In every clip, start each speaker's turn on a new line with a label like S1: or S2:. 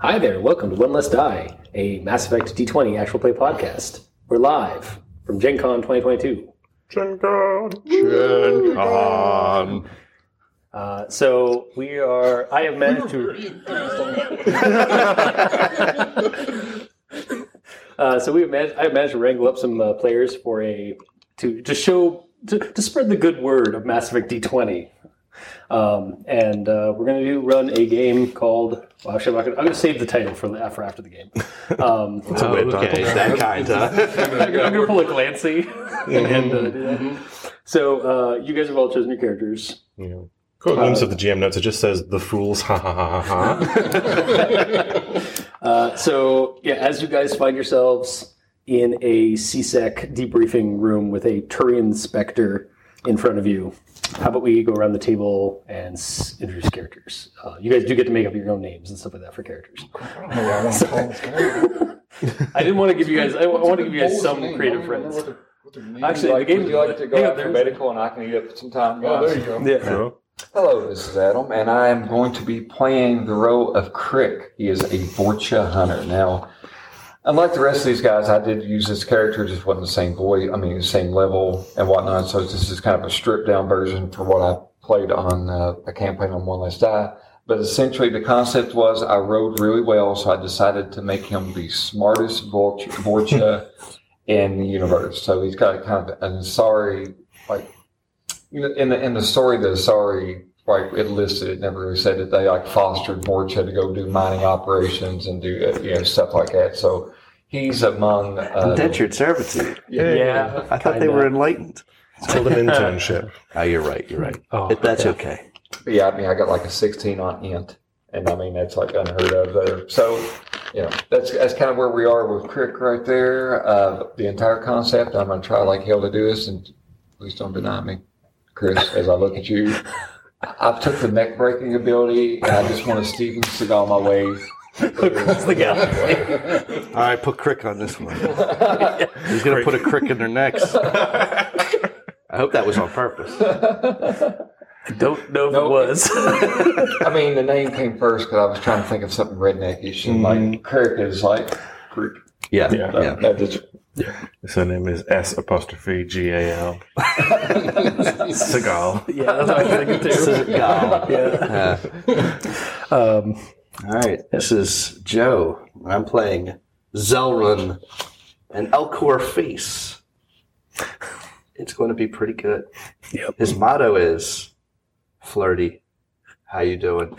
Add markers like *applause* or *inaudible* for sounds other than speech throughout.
S1: Hi there, welcome to One Less Die, a Mass Effect D20 actual play podcast. We're live from Gen Con 2022.
S2: Gen Con.
S3: Gen Con.
S1: Uh, so we are, I have managed to, *laughs* uh, so we've managed, I've managed to wrangle up some uh, players for a, to, to show, to, to spread the good word of Mass Effect D20. Um, and uh, we're going to do run a game called, well, actually, I'm, not gonna, I'm going to save the title for, the, for after the game. Um,
S3: Oh, okay, that
S2: *laughs*
S3: kind, huh?
S1: I'm gonna, I'm gonna pull a Glancy and uh, do that. So uh, you guys have all chosen your characters. *laughs*
S2: You know, quick glimpse of the GM notes. It just says the fools. Ha ha ha
S3: *laughs*
S2: ha. ha.
S1: Uh, so yeah, as you guys find yourselves in a CSEC debriefing room with a Turian Spectre in front of you, how about we go around the table and s- introduce characters? Uh, you guys do get to make up your own names and stuff like that for characters. *laughs* I didn't want to give you guys. I, want to give you guys some creative friends. Actually,
S4: Like,
S1: the game.
S4: would you like to go
S1: hang on,
S4: out for
S1: there's-
S4: medical and I can eat up some time?
S5: Oh,
S4: guys?
S5: there you go.
S1: Yeah.
S4: Hello, this is Adam, and I am going to be playing the role of Crick. He is a Vorcha hunter. Now, unlike the rest of these guys, I did use this character, just wasn't the same voice, I mean, the same level and whatnot. So this is kind of a stripped down version for what I played on uh, a campaign on One Last Die. But essentially, the concept was I rode really well, so I decided to make him the smartest Vorcha, Vorcha in the universe. So he's got a kind of an sorry, like, you know, in the in the story, the sorry like it listed, it never really said that they like fostered Borcha to go do mining operations and do uh, you know stuff like that. So he's among uh,
S3: Indentured servitude.
S1: Yeah.
S3: I thought they
S1: Kinda.
S3: were enlightened.
S2: Sold an internship.
S3: Oh, you're right. You're right.
S1: Oh,
S3: But that's okay.
S4: yeah. I mean, I got like a sixteen on int, and I mean that's like unheard of there. So you know that's that's kind of where we are with Crick right there. Uh, the entire concept. I'm gonna try like hell to do this, and please don't deny me, Chris, as I look at you. I took the neck breaking ability, and I just want to Steven Seagal my way
S1: across the galaxy.
S3: All right, put crick on this one. *laughs* He's *laughs* gonna put a crick in their necks. I hope that was on purpose.
S1: I don't know if it
S4: Nope.
S1: was.
S4: I mean, the name came first because I was trying to think of something redneckish, and
S3: Mm-hmm.
S4: like Kirk is like Kirk.
S3: Yeah,
S4: That-
S3: yeah.
S4: that just-
S2: His name is S apostrophe G A
S3: *laughs*
S2: L. Seagal.
S1: yeah, that's what *laughs* I was thinking too.
S3: Seagal.
S1: Yeah.
S3: Uh,
S1: Um,
S3: all right, this is Joe. I'm playing Zelrun and Elcor Face. It's going to be pretty good.
S1: Yep.
S3: His motto is flirty. How you doing?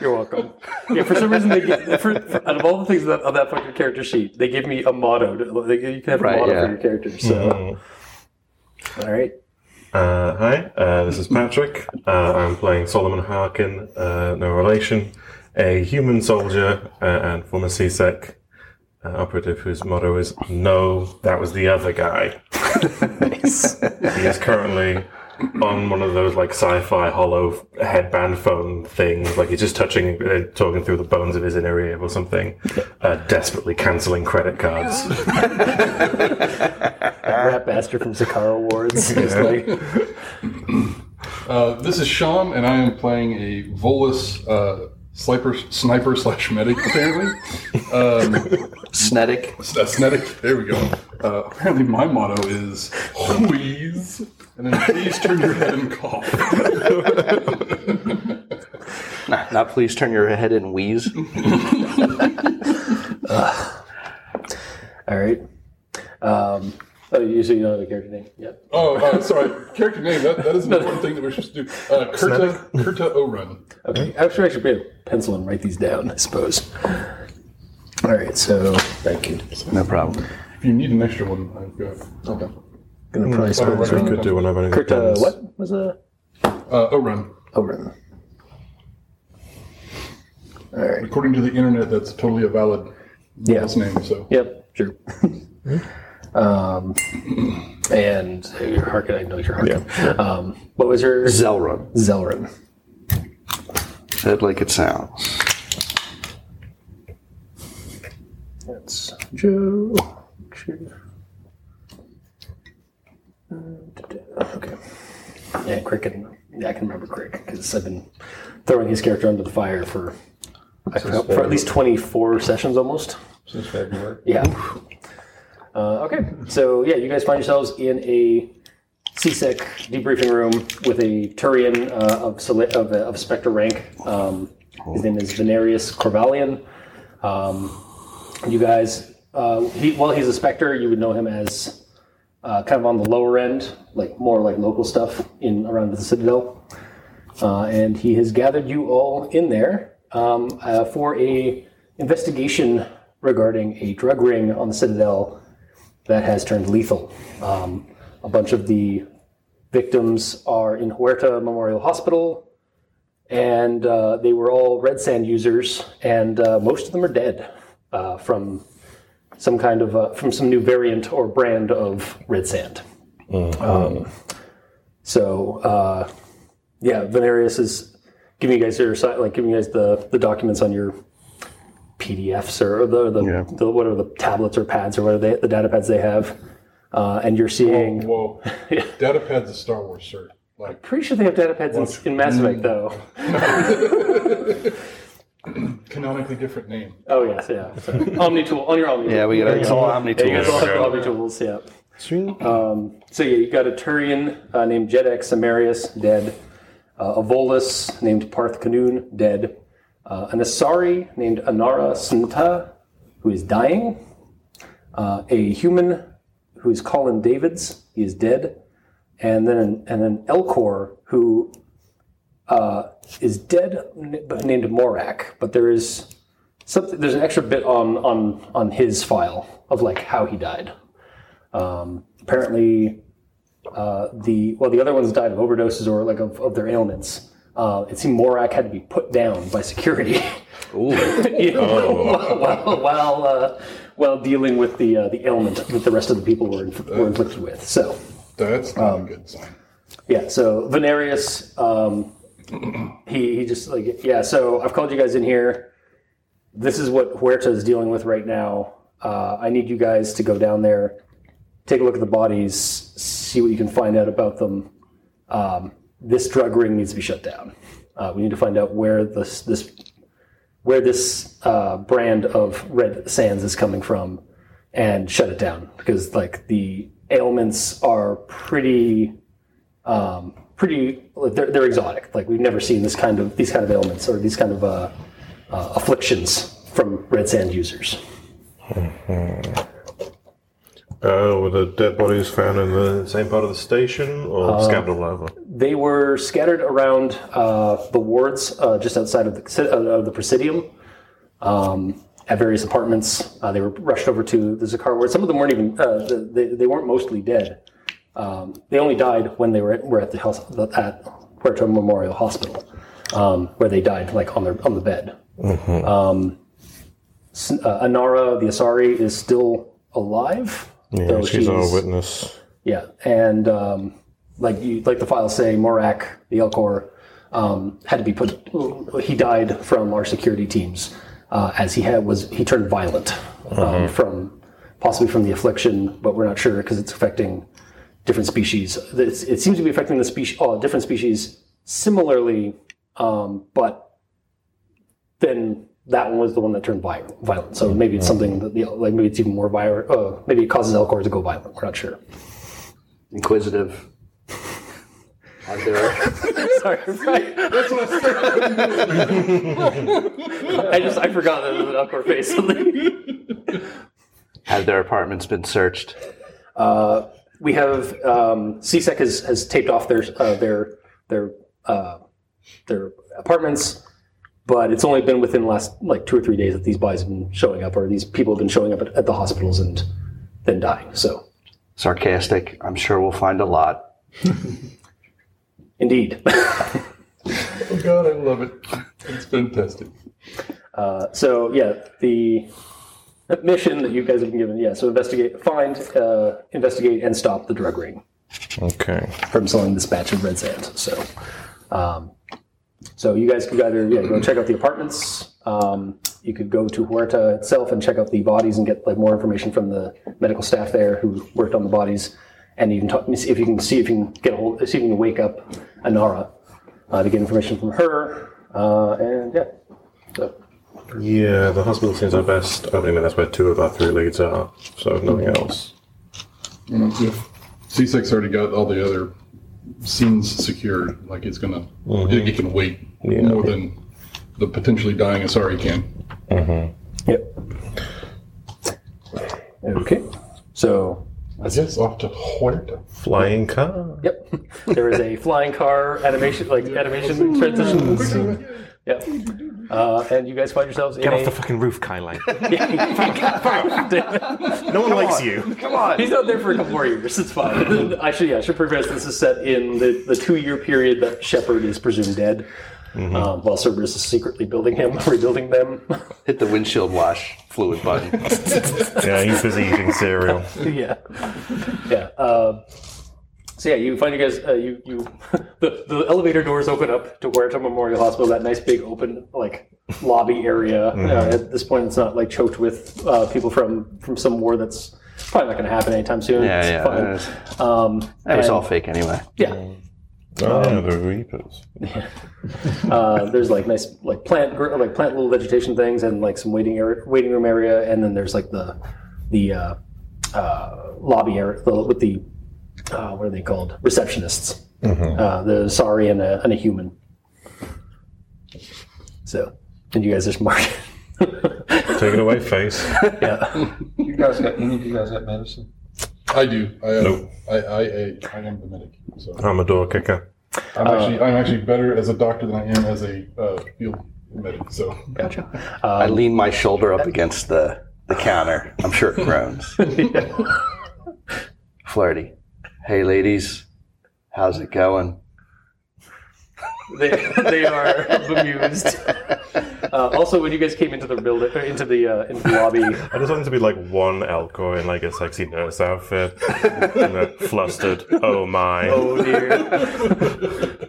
S1: You're welcome. *laughs* Yeah, for some reason, they gave, for, for, out of all the things that, on that fucking character sheet, they gave me a motto. To, like, you can have
S3: Right,
S1: a motto
S3: yeah. Mm-hmm.
S1: for your character. So, all right.
S2: Uh, hi, uh, this is Patrick. Uh, I'm playing Solomon Harkin, uh, no relation, a human soldier uh, and former CSEC uh, operative whose motto is No, that was the other guy. He is currently on one of those like sci-fi hollow headband phone things. Like he's just touching, uh, talking through the bones of his inner ear or something. Uh, desperately cancelling credit cards.
S1: That rap bastard from Sakara Awards. *laughs* It's like,
S5: Uh, this is Sean, and I am playing a Volus uh, sniper, sniper slash medic, apparently. um,
S3: Snetic.
S1: *laughs*
S5: it's aesthetic. There we go. Uh, apparently, my motto is please, and then please turn your head and cough.
S3: Nah, not please turn your head and wheeze.
S1: all right. Um, oh, you so you don't have a character name? Yep.
S5: oh, uh, sorry. Character name. That, that is an important thing that we're supposed to do. Uh, Kurta, Kurta Orun.
S1: Okay. I should actually put a pencil and write these down, I suppose. All right. So, thank you.
S3: No problem.
S5: If you need an extra one, I've got.
S1: Gonna
S3: Mm-hmm.
S1: probably
S5: Sorry,
S1: spell
S5: Orun.
S2: Could do one of any of the
S1: Kurt, uh,
S2: pens.
S1: what was the
S5: Uh, Orun.
S1: Oren? All right.
S5: According to the internet, that's totally a valid
S1: Yeah.
S5: last name. So
S1: Yep, sure. *laughs* um, and your Harkin, I know your Harkin. Um, what was your
S3: Zelrun.
S1: Zelrin?
S3: Said like it sounds.
S1: That's Joe. Okay. Yeah, Crick and Yeah, I can remember Crick because I've been throwing his character under the fire for, I forgot- for at least 24 sessions almost.
S4: Since February.
S1: Yeah. Uh, okay, so yeah, you guys find yourselves in a CSEC debriefing room with a Turian uh, of, Soli- of, of Spectre rank. Um, his name is Venarius Corvalian. Um, you guys, uh, he, while he's a Spectre, you would know him as uh, kind of on the lower end, like more like local stuff in around the Citadel. Uh, and he has gathered you all in there um, uh, for a investigation regarding a drug ring on the Citadel that has turned lethal. Um, a bunch of the victims are in Huerta Memorial Hospital, and uh, they were all Red Sand users, and uh, most of them are dead uh, from some kind of uh, from some new variant or brand of Red Sand. Um, so. Uh, yeah, Venarius is giving you guys your si- like giving you guys the, the documents on your PDFs or the the, the whatever the tablets or pads or whatever they, the data pads they have, uh, and you're seeing. *laughs*
S5: Whoa. Data pad's a Star Wars shirt. Like,
S1: Pretty sure they have data pads in, in Mass Effect though.
S5: canonically different name.
S1: Oh yes, yeah. So,
S3: *laughs*
S1: Omnitool on your Omnitool.
S3: Yeah, we got it's all Omni
S1: You guys all
S3: tools.
S1: have lobby tools, yeah. Um, so yeah, you got a Turian uh, named Jedek Samarius, dead. Uh, a Volus named Parth Kanoon, dead. Uh, an Asari named Anara Snta, who is dying. Uh, a human who is Colin Davids, he is dead. And then an, and an Elcor who uh, is dead, n- but named Morak. But there is something. There's an extra bit on on on his file of like how he died. Um, apparently, uh, the well, the other ones died of overdoses or like of, of their ailments. Uh, it seemed Morak had to be put down by security *laughs* you know, while while while, uh, while dealing with the uh, the ailment that the rest of the people were, inf- were inflicted with. So.
S5: That's not a good sign.
S1: Yeah, so Venarius, um, he, he just like, yeah, so I've called you guys in here. This is what Huerta is dealing with right now. Uh, I need you guys to go down there, take a look at the bodies, see what you can find out about them. Um, this drug ring needs to be shut down. Uh, we need to find out where this, this where this uh, brand of red sands is coming from and shut it down because like the ailments are pretty um, pretty like, they're, they're exotic like we've never seen this kind of these kind of ailments or these kind of uh, uh, afflictions from red sand users
S2: Uh, were the dead bodies found in the same part of the station or scattered all over?
S1: they were scattered around uh, the wards uh, just outside of the, cit- uh, of the presidium um, at various apartments. Uh, they were rushed over to the Zakar ward. Some of them weren't even, uh, the- they, they weren't mostly dead. Um, they only died when they were at, were at the health, the- at Puerto Memorial Hospital, um, where they died like on their on the bed.
S2: Mm-hmm.
S1: Um, S- uh, Anara the Asari is still alive.
S2: Yeah,
S1: though
S2: she's our witness.
S1: yeah, and um, like you, like the files say, Morak the Elcor um, had to be put. He died from our security teams uh, as he had was he turned violent um, from possibly from the affliction, but we're not sure because it's affecting different species. It's, it seems to be affecting the species, oh, different species similarly, um, but then that one was the one that turned vi- violent. So maybe it's something that the, like maybe it's even more violent. Uh, maybe it causes Elcor to go violent. We're not sure.
S3: Inquisitive. Out there.
S1: Sorry, *laughs* right. I just I forgot that it was an awkward face. *laughs*
S3: Have their apartments been searched?
S1: Uh, we have um, CSEC has, has taped off their uh, their their uh, their apartments, but it's only been within the last like two or three days that these bodies have been showing up, or these people have been showing up at, at the hospitals and then dying. So
S3: Sarcastic. I'm sure we'll find a lot.
S1: indeed. *laughs* Uh,
S5: Oh, God, I love it. It's fantastic.
S1: so yeah, the mission that you guys have been given, yeah. So investigate, find, uh, investigate, and stop the drug ring.
S2: Okay.
S1: from selling this batch of red sand. So, um, so you guys could either yeah go check out the apartments. Um, you could go to Huerta itself and check out the bodies and get like more information from the medical staff there who worked on the bodies, and even talk, see if you can see if you can get a hold, see if you can wake up Anara uh, to get information from her. Uh, and yeah, so
S2: Yeah, the hospital seems our best. I think that's where two of our three leads are, so nothing else.
S5: And if C6 already got all the other scenes secured, like it's gonna, it, it can wait
S2: Mm-hmm. Yeah.
S5: more than the potentially dying Asari can.
S1: yep. Okay, so
S5: Is this off to Huerta?
S2: Flying car.
S1: Yep. *laughs* There is a flying car animation, like animation transition.
S2: *laughs*
S1: yep. Uh, and you guys find yourselves in
S2: Get off
S1: a.
S2: the fucking roof, Kylie.
S1: David.
S2: *laughs* No one likes you.
S3: Come
S1: *laughs*
S3: on.
S1: He's not there for a couple more years. It's fine. I should, yeah, I should progress. This is set in the, the two year period that Shepard is presumed dead, um, while Cerberus is secretly building him, *laughs* rebuilding them.
S3: Hit the windshield wash fluid button.
S2: Yeah, he's busy eating cereal.
S1: *laughs* yeah, yeah. Uh, so yeah, you find you guys. Uh, you you *laughs* the, the elevator doors open up to Huerta Memorial Hospital. That nice big open like lobby area.
S3: *laughs* Mm-hmm.
S1: Uh, at this point, it's not like choked with uh, people from from some war that's probably not going to happen anytime soon. It's fine.
S3: *laughs* yeah.
S1: Um,
S3: It was
S1: and-
S3: all fake anyway.
S1: yeah.
S2: Oh, yeah, the Reapers.
S1: Uh, there's like nice like plant gr- like plant little vegetation things and like some waiting area, waiting room area, and then there's like the the uh, uh, lobby area the, with the uh, what are they called receptionists?
S2: Mm-hmm.
S1: Uh, the sorry and a, and a human. So and you guys are smart. *laughs*
S2: Take it away, face.
S1: yeah.
S4: You guys got any of you guys got medicine?
S5: I do. I, am-
S2: Nope.
S5: I, I, I, I am the medic. So
S2: I'm a door kicker.
S5: I'm actually I'm actually better as a doctor than I am as a uh, field medic. So
S1: Gotcha.
S3: I lean my shoulder up against the, the counter. I'm sure it *laughs* groans. Flirty. Hey, ladies. How's it going?
S1: they, they are bemused. Uh, also, when you guys came into the building, or into the uh, into the lobby,
S2: I just want him to be like one Elcor in like a sexy nurse outfit. and then flustered. Oh my.
S1: Oh dear.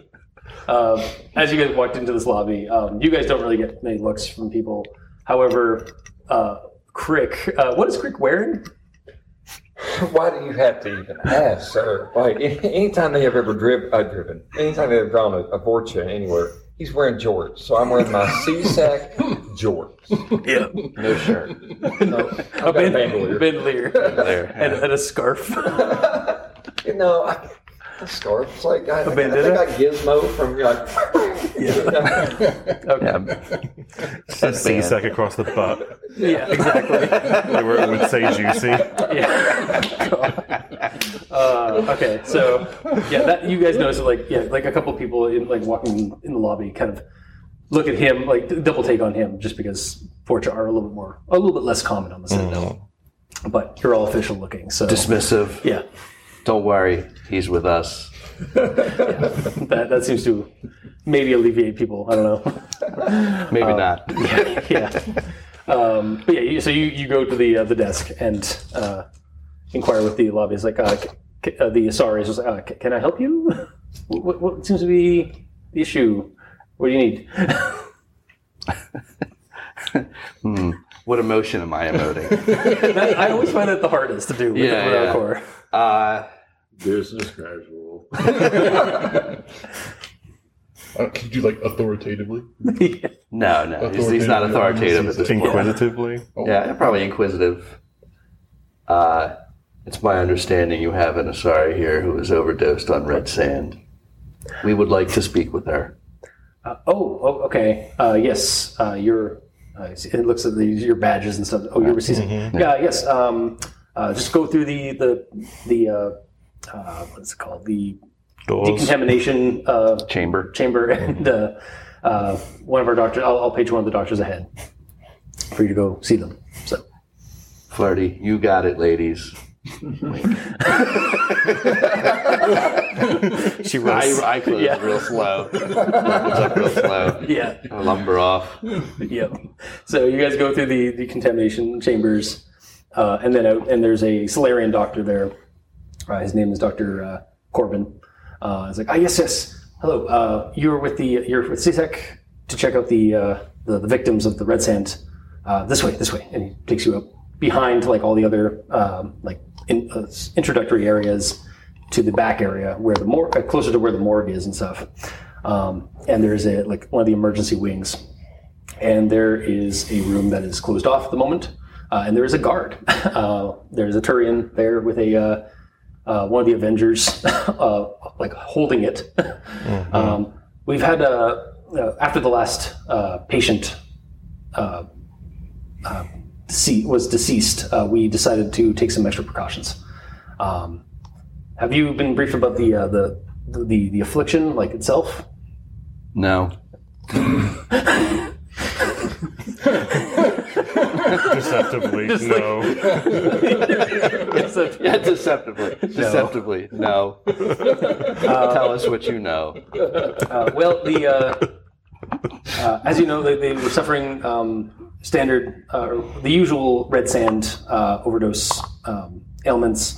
S1: um, as you guys walked into this lobby, um, you guys don't really get many looks from people. However, uh, Crick, uh, what is Crick wearing?
S4: Why do you have to even ask, sir? Like any- anytime they have ever driv- uh, driven, anytime they've drawn a, a Vorcha anywhere, he's wearing George. So I'm wearing my C-sack George.
S1: Yeah,
S3: No shirt.
S4: No,
S1: a
S4: Oh, I've got a
S1: ben,
S4: bandolier.
S1: bandolier
S3: There.
S1: and, and a scarf.
S4: *laughs*
S1: *laughs*
S4: You know, I, the scarf. It's like I, I think
S1: bandana?
S4: I got Gizmo from like.
S1: Okay. Yeah,
S2: Says C-sec across the butt.
S1: exactly.
S2: They were, it would say juicy.
S1: Yeah. *laughs* uh, okay, so yeah, that you guys notice that, like yeah, like a couple people in like walking in the lobby kind of look at him like d- double take on him just because Fortune are a little bit more a little bit less common on the Citadel, but you're all official looking. So
S3: Dismissive.
S1: yeah,
S3: Don't worry. He's with us.
S1: that that seems to maybe alleviate people. I don't know.
S3: Maybe not.
S1: *laughs* yeah. Um, but yeah, you, so you, you go to the uh, the desk and uh, inquire with the lobby. It's like uh, c- c- uh, the sorry is just like, uh, c- can I help you? What, what, what seems to be the issue? What do you need? *laughs*
S3: What emotion am I emoting? *laughs*
S1: That- I always find that the hardest to do with,
S3: Yeah,
S1: with
S3: yeah.
S1: Alcor.
S3: Uh,
S6: Business casual.
S5: uh, can you do like authoritatively?
S3: no, no. He's, he's not authoritative at this
S2: *laughs*
S3: point.
S2: Inquisitively.
S3: Yeah, probably inquisitive. Uh, it's my understanding you have an Asari here who is overdosed on red sand. We would like to speak with her.
S1: *laughs* Uh, oh, oh, okay. Uh, yes, uh, your uh, it looks at the, your badges and stuff. Oh, you're receiving. Yeah, yes. Um, uh, just go through the the the uh, uh, what's it called the
S2: Doors.
S1: decontamination uh,
S3: Chamber.
S1: chamber and uh, uh, one of our doctors. I'll, I'll page one of the doctors ahead for you to go see them. So
S3: Flirty. You got it, ladies.
S1: she
S3: I, I close
S1: Yeah.
S3: real *laughs* slow. Opens up real slow.
S1: Yeah,
S3: I lumber off.
S1: *laughs* yeah. So you guys go through the decontamination chambers, uh, and then out, and there's a Solarian doctor there. Uh, his name is Doctor uh, Corbin. Uh, he's like, ah, yes, yes. Hello. Uh, you're with the you're with CSEC to check out the uh, the, the victims of the Red Sand. Uh, this way, this way, and he takes you up behind like all the other um, like in, uh, introductory areas to the back area where the morgue, uh, closer to where the morgue is and stuff. um, and there is a like one of the emergency wings, and there is a room that is closed off at the moment, uh, and there is a guard. *laughs* Uh, there is a Turian there with a uh, uh, one of the Avengers, *laughs* uh, like holding it. *laughs* Um, we've had uh, uh, after the last uh, patient uh, dece- was deceased, uh, we decided to take some extra precautions. Um, have you been briefed about the, uh, the the the affliction like itself? *laughs*
S3: No.
S2: Deceptively, no.
S3: *laughs* Yeah, deceptively. Uh, Deceptively. No. Tell us what you know.
S1: Uh, well, the uh, uh, as you know, they, they were suffering um, standard, uh, or the usual red sand uh, overdose um, ailments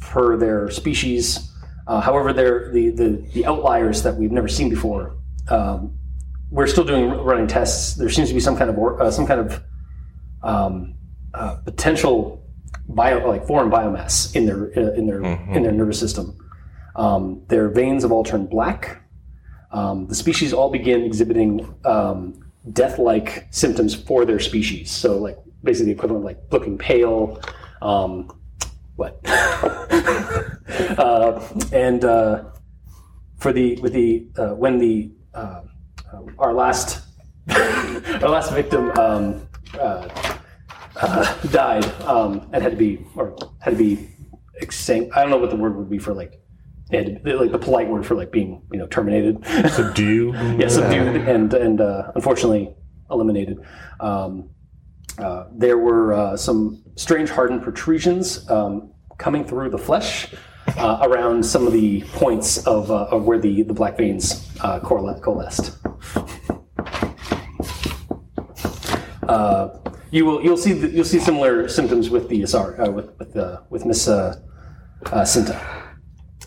S1: per their species. Uh, however, they're the, the the outliers that we've never seen before. Um, we're still doing running tests. There seems to be some kind of or, uh, some kind of um, uh, potential bio, like foreign biomass in their uh, in their in their nervous system. Um, their veins have all turned black. Um, the species all begin exhibiting um, death-like symptoms for their species. So, like basically the equivalent of like looking pale, um, what, *laughs* uh, and uh, for the with the uh, when the uh, uh, our last *laughs* our last victim um, uh, uh, died um, and had to be or had to be extinct. I don't know what the word would be for like. And like the polite word for like being you know terminated. *laughs*
S2: Subdue.
S1: yeah, subdued and and uh, unfortunately eliminated. Um, uh, there were uh, some strange hardened protrusions um, coming through the flesh uh, around some of the points of, uh, of where the, the black veins uh, coalesced. coalesced. Uh, you will you'll see the, you'll see similar symptoms with the sorry, uh, with with uh, with Miss uh, uh, Cinta.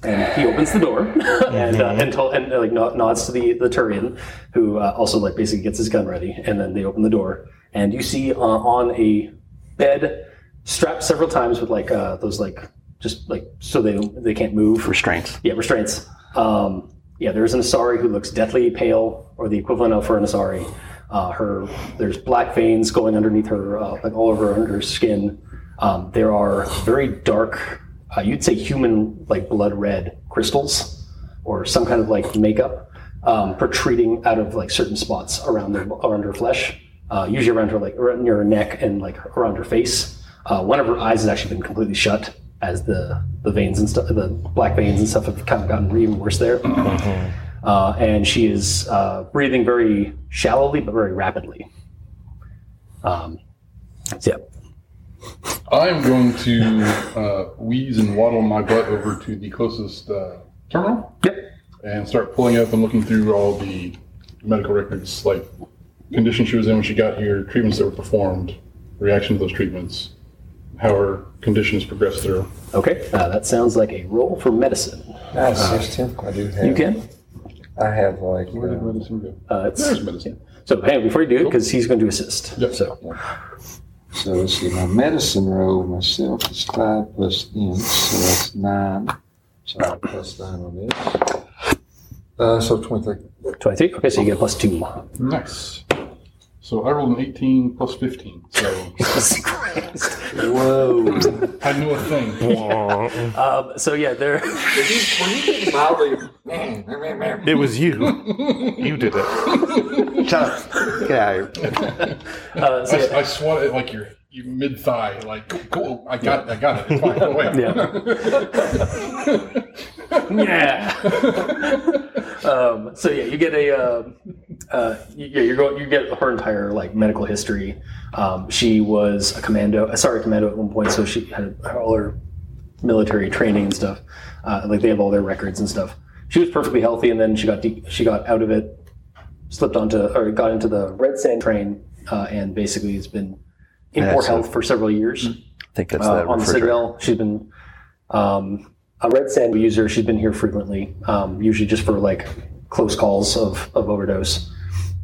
S1: And he opens the door *laughs* and uh, and, tell, and uh, like nod, nods to the the Turian, who uh, also like basically gets his gun ready. And then they open the door, and you see uh, on a bed, strapped several times with like uh, those like just like so they they can't move.
S3: Restraints.
S1: Yeah, restraints. Um, yeah, there's an Asari who looks deathly pale, or the equivalent of for an Asari. Uh, her there's black veins going underneath her, uh, like all over under her skin. Um, there are very dark, uh, you'd say human like blood red crystals, or some kind of like makeup um, protruding out of like certain spots around their around her flesh, uh, usually around her like around near her neck and like around her face. Uh, one of her eyes has actually been completely shut as the the veins and stuff, the black veins and stuff have kind of gotten even worse there. Uh, and she is uh, breathing very shallowly but very rapidly. Um, so, yeah.
S5: I'm going to uh, wheeze and waddle my butt over to the closest uh, terminal
S1: Yep.
S5: and start pulling up and looking through all the medical records, like condition she was in when she got here, treatments that were performed, reaction to those treatments, how her condition has progressed through.
S1: Okay. Uh, that sounds like a roll for medicine. Uh,
S4: Nice, there's typical. I do have.
S1: You can.
S4: I have like.
S5: Where did
S4: uh,
S5: medicine go?
S1: Uh, it's,
S5: There's medicine.
S1: so hang on before you do it because he's going to assist.
S5: Yep.
S1: So
S4: So let's see, my medicine roll myself is five plus int, so that's nine. So I'll plus nine on this. *laughs* Uh, so 23.
S1: twenty-three. Okay, so you get a plus two.
S5: Nice. So I rolled an 18 plus 15, so
S3: Whoa.
S5: I knew a thing.
S1: um, so yeah, there.
S2: it was you. You did it.
S3: Shut up. Get out of here.
S1: Uh, so, yeah.
S5: I, I swat it like your, your mid thigh, like, go, go, I got it, I got it. It's fine, go away. *laughs*
S1: yeah. *laughs* um, so yeah, you get a uh, uh, you- yeah, you're going, you get her entire like medical history. Um, she was a commando, a sorry, commando at one point, so she had all her military training and stuff. Uh, like they have all their records and stuff. She was perfectly healthy, and then she got de- she got out of it, slipped onto or got into the red sand train, uh, and basically has been in poor
S3: That's
S1: health for several years
S3: I think that's
S1: uh,
S3: that
S1: on the
S3: refrigerator.
S1: Citadel. She's been um, a Red Sand user. She's been here frequently, um, usually just for like close calls of, of overdose.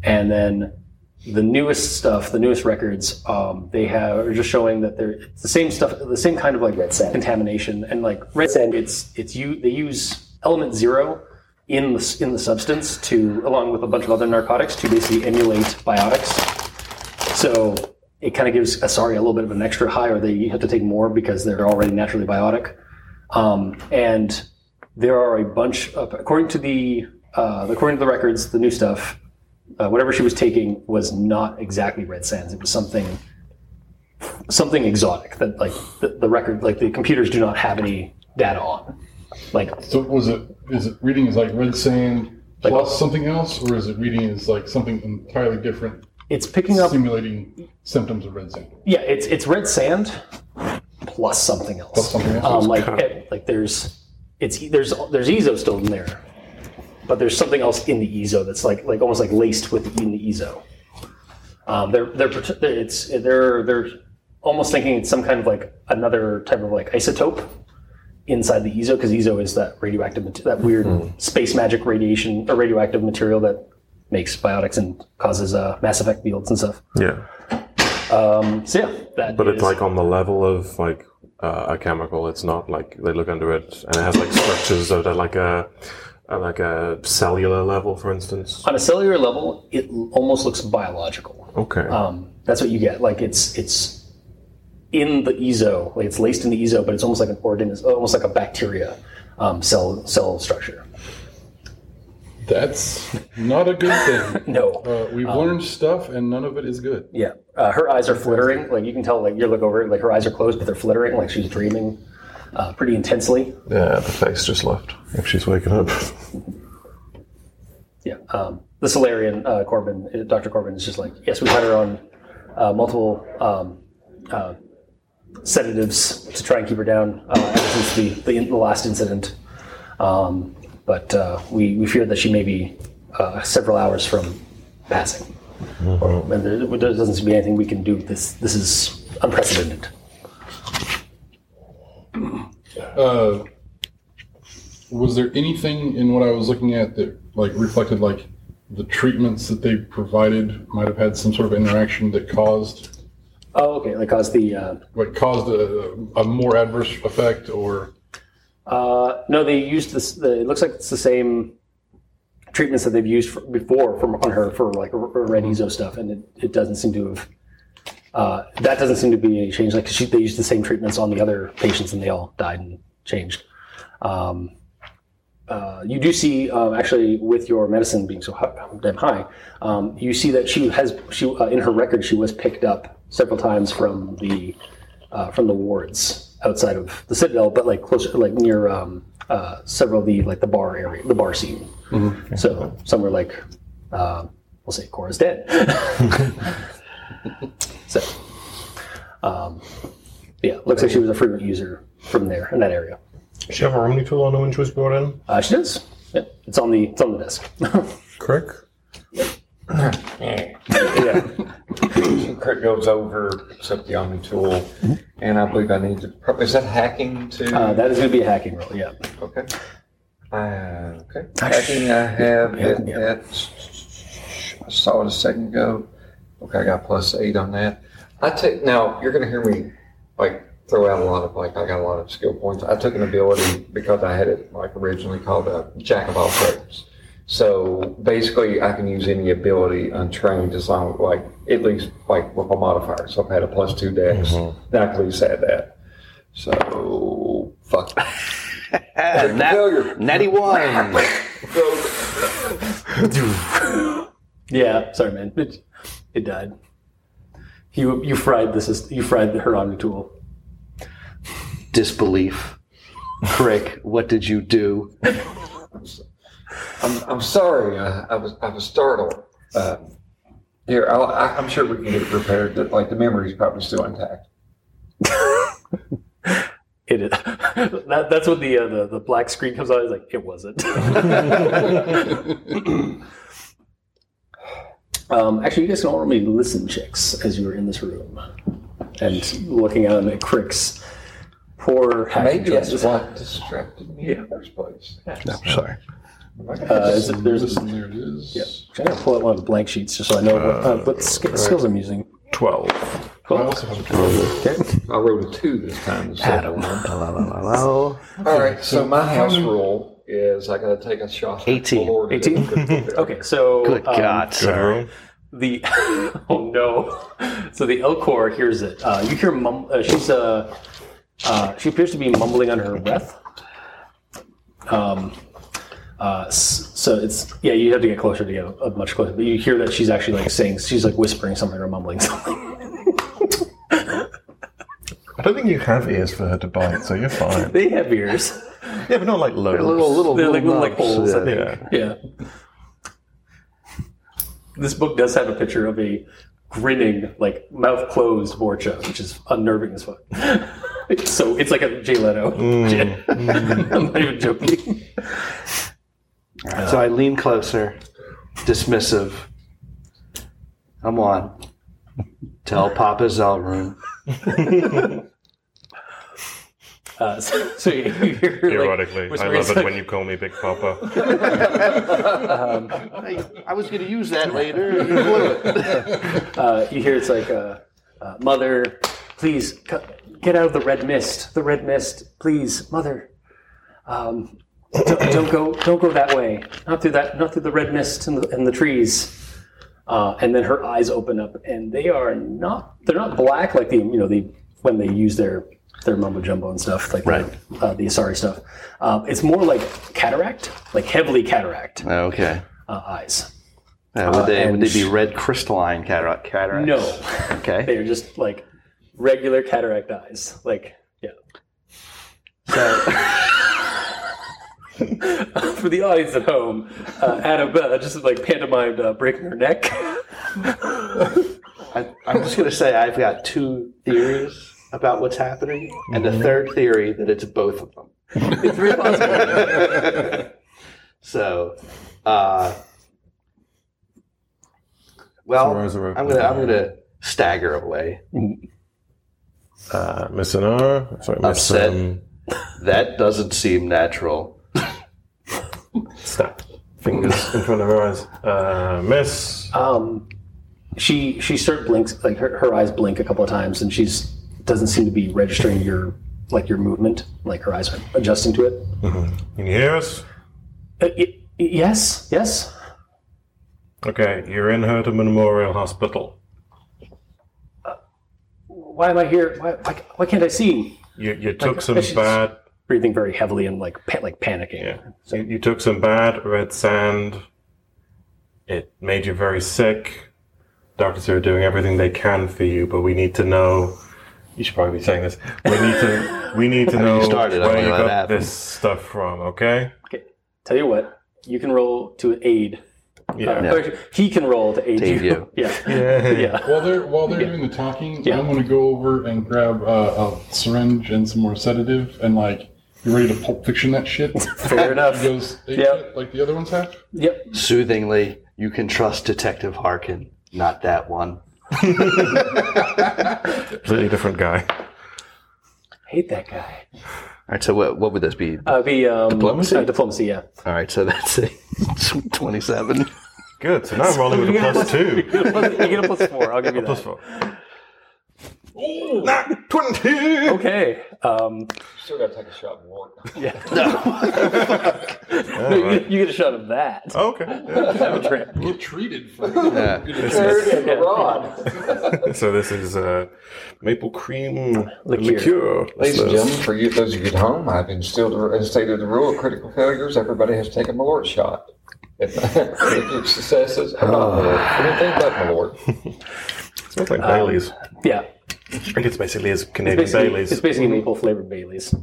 S1: And then the newest stuff, the newest records, um, they have are just showing that they're it's the same stuff, the same kind of like red sand contamination and like red sand. It's it's you they use element zero in the s- in the substance to, along with a bunch of other narcotics, to basically emulate biotics. So it kind of gives Asari a little bit of an extra high, or they have to take more because they're already naturally biotic. Um, and there are a bunch of, according to the uh, according to the records, the new stuff, uh, whatever she was taking was not exactly red sands. It was something something exotic that like the, the record, like the computers do not have any data on. Like
S5: So was it? Is it reading is like red sand
S1: Like-
S5: plus something else, or is it reading is like something entirely different,
S1: it's picking up,
S5: simulating symptoms of red sand
S1: yeah, it's it's red sand plus something else.
S5: plus something else?
S1: um, like eh, like there's it's e- there's there's Ezo still in there, but there's something else in the Ezo that's like like almost like laced with in the Ezo. Um, they're they're prote- they're- it's they're they're almost thinking it's some kind of like another type of like isotope inside the Ezo because Ezo is that radioactive mate- that weird space magic radiation or radioactive material that makes biotics and causes uh, mass effect fields and stuff.
S2: Yeah.
S1: So yeah, that
S2: But it's
S1: is-
S2: like on the level of like uh, a chemical. It's not like they look under it and it has like structures that are like a, uh like a cellular level, for instance.
S1: on a cellular level, it l- almost looks biological.
S2: Okay.
S1: um, that's what you get. Like it's it's in the ezo, like it's laced in the ezo, but it's almost like an organism, almost like a bacteria um, cell cell structure.
S5: That's not a good thing.
S1: No,
S5: *laughs* Uh, we've learned stuff, and none of it is good.
S1: yeah, uh, her eyes are flittering. Like you can tell, like you look over, like her eyes are closed, but they're flittering, like she's dreaming uh, pretty intensely.
S2: Yeah, the face just left. If she's waking *laughs* up.
S1: Yeah, um, the Solarian uh, Corbin, uh, Doctor Corbin, is just like, yes, we've had her on uh, multiple um, uh, sedatives to try and keep her down uh, ever since the, the, in- the last incident. Um, but uh, we we fear that she may be uh, several hours from passing, Or- and there, there doesn't seem to be anything we can do. This this is unprecedented.
S5: Uh, was there anything in what I was looking at that like reflected like the treatments that they provided might have had some sort of interaction that caused
S1: Oh, okay. That caused the uh,
S5: like caused a, a more adverse effect or
S1: Uh, no, they used this. The, it looks like it's the same treatments that they've used for, before from on her for like r- r- red Ezo stuff, and it, it doesn't seem to have. Uh, that doesn't seem to be any change. Like she, they used the same treatments on the other patients, and they all died and changed. Um, uh, you do see, um, actually, with your medicine being so hi- damn high, um, you see that she has she uh, in her record she was picked up several times from the uh, from the wards outside of the Citadel, but like closer, like near um, uh, several of the like the bar area, the bar scene. So somewhere like uh, we'll say Cora's dead. *laughs* so um, yeah, looks like she was a frequent user from there in that area.
S2: Did she have a Romney tool on her when she was brought in?
S1: Uh, she does. Yeah, it's on the it's on the desk. *laughs* Uh,
S2: Crick?
S4: Yeah. Crit goes over, except the Omni tool, and I believe I need to. pro- Is that hacking too?
S1: uh, that is going to be a hacking roll. Yeah.
S4: okay. Uh, okay. Hacking, I have it at. I saw it a second ago. Okay, I got plus eight on that. I took now. You're going to hear me like throw out a lot of like I got a lot of skill points. I took an ability because I had it like originally called a jack of all trades. So basically, I can use any ability untrained as long like at least like with a modifier. So if I had a plus two dex, then I could at least add that. So fuck.
S3: Ah,
S4: Failure.
S3: nat- natty one.
S4: So,
S1: Yeah. Sorry, man. It, it died. You you fried this. is- You fried her on the tool.
S3: Disbelief. Crick, what did you
S1: *laughs*
S3: do?
S4: I'm, I'm sorry. uh, I, I was I was startled. Uh, here, I'll, I, I'm sure we can get it repaired. That like the memory's probably still intact.
S1: It is. *laughs* that, that's what the, uh, the the black screen comes out. It's like it wasn't. *laughs* um, actually, you guys can all roll me listen checks as you were in this room and looking out at Crick's poor hacking
S4: Maybe that's
S1: choices.
S4: what distracted me in the first place.
S3: No, sorry.
S1: Uh, is it- there's,
S5: Listen, there it is.
S1: I'm trying to pull out one of the blank sheets just so I know what, uh, what sk- skills I'm using.
S2: 12.
S5: I also have a twenty.
S4: I rolled a two this time. instead
S3: *laughs*
S4: of one.
S3: Hello.
S4: All right, so my house rule is I got to take a shot. at the
S3: 18.
S4: Lord. *laughs*
S1: 18? Okay, so
S3: Good
S1: um,
S3: God.
S2: Good roll.
S1: the *laughs* oh no so the Elcor hears it uh, you hear mum- uh, she's uh, uh, she appears to be mumbling under her breath um, uh, s- so it's yeah you have to get closer to get uh, much closer but you hear that she's actually like saying she's like whispering something or mumbling *laughs* something
S2: I don't think you have ears for her to bite, so you're fine.
S1: they have ears
S2: Yeah, but not like lobes.
S3: Little, little,
S1: They're like little, like,
S3: knobs,
S1: holes, I
S3: yeah.
S1: think.
S2: Yeah.
S1: yeah this book does have a picture of a grinning like mouth closed Vorcha which is unnerving as fuck *laughs* so it's like a Jay Leno
S2: Mm.
S1: *laughs* I'm not even
S2: *laughs*
S1: joking.
S3: So I lean closer, dismissive. Come on. Tell Papa Zelrun.
S1: Uh, so, so you hear, like,
S2: Erotically, I
S1: whispering,
S2: love
S1: it's
S2: it
S1: like,
S2: when you call me Big Papa.
S3: I, I was going to use that *laughs* later. and you blew it.
S1: uh, you hear it's like, uh, uh, "Mother, please c- get out of the red mist. The red mist, please, Mother. Um, don't, don't go, don't go that way. Not through that. Not through the red mist and the, and the trees." Uh, and then her eyes open up, and they are not. They're not black like the you know the when they use their their mumbo jumbo and stuff like
S3: Right.
S1: the, uh, the Asari stuff. Um, it's more like cataract, like heavily cataract
S3: okay.
S1: uh, eyes.
S3: Uh, would, they, would
S1: and
S3: they be
S1: sh-
S3: red crystalline cataract? cataracts?
S1: No, *laughs*
S3: Okay.
S1: they're just like regular cataract eyes. Like, yeah. *laughs* For the audience at home, uh, Annabella just like pantomimed uh, breaking her neck. *laughs*
S3: I, I'm just going to say I've got two theories about what's happening, and a third theory that it's both of them.
S1: it's very possible.
S3: *laughs* So, uh, well,
S2: Doors are
S3: I'm
S2: open.
S3: gonna I'm gonna stagger away.
S2: *laughs* Uh, Miss Anara, sorry, Miss
S3: Upset.
S2: um,
S3: That doesn't seem natural.
S2: Snap. Fingers *laughs* in front of her eyes. Uh, miss.
S1: Um, she she sort of blinks like her, her eyes blink a couple of times, and she's doesn't seem to be registering your like your movement. Like her eyes are adjusting to it.
S2: Mm-hmm. Can you hear us?
S1: Uh, y- y- yes, yes.
S2: Okay, you're in Herta Memorial Hospital.
S1: Why am I here? Why why, why can't I see?
S2: You, you took
S1: Like,
S2: some
S1: it's-
S2: bad.
S1: breathing very heavily and like pa- like panicking.
S2: Yeah. You, you took some bad red sand. It made you very sick. Doctors are doing everything they can for you, but we need to know. You should probably be saying this. We need to. We need to know
S3: started, I
S2: where
S3: won't
S2: you
S3: let it
S2: got
S3: happen.
S2: this stuff from. Okay.
S1: Okay. Tell you what, you can roll to aid.
S2: Yeah.
S1: Uh, or he can roll to aid
S3: To aid
S1: you.
S3: you.
S1: *laughs* yeah.
S2: *laughs* Yeah.
S1: Yeah.
S5: *laughs* While they're while they're doing the talking,
S1: Yeah.
S5: I'm gonna go over and grab uh, a syringe and some more sedative and like be ready to pulp fiction that
S1: *laughs*
S5: shit.
S1: Fair enough.
S5: Goes
S1: Yep.
S5: like the other ones have.
S1: Yep.
S3: Soothingly, you can trust Detective Harkin, not that one.
S2: Completely different guy.
S1: Hate that guy.
S3: All right. So what what would this be?
S1: Uh, the um,
S3: Diplomacy?
S1: uh, diplomacy. Yeah.
S3: All right. So that's *laughs* a twenty-seven.
S2: Good. So now I'm rolling with a plus two.
S1: Plus- *laughs* you get a plus four. I'll give you that.
S2: Plus four. Nat Twenty.
S1: Okay. Um,
S4: Still got to take a shot and walk.
S1: yeah. *laughs* No, you, get- you get a shot of that.
S2: Oh, okay. Yeah. *laughs*
S1: Have a drink.
S5: Get treated for
S2: This is-
S1: Yeah.
S2: So this is uh, maple cream
S1: Liqueur.
S2: liqueur.
S4: Ladies and
S2: This is-
S4: gentlemen, for you, those of you at home, I've instilled the- instated the rule of critical failures. Everybody has to take a Malort shot. *laughs* If critical successes
S1: Ah.
S4: are not Malort, Oh, anything but Malort.
S2: smells like Bailey's.
S1: Yeah.
S2: I think it's basically as Canadian
S1: It's basically,
S2: Bailey's.
S1: It's basically maple flavored Baileys.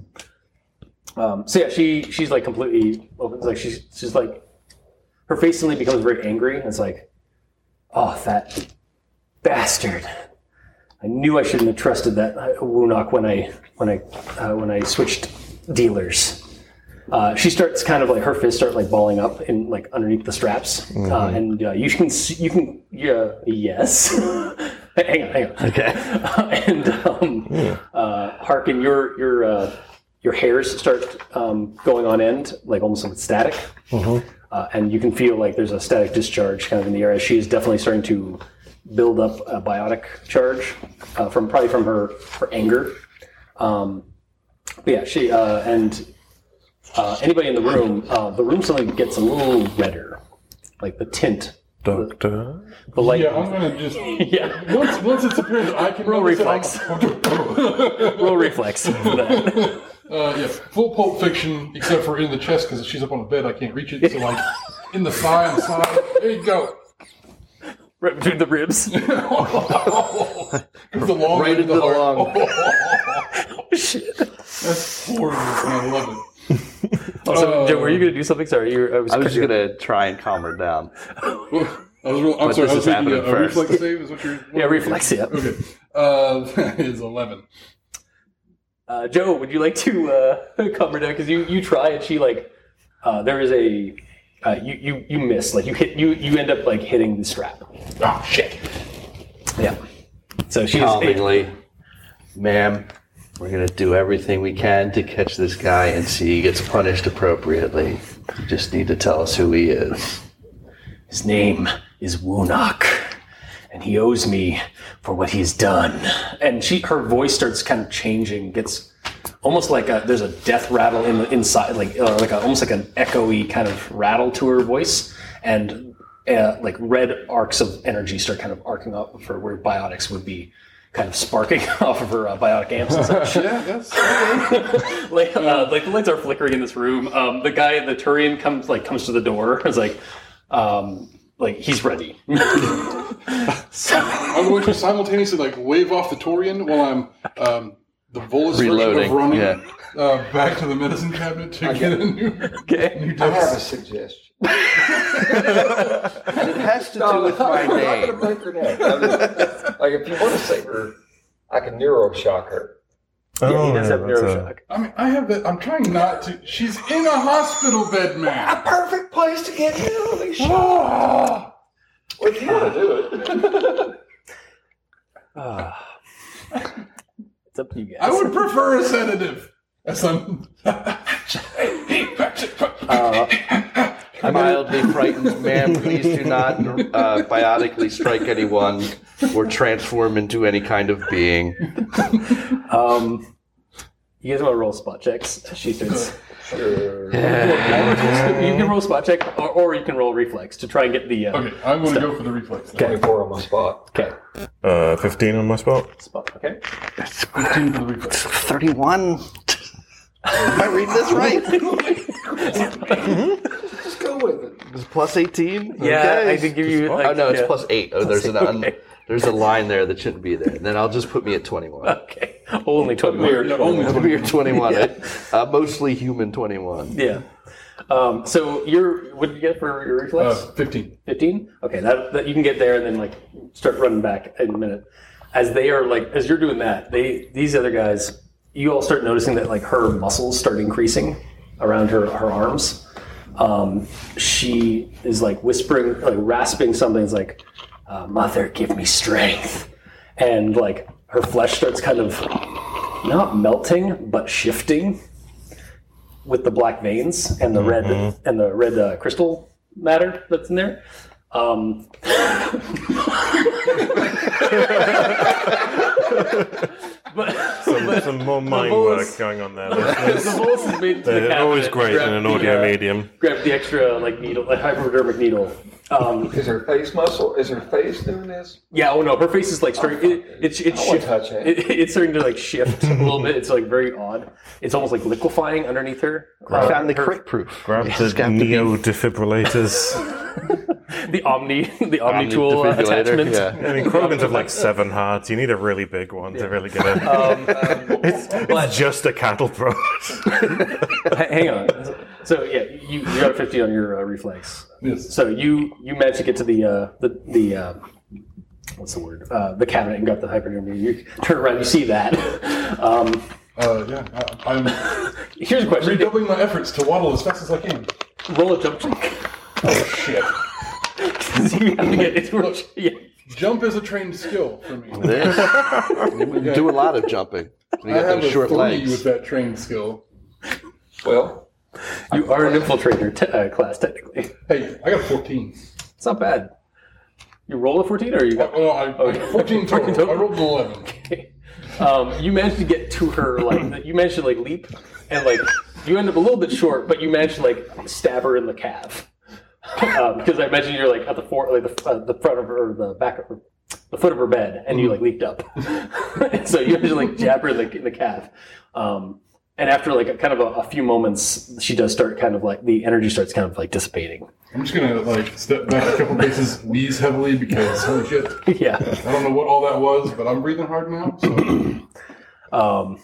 S1: Um, so yeah, she she's like completely opens like she's she's like her face suddenly becomes very angry and it's like, oh that bastard! I knew I shouldn't have trusted that uh, Wunok when I when I uh, when I switched dealers. Uh, she starts kind of like her fists start like balling up in like underneath the straps, uh,
S2: Mm-hmm.
S1: and uh, you can see, you can yeah yes. *laughs* hang on, hang on.
S3: Okay.
S1: *laughs* and um,
S2: Hmm.
S1: uh, Harkin, your your uh, your hairs start um, going on end, like almost like it's static,
S2: Mm-hmm.
S1: uh, and you can feel like there's a static discharge kind of in the air. As she is definitely starting to build up a biotic charge uh, from probably from her her anger. Um, but yeah, she uh, and uh, anybody in the room, uh, the room suddenly gets a little redder, like the tint,
S2: Doctor.
S1: the light.
S5: yeah, I'm gonna just
S1: *laughs* Yeah. *laughs*
S5: once once it's apparent I can
S1: Roll
S5: notice it, "Oh,
S1: reflex.
S5: I'm-
S1: Roll reflex. For that. *laughs*
S5: *laughs* Uh, yeah, full Pulp Fiction, except for in the chest because she's up on the bed. I can't reach it. So like in the thigh, on the side. There you go.
S1: right between the ribs.
S5: It's the long
S3: Right
S5: way to
S3: into the
S5: heart.
S3: lung.
S1: Shit.
S5: That's horrible. I love it.
S1: Also,
S5: Oh.
S1: Joe, were you going to do something? Sorry, you were, I was.
S3: I was *laughs* just gonna try and calm her down.
S5: Well, I was real, I'm
S3: But
S5: sorry.
S3: this
S5: I was
S3: is
S5: thinking a,
S3: happening
S5: a
S3: first.
S5: reflex save is what you're.
S1: yeah, reflex. Yeah.
S5: Okay, uh, *laughs* that is eleven.
S1: Uh, Joe, would you like to uh, *laughs* calm her down? Because you, you try and she like uh, there is a uh, you, you you miss like you hit you you end up like hitting the strap.
S5: Oh shit!
S1: Yeah. So she's
S3: Um, Calmingly, ma'am, we're gonna do everything we can to catch this guy and see he gets punished appropriately. You just need to tell us who he is.
S1: His name is Wunok, and he owes me for what he's done. And she, her voice starts kind of changing, gets almost like a there's a death rattle in the inside, like uh, like a, almost like an echoey kind of rattle to her voice, and uh, like red arcs of energy start kind of arcing up for where biotics would be. Kind of sparking *laughs* off of her uh, biotic amps and such.
S5: Yeah, that's
S1: like, uh, like the lights are flickering in this room. Um, the guy, the Turian, comes like comes to the door. *laughs* It's like, um, like he's ready. so,
S5: I'm going to simultaneously like wave off the Torian while I'm um, the Volus version of
S3: Reloading,
S5: running
S3: yeah.
S5: uh, back to the medicine cabinet to get a new.
S1: okay.
S5: new
S4: I have
S5: dose.
S4: a suggestion.
S3: It has to do with my
S4: I'm not
S3: name.
S4: gonna break her neck. I'm just- like if you want to save her, I can neuro shock her.
S1: yeah, he does have
S2: that's a-
S1: neuroshock.
S5: I mean, I have that. I'm trying not to. She's in a hospital bed, man.
S4: Perfect place to get
S5: *laughs*
S4: neuro shock.
S5: Ah!
S4: Well, if you want to *laughs* do it.
S1: Ah. it's up to you guys.
S5: I would prefer a sedative.
S4: *laughs*
S5: As I'm. *laughs*
S4: Uh-huh.
S3: Mildly frightened, ma'am. Please do not uh, biotically strike anyone or transform into any kind of being.
S1: um, you guys want to roll spot checks? She starts. you can roll spot check, or, or you can roll reflex to try and get the. Uh,
S5: okay, I'm going to go for the reflex. Now.
S1: Okay.
S4: 24 on my spot.
S1: okay.
S2: Uh, 15 on my
S1: *laughs*
S2: spot.
S1: Spot. Okay.
S3: 31. Am I reading this right?
S4: Just go with it.
S3: It's plus 18?
S1: Yeah, I could give you. Like,
S3: oh, no, it's
S1: yeah.
S3: plus 8. Oh, there's, an, un-
S1: okay.
S3: there's a line there that shouldn't be there. And then I'll just put me at 21.
S1: Okay. Only twenty-one.
S5: Yeah,
S1: *laughs*
S5: only
S3: I'll be at 21. Uh, mostly human 21.
S1: Yeah. Um, so you're what did you get for your
S5: Uh,
S1: reflex?
S5: 15.
S1: Fifteen. Okay, that, that you can get there and then like start running back in a minute. As they are like as you're doing that, they these other guys, you all start noticing that like her muscles start increasing around her her arms. Um, she is like whispering, like rasping something. It's like, uh, "Mother, give me strength," and like her flesh starts kind of not melting but shifting with the black veins and the red and the red uh, crystal matter that's in there. Um, but
S2: Some, some more mind
S1: bullets-
S2: work going on there. listeners.
S1: the bolus is made to the
S2: They're always
S1: cabinet.
S2: great in
S1: Grab
S2: an
S1: the,
S2: audio
S1: uh,
S2: medium.
S1: Grab the extra like needle, like hypodermic needle. Um,
S4: Is her face muscle? Is her face doing this?
S1: yeah, oh no, her face is like starting. It, it's it's
S4: I won't
S1: shift-
S4: touch it.
S1: It's starting to like shift a little bit. It's like very odd. It's almost like liquefying underneath her.
S3: I
S1: Uh,
S3: found the crit proof.
S2: Grab
S3: It's
S2: the
S3: got to be
S1: *laughs*
S2: neo defibrillators.
S1: the omni, the omni
S3: omni
S1: tool uh,
S3: defibrillator,
S1: attachment.
S3: yeah.
S2: I mean, Krogan's have like seven hearts. You need a really big one to really get
S1: Um,
S2: it. *laughs* it's, it's just a
S1: *laughs*
S2: cattle prod.
S1: Ha- hang on. So yeah, you, you got a fifty on your uh, reflex.
S5: Yes.
S1: So you you managed to get to the uh, the the uh, what's the word? Uh, the cabinet and got the hypodermic. You turn around, you see that. *laughs* Um,
S5: Uh, yeah, I, I'm
S1: here's a question:
S5: redoubling my efforts to waddle as fast as I can.
S1: Roll a jump check. *laughs*
S5: Shit.
S1: you have to get into a, *laughs* yeah.
S5: Jump is a trained skill for me.
S3: This. You do a lot of jumping. You
S5: *laughs* I
S3: got
S5: have
S3: those
S5: a
S3: short
S5: three
S3: legs.
S5: with that trained skill.
S4: Well,
S1: You are an infiltrator te- uh, class technically.
S5: Hey, I got 14.
S1: It's not bad. You roll a 14 or you
S5: Oh,
S1: got.
S5: no, I,
S1: Okay.
S5: 14
S1: 14
S5: total.
S1: total.
S5: I rolled an 11.
S1: Okay. *laughs* Um, you managed to get to her, like, you managed to, like, leap, and, like, you end up a little bit short, but you managed to, like, stab her in the calf. *laughs* Um, Because I imagine you're, like, at the, for, like, the, uh, the front of her, or the back of her, the foot of her bed, and you, like, leaped up. *laughs* so you managed to, like, jab her in the, in the calf. Um, and after, like, a, kind of a, a few moments, she does start kind of, like, the energy starts kind of, like, dissipating. *laughs*
S5: I'm just gonna like step back a couple paces, wheeze heavily because holy shit,
S1: yeah.
S5: I don't know what all that was, but I'm breathing hard now. So
S1: Um,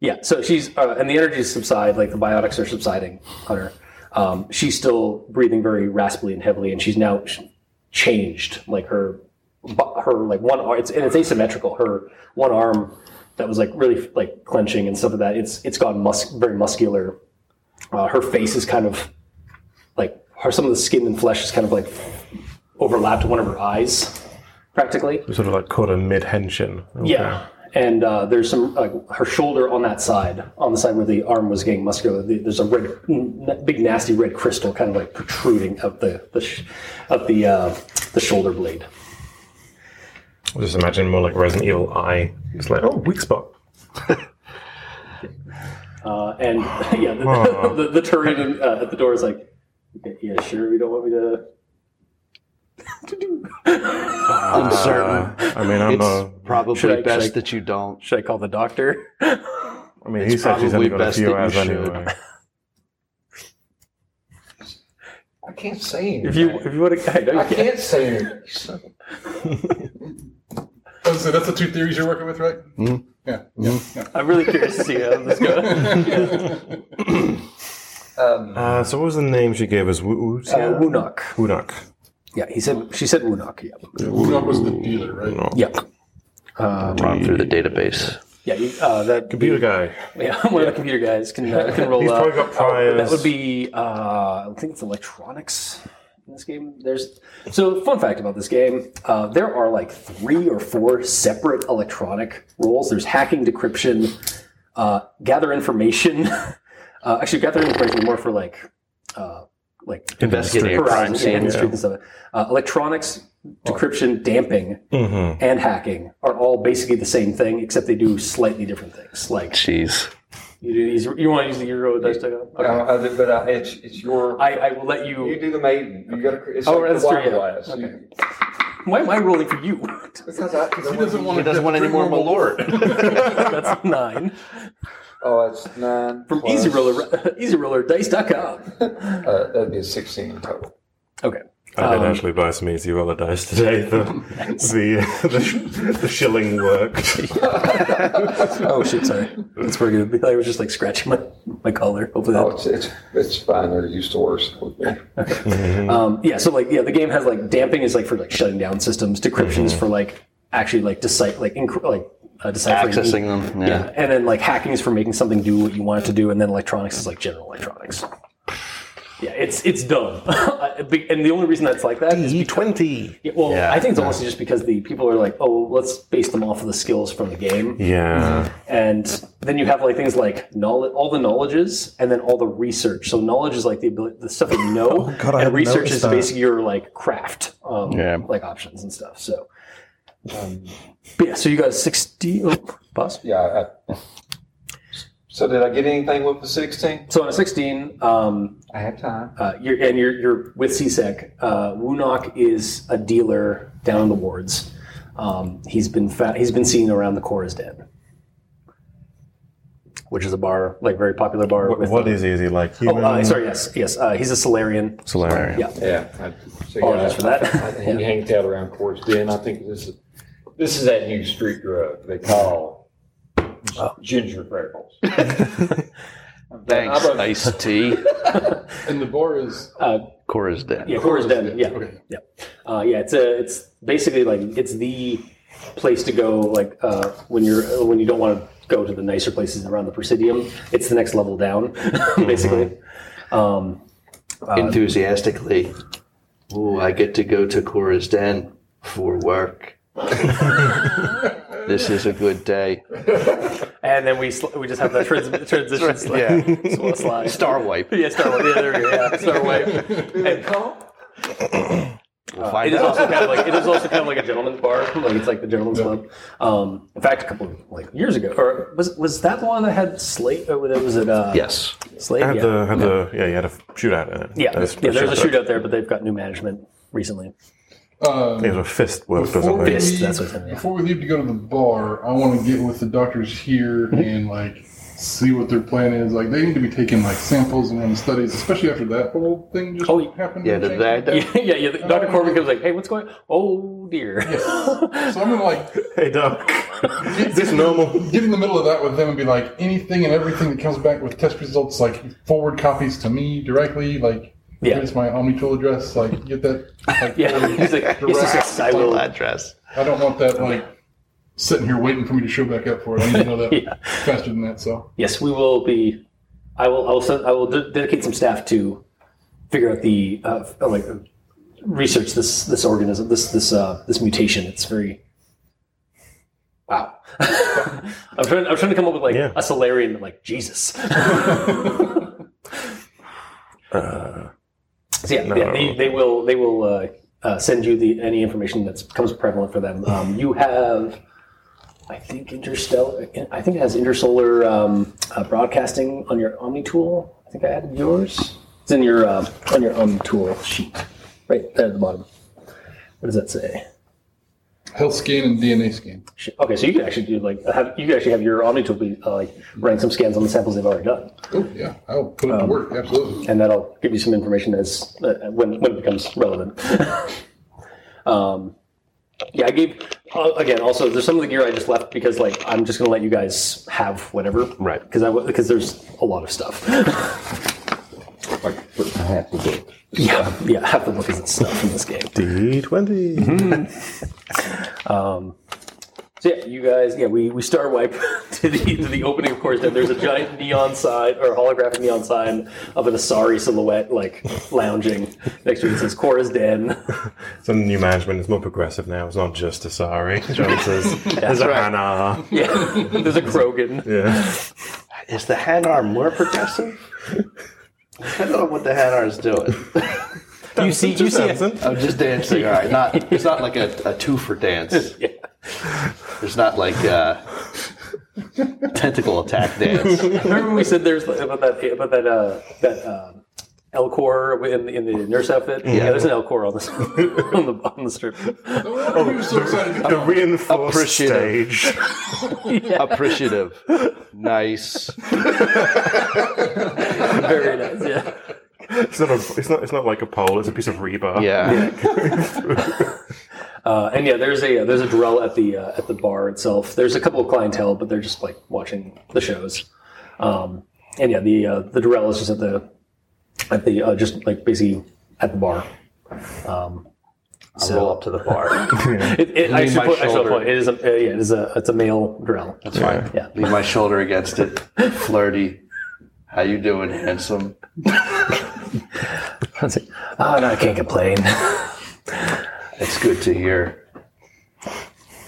S1: yeah, so she's uh, and the energies subside, like the biotics are subsiding on her. Um, she's still breathing very raspily and heavily, and she's now sh- changed. Like her, bu- her like one arm, it's, and it's asymmetrical. Her one arm that was like really like clenching and stuff like that. It's it's gone mus- very muscular. Uh, her face is kind of like her. Some of the skin and flesh is kind of like overlapped one of her eyes, practically.
S2: Sort of like caught a mid hension.
S1: Yeah, and uh, there's some like her shoulder on that side, on the side where the arm was getting muscular. the- There's a red, n- big nasty red crystal kind of like protruding up the the sh- up the uh, the shoulder blade.
S2: Just imagine more like Resident Evil Eye. It's like, oh, weak spot.
S1: Uh, and *laughs* yeah, *laughs* the, the, the Turian uh, at the door is like, yeah, sure, you don't want me to. *laughs*
S2: Uh,
S3: Uncertain.
S2: I mean, I'm uh,
S3: it's
S2: not.
S1: should
S3: probably
S1: I- should
S3: best
S1: I-
S3: that you don't.
S1: Should I call the doctor? *laughs*
S2: I mean, he said she's only
S3: probably
S2: got a
S3: best that
S2: few
S3: you
S2: hours
S3: should.
S2: anyway.
S4: I can't say anything.
S1: If you if you want to, I know you
S4: I
S1: can.
S4: can't say anything.
S1: *laughs*
S5: Oh, so that's the two theories you're working with, right?
S3: Mhm.
S5: Yeah. *laughs* yeah,
S1: I'm really curious to see how this goes.
S4: Um,
S2: Uh, so, what was the name she gave us? Wu-
S1: *laughs* Uh,
S2: Wu-
S1: Wunok.
S2: Wunak.
S1: Yeah, he said. She said Wunok. Yeah.
S5: Unok was the dealer, right?
S1: Yep.
S2: Um,
S3: Run through the database.
S1: Yeah. You, uh, that
S2: Computer guy.
S1: Yeah, *laughs* one of the computer guys can
S2: *laughs*
S1: uh, can roll
S2: He's
S1: up.
S2: probably got priors.
S1: that would be uh, I think it's electronics in this game. There's so fun fact about this game: uh, there are like three or four separate electronic roles. There's hacking, decryption, uh, gather information. *laughs* Uh, actually, gather information more for like uh, like
S3: Investigating a crime
S1: Horizons, yeah,
S3: scene.
S1: and street and stuff. Uh, electronics, decryption, damping,
S2: Mm-hmm.
S1: and hacking are all basically the same thing, except they do slightly different things. Like
S3: Jeez.
S1: you do these. You want to use the Euro dice to go?
S4: I
S1: Okay.
S4: don't- I- but I, it's it's your.
S1: I, I will let
S4: you
S1: you.
S4: do the maiden. You got to. It's
S1: Oh,
S4: like the
S1: that's true,
S4: wine
S1: yeah.
S4: glass.
S1: Okay.
S4: You-
S1: Why am I rolling for you? *laughs*
S4: Because I,
S5: He doesn't want.
S3: He doesn't want any more
S5: *laughs*
S3: Malort.
S1: That's nine
S4: Oh, it's nine.
S1: from
S4: plus-
S1: Easy Roller. *laughs* EasyRollerDice.com.
S4: Uh, that'd be a sixteen in total.
S1: Okay.
S2: I
S1: Um,
S2: did actually buy some easy roller dice today.
S1: *laughs*
S2: The the, the, the shilling worked.
S1: Oh shit! Sorry. That's pretty good. I was just like scratching my my collar. Hopefully that
S4: Oh, it's it's, it's fine. They're used to worse.
S1: Um, yeah, so like yeah, the game has like damping is like for like shutting down systems, decryption is for like actually like decipher like inc- like uh, deciphering
S3: Accessing them. Yeah.
S1: and then like hacking is for making something do what you want it to do, and then electronics is like general electronics. Yeah, it's it's dumb, *laughs* and the only reason that's like that is because,
S2: twenty.
S1: yeah, well,
S3: Yeah.
S1: I think it's honestly just because the people are like, oh, let's base them off of the skills from the game,
S2: Yeah.
S1: and then you have like things like knowledge, all the knowledges, and then all the research. So knowledge is like the ability, the stuff that you
S2: *laughs*
S1: know,
S2: Oh, God,
S1: and
S2: I hadn't
S1: research
S2: noticed
S1: is
S2: that.
S1: basically your like craft, um,
S3: Yeah.
S1: like options and stuff. So, um, but yeah, so you got sixty. Oh, pause.
S4: Yeah. I, so did I get anything with the sixteen?
S1: So on a sixteen, um,
S4: I had time.
S1: uh, you're, and you're, you're with CSEC. Uh, Wunok is a dealer down in the wards. Um, he's been fa- he's been seen around the Cora's Den, which is a bar, like very popular bar.
S2: What,
S1: with
S2: what is easy like?
S1: Oh,
S2: Human
S1: uh, sorry. Yes, yes. Uh, he's a Solarian.
S2: Solarium.
S1: Yeah.
S4: Yeah. I, so
S1: Apologize for that.
S4: *laughs* I, I, he hangs out around courts. Then I think this is this is that new street drug they call Oh. ginger barrels.
S3: Thanks.
S4: I'm a-
S3: Iced tea.
S5: And the bar is
S3: Cora's dead.
S1: Yeah, Cora's Den. Yeah,
S5: Okay.
S1: yeah, uh, yeah. It's a, it's basically like it's the place to go. Like uh, when you're when you don't want to go to the nicer places around the Presidium, it's the next level down, *laughs*
S3: Mm-hmm.
S1: basically. Um,
S3: Enthusiastically. Ooh, I get to go to Cora's den
S2: *laughs*
S3: for work. this is a good
S5: *laughs*
S3: day.
S1: and then we sl- we just have that *laughs* trans- transition slide.
S3: yeah.
S1: sl- slide.
S3: Star wipe.
S1: Yeah, Star Wipe. Yeah, there we go. Yeah, Star Wipe. And,
S3: We'll
S1: It
S3: find
S1: is
S3: out.
S1: also kind of like it is also kind of like a gentleman's bar. *laughs* Like it's like the gentleman's club. Um, in fact, a couple of, like years ago, or was was that the one that had Slate? Or was it was it uh,
S3: yes.
S1: Slate?
S2: I had
S1: yeah.
S2: the had the yeah, you had a shootout in it.
S1: yeah.
S2: There's
S1: yeah, there's a
S2: shootout.
S1: shootout there, but they've got new management recently.
S5: Um,
S2: It was a fist work or
S5: Before
S2: something.
S5: we,
S1: Fist, that's what it is, yeah.
S5: before we leave to go to the bar, I want to get with the doctors here
S1: Mm-hmm.
S5: and like see what their plan is. Like they need to be taking like samples and running studies, especially after that whole thing just
S1: Oh,
S5: happened.
S3: Yeah,
S5: with
S3: did
S5: Jackson.
S3: that,
S1: Yeah, *laughs* yeah. yeah. Dr. Corbin comes like, "Hey, what's going? Oh dear."
S5: So I'm gonna like
S2: Hey Doc.
S1: *laughs*
S2: Is this normal?
S5: get in the middle of that with them and be like anything and everything that comes back with test results, like forward copies to me directly. Like
S1: Yeah.
S5: here's my OmniTool address. Like get that. Like,
S1: *laughs* *laughs* yeah, he's like, he's just like, I will.
S3: address.
S5: I don't want that like sitting here waiting for me to show back up for it. I need to know that
S1: *laughs* Yeah.
S5: faster than that. So
S1: Yes, we will be. I will. I will. Send, I will de- dedicate some staff to figure out the uh, f- like uh, research this this organism this this uh, this mutation. It's very wow. *laughs* I'm trying. I'm trying to come up with like
S2: Yeah.
S1: a Solarian like Jesus. *laughs*
S2: Uh,
S1: So yeah, yeah, they, they will they will uh, uh, send you the any information that becomes prevalent for them. Um, you have, I think interstellar. I think it has intersolar um, uh, broadcasting on your Omni tool. I think I added yours. It's in your um on your Omni tool sheet, right there at the bottom. What does that say?
S5: health scan and DNA scan.
S1: Sh- Okay, so you can actually do like have, you can actually have your Omni tool be uh, like running some scans on the samples they've already done,
S5: Oh yeah, I'll put
S1: Um,
S5: it to work. Absolutely.
S1: and that'll give you some information as uh, when when it becomes relevant. *laughs* Um, Yeah, I gave uh, again. Also, there's some of the gear I just left because like I'm just gonna let you guys have whatever,
S3: Right.
S1: Because I because there's a lot of stuff.
S4: Like, put half of it.
S1: yeah, yeah. Half the book is stuff in this game.
S2: D twenty. *laughs*
S1: So yeah, you guys. Yeah, we we star wipe *laughs* to the to the opening, of course. Then there's a giant neon sign or holographic neon sign of an Asari silhouette like lounging next to it. It says Cora's Den.
S2: Some new management is more progressive now. It's not just Asari. John says there's a Hannah.
S1: Yeah, *laughs* there's a Krogan.
S2: Yeah.
S3: Is the Hanar more progressive? I don't know what the Hanar is doing.
S1: You see, you see. a-
S2: Samson.
S3: I'm just dancing. All right, not it's not like a, a two for dance.
S1: Yeah.
S3: It's not like uh, tentacle attack dance.
S1: Remember when we said there's about that about that uh, that um, Elcor in, in the nurse outfit? Yeah, there's an Elcor on the *laughs* on the on the strip.
S5: No wonder you're so
S1: *laughs*
S5: excited.
S2: The reinforced
S3: Appreciative.
S2: stage.
S3: Appreciative. Nice.
S1: Very nice. Yeah.
S2: It's not, a, it's not. It's not like a pole. It's a piece of rebar.
S3: Yeah.
S1: Uh, and yeah, there's a there's a drill at the uh, at the bar itself. There's a couple of clientele, but they're just like watching the shows. Um, and yeah, the uh, the drill is just at the at the uh, just like basically at the bar. Um,
S3: I'll roll up to the bar.
S1: *laughs* It, it, I
S3: Lean
S1: should
S3: my
S1: put, I should
S3: shoulder.
S1: put it is a uh, yeah, it is a it's a male drill.
S3: That's fine.
S1: Yeah. *laughs*
S3: Lean my shoulder against it. Flirty. How you doing, handsome?
S1: That's it. Oh no, I can't complain. *laughs*
S3: It's good to hear.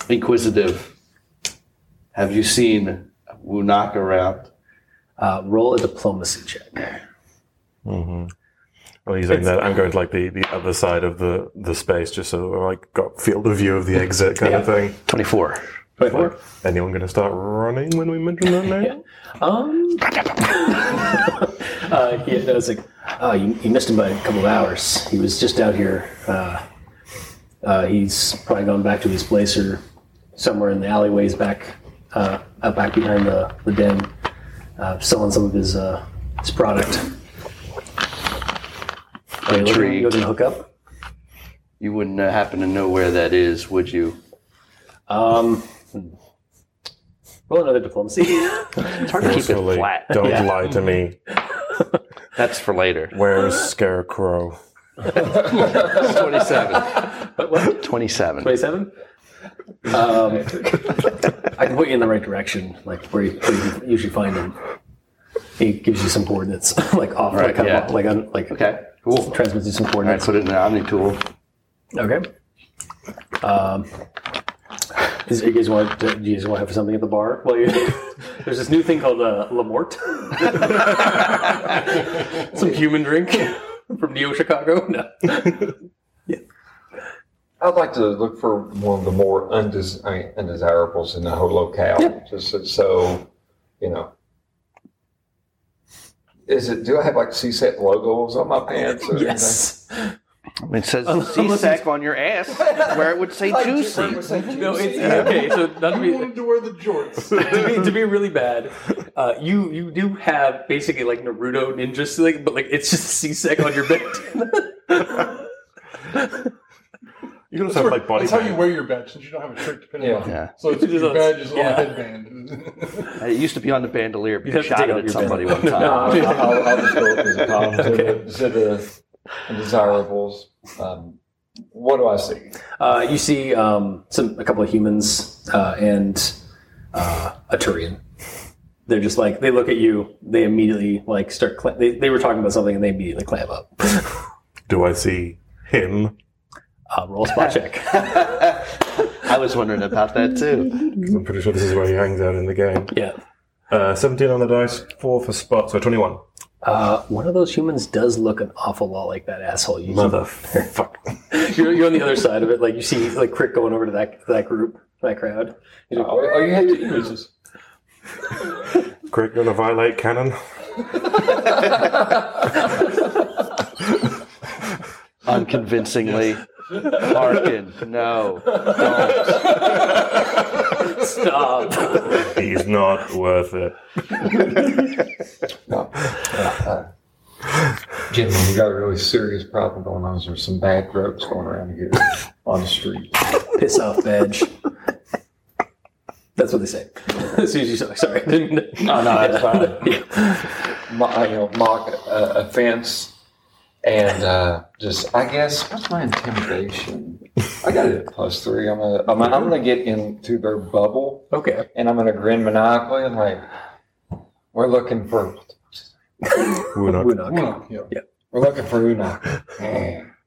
S3: Inquisitive. Have you seen Wunak around?
S1: Uh, roll a diplomacy check.
S2: Well, using that, I'm going to like the, the other side of the, the space, just so we're like got field of view of the exit kind of thing.
S3: 24.
S2: Like, anyone going to start running when we mention that name?
S1: Um. uh, yeah, no, it's like, oh, you, you missed him by a couple of hours. He was just out here. Uh, uh, he's probably gone back to his place or somewhere in the alleyways back, uh, out back behind the, the den, uh, selling some of his uh, his product. Are you looking, you
S3: Intrigued.
S1: looking to hook up?
S3: You wouldn't uh, happen to know where that is, would you?
S1: Roll another diplomacy. *laughs*
S3: It's hard to keep it
S2: Surely,
S3: flat.
S2: Don't lie to me.
S3: That's for later.
S2: Where's Scarecrow?
S3: 27.
S1: But what?
S3: 27.
S1: Twenty-seven. Um, I can put you in the right direction, like where you, where you usually find him. He gives you some coordinates, *laughs* like off, like,
S3: Right,
S1: kind
S3: yeah.
S1: of, like on, like
S3: Okay, cool.
S1: transmits you some
S3: I
S1: coordinates.
S3: put it in the Omni tool.
S1: Okay. Um, is, you guys want? Do you guys want to have something at the bar? Well, you, *laughs* there's this new thing called uh,
S3: *laughs*
S1: Lamort.
S3: *laughs*
S1: some human drink from Neo Chicago. No. yeah.
S4: I'd like to look for one of the more undesi- I mean, undesirables in the whole locale. Just so- so, you know. Is it? Do I have like CSET logos on my pants? Or
S1: *laughs* Yes.
S3: It *laughs* says
S1: Unless it's-
S3: C-Sec on your ass, where it would say
S4: Anything?
S3: juicy.
S1: No, it's okay. So not to
S5: I
S1: be
S5: wanted to wear
S1: *laughs*
S5: the jorts.
S1: to be, to be really bad, uh, you you do have basically like Naruto ninja sling, but like it's just C-sec on your bed.
S2: You can also have like body
S5: That's how
S2: paint.
S5: you wear your badge since you don't have a shirt to pin it
S4: Yeah.
S5: on.
S3: Yeah.
S5: So it's,
S1: It is
S5: your
S1: on-
S5: badge is
S1: *laughs*
S5: on
S1: yeah.
S5: a headband. *laughs*
S3: It used to be on the bandolier, but
S1: You'd
S3: you
S1: have to
S3: shot
S1: take
S3: it
S1: off
S3: at
S1: your
S3: somebody one
S1: band.
S3: time.
S4: No, *laughs* I'll, *laughs* I'll, I'll just go with the, um, to the, to the undesirables. Um, what do I see?
S1: *laughs* Uh, you see um, some a couple of humans uh, and uh, a Turian. They're just like they look at you. They immediately like start. Cl- they they were talking about something and they immediately clam up.
S2: Do I see him?
S1: Uh, roll a spot check.
S3: I was wondering about that too.
S2: 'Cause I'm pretty sure this is where he hangs out in the game.
S1: Yeah.
S2: Uh, 17 on the dice, 4 for spot, so 21.
S1: Uh, one of those humans does look an awful lot like that asshole. You *laughs*
S2: Motherfuck.
S1: you're, you're on the other side of it. Like you see like Crick going over to that that group, that crowd. He's like, *laughs*
S4: Oh, oh, you had two uses.
S2: Craig gonna violate canon?
S3: Unconvincingly. Larkin, no. Don't.
S1: Stop.
S2: He's not worth it.
S4: No. Gentlemen, we got a really serious problem going on. There's some bad gropes going around here on the street.
S1: Piss off, badge. That's what they say. *laughs* as soon as you say, sorry.
S4: No, no, that's fine.
S1: *laughs* Yeah.
S4: Mo- you know, mock uh, offense and uh, just, I guess, what's my intimidation? I got it at plus three. I'm gonna, I'm, I'm gonna get into their bubble
S1: Okay.
S4: and I'm gonna grin maniacally and like, we're looking for,
S2: We're not.
S1: We're
S4: Hmm.
S1: not.
S5: Well, yeah. Uh,
S4: we're looking for Una.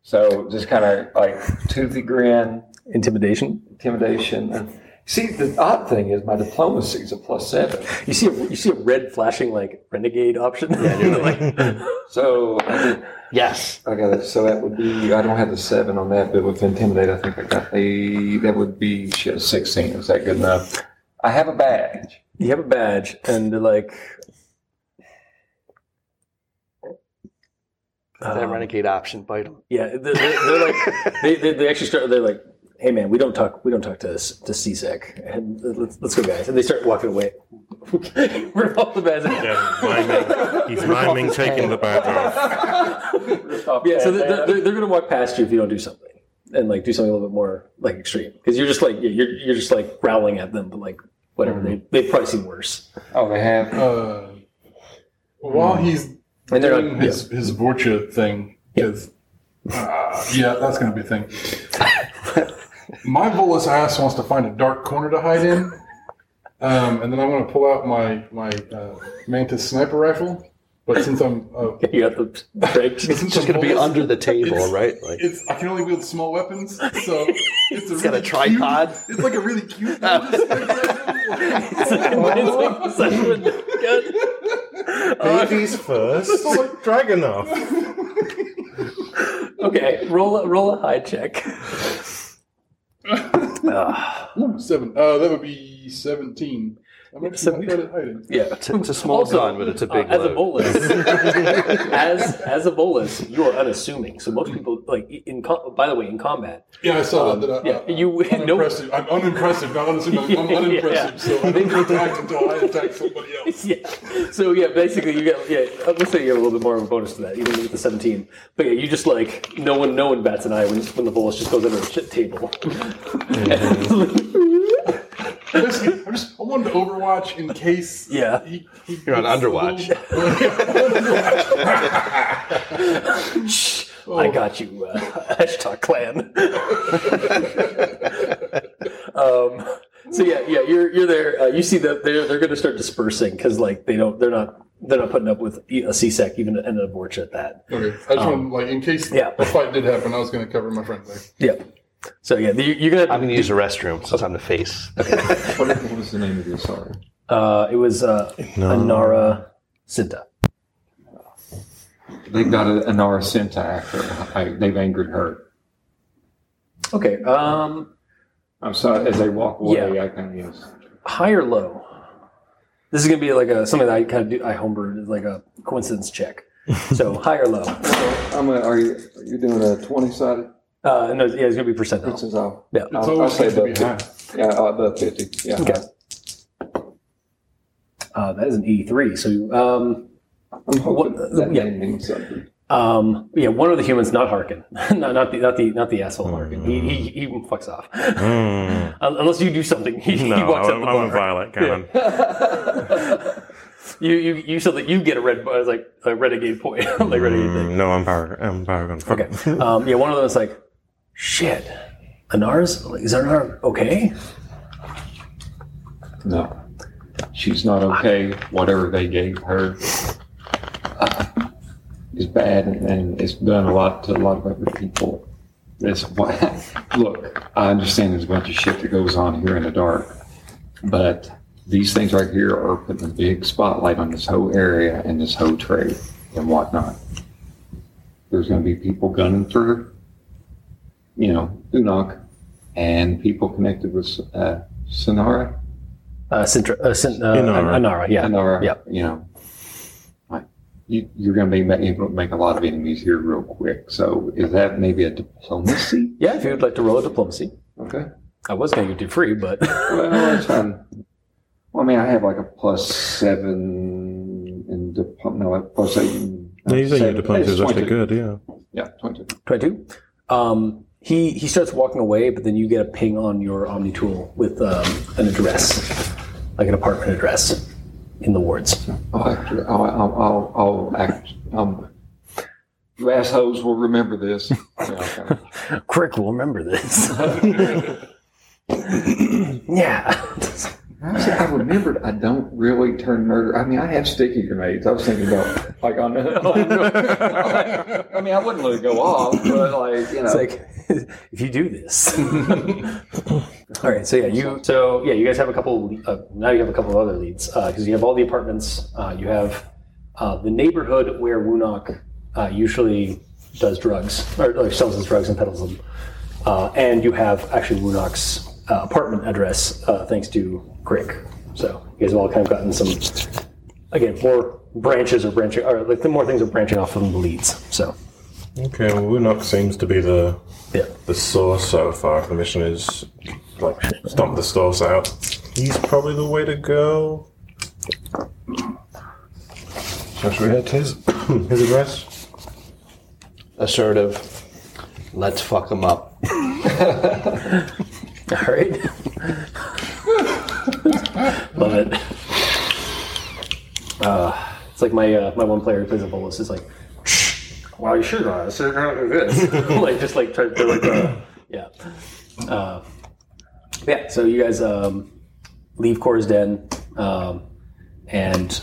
S4: So just kind of like toothy grin,
S1: Intimidation.
S4: intimidation. And see, the odd thing is my diplomacy is a plus seven.
S1: You see a you see a red flashing like renegade option. Yeah, you're *laughs* like
S4: So I did,
S3: Yes.
S4: I got it. So that would be. I don't have the seven on that, but with intimidate, I think I got the. That would be shit. Sixteen. Is that good enough? I have a badge.
S1: you have a badge and they're like
S3: That
S1: Um,
S3: renegade option, bite him.
S1: Yeah, they're, they're, they're like they, they, they actually start. They're like, "Hey man, we don't talk. We don't talk to s- to CSEC. And let's, let's go, guys." And they start walking away. *laughs* Rip off the badge.
S2: Yeah, miming. He's miming taking the badge off.
S1: *laughs* Yeah, so they're, they're, they're going to walk past you if you don't do something and like do something a little bit more like extreme because you're just like you're you're just like growling at them, but like whatever. They they've probably seen worse.
S4: oh, they have.
S5: Uh, while he's
S1: And Hmm. they're
S5: doing
S1: like, yeah.
S5: his, his Vorcha thing, 'cause, uh, yeah, that's going to be
S1: *laughs*
S5: a thing. my volus ass wants to find a dark corner to hide in, um, and then I'm going to pull out my my uh, Mantis sniper rifle. But since I'm uh,
S1: you got the break.
S5: since
S3: It's just going to be
S5: volus,
S3: under the table,
S5: It's-
S3: right? Like,
S5: It's I can only wield small weapons,
S3: *laughs*
S5: so it's a really
S3: got a tripod.
S5: Cute, it's like a really cute. Mantis sniper rifle.
S1: It's like, such a- good.
S2: Babies first. Dragon off.
S1: Okay, roll a- roll a high check. Ah,
S3: *laughs*
S5: Ooh, Seven. Uh, that would be seventeen. I'm actually
S1: Seven-
S5: not good at hiding.
S1: yeah,
S3: it's, it's a small
S1: Also,
S3: gun, but it's a big
S1: uh, as a
S3: load.
S1: bolus
S3: *laughs*
S1: as as a bolus you are unassuming so most people like in co- by the way in combat
S5: Yeah, I saw that. that I,
S1: yeah,
S5: I,
S3: *laughs*
S5: I'm
S1: you- no-
S5: unimpressive. I'm unimpressive, not unassuming. I'm, I'm
S1: Yeah,
S5: unimpressive,
S1: yeah.
S5: so I don't get attacked until I attack somebody
S3: *laughs*
S5: else.
S1: *laughs* yeah so yeah basically you got yeah uh, let's say you have a little bit more of a bonus to that even with the 17 but yeah you just like no one no one bats an eye when, when the bolus just goes under a shit table
S5: Basically, I'm just, I wanted to Overwatch in case.
S1: Yeah.
S5: He, he
S3: You're on
S5: gets a
S3: Underwatch.
S5: *laughs* little-
S1: I got you, uh, *laughs* hashtag clan. um, so yeah, yeah, you're you're there. Uh, you see that they're they're going to start dispersing because like they don't they're not they're not putting up with e- a CSEC even an abortion at that.
S5: okay. I just wanted, like, in case
S1: yeah.
S5: a fight did happen, I was going to cover my friend there.
S1: Yeah. So yeah, you, you're gonna.
S3: I'm going to use the restroom, so it's on the face.
S4: What is, what is the name of your song?
S1: Uh, it was uh, Anara Sinta.
S4: They've got a, Anara Sentai after I, they've angered her.
S1: Okay. Um,
S4: I'm sorry. As I walk away,
S1: Yeah.
S4: I can use.
S1: high or low? This is gonna be like a something that I kind of do. I homebrewed like a coincidence check. So high or low?
S4: I'm gonna, are you are you doing a twenty sided?
S1: Uh, no, yeah, it's gonna be percentile.
S4: This is all.
S1: Yeah.
S5: It's
S4: I'll, I'll
S5: always
S4: say
S5: good to be
S4: about
S5: high.
S4: fifty. Yeah, uh, about fifty. Yeah.
S1: Okay. Uh, that is an E three. So um,
S4: I'm hoping
S1: What-
S4: that
S1: yeah.
S4: name means something.
S1: um, yeah, one of the humans not Harkin, *laughs* not not the not the not the asshole Harkin. He, he he fucks off
S2: Mm.
S1: Un- unless you do something. *laughs* He, he
S2: No,
S1: walks up
S2: I'm,
S1: the
S2: I'm a
S1: bar.
S2: violet cannon.
S1: *laughs* You you you so that you get a red bar- like a renegade point *laughs* like renegade thing.
S2: Mm, no, I'm Paragon. I'm Paragon. Fuck.
S1: Okay.
S2: *laughs*
S1: Um, yeah, one of them is like, shit. Anar's is Anar okay?
S4: No, she's not okay. Whatever they gave her is bad, and, and it's done a lot to a lot of other people. That's why. *laughs* Look, I understand there's a bunch of shit that goes on here in the dark, but these things right here are putting a big spotlight on this whole area and this whole trade and whatnot. There's going to be people gunning through, you know, Unok, and people connected with uh, Sonara.
S1: Uh, Sintra, uh, Sin, uh,
S2: Inara.
S1: Inara, yeah.
S4: And or,
S1: Yeah.
S4: you know, like, you, you're going to be ma- able to make a lot of enemies here real quick. So is that maybe a diplomacy?
S1: Yeah, if you would like to roll a diplomacy.
S4: okay.
S1: I was going to get you free, but. *laughs*
S4: Well, it's fine. Well, I mean, I have like a plus seven in diplomacy. No, like plus eight. in- uh,
S2: No, you think your
S4: seven.
S2: diplomacy
S4: It's
S2: is actually
S4: 22.
S2: good, yeah.
S4: Yeah, 22.
S1: 22. Um, he, he starts walking away, but then you get a ping on your Omni tool with um, an address, like an apartment address in the wards.
S4: I'll, act, I'll, I'll, I'll, I'll act. Um, you assholes will remember this. *laughs* Yeah, okay.
S1: Crick will remember this. *laughs* yeah. *laughs*
S4: I said, I remembered I don't really turn murder. I mean, I have sticky grenades. I was thinking about, like, on the. I mean, I wouldn't let it go off, but, like, you know.
S1: It's like *laughs* if you do *laughs* this. all right, so yeah, you so yeah, you guys have a couple. Uh, now you have a couple of other leads because you have all the apartments. Uh, you have uh, the neighborhood where Wunok uh, usually does drugs or like sells his drugs and peddles them, uh, and you have actually Wunok's uh, apartment address uh, thanks to Crick. So you guys have all kind of gotten some. Again, more branches are branching, or like the more things are branching off from the leads. So,
S2: Okay, well, Winnock seems to be the
S1: yeah.
S2: the source so far. The mission is like stomp the source out. He's probably the way to go. So should we head to his *clears throat* his address?
S3: Assertive. Let's fuck them up.
S1: All right. Love it. Uh, it's like my uh, my one player who plays a bolus is like, well, you should not. It's not do this. *laughs* like just like try to like, uh, yeah, uh, yeah. So you guys um, leave Cora's den um, and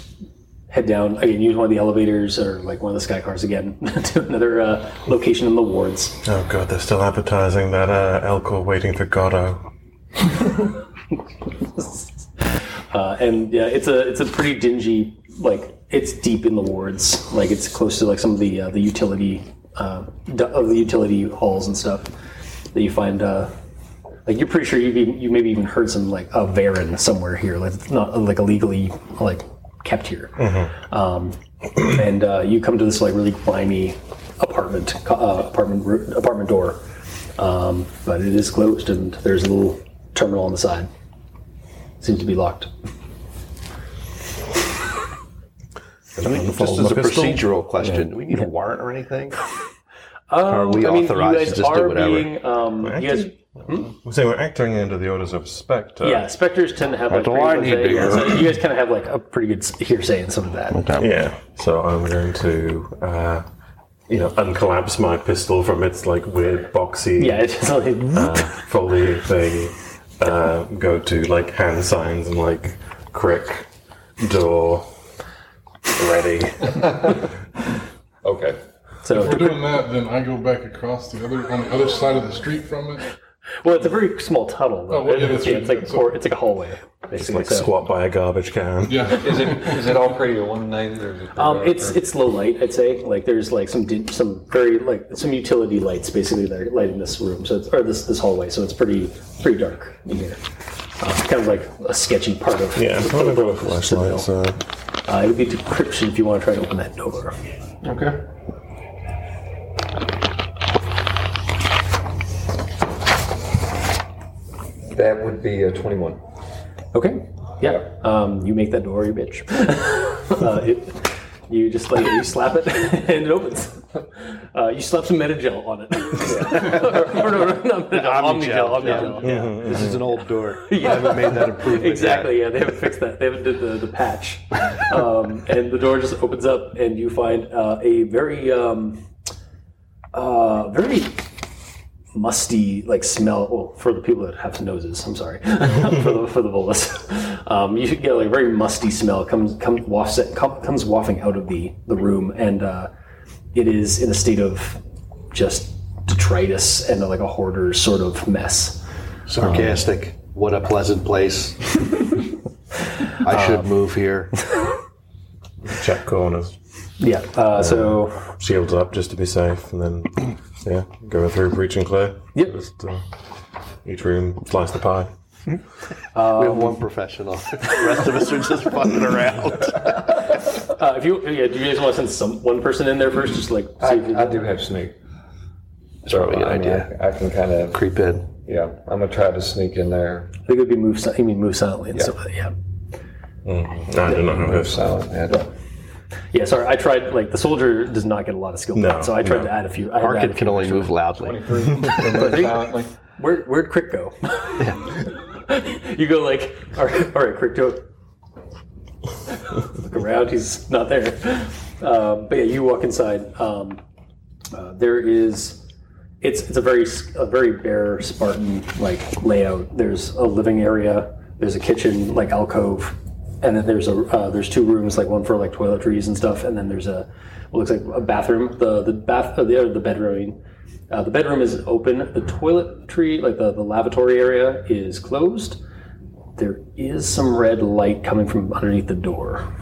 S1: head down again. Use one of the elevators or like one of the sky cars again *laughs* to another uh, location in the wards.
S2: Oh god, they're still advertising that uh, Elcor waiting for Godo.
S1: Uh, and yeah, it's a it's a pretty dingy like it's deep in the wards. Like it's close to like some of the uh, the utility uh, d- of the utility halls and stuff that you find. Uh, like you're pretty sure you've even, you maybe even heard some like a Varen somewhere here, like it's not like illegally like kept here. Um, and uh, you come to this like really grimy apartment co- uh, apartment roo- apartment door, um, but it is closed and there's a little terminal on the side. Seems to be locked.
S2: I mean,
S3: Just as a procedural question, do we need a warrant or anything?
S1: are
S3: we authorized to just do whatever?
S1: Being, um, you guys,
S2: So we're acting under the orders of
S5: uh,
S2: Spectre.
S1: yeah, specters tend to have like
S3: do
S1: pretty
S3: I
S1: much
S3: need
S1: a-
S3: to hear?
S1: so you guys kind of have like a pretty good s- hearsay and some of that.
S2: Yeah. Um, So I'm going to, uh, you know, uncollapse my pistol from its like weird boxy
S1: Yeah, it's just like
S2: uh, foldy thing. Uh, go to like hand signs and like crick door ready.
S4: okay.
S5: If
S1: so.
S5: we're doing that, then I go back across the other on the other side of the street from it.
S1: Well, it's a very small tunnel. Though.
S5: Oh, well, yeah,
S1: it's,
S5: that's
S1: yeah,
S5: right.
S1: it's like a
S5: That's
S1: cor-
S5: right.
S1: it's like a hallway. They
S2: Just
S1: seem
S2: like
S1: to-
S2: squat by a garbage can.
S5: Yeah.
S4: Is it is it all pretty illuminated or is it?
S1: Um, it's it's low light, I'd say. Like there's like some di- some very like some utility lights basically that are lighting this room, so it's, or this this hallway. So it's pretty pretty dark in here. Uh, kind of like a sketchy part of
S2: Yeah, I'm trying to go with flashlight, so
S1: Uh, it would be decryption if you want to try to open that door.
S4: okay. That would be a twenty-one.
S1: Okay. Yeah. Um, you make that door, you bitch. *laughs* uh, it, you just like you slap it *laughs* and it opens. Uh, you slap some metagel on it. *laughs* or, or no, no, not metagel, omnigel, omnigel.
S3: *laughs* This is an old *laughs* door.
S1: *laughs* Yeah.
S3: haven't made that improvement. yet.
S1: Exactly. Yeah, they haven't fixed that. They haven't did the, the
S3: *laughs*
S1: patch, um, and the door just opens up, and you find uh, a very, um, uh, very musty like smell. Well, for the people that have noses, I'm sorry, *laughs* for the for the bolus, *laughs* um, you get like a very musty smell comes comes wafts it, com- comes wafting out of the the room, and uh, it is in a state of just detritus and like a hoarder sort of mess.
S3: Sarcastic. What a pleasant *laughs* place. I should move here.
S2: check corners,
S1: Yeah. Uh, so.
S2: shields up just to be safe, and then yeah, go through breach and clear.
S1: Yep.
S2: Just, uh, each room slice the pie.
S3: we have one professional. um, *laughs* The rest of us are just fucking around.
S1: Uh, if you yeah, do you guys want to send some one person in there first, just like
S4: I,
S1: see if you,
S4: I do have sneak.
S3: That's probably a good
S4: I mean,
S3: idea.
S4: I, I can kind of
S3: *laughs* Creep in.
S4: yeah. I'm gonna try to sneak in there.
S1: I think it'd be move. si- I mean, move silently and stuff. Like that.
S2: I do not know this.
S4: Silent. Yeah.
S1: Yeah, yeah. Sorry, I tried. Like the soldier does not get a lot of skill
S2: No,
S1: points, so I tried
S2: no.
S1: to add a few. I had to add
S3: Arkin
S1: a
S3: can
S1: few
S3: only
S1: extra.
S3: move loudly.
S4: Silently.
S1: Where where'd Crick go? *laughs* you go like *laughs* all right, all right, Crick, go. Look around. He's not there. Um, but yeah, you walk inside. Um, uh, there is. it's it's a very s- a very bare Spartan like layout. There's a living area, there's a kitchen like alcove, and then there's a uh, there's two rooms like one for like toiletries and stuff, and then there's a what looks like a bathroom. The the bath uh, the other the bedroom. I mean. Uh, the bedroom is open. The toiletry, like the, the lavatory area, is closed. There is some red light coming from underneath the door.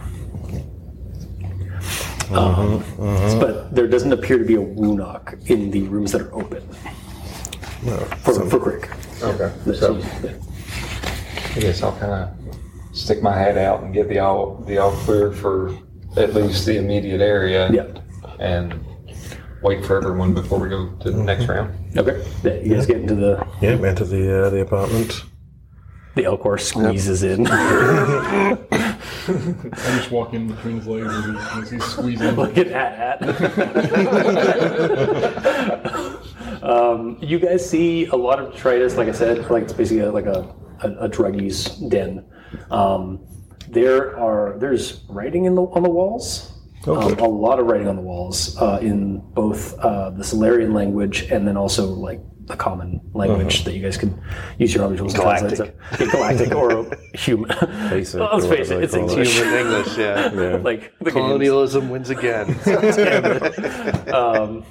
S1: Um, But there doesn't appear to be a Wunok in the rooms that are open for, for Crick.
S4: Okay. So I guess I'll kind of stick my head out and get the all the all clear for at least the immediate area.
S1: Yeah.
S4: And wait for everyone before we go to the
S1: Mm-hmm.
S4: next round.
S1: Okay. Yeah, you guys get into the
S2: Yeah, enter the uh, the apartment.
S1: the Elcor squeezes in.
S5: I just walk in between his legs as he's, as he's
S1: *laughs*
S5: squeezing.
S1: like an at at. *laughs* um, you guys see a lot of detritus, like I said, like it's basically a, like a, a, a druggies den. Um, there are there's writing in the on the walls. Um, a lot of writing on the walls uh, in both uh, the Solarian language and then also like the common language that you guys can use your other tools to translate. So- Yeah, galactic
S2: *laughs*
S1: or human.
S2: Basic
S1: Well, let's
S2: or
S1: face it,
S2: whatever
S1: it's
S2: they call it.
S1: human.
S2: *laughs*
S3: Human English, yeah.
S1: Like the games.
S3: *laughs* Colonialism wins *laughs* again.
S2: Yeah,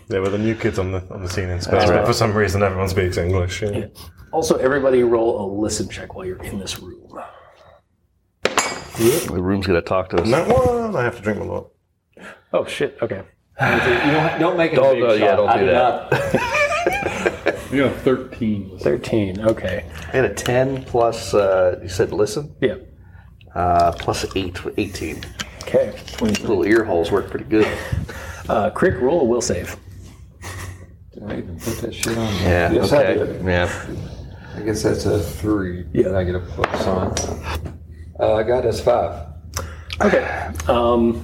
S2: we're the new kids on the on the scene in space, but for some reason everyone speaks English. Yeah.
S1: Also, everybody roll a listen check while you're in this room.
S3: the room's going to talk to us.
S2: And that one, I have to drink a lot.
S1: Oh shit! Okay.
S4: Don't, don't make it
S3: Don't-
S4: a big
S3: uh,
S4: shot.
S3: yeah, don't
S4: I
S3: do
S4: did
S3: that.
S4: not-
S5: You got a 13.
S1: Thirteen. Okay.
S3: And a 10 plus, uh, you said listen,
S1: Yeah.
S3: uh, plus 8 for 18.
S1: Okay.
S3: Little ear holes work pretty good.
S1: Uh, Crick, roll a will save.
S4: Did I even put that shit on?
S3: Yeah,
S4: Yes, I
S3: okay.
S4: did.
S3: Yeah.
S4: I guess that's a three.
S1: Yeah.
S4: Did I get a plus on? Uh, I got us five.
S1: Okay. Um,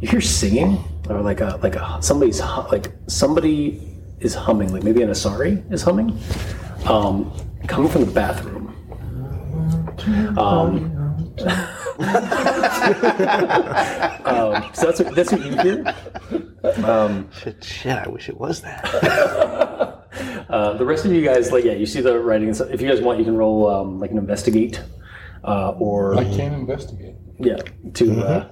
S1: you hear singing, or like a like a somebody's hu- like somebody is humming, like maybe an Asari is humming, um, coming from the bathroom. Um, *laughs* um, so that's what, that's what you hear. Um,
S3: Shit, shit, I wish it was that.
S1: *laughs* Uh, the rest of you guys, like, yeah, you see the writing. and stuff. If you guys want, you can roll um, like an investigate, uh, or
S5: I can't investigate.
S1: yeah, to uh,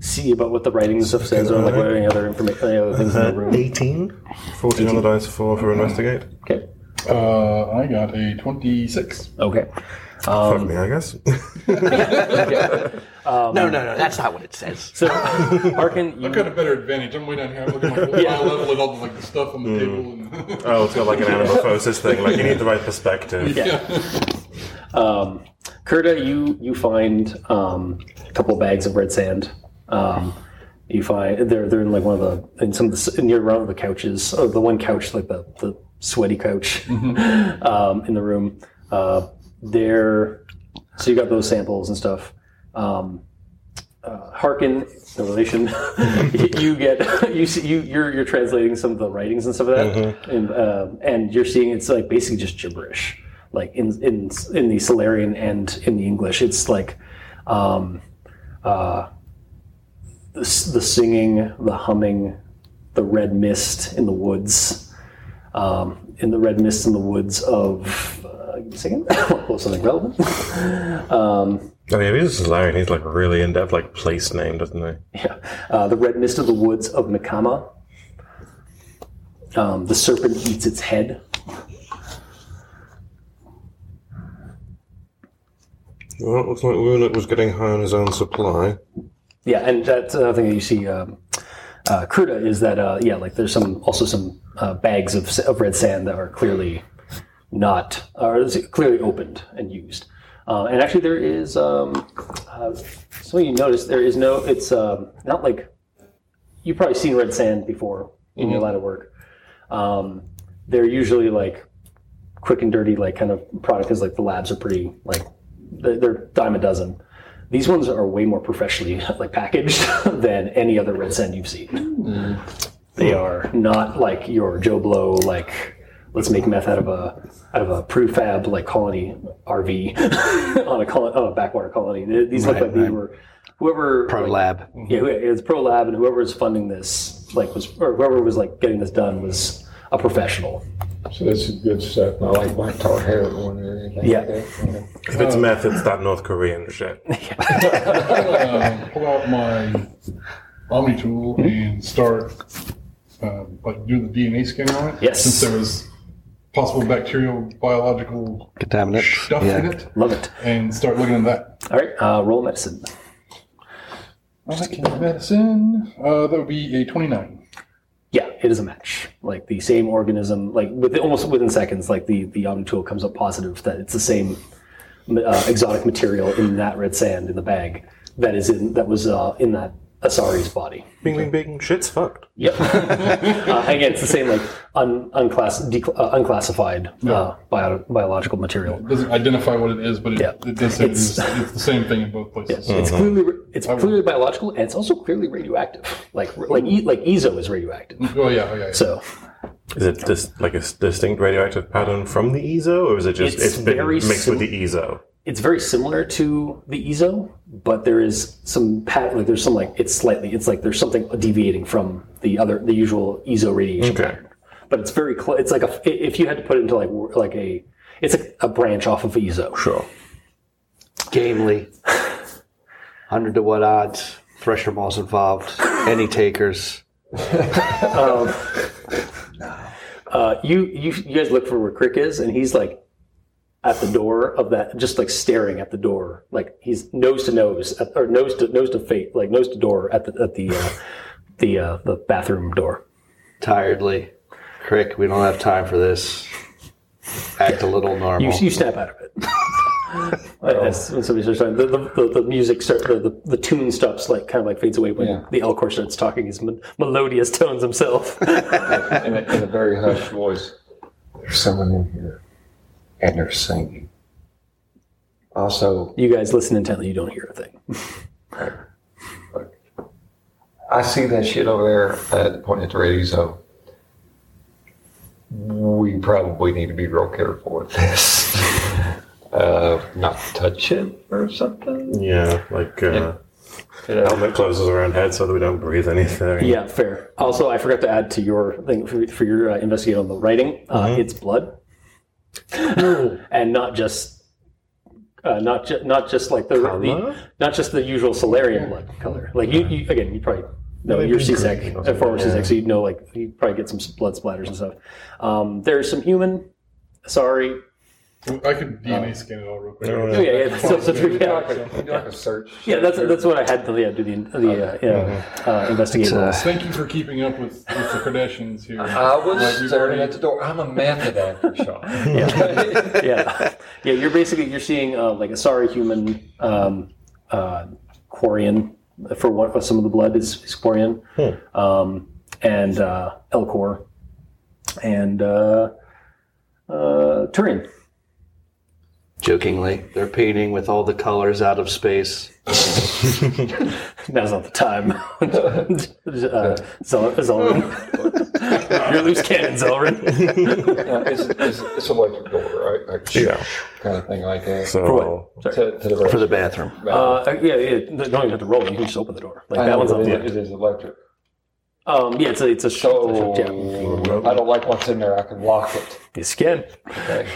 S1: see about what the writing and stuff says, or like what any other information, any other things in
S2: Uh-huh.
S1: the room.
S2: 18? 14 on the dice for, for investigate.
S1: Okay.
S2: *laughs*
S5: Uh, I got a 26.
S1: Okay.
S2: Fuck me,
S1: *laughs*
S2: I guess.
S3: no, no, no. That's not what it says.
S1: So, Arkin,
S5: I've
S1: you,
S5: got a better advantage. I'm way down here. I'm looking like
S2: *laughs*
S5: well, I level at all the like the stuff on the table and
S2: oh,
S5: *laughs*
S2: it's got like an anamorphosis thing. Like you need the right perspective.
S1: um, Kurta, you you find um, a couple bags of red sand. Um, you find they're they're in like one of the in some of the s- near one of the couches, or the one couch like the the sweaty couch *laughs* um, in the room. Uh, there, so you got those samples and stuff. Um, uh, Harkin, the relation, *laughs* you get *laughs* you see you you're you're translating some of the writings and stuff like that, and uh, and you're seeing it's like basically just gibberish, like in in in the Solarian and in the English, it's like, um, uh, the, s- the singing, the humming, the red mist in the woods, um, in the red mist in the woods of. Uh, *laughs* singing? Well, something relevant. *laughs* Um,
S2: Oh yeah, he's just Larry. He's like really in depth, like place name, doesn't he?
S1: Yeah. Uh, the red mist of the woods of Nakama. Um, the serpent eats its head.
S2: Well, it looks like Wunuk was getting high on his own supply.
S1: Yeah, and that's another thing that you see, um, uh, Kruta, is that uh, yeah, like there's some also some uh, bags of, s- of red sand that are clearly not are clearly opened and used. Uh, and actually, there is um, uh, something you notice. There is no. It's um, not like you've probably seen red sand before in
S3: Mm-hmm.
S1: your line of work. Um, they're usually like quick and dirty, like kind of product. Is like the labs are pretty like they're, they're dime a dozen. These ones are way more professionally *laughs* like packaged than any other red sand you've seen.
S3: Mm-hmm.
S1: They are not like your Joe Blow like let's make meth out of a out of a prefab like colony RV *laughs* on a col- on a backwater colony. Th- These look
S3: Right,
S1: like these
S3: right.
S1: were whoever
S3: Pro
S1: like,
S3: lab.
S1: yeah, who- it's ProLab, and whoever was funding this, like was or whoever was like getting this done was a professional. *laughs*
S6: So that's some good stuff. I like my tall heroin or anything.
S1: Yeah.
S6: Like that, you know.
S2: If
S1: Uh.
S2: it's meth, it's that North Korean shit.
S5: uh, pull out my Omni tool and start um, like do the DNA scan on it.
S1: Yes.
S5: Since there was possible bacterial biological
S3: Contaminant.
S5: stuff in
S3: Yeah.
S5: it,
S1: Love it.
S5: and start looking at that.
S1: All right, uh, roll medicine.
S5: I like medicine. Uh, that would be a twenty-nine.
S1: Yeah, it is a match. Like the same organism, like with almost within seconds, like the the omni tool comes up positive that it's the same uh, exotic material in that red sand in the bag that is in that was uh, in that Asari's body.
S2: *laughs* Bing, bing, bing. Shit's fucked.
S1: Yep. *laughs* uh, again, it's the same like un, unclass, decl- uh, unclassified uh, bio- biological material.
S5: It doesn't identify what it is, but it,
S1: Yeah.
S5: it does say it
S1: It's-
S5: is, it's the same thing in both places.
S1: It's clearly it's clearly biological, and it's also clearly radioactive. *laughs* Like like E- like Ezo is radioactive.
S5: Oh yeah, oh, yeah. yeah.
S1: Uh-huh. So
S2: Is it just like a s- distinct radioactive pattern from the Ezo, or is it just
S1: It's
S2: it's been
S1: very
S2: mixed
S1: sim-
S2: with the Ezo?
S1: it's very similar to the Ezo, but there is some pat like there's some like it's slightly it's like there's something deviating from the other the usual Ezo radiation
S2: Okay.
S1: pattern. But it's very close. It's like a i- if you had to put it into like wor- like a it's a, a branch off of E Ezo.
S2: Sure.
S3: Gamely. 100 to what odds? Thresher Mall's involved. Any takers?
S1: Uh, you, you you guys look for where Crick is, and he's like at the door of that, just like staring at the door, like he's nose to nose at, or nose to nose to fate, like nose to door at the at the uh, the uh, the bathroom door.
S3: Tiredly. Crick, we don't have time for this. Act a little
S1: You,
S3: normal.
S1: you snap out of it. *laughs* As, when somebody starts talking, the, the, the, the music starts, the, the, the tune stops, like kind of like fades away when
S4: Yeah.
S1: the Elcor starts talking his me- melodious tones himself. *laughs*
S4: *laughs* in a, in a very hushed voice. There's someone in here, and they're singing. Also,
S1: you guys listen intently, you don't hear a thing.
S4: I see that shit over there at the point at the radio, so we probably need to be real careful with this. *laughs* uh, not touch it or something.
S2: Yeah, like uh, helmet closes around head so that we don't breathe anything.
S1: Yeah, fair. Also, I forgot to add to your thing for, for your uh, investigate on the writing. Uh, It's blood, *laughs* and not just uh, not ju- not just like the,
S2: Color?
S1: the not just the usual Solarian blood color. Like you, you again, you probably know your CSEC, E a former CSEC, so you'd know like you probably get some s- blood splatters and stuff. Um, there's some human. Sorry,
S5: I could DNA scan it all real quick.
S2: No,
S1: Oh, yeah, yeah. So, so, yeah,
S4: You do like a search.
S1: yeah, that's that's what I had to yeah, do the the uh, you know, uh, investigate.
S3: uh,
S1: rolls.
S5: Thank you for keeping up with, with the Kardashians here.
S1: Uh-huh.
S4: I was
S5: Like, we've
S4: staring at
S5: already-
S4: the door. I'm a method actor, Sean.
S1: yeah, yeah. You're basically you're seeing uh, like a sorry human um, uh, Quarian for one for some of the blood is, is Quarian,
S4: Hmm.
S1: um, and uh, Elcor, and uh, uh, Turian.
S3: Jokingly, they're painting with all the colors out of space.
S1: Now's not the time. *laughs* uh, Zel-
S4: *laughs*
S1: Zelrin. you're a loose cannon, Zelrin.
S4: Yeah, *laughs* it's, it's, it's an electric door, right?
S2: *laughs*
S4: Like,
S2: Yeah.
S4: Kind of thing like that.
S2: So
S4: to, to the right.
S3: For the bathroom.
S1: Uh, yeah, yeah, you don't even have to roll. You can just open the door. Like
S4: I
S1: that
S4: know,
S1: one's on
S4: it,
S1: the
S4: is, it is electric.
S1: Um, yeah, it's a, it's a shot.
S4: So
S1: yeah.
S4: I don't like what's in there. I can lock it.
S1: Yes, you can.
S4: Okay.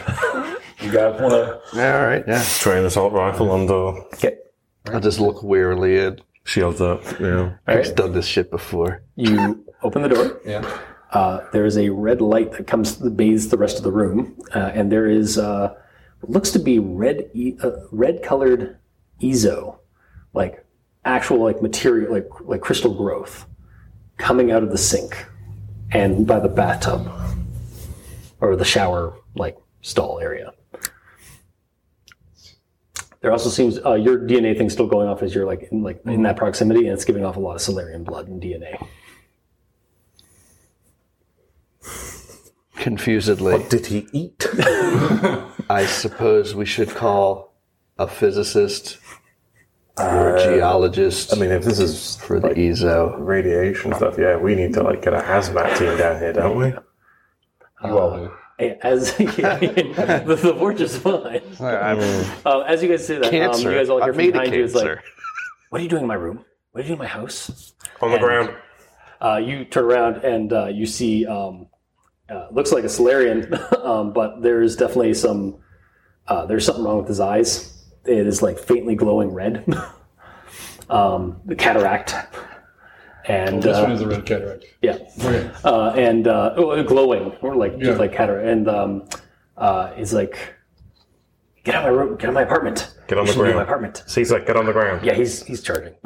S4: you guys want to?
S3: All right, yeah.
S2: train assault rifle under
S3: I just look wearily and
S2: shields up. Yeah.
S3: I've done this shit before.
S1: You open the door.
S4: Yeah.
S1: Uh, there is a red light that comes that bathes the rest of the room, uh, and there is uh, what looks to be red e- uh, red colored ezo, like actual like material like like crystal growth, coming out of the sink and by the bathtub or the shower like stall area. There also seems uh, your DNA thing's still going off as you're like in, like in that proximity, and it's giving off a lot of Solarian blood and DNA.
S3: Confusedly,
S2: Did he eat?
S3: I suppose we should call a physicist or a geologist
S2: I mean, um, if this is
S3: for the EZO.
S2: radiation stuff, yeah, we need to like get a hazmat team down here, don't we?
S4: You all do.
S1: Um, As *laughs* the, the porch is fine.
S3: I mean,
S1: *laughs* Um, as you guys say that, um, you guys all hear
S3: I
S1: from
S3: made a
S1: behind you. It's like,
S3: cancer.
S1: what are you doing in my room? What are you doing in my house?
S2: On the
S1: And-
S2: ground.
S1: Uh, you turn around and uh, you see, um, uh, looks like a Solarian, *laughs* um, but there is definitely some. Uh, there's something wrong with his eyes. It is like faintly glowing red, *laughs* um, the cataract,
S3: Oh,
S1: and
S5: this
S1: uh,
S5: one is a red cataract.
S1: yeah,
S5: Okay.
S1: uh, and uh, oh, glowing or like
S5: Yeah.
S1: just like cataract. And um, uh, he's like, "Get out of my room! Get out of my apartment!
S2: Get on
S1: You
S2: the
S1: shouldn't be in my
S2: ground.
S1: apartment!"
S2: Caesar, get on the ground.
S1: Yeah, he's he's charging. *laughs*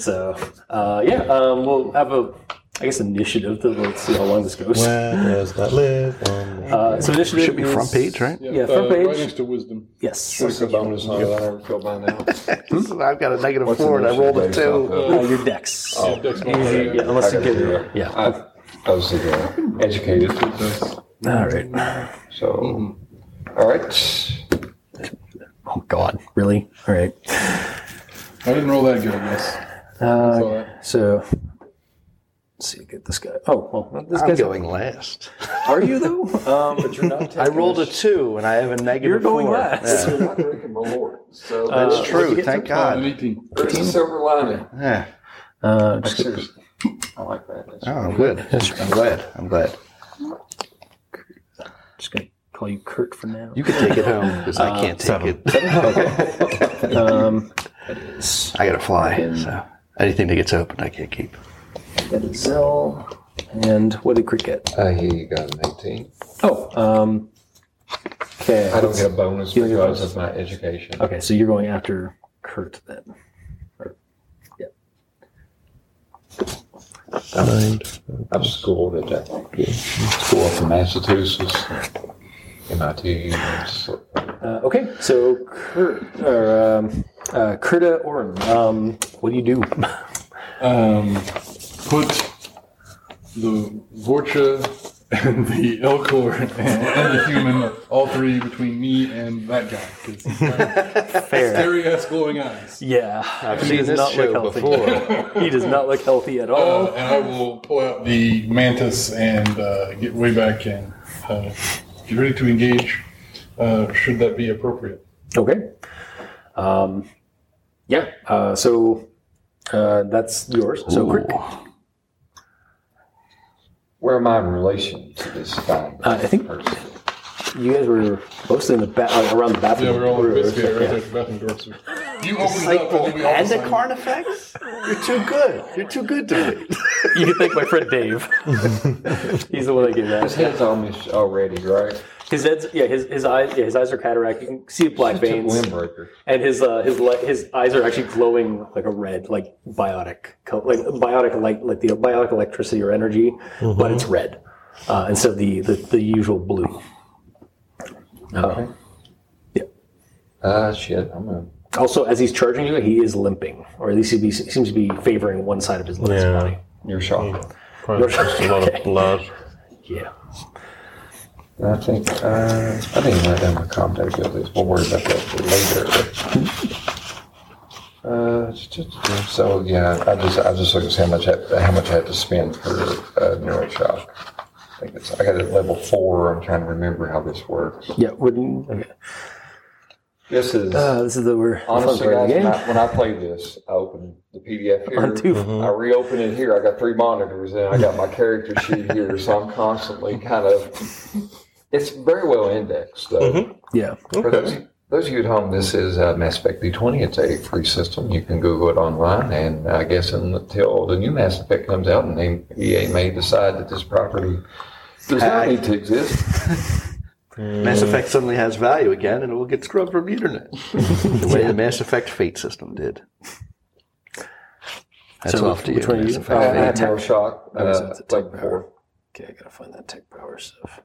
S1: so uh, yeah, um, we'll have a I guess initiative to let's see how long this goes.
S2: does that live? Um,
S1: Uh, so initiative
S3: Should be
S1: is-
S3: front page, right?
S1: Yeah, front
S5: uh, Right
S1: page.
S5: next to wisdom.
S1: Yes.
S4: It's a bonus on it. I never feel *laughs* by now.
S3: I've got a negative
S4: What's
S3: four and I
S4: initiative
S3: rolled a
S4: based off
S3: two.
S4: of?
S1: Uh, your decks.
S5: Yeah, Dex
S1: Easy, yeah,
S5: modifier.
S1: unless you
S4: I gotta
S1: get
S4: do
S1: it.
S4: that.
S1: Yeah.
S4: I, I was uh, educated.
S1: All right.
S4: So, all right.
S1: Oh God, really? All right.
S5: I didn't roll that good, I guess.
S1: Uh,
S5: So, uh,
S1: So let's see, get this guy. Oh, well, this
S3: I'm
S1: guy's
S3: going last.
S1: Are you *laughs* though? Um,
S4: But you're not taking
S3: I rolled a
S4: this-
S3: two and I have a negative
S1: You're going
S3: four.
S1: last.
S3: Yeah.
S4: You're not drinking my lord. So
S1: Uh,
S4: that's
S3: It's true,
S1: What'd you get
S3: thank
S5: oh, an
S3: God.
S5: 18.
S4: There's a silver lining.
S3: Yeah.
S1: uh,
S4: Like,
S1: just get-
S4: seriously. I like that. That's-
S3: Oh, I'm good. *laughs* I'm glad. I'm glad.
S1: just gonna call you Kurt for now. Uh,
S3: You can take it home because I can't take
S2: seven.
S3: it. *laughs*
S1: Um,
S3: I gotta fly. So anything that gets open, I can't keep.
S1: that is Zell. And what did Crick get?
S4: I hear Uh, you got an 18.
S1: Oh, um, okay.
S4: I don't get a bonus
S1: You don't get a
S4: because of my education.
S1: Okay, so you're going after Kurt then.
S4: I'm schooled at that. School up in Massachusetts, MIT. and so-
S1: Uh, okay, so Kurt or um, uh, Kurta Orin. Um, what do you do?
S5: Um, put the Vorcha and the Elcor and, and the human, all three between me and that guy. 'cause he's got
S1: Fair.
S5: Scary ass glowing eyes.
S1: Yeah, I've
S3: seen this show
S1: before. *laughs* he does not look healthy at all.
S5: Uh, and I will pull out the mantis and uh, get way back and uh, get ready to engage, uh, should that be appropriate.
S1: Okay. Um, yeah. Uh, so uh, that's yours. So Crick.
S4: Where am I in relation to this fine
S1: Uh, I think-
S4: person?
S1: You guys were mostly in the ba- uh, around the bathroom.
S5: Yeah, we're all
S1: Or-
S5: basically
S1: yeah.
S5: right there at the bathroom door. So. You opened it up and then we all
S3: and the
S5: decided-
S3: Carnifex? You're too good. You're too good to me.
S1: You can thank my friend *laughs* Dave. He's the one that gave that.
S4: His head's almost already, right?
S1: His head's, yeah, his, his eyes yeah, his eyes are cataract. You can see black
S4: Such a
S1: veins,
S4: limb breaker.
S1: and his uh, his li- his eyes are actually glowing like a red, like biotic, co- like biotic light, like the biotic electricity or energy,
S5: Mm-hmm.
S1: but it's red uh, instead of the, the the usual blue. Uh,
S4: Okay.
S1: yeah.
S4: Ah, shit. I'm gonna.
S1: Also, as he's charging you, he is limping, or at least he be, seems to be favoring one side of his legs
S2: Yeah.
S1: body.
S4: You're shocked.
S2: Probably just a
S1: *laughs*
S2: lot of blood.
S1: Yeah.
S4: I think uh, I didn't write down my contact details. We'll worry about that for later. Uh, so yeah, I just I just looked at how much I, how much I had to spend for uh, neuroshock. I think it's I got it at level four. I'm trying to remember how this works.
S1: Yeah. Wouldn't. Okay.
S4: This is
S1: Uh, this is the we're
S4: honestly,
S1: fun part of the
S4: guys. When
S1: game.
S4: I, when I play this, I open the PDF
S1: *laughs*
S4: here.
S1: On two-
S4: I reopen it here. I got three monitors, and I got my character sheet here. So I'm constantly kind of. It's very well indexed, though.
S1: Yeah.
S4: For those, those of you at home, this is uh, Mass Effect D20. It's a free system. You can Google it online, and I guess until the new Mass Effect comes out, and they, EA may decide that this property does not need to exist.
S3: Mass Effect suddenly has value again, and it will get scrubbed from the internet. the way the Mass Effect Fate system did. That's
S1: So
S3: off to you.
S1: which one are
S3: Mass
S1: you-
S4: I
S3: Effect Fate.
S4: had no shock. Uh,
S1: it's a
S4: like before.
S1: Okay, I gotta find that tech power stuff.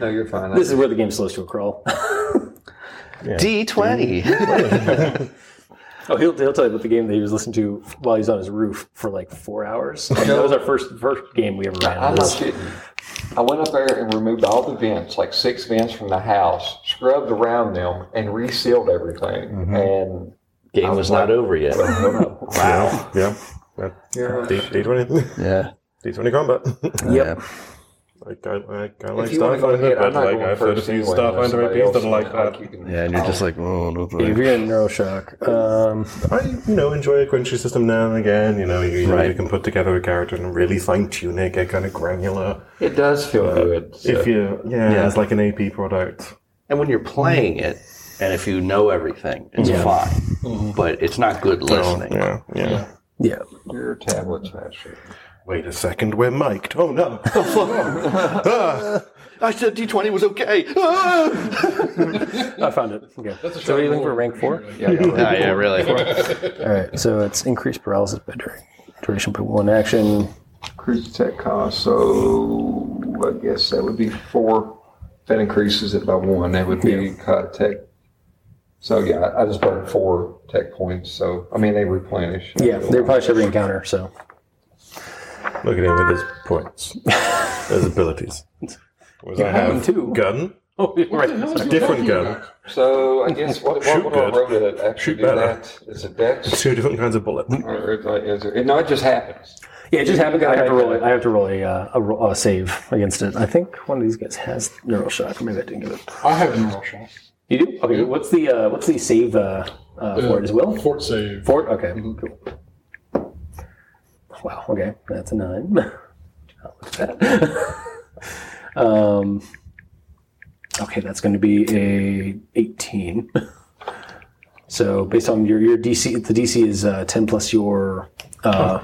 S4: No, you're fine.
S1: This is where the game slows to a crawl. *laughs*
S3: D20.
S1: Oh, he'll, he'll tell you about the game that he was listening to while he's on his roof for like four
S4: *laughs*
S1: hours. And that was our first first game we ever ran.
S4: I'm
S1: It
S4: not
S1: was-
S4: kidding. I went up there and removed all the vents, like six vents from the house, scrubbed around them, and resealed everything. And
S3: Game was not
S1: *laughs*
S3: over yet.
S2: Wow. Yeah. yeah.
S4: Yeah.
S2: D- D20.
S3: Yeah.
S2: D20 combat.
S1: Yep.
S2: like, I, like, I
S4: If
S2: like
S4: you want to go
S2: Starfinder,
S4: ahead, I'm
S2: but
S4: not
S2: like,
S4: going
S2: I've heard a
S4: first
S2: few
S4: anyway, unless
S2: Starfinder
S4: somebody
S2: IPs that
S4: else
S2: are like
S4: wants-
S2: that.
S4: you can-
S3: Yeah, and you're just like, oh, no
S1: If
S3: thanks.
S1: you're in Neuroshock, um,
S2: I, you know, enjoy a crunchy system now and again. You know, you, you,
S3: Right.
S2: you can put together a character and really fine tune it, get kind of granular.
S4: It does feel good. so-
S2: If you, yeah,
S3: Yeah.
S2: it's like an AP product.
S3: And when you're playing it, and if you know everything, it's fine. But it's not good listening.
S2: Oh, Yeah, yeah.
S1: yeah.
S4: Your tablet's faster.
S2: Wait a second, we're mic'd. Oh no. *laughs*
S3: I said D20 was okay. *laughs* Oh,
S1: I found it. Okay. So, what are you looking for? Rank four?
S4: Yeah, yeah, right.
S3: yeah, really.
S1: All right. So, it's increased paralysis by during duration by one action.
S4: Cruise tech cost. So I guess that would be four. That increases it by one. That would be cut tech. So yeah, I- I just burned four tech points. So I mean, they replenish.
S1: Yeah. They replenish every encounter. So,
S2: Look at him with his points, his abilities. Was I have
S1: two.
S2: gun?
S1: *laughs* oh, right.
S2: A different gun.
S4: So I guess what, what,
S2: Shoot
S4: what I
S2: good.
S4: wrote it actually
S2: Shoot
S4: do
S2: better.
S4: that is a dex.
S2: Two different kinds of bullet.
S4: Or is it- is it- no, it just happens.
S1: Yeah, it just happened. I have to roll. A, I have to roll a, uh, a, ro- a save against it. I think one of these guys has Neuroshock, or maybe I didn't give it.
S5: I have neural shock.
S1: You do? Okay. What's the uh, what's the save uh, uh, for it as well?
S5: Fort save.
S1: Fort? Okay, cool. Wow, okay, that's a nine. *laughs* I'll look at that. *laughs* um, okay, that's going to be a 18. *laughs* So based on your, your DC, the DC is uh, 10 plus your uh,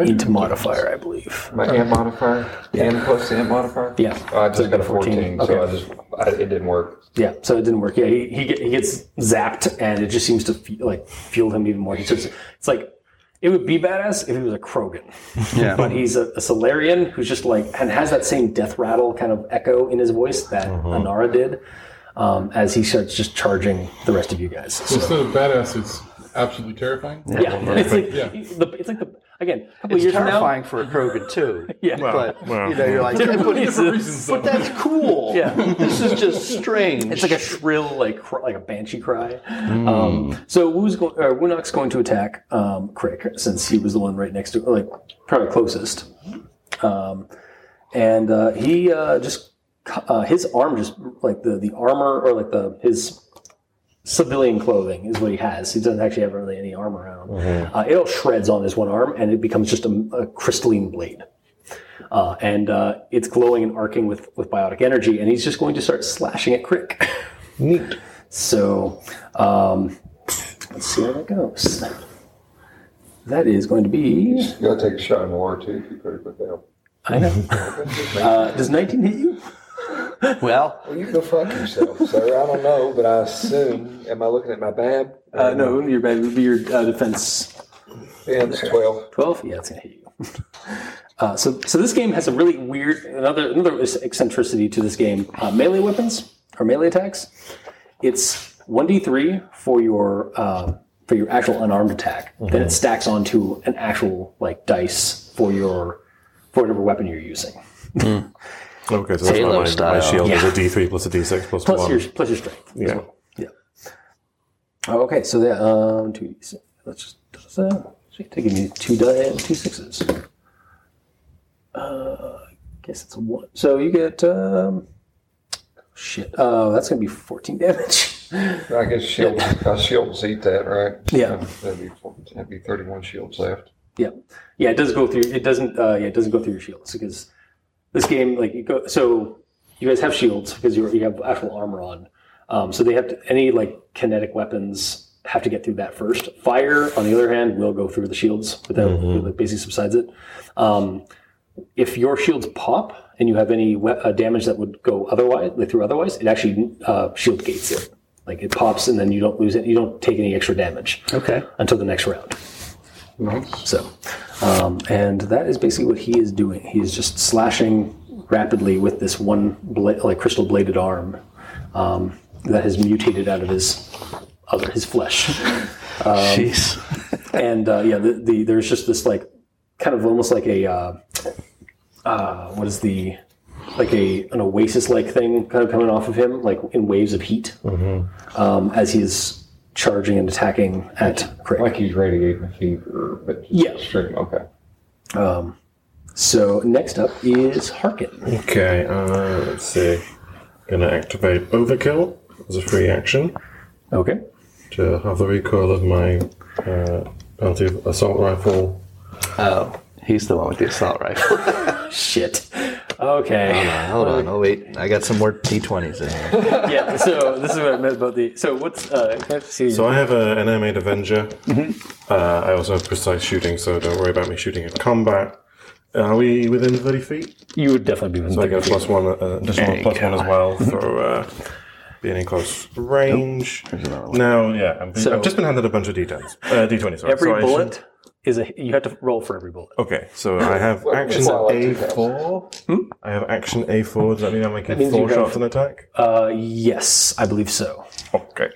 S1: int modifier, I believe.
S4: My amp modifier, and plus the amp modifier.
S1: Yeah.
S4: Oh, I just got a
S1: 14,
S4: fourteen, so I
S1: okay.
S4: just I, it didn't work.
S1: Yeah, so it didn't work. Yeah, he, he, get- he gets zapped, and it just seems to fe- like fuel him even more. He's just, it's like it would be badass if he was a Krogan,
S3: Yeah.
S1: but he's a, a Solarian who's just like and has that same death rattle kind of echo in his voice that Anara did um, as he starts just charging the rest of you guys. So,
S5: Instead of badass, it's absolutely terrifying.
S1: yeah, it's like
S5: Yeah.
S1: the it's like the again a couple
S3: It's
S1: years from
S3: terrifying for a Krogan, too.
S1: Yeah. Well,
S3: But,
S2: well.
S3: you know, you're like,
S1: now. *laughs*
S3: but,
S1: It's a-
S3: but that's cool.
S1: Yeah.
S3: This is just strange.
S1: It's like a shrill, like cr- like a banshee cry. Um, so Wu's go- or Wunok's going to attack um, Crick since he was the one right next to, like probably closest. Um, and uh, he uh, just cu- uh, his arm just like the the armor or like the his civilian clothing is what he has. He doesn't actually have really any armor on. him. Uh, it all shreds on his one arm, and it becomes just a, a crystalline blade. Uh, and uh, it's glowing and arcing with, with biotic energy, and he's *laughs* just going to start slashing at Crick.
S2: Neat.
S1: So, um, Let's see how that goes. That is going to be.
S6: You gotta take a shot in the water too if you put it with them.
S1: I know. Uh, does 19 hit you?
S3: Well,
S6: Well, you go fuck yourself, sir. I don't know, but I assume. Am I looking at my bab?
S1: Uh, no, your bad would be your uh, defense
S6: And it's twelve.
S1: 12 yeah it's gonna hit you *laughs* uh, so so this game has a really weird another another eccentricity to this game uh, melee weapons or melee attacks it's 1d3 for your uh, for your actual unarmed attack then it stacks onto an actual like dice for your for whatever weapon you're using
S2: Okay, so that's
S3: Halo
S2: why my, my
S3: style.
S2: shield is a d3 plus a d6 plus,
S1: plus
S2: one.
S1: your plus your strength as
S2: Yeah.
S1: well. yeah Oh, okay so yeah um two let's uh, just does that so you're taking me two die and two sixes uh guess it's a one so you get um shit uh that's gonna be 14 damage *laughs*
S6: I guess shields. I shields eat that, right?
S1: Yeah.
S4: Um,
S6: That'd be four- that'd be thirty-one shields left.
S1: yeah yeah it does go through it doesn't uh yeah it doesn't go through your shields because this game like you go so you guys have shields because you you have actual armor on um so they have to, any like kinetic weapons have to get through that first fire on the other hand will go through the shields without that basically subsides it um if your shields pop and you have any we- uh, damage that would go otherwise like through otherwise it actually uh shield gates it like it pops and then you don't lose it you don't take any extra damage
S3: okay.
S1: until the next round
S5: Nice.
S1: so, um, and that is basically what he is doing. He is just slashing rapidly with this one bla- like crystal bladed arm um, that has mutated out of his other his flesh. *laughs*
S3: Jeez.
S1: and uh, yeah, the, the there's just this like kind of almost like a uh, uh, what is the like a an oasis like thing kind of coming off of him like in waves of heat um, as he is charging and attacking at Crick.
S4: Like he's radiating a fever, but just
S1: Yeah.
S4: extreme. Okay.
S1: So next up is Harkin.
S2: Okay, uh, let's see. Gonna activate Overkill as a free action
S1: Okay.
S2: to have the recoil of my uh, bounty assault rifle.
S3: Oh, he's the one with the assault rifle.
S1: Shit. Okay.
S3: *laughs* Hold on. Oh wait, I got some more T20s in here.
S1: Yeah. So this is what I meant about the. So what's uh? Can I see?
S2: So I have a, an air-made Avenger.
S1: Mm-hmm.
S2: Uh, I also have precise shooting, so don't worry about me shooting in combat. Are we within 30 feet?
S1: you would definitely be within
S2: So I
S1: thirty
S2: get a
S1: feet.
S2: plus one, uh, additional
S3: you
S2: plus one as
S1: *laughs*
S2: well for uh, being in close range. Now, yeah, I'm,
S1: So-
S2: I've just been handed a bunch of d10s. Uh, d20s, sorry.
S1: Every
S2: So I should-
S1: bullet is a. You have to roll for every bullet.
S2: Okay, so I have action
S6: well, I like
S2: A4. I have action A4. Does that mean I'm making
S1: means
S2: four
S1: you have-
S2: shots an attack?
S1: Uh, yes, I believe so.
S2: Okay.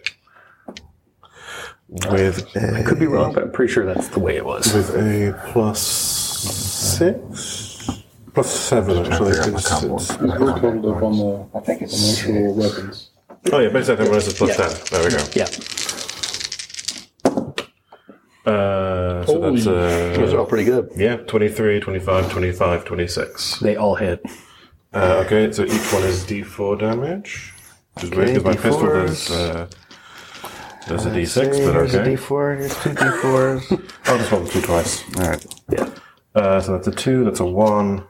S2: With
S1: I
S2: a,
S1: could be wrong, but I'm pretty sure that's the way it was.
S2: with a plus six? Plus seven, actually. It's- it's-
S5: We're totaled up on the
S6: I think it's
S5: actual weapons.
S2: Oh, yeah, basically, I think it's plus
S1: Yeah.
S2: ten. There we go.
S1: Yeah.
S2: Uh, so
S5: Holy
S2: that's
S3: Those are all
S2: uh,
S3: pretty good.
S2: yeah, 23, 25, 25, 26.
S1: They all hit.
S2: Uh, okay, so each one is d4 damage. Which is weird
S3: Okay,
S2: because my pistol
S3: D4s.
S2: does, uh, does a d6, but okay. Oh,
S3: D4. Here's
S2: *laughs*
S3: two D4s.
S2: I'll just roll the two twice.
S3: all right.
S1: Yeah.
S2: Uh, so that's a two, that's a one,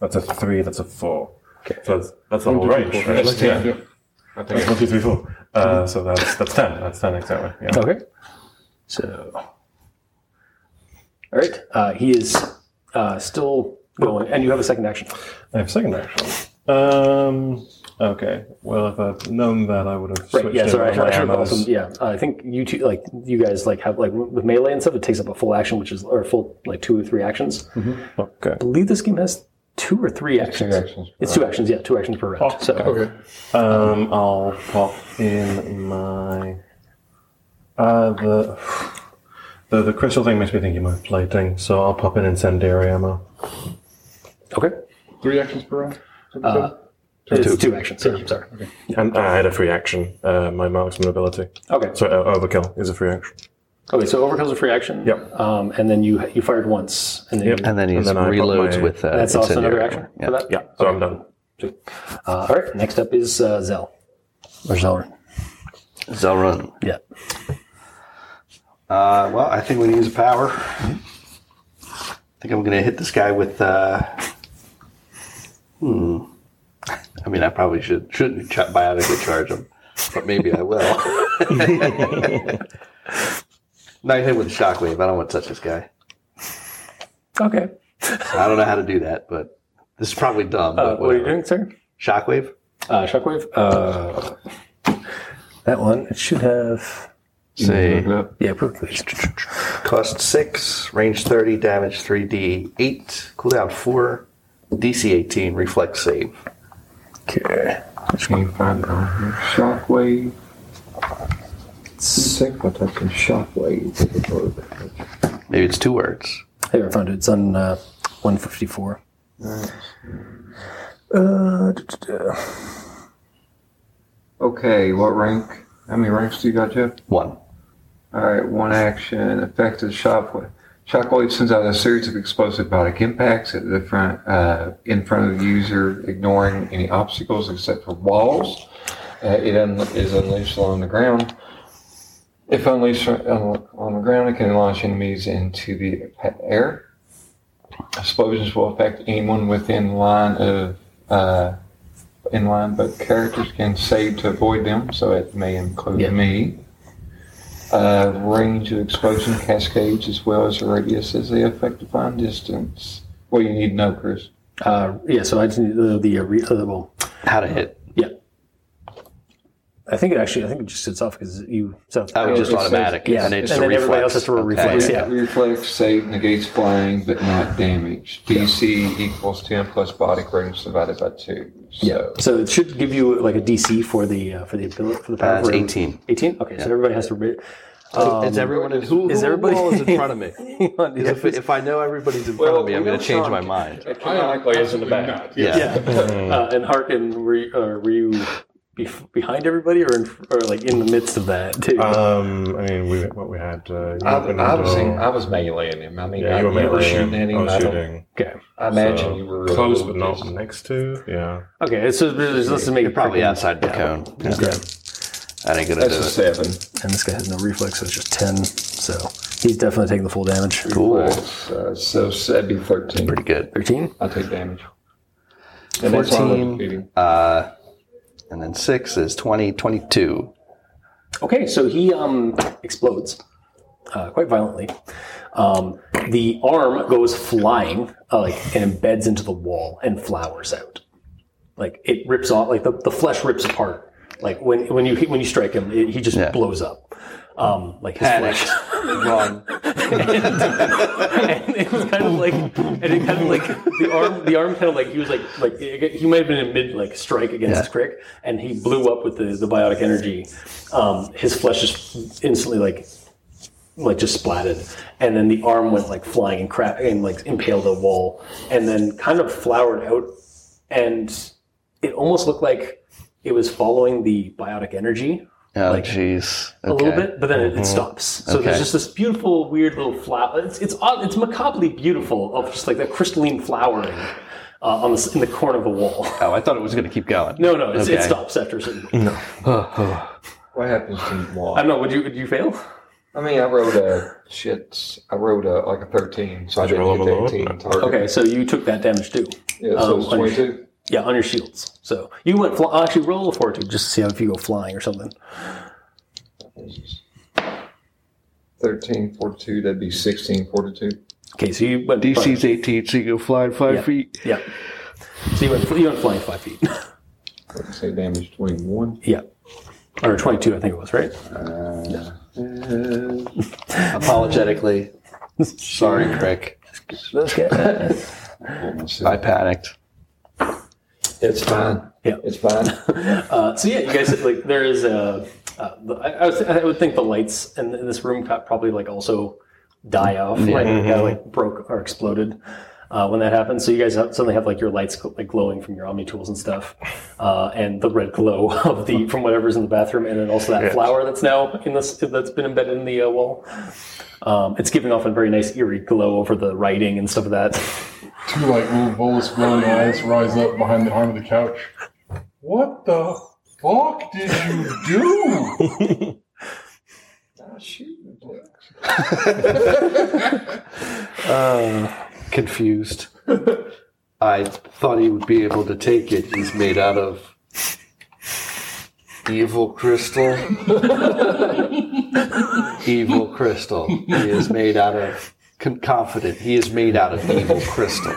S2: that's a three, that's a four. Okay. So that's, that's the whole range. right? Yeah. I think it's one, two, three, four. Uh, so that's that's ten. That's ten exactly. Yeah.
S1: Mm-hmm. Okay. So. All right. Uh, he is uh, still going, and you have a second action.
S2: I have a second action. Um. Okay. Well, if I'd known that, I would have switched.
S1: Right. Yeah.
S2: in
S1: Sorry. I
S2: all my
S1: should have
S2: ammos.
S1: also. Yeah. Uh, I think you two, like you guys, like have like with melee and stuff, it takes up a full action, which is or a full like two or three actions.
S2: Okay.
S1: I believe this game has two or three actions.
S6: actions.
S1: It's two actions. Yeah, two actions per round. so
S5: Okay.
S2: Um. I'll pop in my. Uh. The. The, the crystal thing makes me think you might play thing, so I'll pop in incendiary ammo.
S1: okay. Uh,
S5: Three actions per round? is that what you said?
S1: It's two, actions. Yeah, I'm sorry. Okay.
S2: And I had a free action. Uh, my marksman ability.
S1: Okay. So,
S2: So uh, overkill is a free action.
S1: okay. So overkill's a free action.
S2: Yep.
S1: Um, and then you you fired once, and then
S2: Yep.
S1: you,
S3: And then he
S2: And then I put
S3: reloads
S2: my-
S3: with uh,
S1: that's also another
S3: incendiary.
S1: action
S3: Yeah.
S1: for that.
S2: Yeah. So I'm done.
S1: Uh, all right. Next up is uh, Zell or Zeller.
S3: Zelrun.
S1: Yeah.
S3: Uh, well, I think we need his power. I think I'm going to hit this guy with. Uh, hmm. I mean, I probably should shouldn't ch- biologically charge him. but maybe I will. *laughs* Night hit with a shockwave. I don't want to touch this guy.
S1: Okay. Uh,
S3: I don't know how to do that, but this is probably dumb.
S1: Uh,
S3: But
S1: what are you
S3: whatever.
S1: doing, sir?
S3: Shockwave?
S1: Uh, shockwave. Uh, that one. It should have.
S3: Say
S1: Yeah, quickly.
S3: cost six, range 30, damage 3d8, cooldown four, DC 18, reflex save.
S1: Okay.
S4: Shockwave. Sick, what type of shockwave?
S3: Maybe it's two words.
S1: I haven't found it. It's on uh, 154. Uh, duh, duh, duh.
S4: Okay, what rank? How many ranks do you got, Jeff?
S3: One.
S4: All right, one action. Effective shockwave. Shockwave sends out a series of explosive biotic impacts at the front, uh, in front of the user, ignoring any obstacles except for walls. Uh, it un- is unleashed along the ground. If unleashed on on the ground, it can launch enemies into the pa- air. Explosions will affect anyone within line of uh, in line, but characters can save to avoid them, so it may include
S1: Yeah.
S4: me uh, range of explosion cascades as well as the radius as they affect define distance. Well, you need to know, Chris.
S1: Uh, yeah, so I just need the, the, uh, re- uh, the well,
S3: How to hit.
S1: I think it actually, I think it just sits off because you. So,
S3: Oh,
S4: Oh,
S3: just
S4: it says-
S3: automatic.
S1: yeah,
S3: and, it's
S1: and
S3: a
S1: then everybody
S3: reflex.
S1: else has to roll
S3: Okay.
S1: reflex, yeah.
S4: Reflex save negates flying but not damage. DC equals 10 plus body radius divided by 2. So
S1: yeah. So it should give you like a DC for the uh, for the ability for the power.
S3: Uh, it's
S1: for-
S3: 18.
S1: 18? Okay, so everybody has to. Re-
S3: Is everyone in Um, who,
S1: is
S3: who
S1: everybody-
S3: all is in front of *laughs* me?
S1: *laughs* yeah.
S3: If, if I know everybody's in front of me, I'm going to change
S1: *laughs*
S3: my mind.
S5: Economically, it's in the back. Not.
S3: Yeah.
S1: Uh, and Harkin, were, you- uh, were you bef behind everybody or, in, fr- or like in the midst of that too?
S3: Uh.
S2: Um, I mean, we, what we had. Uh,
S4: I,
S2: Yugandor-
S4: I was in, I was meleeing him. I mean,
S2: yeah,
S4: I,
S2: you were melee.
S4: shooting at
S2: I
S4: him. I,
S2: was
S4: don't-
S2: shooting.
S1: okay.
S4: I imagine
S2: So,
S4: you were
S2: close, but not next to. Yeah.
S1: Okay, so let's, let's make it
S3: Probably
S1: quick.
S3: outside the cone.
S1: Okay.
S3: That ain't going to
S4: That's
S3: do
S4: a
S3: it.
S4: seven.
S1: And this guy has no reflex, so it's just 10. So he's definitely taking the full damage.
S3: Cool.
S4: Uh, so that'd be thirteen.
S3: Pretty good.
S1: 13?
S4: I take damage. And that's why I love
S3: 14.
S4: defeating.
S3: Uh, And then six is 20, 22.
S1: Okay, so he um, explodes uh, quite violently. Um, the arm goes flying uh, like, and embeds into the wall and flowers out. Like it rips off, like the, the flesh rips apart. Like when, when you when you strike him, it, he just
S3: Yeah.
S1: blows up. Um, like his
S3: *laughs*
S1: flesh. *laughs*
S3: Run.
S1: and it was kind of like, and it kind of like the arm, the arm kind of like he was like, like he might have been in mid like strike against
S3: Yeah.
S1: Crick, and he blew up with the the biotic energy. Um, his flesh just instantly like, like just splatted, and then the arm went like flying and crack and like impaled the wall, and then kind of flowered out, and it almost looked like it was following the biotic energy
S3: Oh,
S1: Like,
S3: jeez.
S1: a
S3: Okay. Mm-hmm.
S1: little bit, but then it, it stops. So
S3: Okay.
S1: there's just this beautiful, weird little flower. It's it's odd- it's macabrely beautiful of just like that crystalline flowering uh, on the, s- in the corner of a wall.
S3: Oh, I thought it was going to keep going.
S1: No, no, it's,
S3: Okay.
S1: it stops after. a certain No,
S4: What happens to you?
S1: I don't know. Would you would you fail?
S4: I mean, I wrote a shit. I wrote a like a thirteen, so I
S2: Did you
S4: didn't
S2: roll
S4: hit
S2: below?
S4: the eighteen target.
S1: Okay, so you took that damage too.
S4: yeah, so it's
S1: Um, on your-
S4: twenty-two.
S1: Yeah, on your shields. So you went fly, actually roll a fortitude just to see how if you go flying or something.
S4: 13, 42, that'd be 16, 42.
S1: Okay, so you went
S3: DC's 18, so you go flying five
S1: Yeah.
S3: feet.
S1: Yeah. So you went you went flying five feet. *laughs*
S4: Let's say damage 21.
S1: yeah. Or 22, I think it was, right?
S3: Apologetically. Sorry, Crick. I panicked.
S4: It's fine.
S1: Yeah.
S4: It's *laughs* fine.
S1: Uh, so yeah, you guys like there is a. Uh, the- I, I, was, I would think the lights in, in this room got probably like also die off, like kind of like broke or exploded uh, when that happens. So you guys have, suddenly have like your lights gl- like glowing from your Omni tools and stuff, uh, and the red glow *laughs* of the from whatever's in the bathroom, and then also that flower that's now in this that's been embedded in the uh, wall. Um, it's giving off a very nice eerie glow over the writing and stuff of that. *laughs*
S5: Two like little bolus glowing eyes rise up behind the arm of the couch. What the fuck did you do?
S3: Confused. I thought he would be able to take it. He's made out of Evil crystal. evil crystal. He is made out of con- confident. He is made out of evil crystal.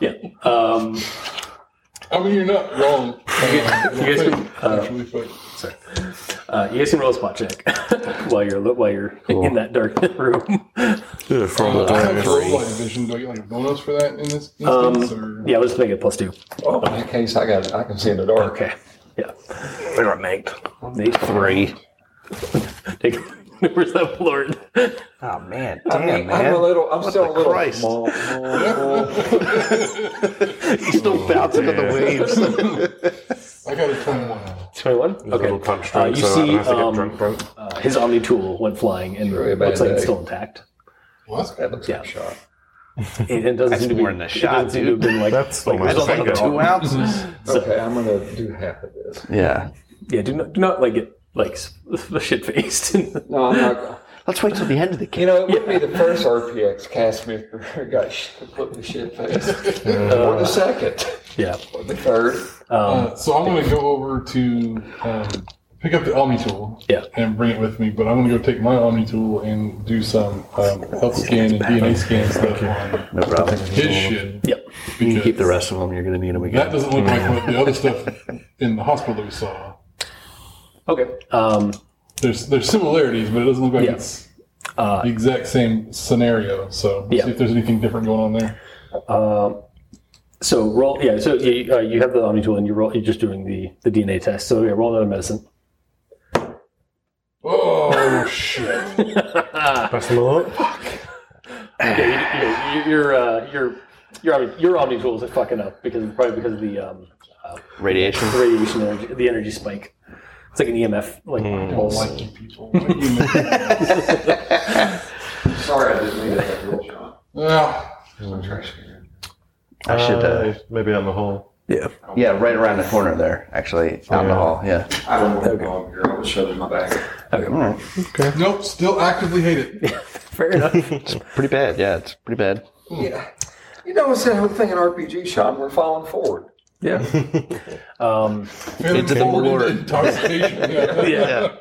S1: Yeah. Um,
S5: I mean, you're not wrong. Uh,
S1: you guys can-
S5: actually, but
S1: uh, you guys can roll a spot check *laughs* while you're while you're in that dark *laughs* room.
S2: Yeah, from the
S5: I
S2: diary.
S5: have roll light vision. Do I get like a bonus for that in this
S1: Um,
S5: instance? or?
S1: yeah, let's make it plus two.
S4: Oh, in that case, I got I can see in the dark.
S1: Okay. Yeah.
S3: I got nanked.
S1: Nate,
S3: Three.
S1: *laughs* take, *laughs* where's that lord?
S3: Oh man,
S4: I
S3: damn
S4: mean,
S3: man.
S4: I'm a little. I'm still a
S3: the
S4: little.
S3: Christ?
S4: Small,
S3: He's still bouncing on the waves.
S5: *laughs* I got a 21.
S1: 21?
S2: Okay. Little
S1: Okay.
S2: punch drunk,
S1: you
S2: so I
S1: see,
S2: don't have to get
S1: um,
S2: drunk, drunk.
S1: Uh, his Omni tool went flying and
S4: Really bad
S1: looks like it's
S4: day.
S1: still intact.
S5: Well, that's
S4: that looks like
S1: Yeah.
S4: a shot.
S1: It, it doesn't
S3: That's
S1: seem to be
S3: more than a
S1: it
S3: shot,
S1: doesn't seem to have been like
S2: That's
S1: like,
S2: almost
S1: I
S2: a
S1: don't
S2: finger.
S1: like
S3: Two ounces.
S4: Okay, I'm gonna do half of this.
S3: Yeah.
S1: Yeah, do not do not like get like *laughs* shit faced.
S4: No, I'm not.
S3: Let's wait till the end of the game.
S4: You know, it wouldn't be the first RPX cast member who *laughs* got sh- put in the shit face, or the second,
S1: *laughs* yeah.
S4: or the third.
S1: Um,
S5: Uh, so I'm going to go over to um, pick up the Omni tool
S1: Yeah.
S5: and bring it with me, but I'm going to go take my Omni tool and do some um, health scan and DNA scan stuff on
S3: No problem.
S5: his shit.
S1: Yep.
S5: Because
S3: You can keep the rest of them. You're going to need them
S5: That
S3: again.
S5: doesn't look like what the other stuff in the hospital that we saw.
S1: okay. Um,
S5: There's there's similarities, but it doesn't look like
S1: Yeah.
S5: it's
S3: Uh,
S5: the exact same scenario. So we'll
S1: Yeah.
S5: see if there's anything different going on there.
S1: so roll. Yeah. So you, uh, you have the Omni tool and you roll. You're just doing the, the DNA test. So yeah, roll another medicine. *laughs*
S5: Oh shit!
S2: Best of my luck.
S1: Yeah. You, you, your uh, your your Omni, your Omni tool is fucking up because probably because of the um,
S3: Radiation.
S1: the radiation energy, the energy spike. It's like an EMF like
S2: Hmm.
S1: pulse.
S5: like you people. Like you men.
S4: Sorry, I didn't mean that real shot.
S5: *laughs* Ah,
S3: I should. Uh,
S2: Uh, maybe on the hall.
S3: yeah. Yeah, right around the corner there, actually.
S4: Oh,
S3: Down the hall. Yeah.
S4: I don't want to go over here. I was shoving my back.
S3: Mm.
S5: nope. Still actively hate it.
S1: *laughs* Fair enough.
S3: Pretty bad. Yeah, it's pretty bad.
S4: Hmm. Yeah. You know, it's that whole thing in RPG, Sean. We're falling forward.
S1: yeah. *laughs* Um,
S5: Into
S3: the Lord.
S5: *laughs* intoxication. Yeah.
S1: yeah.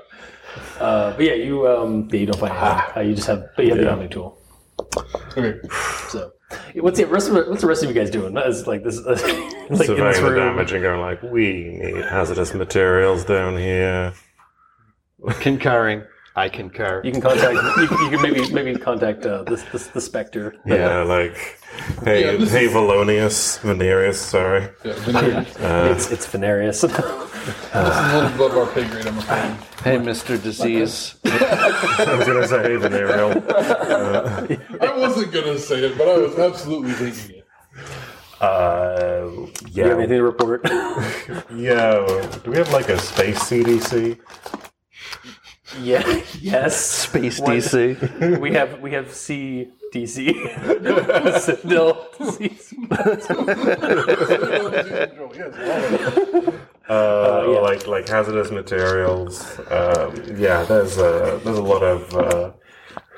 S1: Uh, but yeah, you um, yeah, you don't find
S2: Ah.
S1: anything. Uh, you just have but you have the Omni tool.
S5: Okay.
S1: So, what's the rest of what's the rest of you guys doing? As like this, *laughs* like in this
S2: Surveying the
S1: room.
S2: damage and going like, we need hazardous materials down here.
S3: Concurring. I concur.
S1: You can contact. you, you can maybe maybe contact uh, this, this the Spectre.
S2: Yeah, like, hey,
S5: Yeah, this
S2: hey,
S5: is-
S2: Valonius, Venerius, sorry.
S5: Yeah, then
S1: it's it's *laughs* Venarius.
S5: a little above our pay grade, I'm afraid.
S3: Hey, Mr. Disease.
S2: I was going to say, hey, Venerial.
S5: I wasn't gonna say it, but I was absolutely thinking it.
S2: Uh,
S1: you have
S2: yeah,
S1: anything to report?
S2: yeah. Do we have like a space CDC?
S1: yeah. Yes.
S3: Space
S1: What?
S3: DC.
S1: We have we have CDC. Sentinel disease.
S5: *laughs* Yes,
S2: Uh,
S1: yeah.
S2: Like like hazardous materials. Um, yeah, there's a there's a lot of uh,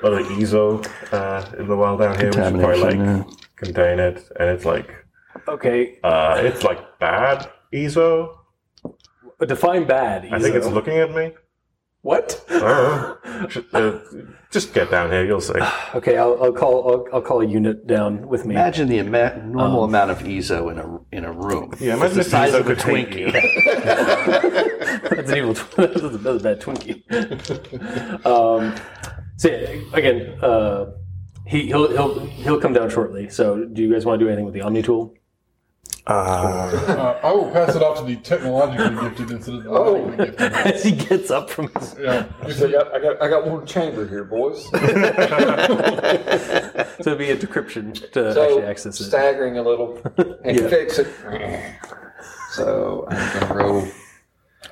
S2: a lot of ESO uh, in the world down here, which is probably like
S3: Contamination,
S2: contain it, and it's like
S1: *laughs* Okay.
S2: uh, it's like bad ESO.
S1: Define bad.
S2: I think it's Oh.
S1: Ezo.
S2: looking at *laughs* me.
S1: what?
S2: I don't know. Uh, just get down here, you'll see.
S1: Okay, I'll, I'll call I'll, I'll call a unit down with me.
S3: Imagine the ama-
S1: Oh.
S3: normal amount of Ezo in a in a room.
S2: Yeah, imagine
S3: the
S2: if
S3: size
S2: ESO
S3: of a
S2: could take
S3: Twinkie.
S2: you.
S1: That's an evil. Tw- *laughs* that's, a, that's a bad Twinkie. um, so yeah, again, uh, he he'll he'll he'll come down shortly. So do you guys want to do anything with the Omni tool? *laughs*
S2: Ah.
S5: *laughs* uh, I will pass it off to the technologically gifted instead of the logically gifted.
S1: As he gets up from his, *laughs*
S5: Yeah, if
S4: I
S5: you-
S4: got, I got, I got one chamber here, boys.
S1: so it'd be a decryption to
S4: So
S1: actually access it.
S4: staggering
S1: *laughs*
S4: a little and
S1: Yeah.
S4: fix it. So I'm gonna roll.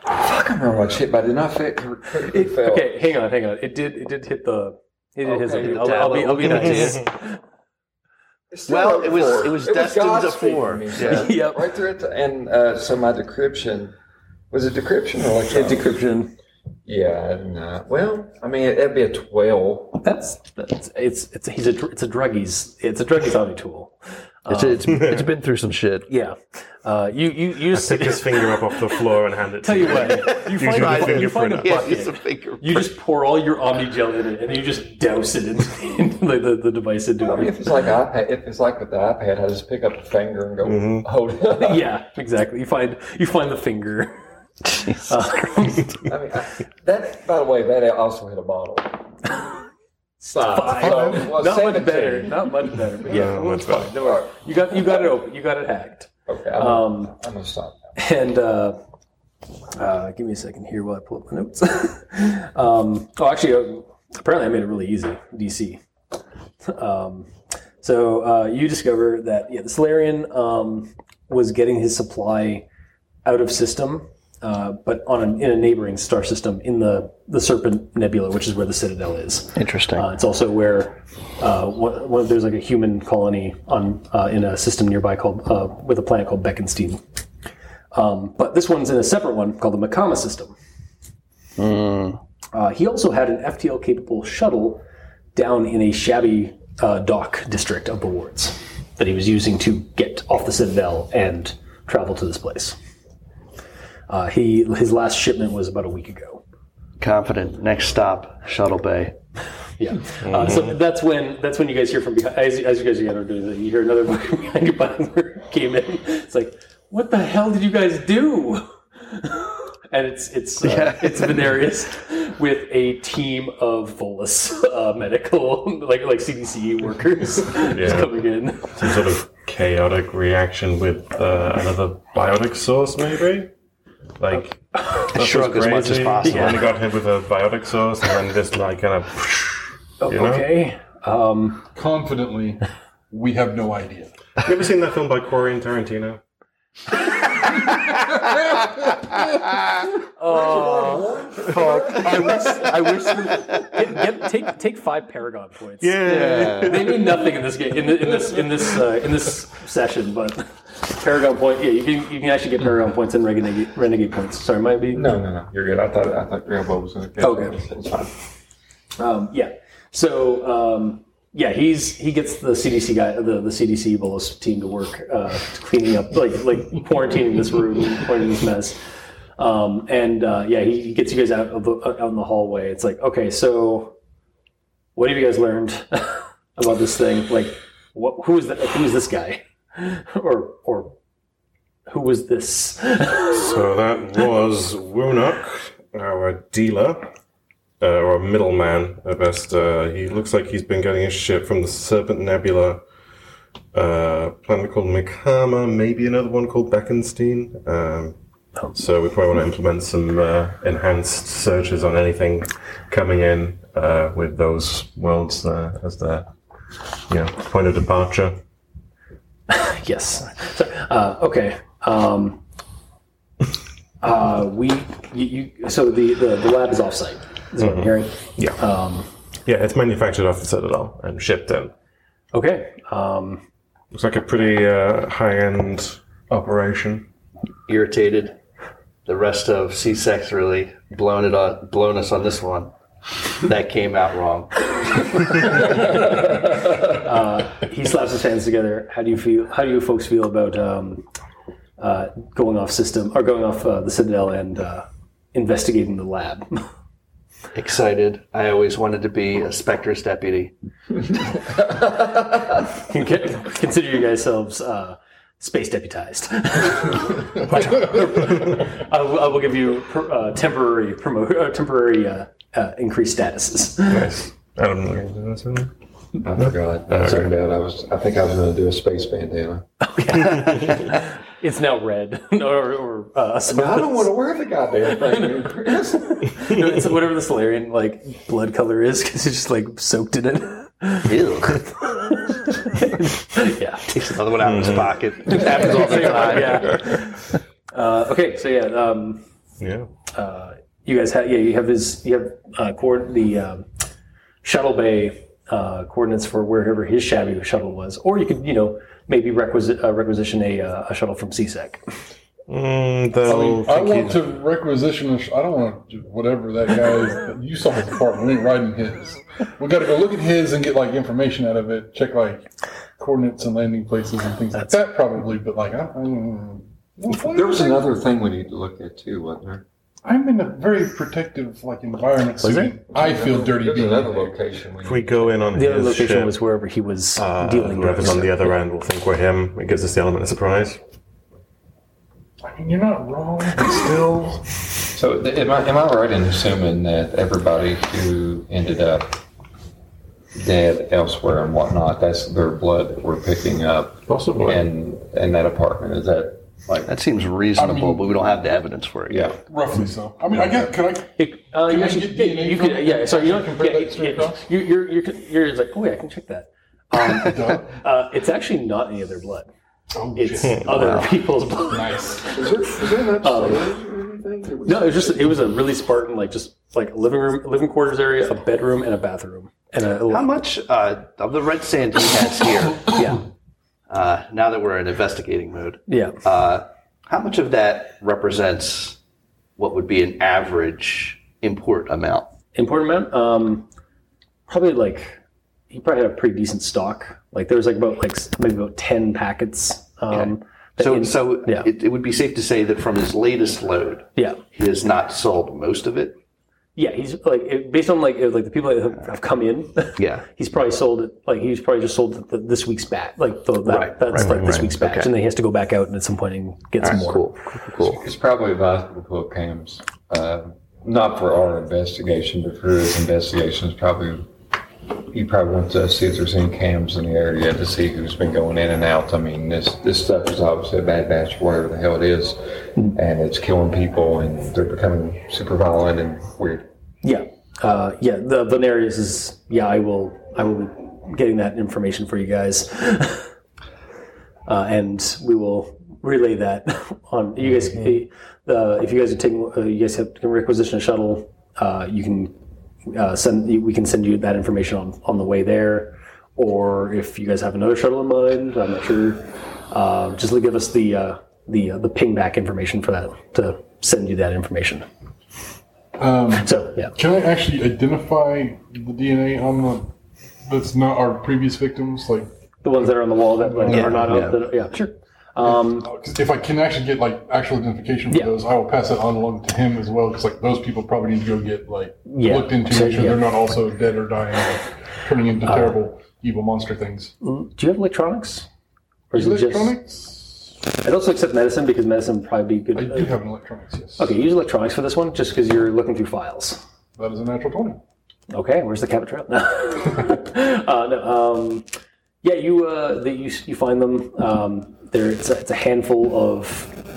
S4: Fuck, I'm rolling like shit, but I did not fix. It fell.
S1: Okay, hang on, hang on. It did it did hit the. It did hit
S4: Okay,
S1: something. I'll, I'll be I'll be
S3: Good
S1: *laughs* nice.
S3: idea.
S4: It's still
S3: Well,
S4: up
S3: it was
S4: for
S3: it was destined
S4: God
S3: to
S4: speaking
S3: four.
S4: to me.
S3: Yeah.
S1: *laughs* Yep.
S4: Right there at the end. Uh, so my decryption was it decryption or electronic?
S1: Decryption.
S4: yeah. And, uh, well, I mean, that'd be a twelve.
S1: That's that's it's it's he's a dr- it's a druggies it's a druggies Omni tool.
S3: It's, it's,
S1: *laughs*
S3: it's been through some shit.
S1: Yeah. Uh, you you you just
S2: Pick his finger up off the floor and hand it
S1: tell
S2: to
S1: you
S2: you.
S1: what you
S2: Use
S1: find
S2: your
S1: a, bu-
S2: finger
S1: you find a
S2: for now.
S1: bucket. you just pour all your Omni gel in it, and then you just douse it in, *laughs* in the, the, the device into
S4: I mean,
S1: it.
S4: if
S1: *laughs*
S4: it's like iPad, if it's like with the iPad, I just pick up a finger and go hold it. up.
S1: Mm-hmm. *laughs* Yeah, exactly. You find you find the finger. Uh,
S4: I mean, I, that by the way, that also hit a bottle. Five. So, well,
S1: not
S4: 17.
S1: much better. Not much better. But yeah,
S2: No, much
S1: it's fine.
S2: better.
S1: Don't worry. You got you got it open. You got it hacked.
S4: Okay, I'm,
S1: Um,
S4: I'm gonna stop. now.
S1: and uh, uh, give me a second here while I pull up my notes. *laughs* um, oh, actually, uh, apparently I made it really easy. DC. Um, so uh, you discover that yeah, the Solarian um, was getting his supply out of system, uh, but on an, in a neighboring star system in the the Serpent Nebula, which is where the Citadel is.
S3: Interesting.
S1: Uh, it's also where uh, one, one, there's like a human colony on uh, in a system nearby called uh, with a planet called Beckenstein. Um, but this one's in a separate one called the Makama system. Uh, he also had an FTL capable shuttle down in a shabby uh, dock district of the wards that he was using to get off the Citadel and travel to this place. Uh, he his last shipment was about a week ago.
S3: Confident. Next stop, Shuttle Bay.
S1: Yeah.
S2: Mm-hmm.
S1: Uh, so that's when that's when you guys hear from behind. As, as you guys are doing that, you hear another *laughs* voice behind you. Butler came in. It's like, what the hell did you guys do? *laughs* And it's it's uh, it's Venarius with a team of Volus uh, medical *laughs* like like CDC workers just
S2: Yeah.
S1: coming in.
S2: Some sort of chaotic reaction with uh, another biotic source, maybe? Like, that was
S3: Shrug as much as
S2: crazy.
S3: possible.
S2: And they got hit with a biotic source and then just like kind of.
S1: *laughs*
S2: You know?
S1: Okay. Um,
S5: Confidently, we have no idea.
S2: You ever seen that film by Corey and Tarantino?
S1: *laughs* I wish. I wish. Get, get, take take five Paragon points.
S2: Yeah.
S1: they mean nothing in this game in, thi- in this in this uh, in this session. But Paragon point, yeah, you can you can actually get Paragon points and Renegade, Renegade points. Sorry, might be
S4: No, no, no. You're good. I thought I thought Real Bob was gonna. Catch
S1: Okay.
S4: it. It's fine.
S1: Um, yeah. So um, yeah, he's he gets the CDC guy, the, the CDC bolus team to work uh, cleaning up, like like quarantining this room, quarantining this mess. Um, and uh, yeah, he, he gets you guys out of the out in the hallway. It's like, okay, so what have you guys learned *laughs* about this thing? Like, what, who is that? Who is this guy? *laughs* or or who was this? *laughs*
S2: So that was Wunuk, our dealer, uh, or middleman at best. Uh, he looks like he's been getting his shit from the Serpent Nebula, uh, planet called Mikama, maybe another one called Beckenstein. Um, so we probably want to implement some uh, enhanced searches on anything coming in uh, with those worlds uh, as their you know, point of departure.
S1: Yes. So, uh, okay. Um, *laughs* uh, we you, you so the, the the lab is offsite. Is what I'm hearing.
S2: Yeah.
S1: Um,
S2: Yeah, it's manufactured off the Citadel and shipped in.
S1: okay. Um,
S2: Looks like a pretty uh, high-end operation.
S3: Irritated. The rest of C-Sex really blown it on, blown us on this one. That came out wrong.
S1: he slaps his hands together. How do you feel? How do you folks feel about um, uh, going off system or going off uh, the Citadel and uh, investigating the lab? *laughs*
S3: Excited. I always wanted to be a
S1: *laughs*
S3: Spectre's deputy.
S1: Consider you guys selves uh, space deputized. *laughs* I, will, I will give you per, uh, temporary promo, uh, temporary uh, uh, increased statuses.
S2: Nice. Adam, that's in
S4: I forgot. I turned out I was. I think I was gonna do a space bandana.
S1: *laughs* It's now red or, or uh,
S4: I don't want to wear the goddamn thing.
S1: no, *laughs* it's whatever the Solarian like blood color is because it's just like soaked in it. *laughs*
S3: Ew.
S1: yeah.
S3: Takes another one out of his pocket. *laughs* It happens all the time.
S1: yeah. Uh, okay, so yeah, um, uh,
S2: Yeah.
S1: you guys have yeah you have his you have uh, coord- the um, shuttle bay uh, coordinates for wherever his shabby shuttle was, or you could you know maybe requisi- uh, requisition a, uh, a shuttle from CSEC.
S2: Mm,
S4: Oh,
S2: they'll
S5: I
S2: think
S5: want
S2: he's-
S5: to requisition. A sh- I don't want to do whatever that guy is. You saw his apartment. We ain't riding his. We got to go look at his and get like information out of it. Check like coordinates and landing places and things like that, probably. But like, I, I don't know.
S4: There was another thing we need to look at too, wasn't there?
S5: I'm in a very protective like environment, so
S2: Like
S5: I feel dirty
S4: There's
S5: being
S4: another
S5: there.
S4: location. We
S2: If we go in on
S1: The other
S2: his
S1: location
S2: ship,
S1: was wherever he was
S2: uh,
S1: dealing with.
S2: whoever's on the other end will think we're him. It gives us the element of surprise.
S5: I mean, you're not wrong, but still.
S4: So th- am I, am I right in assuming that everybody who ended up dead elsewhere and whatnot, that's their blood that we're picking up
S2: Possibly.
S4: in, in that apartment? Is that like,
S3: That seems reasonable, but we don't have the evidence for it.
S4: yeah.
S5: Roughly so. I mean, I guess, can I?
S1: It- uh,
S5: Can
S1: you
S5: I
S1: actually,
S5: get DNA
S1: you
S5: from
S1: could,
S5: it?
S1: yeah. So you don't.
S5: Compare
S1: Yeah,
S5: that straight
S1: yeah,
S5: across?
S1: you, you're, you're, you're like, oh yeah, I can check that. Um,
S5: Duh.
S1: uh, it's actually not any of their blood.
S5: Oh,
S1: It's
S5: shit.
S1: other people's blood.
S5: nice.
S1: *laughs*
S6: Is there, is there not
S1: Um,
S6: storage or anything? Or was-
S1: No, it was just it was a really Spartan, like just like living room, living quarters area, a bedroom, and a bathroom, and a
S3: How much uh, of the red sand he has here?
S1: yeah,
S3: Uh, now that we're in investigating mode,
S1: yeah.
S3: uh, how much of that represents what would be an average import amount?
S1: Important amount. Um, probably like he probably had a pretty decent stock. Like there was like about like s- maybe about ten packets. Um, that
S3: So,
S1: in-
S3: so
S1: yeah.
S3: it, it would be safe to say that from his latest load,
S1: yeah,
S3: he has not sold most of it.
S1: yeah. He's like it, based on like it- like the people that have, have come in. *laughs*
S3: Yeah.
S1: He's probably sold it. Like he's probably just sold the, this week's batch. Like the, that,
S3: Right,
S1: that's
S3: right,
S1: like
S3: right,
S1: this
S3: right.
S1: week's batch,
S3: Okay.
S1: and then he has to go back out and at some point and get some more.
S3: Cool. Cool.
S4: It's probably advisable to pull cams, uh, not for our investigation, but for his investigation. It's probably he probably wants to see if there's any cams in the area to see who's been going in and out. I mean, this this stuff is obviously a bad batch, whatever the hell it is, and it's killing people, and they're becoming super violent and weird.
S1: Yeah, uh, yeah. The Venarius is yeah. I will I will be getting that information for you guys, *laughs* uh, and we will relay that *laughs* on you guys. Uh, if you guys are taking, uh, you guys have can requisition a shuttle. Uh, you can uh, send. We can send you that information on on the way there, or if you guys have another shuttle in mind, I'm not sure. Uh, just give us the uh, the uh, the ping back information for that to send you that information.
S5: Um,
S1: So yeah.
S5: can I actually identify the DNA on the that's not our previous victims? Like,
S1: The ones that are on the wall that like,
S5: Yeah,
S1: are not
S3: yeah.
S1: up. That, yeah, sure. Um,
S5: 'cause if I can actually get like actual identification for
S1: Yeah.
S5: those, I will pass it on along to him as well. Because like those people probably need to go get like
S1: Yeah.
S5: looked into, make sure
S1: Yeah. Uh,
S5: they're not also dead or dying, or turning into terrible evil monster things.
S1: do you have electronics? Or is It
S5: Electronics.
S1: just, I'd also accept medicine because medicine would probably be
S5: I
S1: good.
S5: do have an electronics. Yes.
S1: okay, use electronics for this one just because you're looking through files.
S5: That is a natural twenty.
S1: Okay, where's the cabbage trail? No. *laughs* uh, no um, yeah, you, uh, the, you you find them. Um, there, it's a, it's a handful of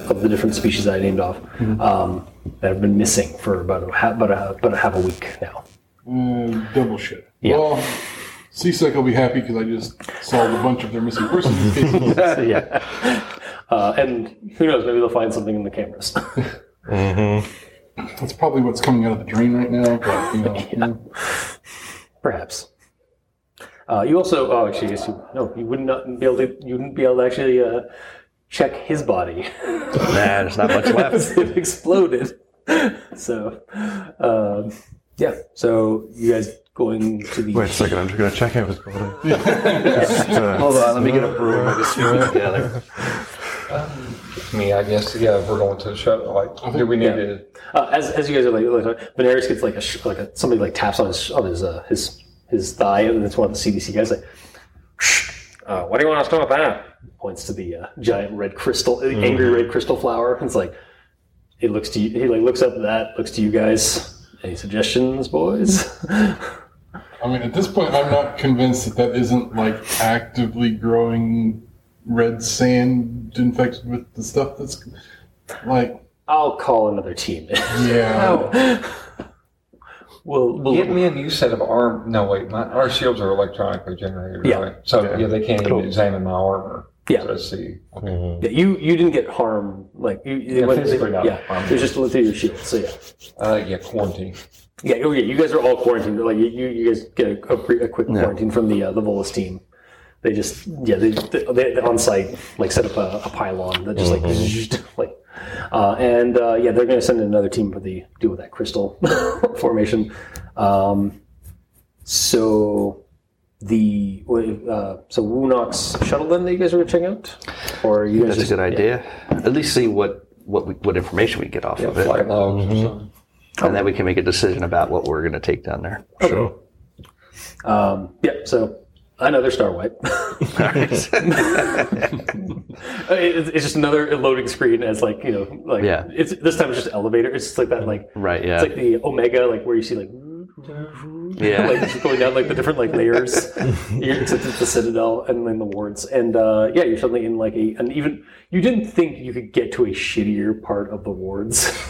S1: of the different species that I named off
S5: Mm-hmm.
S1: um, that have been missing for about a, ha- about a, about a half a week
S5: *laughs*
S1: now.
S5: Uh, double shit.
S1: Yeah.
S5: Well, CSEC will be happy because I just solved a bunch of their missing
S1: *laughs*
S5: persons cases.
S1: yeah. Uh, and who knows? Maybe they'll find something in the cameras. *laughs*
S5: That's probably what's coming out of the drain right now. But you know, mm,
S1: Perhaps. Uh, you also, oh, actually, yes, you, no, you would not be able to. You wouldn't be able to actually uh, check his
S3: *laughs*
S1: body.
S3: Nah, there's not much
S1: *laughs*
S3: left.
S1: it exploded. So, um, yeah. So you guys going to the?
S2: Wait a second, I'm just going to check out his *laughs* body. uh,
S3: Hold on, let me get a broom. I just threw it together.
S4: I mean, I guess yeah, if we're going to the shuttle. Like, do we need
S1: yeah.
S4: to?
S1: Uh, as, as you guys are like, like Veneris gets like a sh- like a, somebody like taps on his on his uh, his his thigh, and it's one of the CDC guys like. Uh, what do you want us to do with that? Points to the uh, giant red crystal, uh,
S4: Mm-hmm.
S1: angry red crystal flower. It's like it looks to you. He like looks up at that, looks to you guys. Any suggestions, boys? *laughs*
S5: I mean, at this point, I'm not convinced that that isn't like actively growing red sand infected with the stuff that's like,
S1: I'll call another team.
S5: yeah.
S4: Oh.
S1: *laughs* we'll, we'll
S4: Get me a new set of arm. No, wait, my, our shields are electronically generated.
S1: Yeah.
S4: Right? So yeah, they can't even examine my armor.
S1: Yeah.
S4: to see.
S1: yeah, you you didn't get harm like you it
S4: Yeah,
S1: wasn't-
S4: physically not
S1: yeah
S4: harmed.
S1: it was just through your shield. So yeah.
S4: Uh, yeah, quarantine.
S1: Yeah, oh yeah, you guys are all quarantined. Like you, you you guys get a, a, pre, a quick quarantine from the uh, the Volus team. They just yeah they they, they on site like set up a, a pylon that just
S3: Mm-hmm.
S1: like like uh, and uh, yeah they're gonna send in another team for the deal *laughs* with that crystal formation. Um, so the uh, so Woonox shuttle then that you guys are going to check out, or are you guys
S3: That's a
S1: just
S3: good idea. At least see what what we, what information we get off of it,
S4: Flight logs or something.
S3: and then we can make a decision about what we're going to take down there.
S2: *laughs* Sure.
S1: Um, yeah, so another star *laughs* wipe. Uh, it- it's, it's just another loading screen as like you know like
S3: Yeah.
S1: it's this time it's just elevator. It's just like that like
S3: Right? Yeah.
S1: it's like the omega like where you see like like
S3: yeah.
S1: just going down *laughs* like the different like
S3: *laughs*
S1: layers. You're- Except it's the citadel and then the wards and uh, yeah, you're suddenly in like a an even you didn't think you could get to a shittier part of the wards *laughs*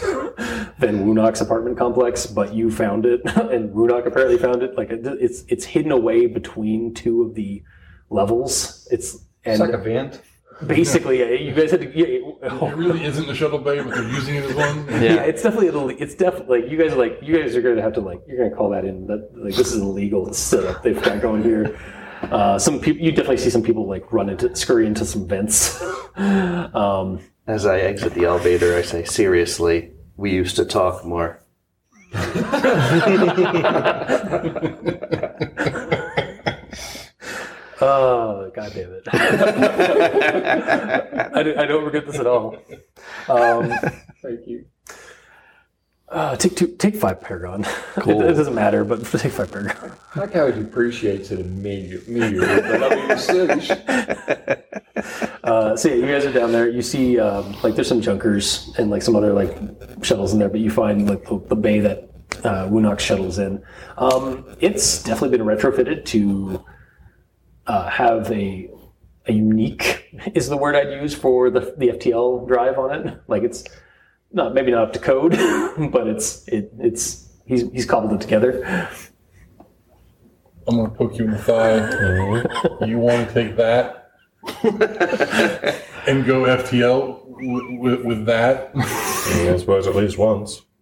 S1: than Wunok's apartment complex, but you found it *laughs* and Wunok apparently found it. Like it- it's it's hidden away between two of the levels. It's and
S4: It's like a *laughs* vent.
S1: basically uh, you guys had to. Yeah, oh.
S5: It really isn't the shuttle bay, but they're using it as one.
S1: *laughs* yeah.
S3: Yeah.
S1: it's definitely illegal. It's definitely like you guys are like you guys are going to have to like you're going to call that in. That like this is illegal setup they've got going here. Uh, some people you definitely see some people like run into scurry into some vents. *laughs* um,
S3: As I exit the elevator, I say, "Seriously, we used to talk more."
S1: oh god damn it! I, do, I don't regret this at all. Um, thank you. Uh, take two, take five Paragon. *laughs*
S3: Cool.
S1: It, it doesn't matter, but take five Paragon.
S4: I like how he depreciates it immediately. immediately but I mean, still, you should-
S1: Uh, so yeah, you guys are down there. You see, um, like, there's some junkers and like some other like shuttles in there, but you find like the, the bay that uh, Wunox shuttles in. Um, it's definitely been retrofitted to uh, have a a unique is the word I'd use for the the FTL drive on it. Like it's not maybe not up to code, *laughs* but it's it it's he's he's cobbled it together.
S5: I'm gonna poke you in the thigh. you want to take that and go FTL with, with, with that?
S2: I suppose at least once.
S1: *laughs*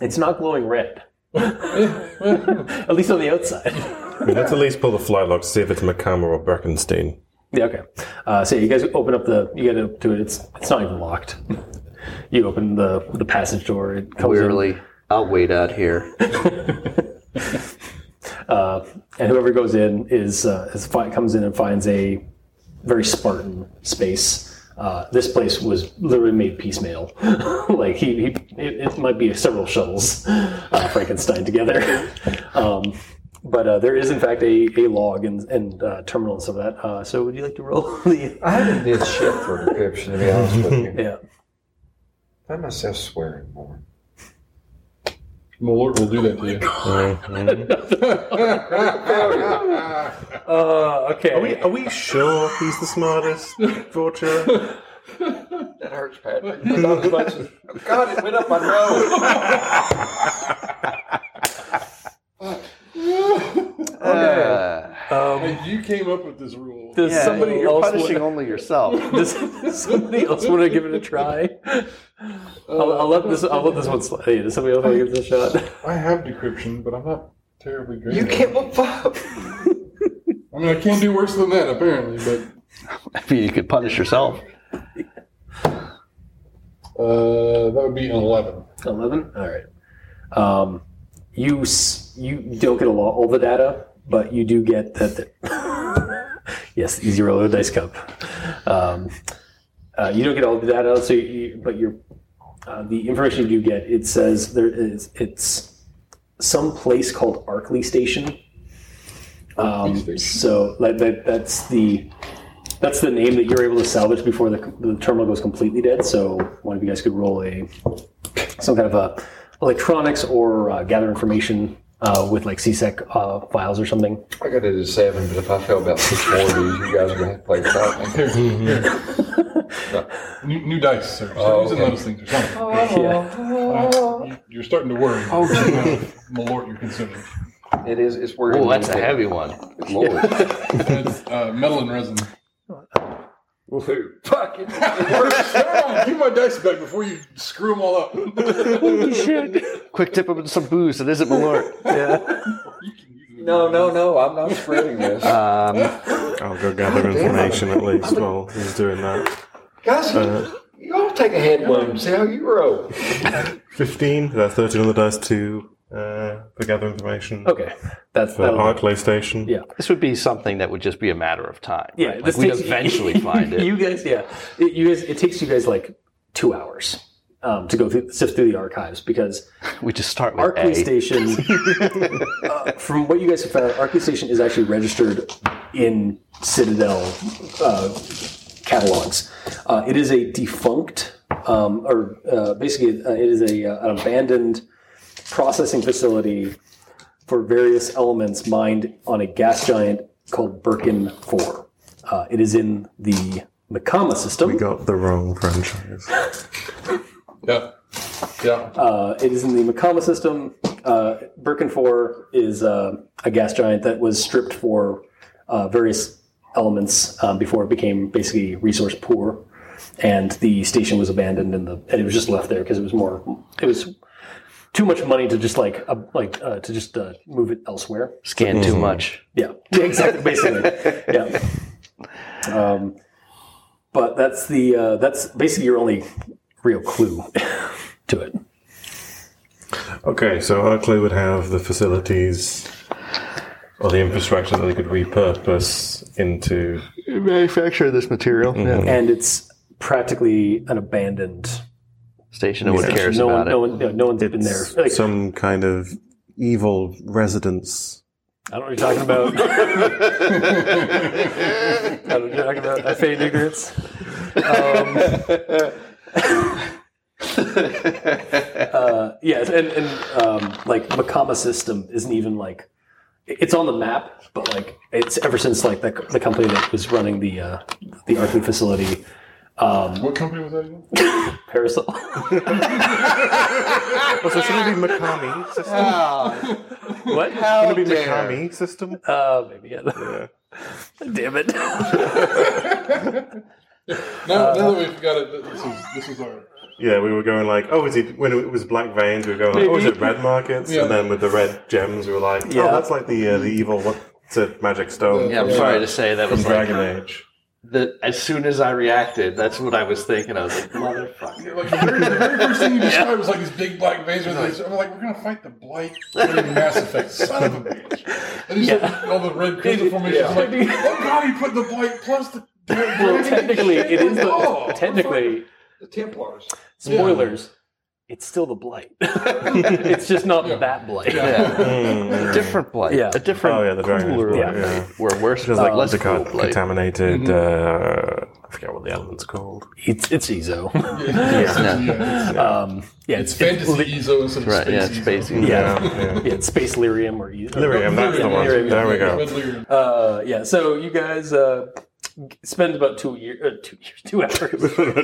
S1: It's not glowing red, *laughs* at least on the outside.
S2: I mean, let's at least pull the flight log to see if it's McCammer or Breckenstein.
S1: Yeah, okay. Uh, so you guys open up the, you get up to it. It's it's not even locked. you open the the passage door. It comes in,
S3: Wearily, I'll wait out here.
S1: uh, and whoever goes in is, uh, is fi- comes in and finds a very Spartan space. Uh, this place was literally made piecemeal. *laughs* like he, he it, it might be several shuttles uh, Frankenstein together. *laughs* um, but uh, there is in fact a, a log and, and uh, terminal and stuff like that. Uh, so would you like to roll *laughs* the?
S4: I haven't did shit for decryption, to be honest with *laughs* you.
S1: Yeah.
S4: I myself swearing more.
S5: My lord will do that to you.
S2: Oh Mm,
S1: Uh, okay.
S2: Are we, are we sure he's the smartest
S3: *laughs*
S2: vulture?
S4: That hurts, Patrick. God, it went up my
S3: *laughs*
S4: nose.
S3: Uh,
S5: Hey, you came up with this rule.
S1: Does
S3: yeah,
S1: somebody
S3: you're
S1: else
S3: punishing
S1: want,
S3: only yourself.
S1: does, does *laughs* somebody else want to give it a try? I'll, I'll let this. I'll let this one slide. Hey, does somebody else want to give this a shot?
S5: I have decryption, but I'm not terribly great.
S4: You
S5: at it.
S4: came up up.
S5: I mean, I can do worse than that, apparently.
S3: *laughs*
S5: But
S3: I mean, you could punish yourself.
S5: uh, that would be an eleven.
S1: Eleven. All right. Um, you s- you don't get a lot all the data, but you do get that. that *laughs* yes, easy roller dice cup. Um, uh, you don't get all the data, so you, you, but your uh, the information you do get it says there is it's some place called Arkley Station. Um,
S5: Arkley Station.
S1: So like that that's the that's the name that you're able to salvage before the, the terminal goes completely dead. So one of you guys could roll a some kind of a electronics or uh, gather information uh, with like CSEC uh, files or something.
S4: I got it at seven, but if I fell about six more of these, you guys are gonna have to play without me.
S5: Here, here. *laughs* New, new dice, sir. Start
S4: Oh,
S5: using
S4: okay.
S5: those things or
S4: *laughs*
S5: something.
S1: Yeah.
S5: Uh, you- you're starting to worry. Oh, my lord, you're consuming.
S4: It is. It's weird.
S3: Oh, that's a heavy one.
S4: Lord.
S5: That's uh, metal and resin.
S4: Fuck it.
S5: Ah, Give my dice back before you screw them all up.
S3: Quick dip him in some booze. It isn't Malort.
S4: No, no, no. I'm not spreading this.
S3: Um,
S2: I'll go
S1: Oh,
S2: gather information at least while he's doing that.
S4: guys, you all take a head wound. See how you roll.
S2: 15, uh, 13 on the dice to uh, to gather information
S1: Okay, that's
S2: for the
S1: that'll do it.
S2: Harkley Station.
S1: Yeah.
S3: This would be something that would just be a matter of time.
S1: Yeah,
S3: right? Like,
S1: this
S3: we'd
S1: takes-
S3: eventually
S1: *laughs*
S3: find it.
S1: You guys, yeah, it, you guys, it takes you guys like two hours um, to go through, sift through the archives because
S3: We just start with
S1: Arcade
S3: A.
S1: Station,
S3: *laughs*
S1: uh, from what you guys have found, Arcade Station is actually registered in Citadel uh, catalogs. Uh, it is a defunct, um, or uh, basically, uh, it is a, uh, an abandoned processing facility for various elements mined on a gas giant called Birkin 4. Uh, it is in the Makama system.
S2: We got the wrong franchise.
S5: Yeah. Yeah.
S1: Uh, it is in the Makama system. Uh, Birkin 4 is uh, a gas giant that was stripped for uh, various elements um, before it became basically resource poor. And the station was abandoned, and, the, and it was just left there because it was more, it was too much money to just like, uh, like uh, to just uh, move it elsewhere.
S3: Scan
S2: Mm-hmm.
S3: too much.
S1: Yeah, *laughs* yeah exactly. Basically, yeah. Um, but that's the uh, that's basically your only real clue *laughs* to it.
S2: Okay, so Harkley would have the facilities or the infrastructure that they could repurpose into.
S3: Manufacture this material.
S2: Mm-hmm.
S1: and it's practically an abandoned.
S3: Station no one cares
S1: no
S3: about
S1: one, no
S3: it.
S1: one, no, no one's been there. Like,
S2: Some kind of evil residence.
S1: I don't know what you're talking about. *laughs* I don't know what you're talking about. I feigned ignorance. Um,
S3: *laughs*
S1: uh, yes, and, and um, like Makama system isn't even like it's on the map, but like it's ever since like the, the company that was running the uh, the Arkham facility
S5: What company was that again?
S1: parasol. *laughs*
S2: So it's going to be Mikami system.
S1: Oh, what?
S2: going to be Mikami system.
S1: Uh, maybe yeah. *laughs* Damn it. *laughs*
S5: Now, now that we forgot it, th- this is this is our
S2: Yeah, we were going like, oh, is it when it was Black Veins? We were going like, oh, is it Red Markets?
S5: Yeah.
S2: And then with the red gems, we were like, oh,
S1: Yeah.
S2: that's like the uh, the evil what's it, magic stone
S3: Yeah, I'm sorry to say that
S2: from
S3: was like
S2: Dragon Age.
S3: the, as soon as I reacted, that's what I was thinking. I was like, motherfucker.
S5: Like the very, the very first thing you described was like these big black veins with these. I'm like, we're gonna fight the blight during Mass Effect, son of a bitch. And he's like, all the red crimson formations. I'm like, oh god, he put the blight plus the.
S1: well, technically, it is the technically
S6: The Templars.
S1: spoilers. It's still the blight. *laughs* it's just not that blight.
S3: Yeah. a different blight.
S1: Yeah.
S3: A different,
S2: Oh, yeah, the Dragon Age
S3: cooler
S2: blight,
S3: blight.
S2: yeah.
S3: Where worse
S2: Because
S3: uh,
S2: like
S3: less
S2: the co-
S3: cool blight.
S2: contaminated. Uh, I forget what the element's called.
S1: It's it's Ezo.
S5: Yeah.
S1: Um, yeah,
S5: It's fantasy Ezo instead of
S3: Right,
S5: space
S3: yeah, it's
S5: Ezo.
S3: basically.
S1: Yeah.
S2: yeah.
S1: yeah, it's space lyrium or Ezo.
S2: Lyrium, that's the one.
S1: Lyrium,
S2: There we go.
S5: Red Lyrium.
S1: Uh, yeah. So you guys uh, g- spend about two year, uh, two years, two hours,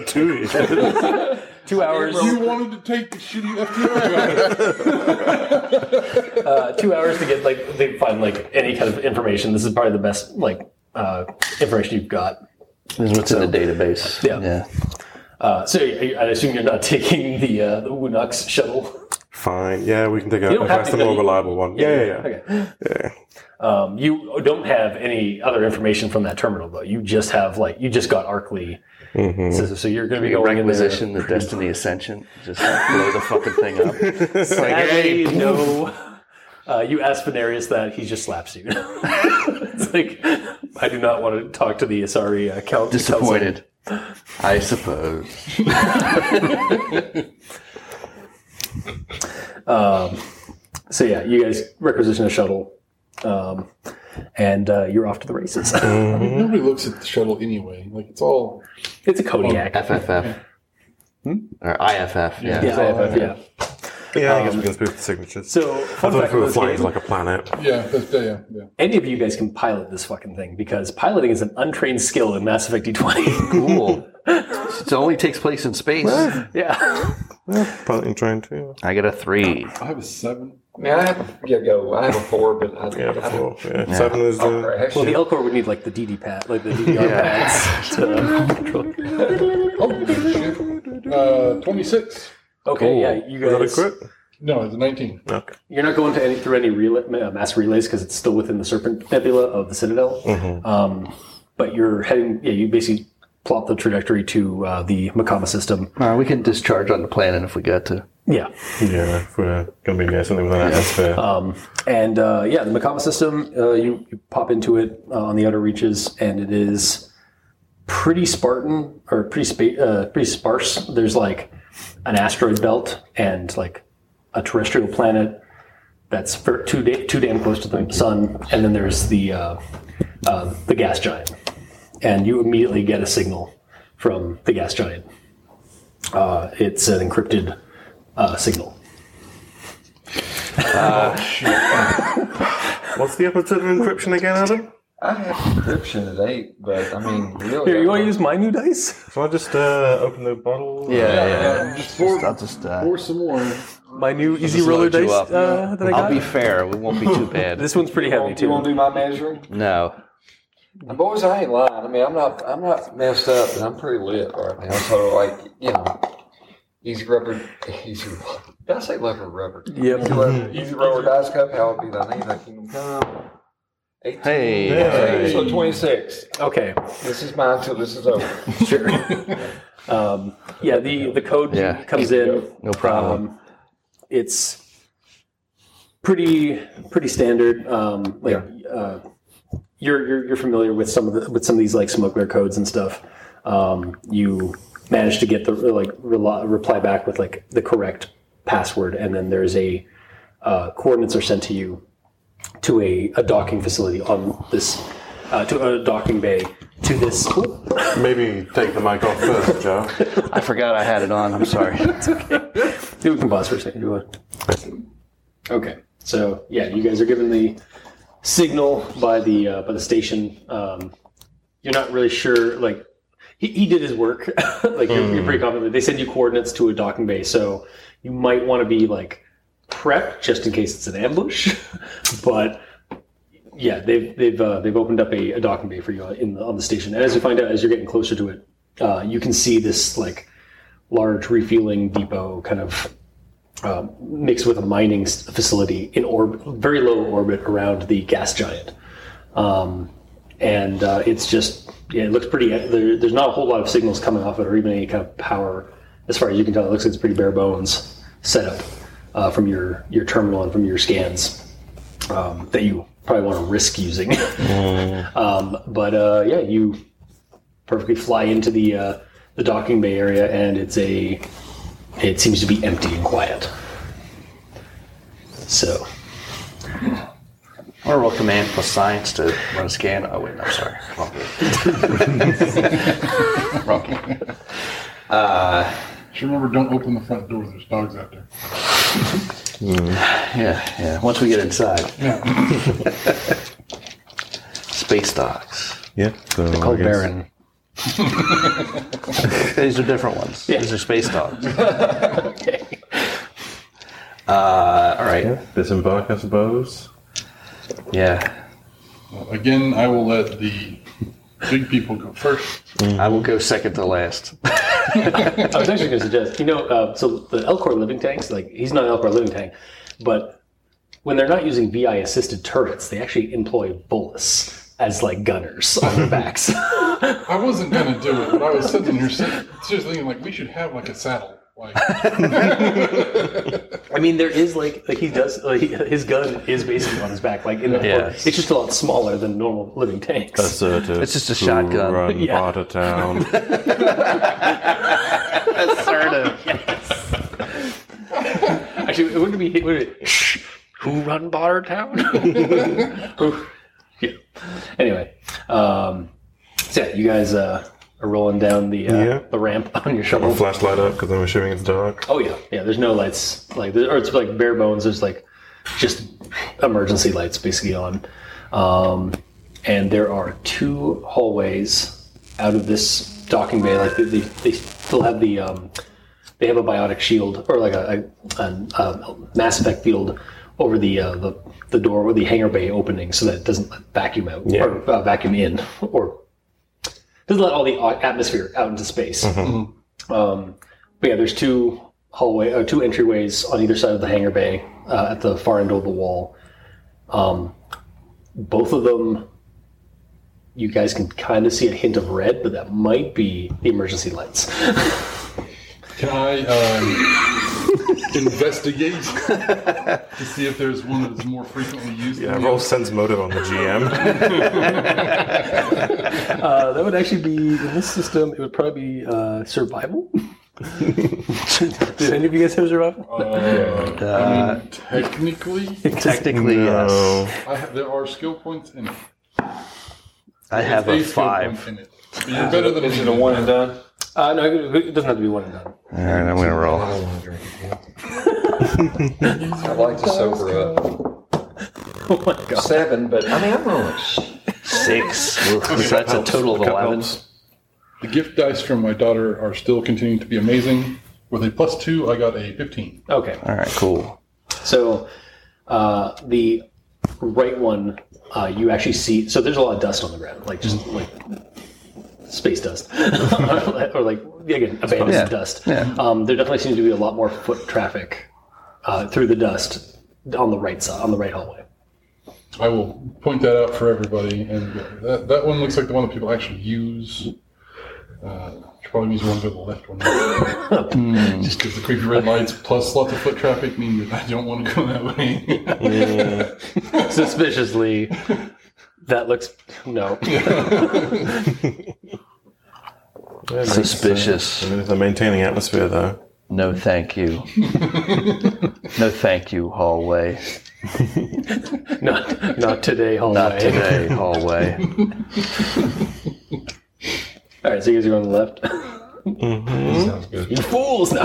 S5: *laughs*
S2: Two years.
S1: two hours,
S5: You wanted to take the shitty *laughs* FTR.
S1: uh, two hours to get like they find like any kind of information. This is probably the best like uh, information you've got.
S3: This is what's in the database.
S1: Yeah.
S3: yeah.
S1: Uh, so I assume you're not *laughs* taking the uh, the Wunox shuttle.
S2: *laughs* Fine. Yeah, we can take a,
S1: You don't
S2: a
S1: have to
S2: faster,
S1: go-
S2: more reliable one. Yeah, yeah, yeah.
S1: Okay. Um, you don't have any other information from that terminal though. You just have like you just got Arkley,
S2: Mm-hmm.
S1: so, so you're going to be
S3: You
S1: going in there.
S3: requisition the Destiny Ascension. Just like, blow the fucking thing *laughs* up. It's like,
S1: Sadly, no. Uh, you ask Venarius that he just slaps you. *laughs* it's like I do not want to talk to the Asari uh, count.
S3: disappointed. I suppose.
S1: uh, So yeah, you guys requisition a shuttle, um, and uh, you're off to the races.
S2: Mm.
S5: Nobody looks at the shuttle anyway. Like it's all
S1: it's a Kodiak.
S3: Oh, FFF. Or IFF, yeah.
S1: yeah, yeah.
S2: Yeah, I guess we can spoof the signatures.
S1: So
S2: I
S1: fun
S2: thought
S1: fact
S2: if we
S1: of
S2: were
S1: this
S2: flying
S1: game-
S2: to like a planet.
S5: yeah, that's, yeah, yeah.
S1: any of you guys can pilot this fucking thing because piloting is an untrained skill in Mass Effect D20.
S3: *laughs* Cool. it only takes place in space.
S1: yeah.
S2: Piloting train too.
S3: I got a three.
S5: I have a seven.
S6: I mean, I have a, yeah, go. I have a four, but I,
S2: Yeah,
S6: I don't
S2: before. Yeah. Seven is the.
S6: crash.
S1: Well, the Elcor would need like the DD pad, like the DDR pads to control.
S5: Oh, shit. Uh, twenty-six.
S1: Okay, yeah, you guys.
S2: Is that a quit?
S5: No, it's a nineteen.
S2: Okay.
S1: You're not going to any through any relay, uh, mass relays because it's still within the Serpent Nebula of the Citadel. Um, but you're heading. Yeah, you basically plot the trajectory to uh, the Makama system.
S3: we can discharge on the planet if we got to.
S1: Yeah.
S2: Yeah, if we're going to be near something with an atmosphere.
S3: Oh.
S1: And uh, yeah, the Makama system, uh, you, you pop into it uh, on the outer reaches, and it is pretty Spartan or pretty spa- uh, pretty sparse. There's like an asteroid belt and like a terrestrial planet that's fir- too da- too damn close to the sun, and then there's the uh, uh, the gas giant, and you immediately get a signal from the gas giant. Uh, it's an encrypted uh, signal.
S2: What's the opposite of encryption again, Adam?
S4: I have encryption at eight, but I mean, really,
S1: Here, you want to use my new dice?
S2: So I just uh, open the bottle?
S3: Yeah, yeah.
S5: Uh, just pour,
S3: I'll just. Uh,
S5: pour some more.
S1: My new easy
S3: just
S1: roller
S3: load you
S1: dice
S3: up.
S1: uh, that I got.
S3: I'll be fair. We won't be *laughs* too bad.
S1: this one's pretty
S4: You
S1: heavy
S4: won't, you won't
S1: too.
S4: do my measuring.
S3: No.
S4: And boys, I ain't lying. I mean, I'm not, I'm not messed up, and I'm pretty lit right now. So, like, you know, easy rubber, *laughs* easy. rubber- Did I say leopard rubber? Easy
S1: Yep. Mm-hmm.
S4: rubber, easy rubber dice cup. How would be the name? I can come. 18.
S3: Hey.
S2: Hey.
S4: So 26.
S1: Okay.
S4: This is mine till this is over.
S1: Sure. *laughs* um, yeah. The the code
S3: Yeah.
S1: comes in.
S3: No problem.
S1: Um, it's pretty pretty standard. Um, like uh, you're, you're you're familiar with some of the with some of these like smuggler codes and stuff. Um, you manage to get the like rely, reply back with like the correct password, and then there's a uh, coordinates are sent to you to a, a docking facility on this uh, to a docking bay to this.
S2: Maybe take the mic off first, Joe.
S3: I forgot I had it on. I'm *laughs* sorry.
S1: We can pause for a second. Do what? Okay. So yeah, you guys are given the signal by the uh, by the station. Um, you're not really sure. Like he, he did his work. *laughs* like you're, you're pretty confident. They send you coordinates to a docking bay, so you might want to be like prepped just in case it's an ambush. *laughs* but yeah, they've they've uh, they've opened up a, a docking bay for you uh, in the, on the station. And as you find out, as you're getting closer to it, uh, you can see this like large refueling depot kind of um, mixed with a mining s- facility in orbit, very low orbit around the gas giant. Um, and uh, it's just, yeah, it looks pretty, there, there's not a whole lot of signals coming off it or even any kind of power. As far as you can tell, it looks like it's pretty bare bones setup uh, from your, your terminal and from your scans um, that you probably want to risk using. *laughs* um, but uh, yeah, you perfectly fly into the, uh, the docking bay area and it's a it seems to be empty and quiet. So,
S3: Or roll command plus science to run a scan. Oh wait, no, I'm sorry. Wrong game. Wrong game.
S5: Just remember, don't open the front door. There's dogs out there.
S3: Yeah, yeah. Once we get inside,
S5: Yeah.
S3: *laughs* space dogs.
S2: Yeah. So I
S1: Cold
S2: guess-
S1: Baron.
S3: These are different ones. These are space dogs. Uh, all right.
S2: Yeah. Disembark, I suppose.
S3: Yeah.
S5: Well, again, I will let the big people go first.
S3: I will go second to last.
S1: I was Oh, actually going to suggest, you know, uh, so the Elcor living tanks, like, he's not an Elcor living tank, but when they're not using VI assisted turrets, they actually employ bullets as, like, gunners on their backs. *laughs*
S5: I wasn't gonna do it, but I was sitting here, sitting, just thinking like we should have like a saddle.
S3: *laughs*
S5: Like,
S1: I mean, there is, like, like he does, like, he- his gun is basically on his back, like, in the
S3: Yeah.
S1: it's just a lot smaller than normal living tanks.
S2: Assertive.
S3: It's just a shotgun. *laughs*
S2: Run
S1: Yeah.
S2: part of town.
S3: Assertive.
S1: Actually, it wouldn't be. Wait, wait. Shh. Who run Botter Town? *laughs* Who- yeah. Anyway, um, so yeah, you guys uh, are rolling down the uh,
S2: Yeah.
S1: the ramp on your shovel.
S2: *laughs* Flashlight up because I'm assuming it's dark.
S1: Oh yeah, yeah. There's no lights, like there, or it's like bare bones. There's like just emergency lights basically on, um, and there are two hallways out of this docking bay. Like they, they, they still have the um, they have a biotic shield or like a, a, an- a mass effect field over the, uh, the the door or the hangar bay opening, so that it doesn't let vacuum out or uh, vacuum in or doesn't let all the au- atmosphere out into space. But yeah, there's two hallway, or two entryways on either side of the hangar bay uh, at the far end of the wall. Um, both of them, you guys can kind of see a hint of red, but that might be the emergency lights.
S5: can I? Um, investigate to see if there's one that's more frequently used.
S2: Yeah,
S5: than
S2: roll
S5: the
S2: sense motive on the *laughs* GM.
S1: *laughs* Uh, that would actually be in this system. It would probably be uh, survival. *laughs* Did any of you guys have survival?
S5: other. Uh, I mean, technically,
S3: Technically, yes.
S5: I have, there are skill points in it.
S3: I have a
S5: There's skill
S3: five.
S5: point in it. But You're better than
S4: Is it a one and done?
S1: Uh, no, it doesn't have to be one and done.
S3: All right, I'm gonna roll.
S4: *laughs* I like to sober up. *laughs*
S1: Oh my god!
S4: Seven, but I mean, I'm rolling. shit.
S3: Six. That's a total of
S2: Cup
S3: eleven.
S2: helps.
S5: The gift dice from my daughter are still continuing to be amazing. With a plus two, I got a 15.
S1: Okay,
S3: All right, cool.
S1: so uh, the right one, uh, you actually see. So there's a lot of dust on the ground, like
S3: Mm.
S1: just like space dust, *laughs* or like again abandoned
S3: Yeah,
S1: dust.
S3: yeah.
S1: Um, there definitely seems to be a lot more foot traffic uh, through the dust on the right side, on the right hallway.
S5: I will point that out for everybody. And uh, that, that one looks like the one that people actually use. Uh, should probably use the one to the left one. Just because the creepy red lights plus lots of foot traffic mean that I don't want to go that way. *laughs*
S1: Suspiciously, that looks no. *laughs*
S3: Suspicious.
S2: If they're maintaining atmosphere, though.
S3: No, thank *laughs* you. no, thank you. Hallway.
S1: Not not today, hallway. *laughs*
S3: Not today. Hallway. *laughs*
S1: All right, so you guys are going to the left.
S4: Sounds good.
S1: *laughs* You fools! *laughs* No,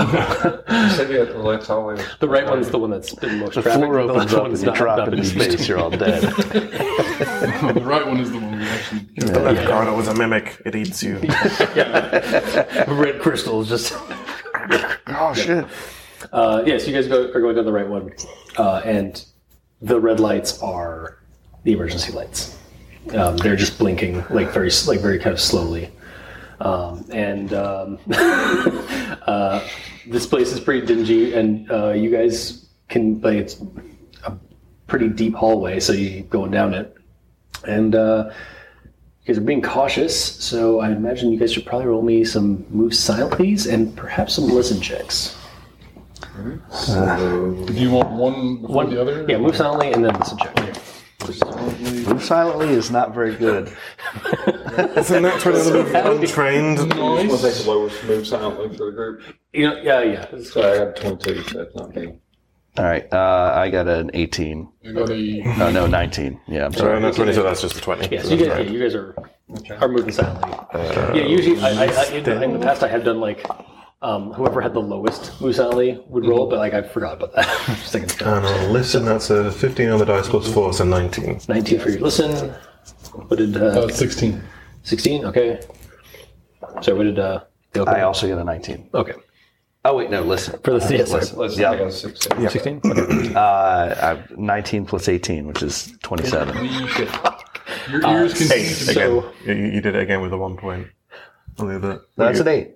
S4: You said you had the left hallway.
S1: the right one's the one that's been most
S3: The
S1: traffic.
S3: floor opens
S1: the
S3: up and you drop into space. You're
S1: *laughs*
S3: all dead.
S5: the right one is the one we actually.
S2: The left corridor was a mimic. It eats *laughs* you.
S1: Red crystals
S3: *laughs*
S1: just.
S3: oh shit.
S1: Uh, yes, you guys go, are going down the right one, uh, and the red lights are the emergency lights. Um, they're just blinking like very s- like very kind of slowly, um, and um, *laughs* uh, this place is pretty dingy. And uh, you guys can like it's a pretty deep hallway, so you keep going down it, and uh, you guys are being cautious. So I imagine you guys should probably roll me some move silentlies and perhaps some listen checks.
S5: Do you want one before
S1: One,
S5: the other?
S1: Yeah, move silently and then listen check.
S3: Move silently is not very good.
S2: It's a natural element
S3: *laughs*
S2: of untrained.
S5: Nice.
S6: We'll take the lowest move silently for the group.
S1: You know, yeah, yeah. It's-
S6: Sorry, I got 22, so that's not me.
S3: All right. Uh, I got an 18.
S5: You uh, got a
S3: Oh no, 19. Yeah, I'm sorry.
S2: Sorry, not 20, so that's just a 20.
S1: Yeah, so you guys, yeah, you guys are are moving silently.
S5: Uh,
S1: yeah, usually I, I, I, in, in the past I have done like um, whoever had the lowest move silently would roll, but like I forgot about that. *laughs* Just thinking,
S2: And I'll listen, that's a 15 on the dice plus 4, so 19.
S1: Nineteen for your listen. What did
S5: uh,
S1: uh,
S5: 16.
S1: sixteen? Okay. So what did uh, the open-
S3: I also got a 19.
S1: okay
S3: Oh wait, no. Listen.
S1: for the theater?
S4: Let's
S3: Yeah.
S4: I got sixteen.
S1: Sixteen. Okay.
S3: Uh, I, 19 plus 18, which is 27.
S5: Holy shit. Your ears can
S2: Eight
S5: see.
S2: again.
S1: So-
S2: You, you did it again with a one point. On the other.
S3: That's
S2: you,
S3: an eight.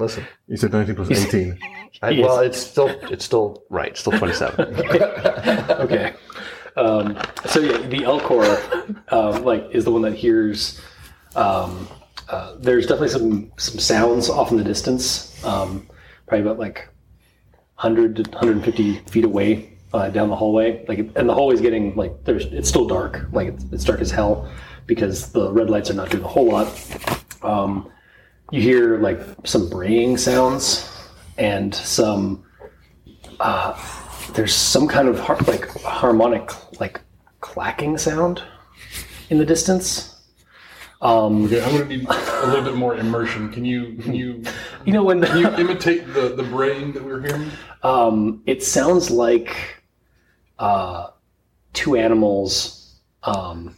S3: Listen,
S2: You said 19 plus 18.
S3: I,
S1: Yes.
S3: well, it's still it's still right. It's still 27.
S1: *laughs* okay. Um, so yeah, the Elcor um, like is the one that hears. Um, uh, there's definitely some some sounds off in the distance, um, probably about like 100 to 150 feet away uh, down the hallway. Like, and the hallway's getting like there's it's still dark. Like it's, it's dark as hell because the red lights are not doing a whole lot. Um, you hear like some braying sounds and some there's some kind of har- like harmonic like clacking sound in the distance.
S5: Okay, I'm going to need a little bit more immersion. Can you can you
S1: You know when
S5: can you imitate the the brain that we're hearing?
S1: um, it sounds like uh, two animals um,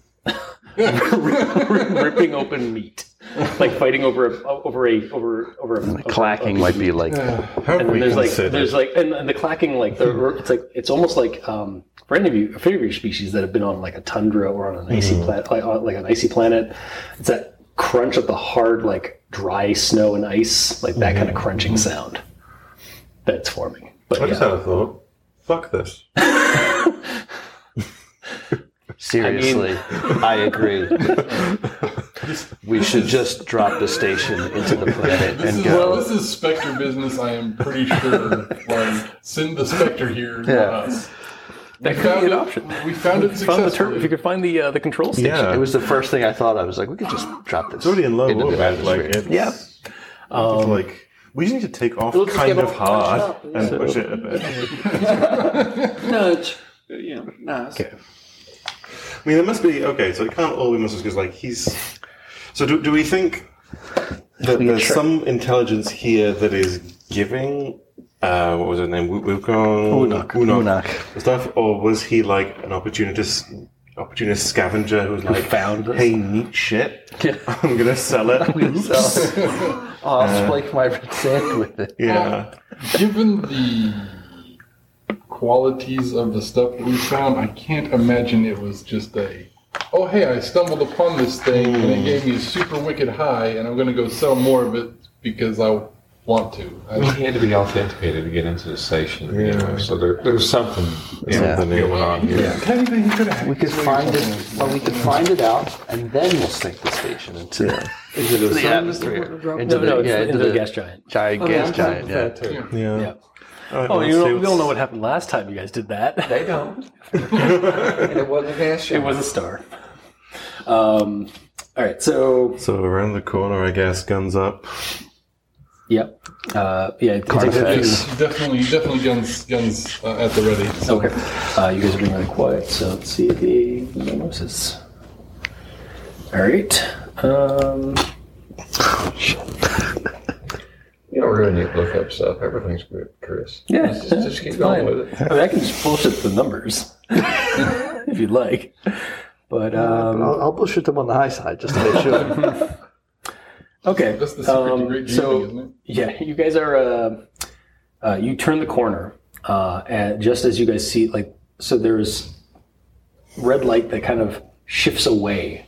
S1: ripping open meat, like fighting over a over a over over a, over a-
S3: *laughs* Clacking might be like
S2: How
S1: and
S2: we
S1: then there's like
S2: considered-
S1: there's like and, and the clacking like the,
S2: *laughs*
S1: it's like it's almost like um, for any of you for any of your species that have been on like a tundra or on an icy
S2: Mm-hmm.
S1: planet like, on, like an icy planet it's that crunch of the hard like dry snow and ice like that
S2: Mm-hmm.
S1: kind of crunching sound that's forming but
S2: I just
S1: yeah.
S2: had a thought. Fuck this. *laughs*
S3: seriously. I, agree. We should just drop the station into the planet
S5: This
S3: and
S5: is,
S3: go.
S5: this is Spectre business, I am pretty sure. like, send the Spectre here,
S3: Yeah.
S5: not us. That
S1: could be an option.
S5: We found
S1: Find the
S5: it
S1: tur-
S5: successfully.
S1: if you could find the uh, the control station.
S2: Yeah,
S3: It was the first thing I thought. I was like, we could just drop this.
S2: it's already in low
S3: into the
S2: orbit. Like,
S3: atmosphere.
S2: it's,
S1: Yeah.
S2: it's like we just need to take off
S7: just
S2: kind
S7: give
S2: of
S7: it a
S2: hard
S7: punch up,
S2: and push it a bit.
S7: No, it's you know, nice.
S2: I mean, there must be okay. So it can't all be muscles because, like, he's. So do, do we think that there's some intelligence here that is giving? Uh, what was her name? Wu- Wukong.
S3: Unok. Unok.
S2: Stuff, or was he like an opportunist? Opportunist scavenger who was like,
S3: found it.
S2: "Hey, neat shit! *laughs* I'm gonna sell it."
S3: So, I'll flake my sand with it.
S2: *laughs* yeah,
S5: Given the qualities of the stuff that we found, I can't imagine it was just a, oh, hey, I stumbled upon this thing and it gave me a super wicked high, and I'm going to go sell more of it because I want to. *laughs* I,
S4: He had to be authenticated to get into the station. You know, so there, there's something you know,
S2: Something
S4: going on here.
S5: technically, he could have.
S3: We could find it. Well, we could find it out, and then we'll sink the station into into the, atmosphere. Into
S1: No, no, it's
S3: yeah,
S1: the,
S3: into
S1: into the
S3: the
S1: gas Oh, giant.
S3: giant gas giant. Yeah.
S2: yeah.
S1: Yeah.
S2: All right,
S1: Oh,
S2: well,
S1: you
S2: let's see
S1: know, we all
S2: what's-
S1: know what happened last time you guys did that.
S4: They don't. and it wasn't
S1: *laughs* It
S4: fashion.
S1: was a star. Um, all right, so
S2: *laughs* So around the corner, I guess, guns up.
S1: yep, uh, yeah, it takes a few-
S5: Yes, definitely, definitely guns, guns uh, at the ready. So
S1: Okay. Uh, you guys are being really quiet, so let's see the mimosas. All right. Um,
S4: You don't really need to look up stuff. Everything's good, Chris.
S1: yeah,
S4: Just,
S1: yeah,
S4: just
S1: it's
S4: keep going
S1: fine.
S5: Oh,
S4: with it.
S1: I mean, I can just bullshit the numbers *laughs* if you'd like. But um,
S3: I'll, I'll bullshit them on the high side just to make sure.
S1: *laughs* okay.
S5: that's the secret
S1: um,
S5: to great
S1: so
S5: dealing, isn't it?
S1: yeah, you guys are. Uh, uh, you turn the corner, uh, and just as you guys see, like, so there's red light that kind of shifts away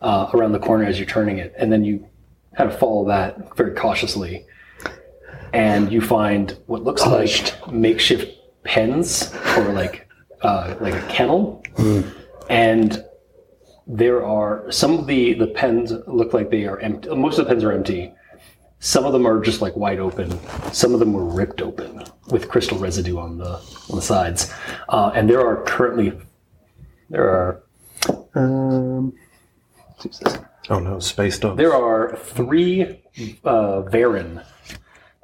S1: uh, around the corner as you're turning it, and then you kind of follow that very cautiously, and you find what looks like makeshift pens or like uh, like a kennel, and there are some of the the pens look like they are empty. Most of the pens are empty. Some of them are just like wide open. Some of them were ripped open with crystal residue on the on the sides, uh, and there are currently there are
S2: Oh no, space dogs.
S1: there are three uh, Varen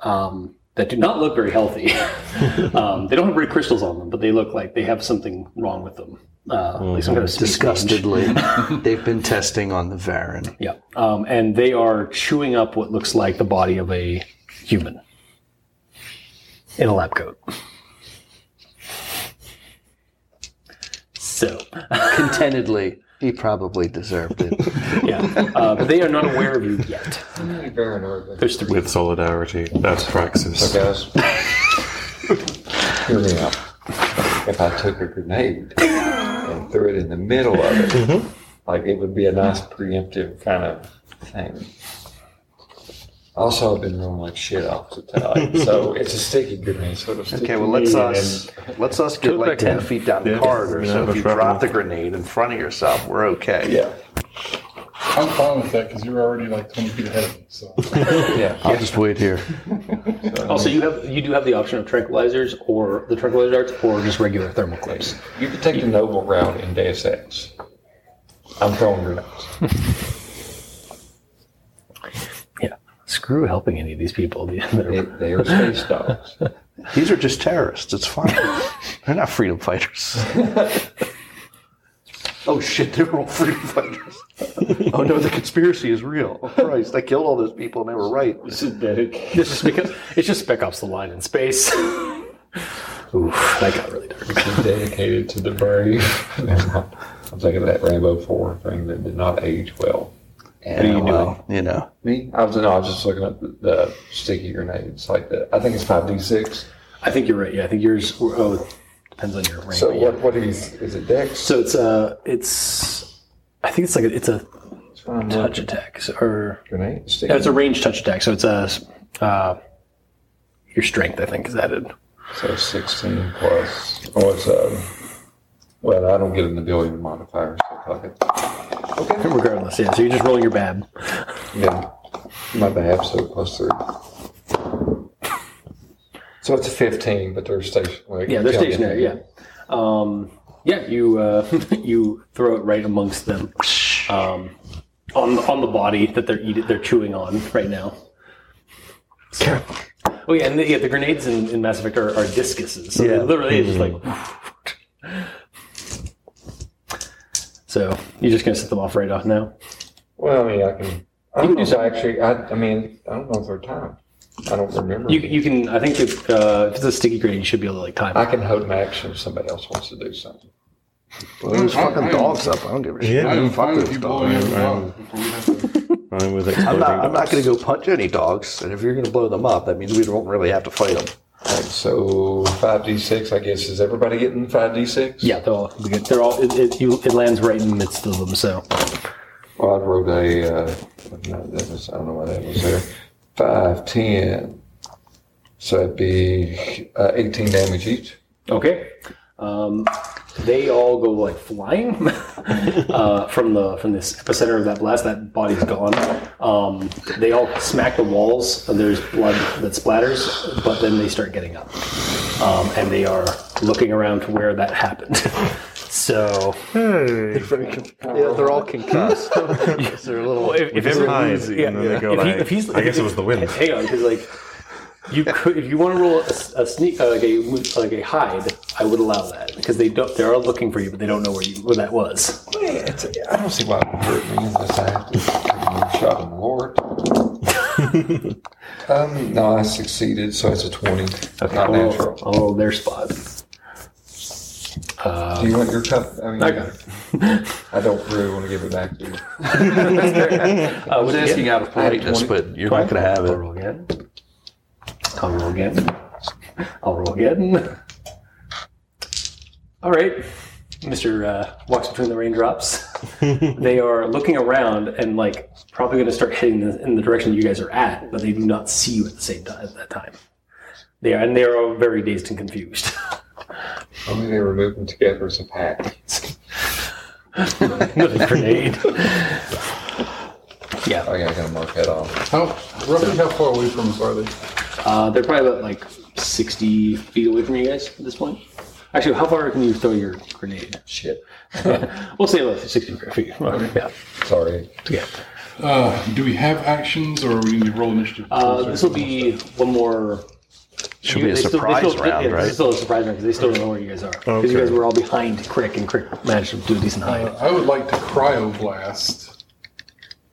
S1: um, that do not look very healthy. *laughs* um, they don't have red crystals on them, but they look like they have something wrong with them, uh, like some kind of speed change.
S2: *laughs*
S3: Disgustedly, they've been testing on the Varan.
S1: Yeah, um, and they are chewing up what looks like the body of a human in a lab coat. So, *laughs*
S3: Contentedly, he probably deserved it.
S1: yeah, uh, but they are not aware of you yet.
S4: Very nervous.
S1: There's three.
S2: *laughs* with solidarity. That's praxis.
S4: guys. *laughs* Hear me out. If I took a grenade and threw it in the middle of it, like it would be a nice preemptive kind of thing. Also, I've been rolling like shit off the top, so it's a sticky grenade. So it'll stick
S3: Okay,
S4: to
S3: well let's uh,
S4: me
S3: us let's us get
S1: Took
S3: like
S1: back
S3: ten
S1: down.
S3: feet down the
S2: Yeah.
S3: corridor.
S2: We
S3: So
S2: have
S3: if
S2: a
S3: you
S2: shrapnel.
S3: drop the grenade in front of yourself, we're okay.
S4: and- Yeah,
S5: I'm fine with that because you're already like 20 feet ahead of me. *laughs* So
S4: yeah.
S3: I'll just wait here.
S1: Also, you have you do have the option of tranquilizers or the tranquilizer darts or just regular thermal clips.
S4: You could take the noble route in Deus Ex. I'm throwing grenades.
S1: *laughs* Yeah. Screw helping any of these people.
S4: They, they are space
S1: *laughs*
S4: dogs.
S3: These are just terrorists. It's *laughs* fine. They're not
S2: *laughs*
S3: freedom fighters. oh shit, they were all freedom fighters. oh no, the conspiracy is real. Oh Christ, they killed all those people and they were right.
S1: It's just because it's just Spec Ops the line in space. *laughs* Oof, that got really dark.
S4: dedicated to the brave. *laughs* I'm thinking of that Rambo 4 thing that did not age well.
S3: And
S4: you
S3: well, you know.
S4: Me? I was, no, I was just looking at the, the sticky grenades. Like the, I think it's 5d6.
S1: I think you're right. Yeah, I think yours. Oh, it depends on your rank.
S4: So
S1: but yeah.
S4: what, what is, is it dex?
S1: So it's a it's. I think it's like a, it's a
S4: It's one of the
S1: touch attack so- or
S4: Grenade? Sticky?
S1: no, it's a range touch attack. So it's a uh, your strength. I think is added.
S4: So 16 um, plus. Oh, it's, uh, well, I don't get an ability modifier, so fuck it.
S1: Regardless, yeah. So you're just rolling your bab.
S4: Yeah. My bad, so plus three. So it's a 15, but they're stationary.
S1: Yeah, they're stationary. Yeah. Um, yeah, you uh, *laughs* you throw it right amongst them um, on on the body that they're eating, they're chewing on right now. Oh yeah, and the, yeah, the grenades in, in Mass Effect are, are discuses. So yeah. Mm-hmm. literally it's just like. *laughs* So you're just gonna set them off right off now.
S4: Well, I mean, I can. I don't know if I actually, I, I mean, I don't know if they're timed. I don't remember.
S1: You you can I think if, uh, if it's a sticky grenade, you should be able to like time.
S4: I
S1: it.
S4: can hold my action if somebody else wants to do something.
S3: Well, there's
S5: I'm-
S3: fucking
S5: I'm-
S3: dogs up. I don't give a shit.
S2: Yeah.
S5: I'm fine with
S3: those
S5: you
S3: dogs.
S5: blowing everything up before we have to.
S2: I'm with exploding
S3: I'm not, I'm not
S2: dogs.
S3: going to go punch any dogs. And if you're going to blow them up, that means we won't really have to fight them.
S4: All right, so 5d6, I guess. Is everybody getting 5d6?
S1: Yeah, they're all they're all it, it, you, it lands right in the midst of them. So
S4: Well, I wrote a, uh, no, that was, I don't know why that was there. 5, 10. So it'd be uh, 18 damage each.
S1: Okay. Um, they all go like flying *laughs* uh, from the from this epicenter of that blast. That body's gone. Um, they all smack the walls. and There's blood that splatters, but then they start getting up, um, and they are looking around to where that happened. *laughs* so
S3: Yeah, they're all
S1: *laughs*
S3: concussed. they're a little.
S1: if, if
S2: Hide, and then they go like, I guess it was the wind.
S1: Hang on, because like you could, if you want to roll a, a sneak, uh, like a move- like a hide, I would allow that because they don't. They are looking for you, but they don't know where you where that was.
S4: It's, I don't see why it would hurt me unless I have to take a shot on the Lord. um, no, I succeeded, so it's a 20. Not
S1: I'll,
S4: natural.
S1: I'll roll their spot.
S4: Do you want your cup? I mean,
S1: I got it.
S4: I don't really want to give it back to you.
S1: Uh,
S3: *laughs* I was asking out of politeness, but you're not going to have
S1: I'll
S3: it.
S1: roll again. I'll roll again. I'll roll again. All right. Mr. Uh, walks between the raindrops.
S2: *laughs*
S1: they are looking around and like probably going to start heading in the, in the direction you guys are at, but they do not see you at the same time at that time. They are, and they are all very dazed and confused. *laughs*
S4: Only they were moving together as a pack.
S1: Another grenade. yeah,
S4: Oh, yeah, I gotta mark that off.
S5: How roughly how far away from us are they?
S1: Uh, they're probably about like 60 feet away from you guys at this point. Actually, how far can you throw your grenade?
S4: Shit.
S1: *laughs* We'll say about 60 feet. *laughs* Yeah.
S4: Sorry.
S1: yeah.
S5: Uh, do we have actions, or are we going to roll initiative?
S1: Uh, this will be one more.
S3: Should be a
S1: they still- they
S3: surprise
S1: still-
S3: round,
S1: yeah, This
S3: right?
S1: is still a surprise round because they still don't know where you guys are. Because you
S2: Okay.
S1: guys were all behind Crick, and Crick managed to do a decent hide.
S5: I would like to cryoblast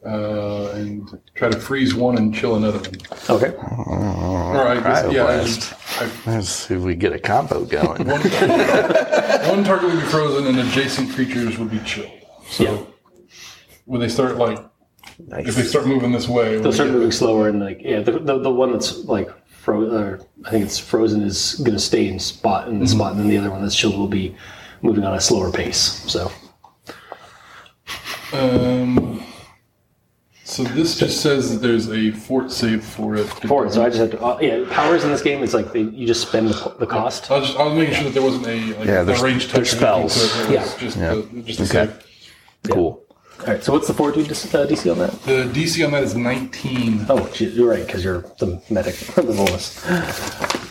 S5: uh, and try to freeze one and chill another one.
S1: okay.
S5: All right, this, yeah, I
S3: Cryoblast.
S5: would-
S3: Let's see if we get a *laughs* combo going.
S5: I- one target would be frozen, and adjacent creatures would be chilled. So
S1: Yeah.
S5: when they start like, if they
S3: nice.
S5: start moving this way,
S1: They'll
S5: we
S1: start
S5: get-
S1: moving slower, and like, yeah, the, the, the one that's like, fro- or I think it's frozen is going to stay in spot in the spot, and then the other one that's chilled will be moving on a slower pace. So,
S5: Um, so this just says that there's a fort save for it.
S1: Four. So I just have to. Uh, yeah, powers in this game. It's like they, you just spend the, the cost.
S5: I was, just, I was making sure that there wasn't a like
S3: Yeah,
S5: a
S3: there's-
S5: range
S3: there's spells.
S1: Yeah.
S5: just
S3: Yeah.
S5: the, just the
S3: Okay.
S5: save.
S3: Cool.
S1: All right. So what's the fortitude dis- uh, DC on that?
S5: The DC on that is 19.
S1: Oh, geez, you're right because you're the medic, *laughs* the bonus.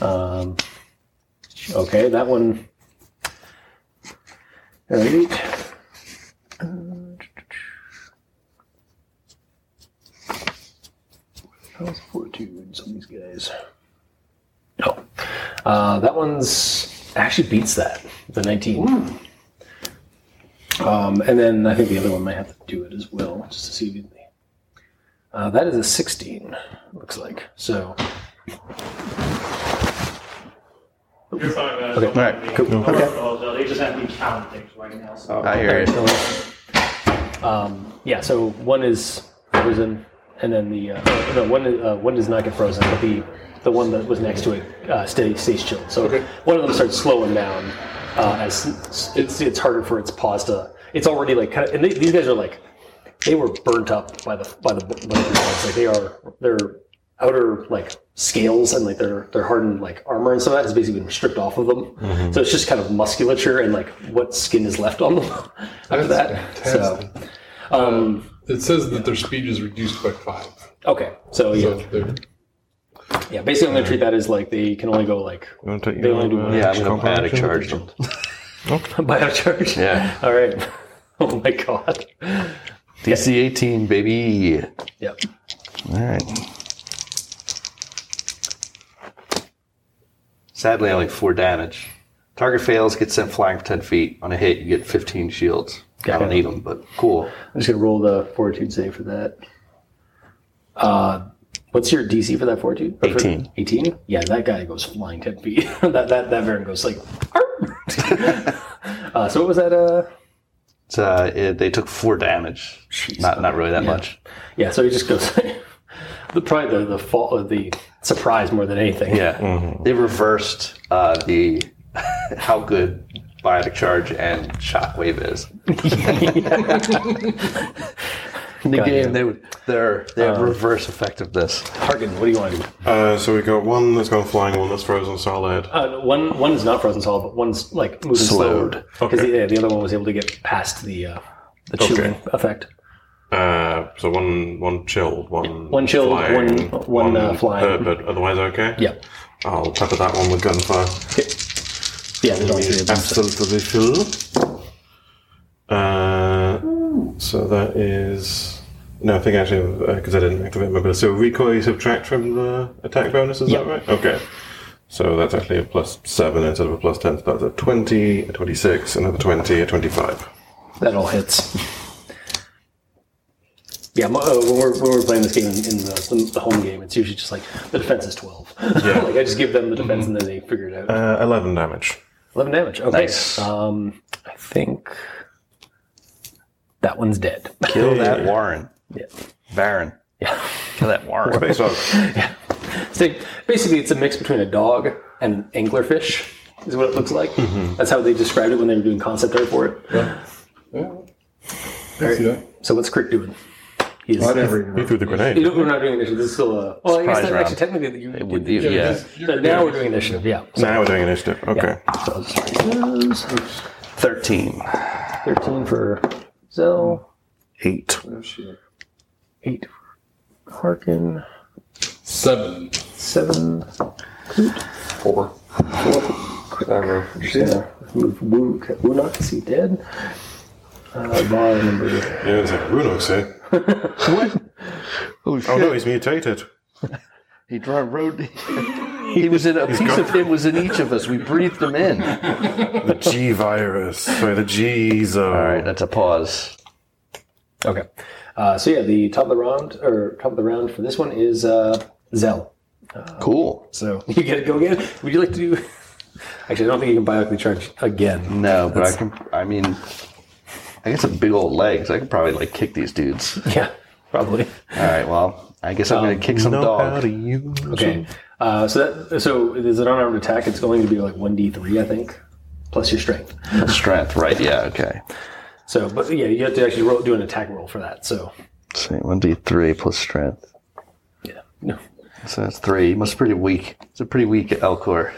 S1: Um, okay, that one. All right. How's fortitude? Some of these guys. No, uh, that one's actually beats that. The 19. Um, and then I think the other one might have to do it as well, just to see if he- uh, that is a 16, looks like. So,
S8: You're fine, guys.
S1: Okay,
S8: Don't
S1: all
S8: worry.
S1: cool.
S8: Don't worry
S1: Okay.
S8: about those. They just have me count things right now. So
S3: I hear it.
S1: um, yeah, so one is frozen, and then the, uh, uh, no, one, is- uh, one does not get frozen, but the, the one that was next to it uh, stays, stays chilled. So one of them starts slowing down uh, as s- it's, it's harder for its paws to, it's already like kind of, and they, these guys are like, they were burnt up by the, by the, by the bullets. like they are, their outer like scales and like their their hardened like armor and some of that has basically been stripped off of them. So *laughs* it's just kind of musculature and like what skin is left on them after that. So Um,
S5: It says that their speed is reduced by five.
S1: okay, so
S5: So
S1: yeah,
S5: they're
S1: yeah. Basically, I'm gonna treat that as like they can only go like *laughs*
S2: You want to take
S1: They
S2: your,
S1: only do
S2: uh,
S1: one.
S3: Yeah, I'm gonna
S2: comprehension?
S3: add a charge them.
S1: by a charge.
S3: Yeah.
S1: All right. *laughs* Oh my god.
S3: DC 18, baby.
S1: Yep.
S3: All right. Sadly, only four damage. Target fails, gets sent flying for 10 feet. On a hit, you get 15 shields. I don't
S1: Okay.
S3: need them, but cool.
S1: I'm just gonna roll the fortitude save for that. Uh, what's your DC for that fortitude? Or for-
S3: 18.
S1: 18? Yeah, that guy goes flying ten feet. *laughs* that that that Varen goes like. "Arp." *laughs* uh, so what was that? Uh,
S3: So, uh, it, they took four damage. Not, not really that much.
S1: yeah. So he just goes. *laughs* the probably the the fall of the surprise more than anything.
S3: Yeah. They reversed uh, the *laughs* how good biotic charge and shockwave
S1: *laughs*
S3: is. In the
S1: Got Uh,
S3: game,
S1: you.
S3: they would they're they have reverse effectiveness.
S1: Harkin, what do you want to do?
S2: Uh, so we got one that's gone flying, one that's frozen solid.
S1: Uh, one one is not frozen solid, but one's like moving
S3: Slowed.
S1: slowed because
S2: Okay.
S1: the, yeah, the other one was able to get past the uh, the chilling effect.
S2: Uh, so one one chilled, one
S1: one chilled,
S2: flying,
S1: one- one, uh, flying.
S2: hurt, but otherwise okay.
S1: Yeah,
S2: I'll pepper that one with gunfire.
S1: yeah. There's only three of them.
S2: Absolutely full. Uh, so that is no. I think actually because I didn't activate my ability. So recoil you subtract from the attack bonus. Is
S1: Yeah.
S2: that right? Okay. So that's actually a plus seven instead of a plus ten. So that's a twenty, a twenty-six, another twenty, a twenty-five.
S1: That all hits. Yeah, mo- uh, when we're, when we're playing this game in, in the, the home game, it's usually just like the defense is twelve. *laughs*
S2: Yeah.
S1: like I just give them the defense and then they figure it out.
S2: Uh, Eleven damage.
S1: Eleven damage. Okay.
S3: Nice.
S1: Um, I think that one's dead. *laughs*
S3: Kill that Warren.
S1: Yeah.
S3: Baron.
S1: yeah.
S3: Kill that Warren.
S2: Space hog.
S1: So basically, it's a mix between a dog and an anglerfish, is what it looks like.
S3: Mm-hmm.
S1: That's how they described it when they were doing concept art for it.
S5: yeah. I see that.
S1: So what's Crick doing? He is,
S2: He threw the
S1: *laughs* you
S2: grenade.
S1: know, we're not doing initiative. This is still a. Well, I guess
S3: Surprise
S1: that,
S3: round.
S1: actually technically that you
S3: It
S1: did
S3: would
S1: the-
S3: be, yeah.
S1: But now we're doing initiative. Yeah. So
S2: Now we're doing initiative. Okay.
S1: so I'll just write those.
S3: 13.
S1: Thirteen for Zell.
S3: 8.
S1: Eight for Harkin.
S5: Seven.
S1: Seven.
S4: Four. Four.
S1: Yeah. Move Wu. Wunok. Is he dead? Uh, Vaughn number.
S2: Yeah, it's like Runo's here.
S3: Oh,
S2: Oh
S3: shit.
S2: no, he's mutated.
S3: He dro- rode. *laughs* He was in a piece
S2: gone.
S3: of him was in each of us. We breathed him in. All
S2: The G virus. Sorry, the uh, G's. All
S3: right, that's a pause.
S1: Okay. Uh, so yeah, the top of the round or top of the round for this one is uh, Zell.
S3: Cool.
S1: So *laughs* you get to go again. Would you like to do? *laughs* Actually, I don't think you can biotically charge again.
S3: No, but I can. I mean, I got some big old legs. I could probably like kick these dudes.
S1: *laughs* Yeah, probably.
S3: All right. Well, I guess I'm gonna kick some dog.
S2: you.
S1: Okay. Uh, so that so is an unarmed attack. It's going to be like one d three, I think, plus your strength.
S3: Strength, right? Yeah. Okay.
S1: So, but yeah, you have to actually roll, do an attack roll for that. So
S3: So one d three plus strength.
S1: yeah, *laughs* no.
S3: So that's three. He must be pretty weak. It's a pretty weak Elcor.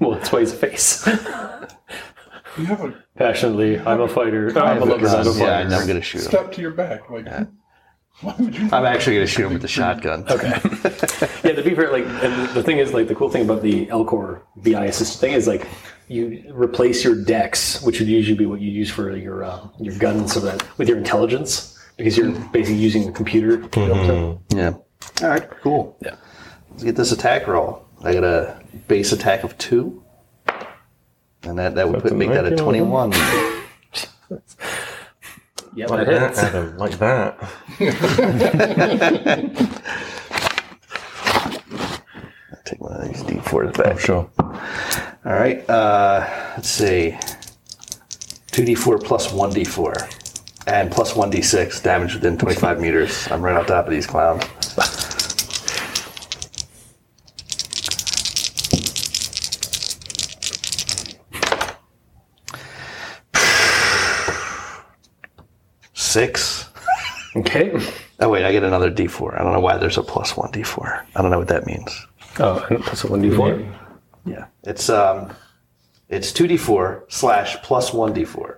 S1: Well, that's why he's a face.
S5: You have a
S1: *laughs* Passionately, I'm a *laughs* fighter. I'm a lover. I'm a
S3: yeah, I'm
S1: fighter.
S3: never gonna shoot him.
S5: step to your back. Like, why would you?
S3: I'm actually gonna shoot him with the shotgun. Okay.
S1: Yeah, to be fair, like and the thing is, like the cool thing about the Elcor BI assist thing is like you replace your dex, which would usually be what you use for your uh, your gun, so that with your intelligence, because you're basically using a computer. So-
S3: Yeah. All right. Cool. Yeah. Let's get this attack roll. I got a base attack of two, and that that would put,
S2: a
S3: make that a
S2: regular
S3: twenty-one. Mm-hmm.
S1: Yeah, that hits.
S2: Adam, like that.
S3: Take one of these d4s back.
S2: Sure.
S3: All right. Uh, let's see. Two d4 plus one d4, and plus one d6 damage within twenty-five meters. I'm right on top of these clowns. Six.
S1: Okay.
S3: Oh wait, I get another D4. I don't know why there's a plus one D4. I don't know what that means. Mm-hmm.
S1: Oh, and plus a one d four.
S3: Yeah, it's um, it's two D4 slash plus one D4.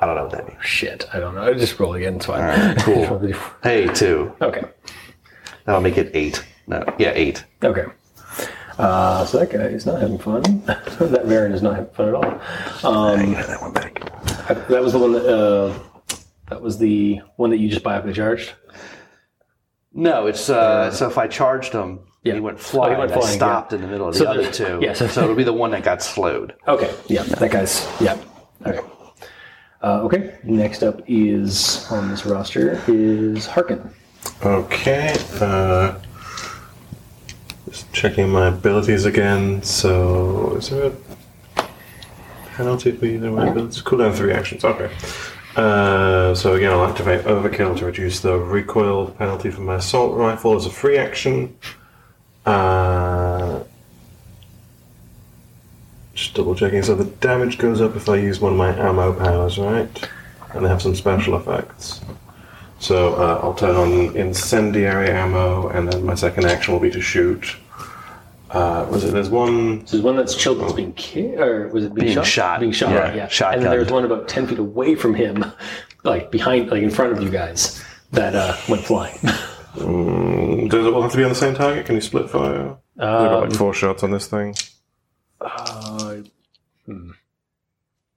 S3: I don't know what that means.
S1: Shit, I don't know. I just roll again. It's fine. *laughs*
S3: right, cool. Hey, two.
S1: okay.
S3: That'll make it eight. No, yeah, eight.
S1: Okay. Uh, so that guy is not having fun. *laughs* that Baron is not having fun at all. Um,
S3: Yeah, that one back.
S1: that was the one that uh, that was the one that you just buy up and charged.
S3: No, it's uh, so if I charged him,
S1: Yeah.
S3: he went flying.
S1: Oh, he went
S3: I
S1: flying,
S3: stopped in the middle of the
S1: So
S3: other
S1: the-
S3: two.
S1: yeah, so-
S3: so it'll be the one that got slowed.
S1: Okay. Yeah, that guy's. Yeah. Okay. Uh, okay. Next up is on this roster is Harkin.
S2: Okay. Uh, just checking my abilities again. So, is there a penalty for either of my abilities? Cooldown three actions. Okay. Uh, so again, I'll activate Overkill to reduce the recoil penalty for my assault rifle as a free action. Uh, just double checking. So the damage goes up if I use one of my ammo powers, right? And they have some special effects. So uh, I'll turn on incendiary ammo, and then my second action will be to shoot. Uh, was it? There's one.
S1: So there's one that's chilled that's being ki- or was it being,
S3: Being shot.
S1: Being shot.
S3: Yeah,
S1: Yeah. And then
S3: shotgun.
S1: there's one about ten feet away from him, *laughs* like behind, like in front of you guys, that uh, went flying. *laughs*
S2: Does it all have to be on the same target? Can you split fire? I've got like four shots on this thing.
S1: Um, uh,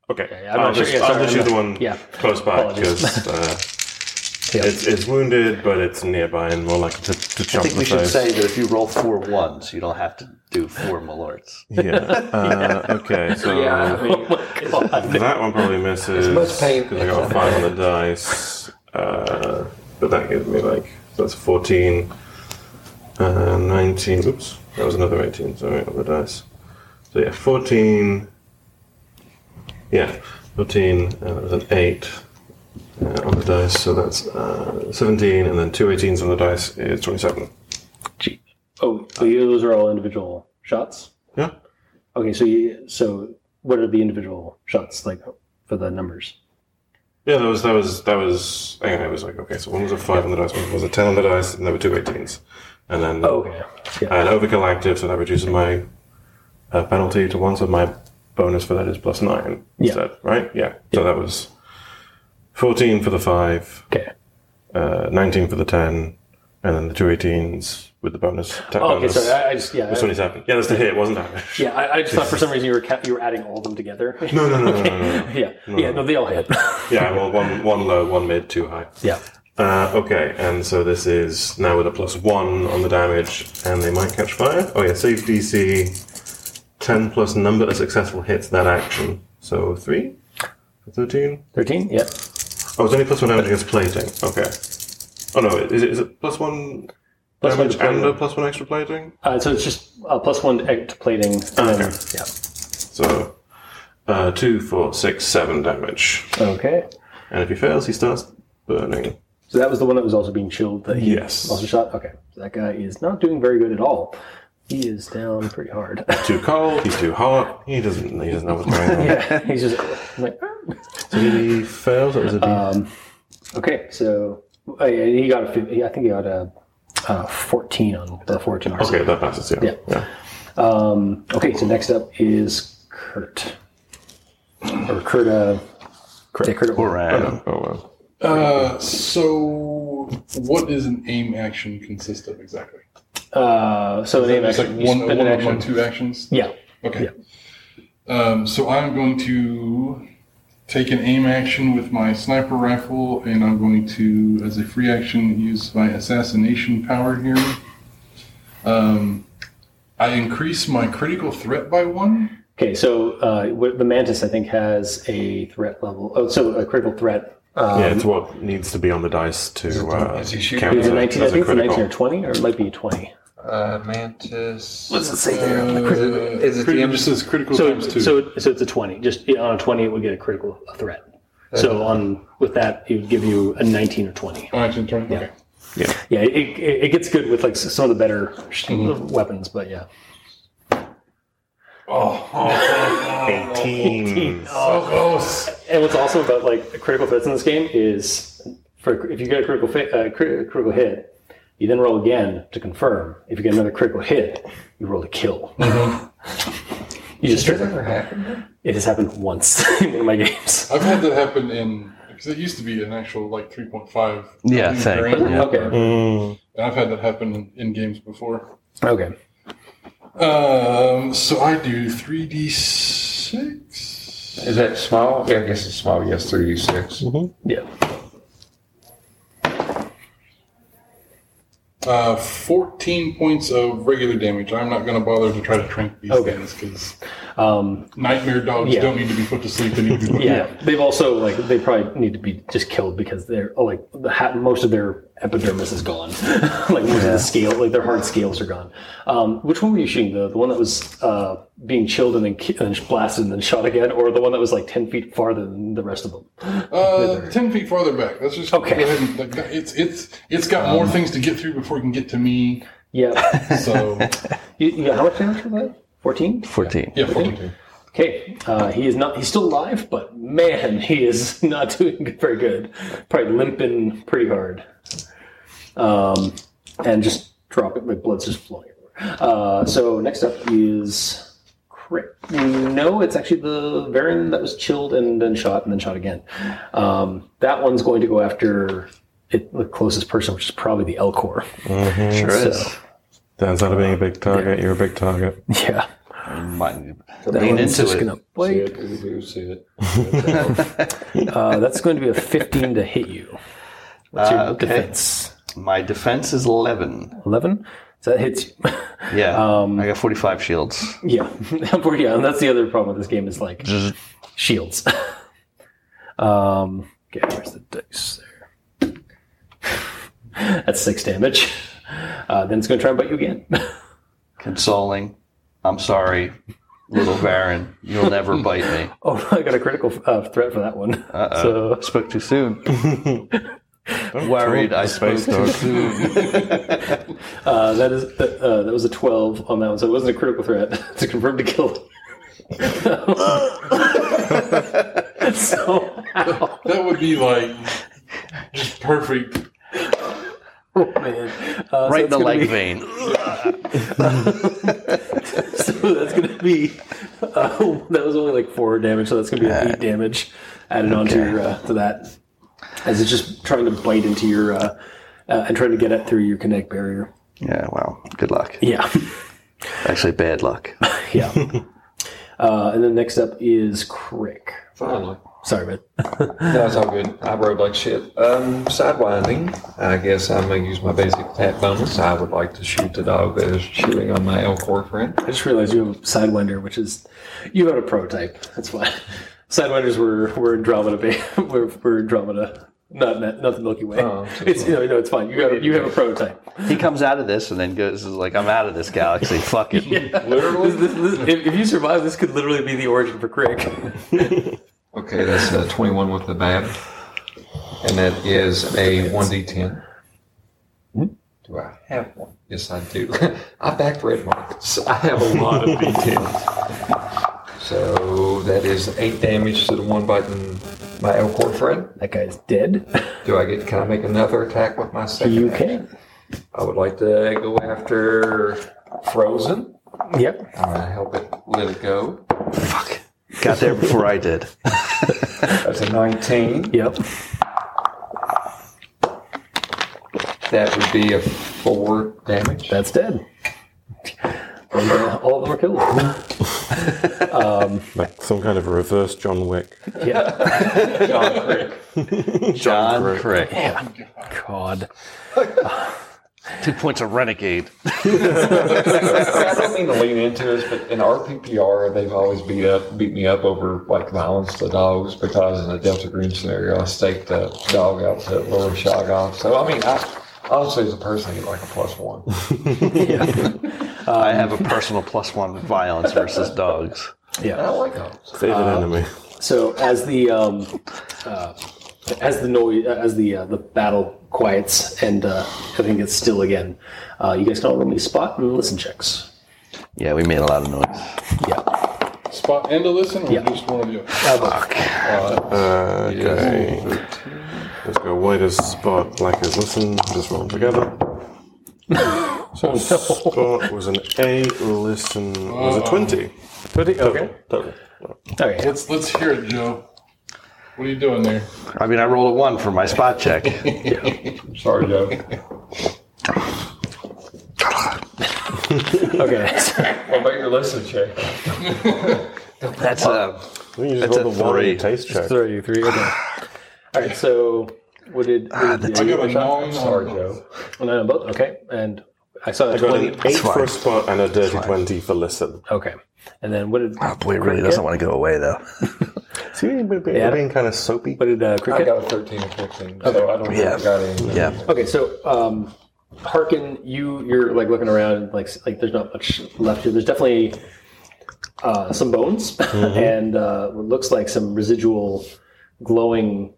S2: Okay,
S1: yeah, I'm
S2: I'll
S1: not sure.
S2: just,
S1: Yeah,
S2: I'll
S1: sorry,
S2: just
S1: I'm
S2: use the
S1: not-
S2: one
S1: yeah.
S2: close by
S1: Apologies.
S2: because
S1: *laughs*
S2: uh,
S1: yeah.
S2: it's, it's wounded, but it's nearby and more likely to, to
S3: I
S2: jump
S3: think
S2: in
S3: we
S2: the
S3: should
S2: face.
S3: say that if you roll four ones, you don't have to do four malorts.
S2: yeah. Uh,
S1: *laughs*
S2: okay, so that one probably misses
S6: much pain.
S2: because I got a five on the dice, uh, but that gives me like so that's fourteen, uh, nineteen. Oops, that was another eighteen. Sorry, on the dice. So yeah, fourteen. Yeah, fourteen. Uh, that was an eight. Uh, on the dice, so that's uh, 17, and then two 18s on the dice is 27.
S1: Oh, so you, those are all individual shots.
S2: Yeah.
S1: Okay, so you, so what are the individual shots like for the numbers?
S2: Yeah, that was that was that was. Hang on, it was like okay. So one was a five on the dice, one was a ten on the dice, and there were two 18s, and then
S6: Oh,
S1: okay.
S2: an overkill active, so that reduces my uh, penalty to one. So my bonus for that is plus nine
S1: Yeah.
S2: instead, right? Yeah. So that was fourteen for the five,
S1: Okay.
S2: uh, nineteen for the ten, and then the two 18s with the bonus. Attack
S1: Oh, okay.
S2: bonus.
S1: Sorry, I, I just yeah.
S2: was
S1: I,
S2: twenty-seven. Yeah, that's the hit, wasn't it?
S1: yeah, I, I just thought for some reason you were ca- you were adding all of them together.
S2: *laughs* No, no, no, no, no,
S1: *laughs*
S2: no.
S1: yeah, yeah. No, they all hit.
S2: Yeah, well, one one low, one mid, two high.
S1: *laughs* yeah.
S2: Uh, okay, and so this is now with a plus one on the damage, and they might catch fire. Oh yeah, save DC ten plus number of successful hits that action. So three for thirteen.
S1: Thirteen. Yeah.
S2: Oh, it's only plus one damage against plating. Okay. Oh no, is it, is it plus one
S1: Plus one
S2: damage
S1: to plating.
S2: and a plus one extra plating?
S1: Uh, so it's just uh, plus one to egg to plating. And then, yeah.
S2: So uh, two, four, six, seven damage.
S1: Okay.
S2: And if he fails, he starts burning.
S1: So that was the one that was also being chilled. That he
S2: Yes.
S1: Also shot. Okay. So that guy is not doing very good at all. He is down pretty hard. *laughs*
S2: Too cold. He's too hot. He doesn't. He doesn't know what's going
S1: *laughs*
S2: on.
S1: yeah. He's just like. "Ah."
S2: So did he fail? Or was it?
S1: Okay, so uh, yeah, he got a fif- yeah, I think he got a, uh 14 on the 14 RC.
S2: Okay, that passes. Yeah.
S1: Yeah. Okay, so next up is Kurt. Or Kurt, uh, Kurt. Yeah, Kurt
S3: Right.
S2: Oh well.
S5: Uh, so, what is an aim action consist of exactly?
S1: Uh, so the name
S5: It's
S1: action,
S5: like
S1: you
S5: one,
S1: spend
S5: one,
S1: an
S5: of
S1: action.
S5: my two actions.
S1: Yeah,
S5: Okay. Um, so I'm going to take an aim action with my sniper rifle, and I'm going to, as a free action, use my assassination power here. Um, I increase my critical threat by one.
S1: okay, so uh, what- the Mantis, I think, has a threat level. Oh, so a critical threat. Um,
S2: yeah, it's what needs to be on the dice to uh,
S4: is he shooting?
S2: count
S1: Is
S2: as
S1: it
S2: a,
S1: 19, I
S2: as a
S1: think it's a 19 or
S2: critical.
S1: 20, or it might be a 20.
S4: Uh, Mantis.
S1: What's it say there?
S4: Is it- is it
S5: Critical-
S4: the em-
S5: just says critical
S1: so,
S5: times two.
S1: so, so it's a 20. Just yeah, on a 20, it would get a critical threat. So on with that, it would give you a 19 or 20.
S5: Oh, action turn. Okay.
S1: Yeah, it, it, it gets good with like s- some of the better sh
S9: Mm-hmm.
S1: weapons, but yeah.
S2: 18.
S5: Oh, *laughs* So close.
S1: And what's awesome about like the critical threats in this game is, for if you get a critical fa- uh, crit- critical hit, you then roll again to confirm. If you get another critical hit, you roll a kill. *laughs* You just
S9: Mm-hmm. Has
S1: strip
S9: that ever
S1: it.
S9: happened?
S1: It has happened once *laughs* in one of my games.
S5: I've had that happen in because it used to be an actual like 3.5.
S3: Yeah,
S5: new
S3: thing.
S5: variant,
S3: Yeah.
S1: Okay.
S9: Mm.
S5: And I've had that happen in games before.
S1: Okay.
S5: Um, so I do 3d6.
S9: Is that small? Yeah, I guess it's small. Yes, 36.
S1: Yeah.
S5: Uh, 14 points of regular damage. I'm not going to bother to try to trank these
S1: Okay.
S5: things because
S1: Um,
S5: nightmare dogs
S1: Yeah.
S5: don't need to be put to sleep. They need to be put
S1: *laughs* yeah. They've also like they probably need to be just killed because they're oh, like the ha- most of their epidermis is gone. *laughs* like most of the scale, like their hard scales are gone. Um, which one were you shooting? The the one that was uh, being chilled and then ki- and blasted and then shot again, or the one that was like ten feet farther than the rest of them?
S5: Uh, ten feet farther back. Let's just
S1: Okay. Um.
S5: go ahead and like, it's it's it's got more things to get through before it can get to me.
S1: Yeah. *laughs*
S5: So
S1: you, you got how much damage was that? Fourteen.
S3: 14.
S5: yeah, 14.
S1: Okay, uh, he is not. He's still alive, but man, *laughs* he is not doing very good. Probably limping pretty hard, um, and just drop it. My blood's just flowing everywhere. Uh, so next up is crit. No, it's actually the Varin that was chilled and then shot and then shot again. Um, that one's going to go after it, the closest person, which is probably the Elcor.
S3: Sure
S1: So,
S3: is.
S2: Turns out of being a big target, you're a big target.
S1: *laughs* yeah,
S3: Mine-
S1: that
S3: Lean
S1: one's
S3: into
S1: just
S3: it.
S1: gonna bite.
S4: Mm-hmm.
S1: Uh, that's going to be a 15 to hit you. What's your
S3: Uh, okay.
S1: defense?
S3: My defense is 11.
S1: 11? So that hits you. *laughs*
S3: Yeah.
S1: Um,
S3: I got 45 shields.
S1: yeah. *laughs* Well, yeah, and that's the other problem with this game is like shields. *laughs* um, okay, where's the dice there? *laughs* that's six damage. Uh, then it's going to try and bite you again. *laughs*
S3: Consoling. I'm sorry, little Baron. You'll never
S1: *laughs*
S3: bite me.
S1: oh, I got a critical uh, threat for that one. So
S3: Spoke
S1: *laughs*
S3: too soon. Worried. I spoke
S2: space
S3: too
S1: *laughs*
S2: dog.
S3: soon.
S1: uh, that is uh, that was a 12 on that one, so it wasn't a critical threat. *laughs* it's a confirmed to
S3: *laughs*
S1: kill. *laughs* so, *laughs*
S5: That would be like just perfect.
S1: oh, man. Uh, so
S3: Right in
S1: it's
S3: the
S1: gonna
S3: leg
S1: be-
S3: vein.
S1: *laughs* So that's going to be uh, *laughs* that was only like four damage, so that's going to be eight damage added on to your uh, to that as it's just trying to bite into your uh, uh, and trying to get it through your kinetic barrier.
S3: Yeah, well,
S1: *laughs*
S3: good luck.
S1: Yeah,
S3: Actually, bad luck.
S1: yeah. uh, and then next up is Crick.
S4: Finally.
S1: Sorry, man.
S4: No, it's all good. I rode like shit. Um, sidewinding. I guess I'm going to use my basic attack bonus. I would like to shoot the dog that is shooting on my Elcor friend.
S1: I just realized you have a Sidewinder, which is you had a prototype. That's why *laughs* Sidewinders were were Andromeda, ba- *laughs* were, were Andromeda, not not the Milky Way.
S4: Oh, okay.
S1: it's you know, no, it's fine. You have you have a prototype.
S3: He comes out of this and then goes, is like, I'm out of this galaxy.
S1: *laughs*
S3: Fuck it.
S1: Literally, if, if you survive, this could literally be the origin for Crick.
S4: Okay, that's uh, 21 with the bat. And that is a 1d10.
S9: Hmm?
S4: Do I have one? Yes, I do. *laughs* I backed Red Mark. So I have a lot
S1: *laughs*
S4: of d10s. So that is 8 damage to the one biting my Elcor friend.
S1: That guy's dead. *laughs*
S4: Do I get? Can I make another attack with my second?
S1: You
S4: action?
S1: can.
S4: I would like to go after Frozen.
S1: Yep.
S4: I'm gonna help it let it go.
S3: Fuck. Got there before I did.
S4: That's a 19.
S1: Yep.
S4: That would be a four damage.
S1: That's dead. And, uh, all of them are killed.
S2: Like some kind of reverse John Wick.
S1: Yeah.
S4: John Crick.
S3: John Oh, Crick.
S1: God.
S3: *laughs* Two points of renegade.
S4: I don't mean to lean into this, but in RPPR, they've always beat up, beat me up over like violence to dogs because in the Delta Green scenario, I staked the dog out to Laura Shoggoff. So I mean, I honestly, as a person, I get like a plus one.
S3: I have a personal plus one violence versus dogs.
S4: I don't like dogs.
S2: Save an enemy.
S1: So as the um, uh, as the noise as the uh, the battle quiets and uh, everything gets still again, uh, you guys can all roll me spot and listen checks.
S3: Yeah, we made a lot of noise.
S1: Yeah.
S5: Spot and a listen, or
S1: Yeah.
S5: just one of the other.
S2: Okay.
S3: *laughs*
S2: Let's go wide as spot, black as listen, just roll them together.
S3: Oh,
S2: So Scott was an A. Listen was a twenty. Twenty. Okay. Total.
S1: All right.
S5: Let's let's hear it, Joe. What are you doing there?
S3: I mean, I rolled a one for my spot check.
S5: Sorry, Joe.
S1: *laughs* Okay.
S4: What about your listen check?
S3: *laughs* That's uh, a
S2: I think you
S3: That's
S2: just rolled
S3: a
S2: the one
S3: three.
S2: taste check.
S1: Thirty-three. Okay. All right. So what did? What did
S5: I
S1: you-
S5: got a nine.
S4: Sorry,
S5: on-
S4: Joe.
S1: and I Oh, both. Okay. And I saw a
S2: I got an
S1: twenty.
S2: eight
S3: fine.
S2: for a spot and a dirty twenty for listen.
S1: Okay. And then what did?
S3: oh boy. it Really doesn't want to go away though.
S2: See, we're being,
S1: Yeah.
S2: we're being kind of soapy.
S1: What did uh,
S4: I
S1: cricket?
S4: got a 13 and 15, so I don't think
S3: Yeah.
S4: I got any.
S3: Yeah.
S1: Okay. So um, Harkin, you you're like looking around, like like there's not much left here. There's definitely uh, some bones *laughs* and uh, what looks like some residual glowing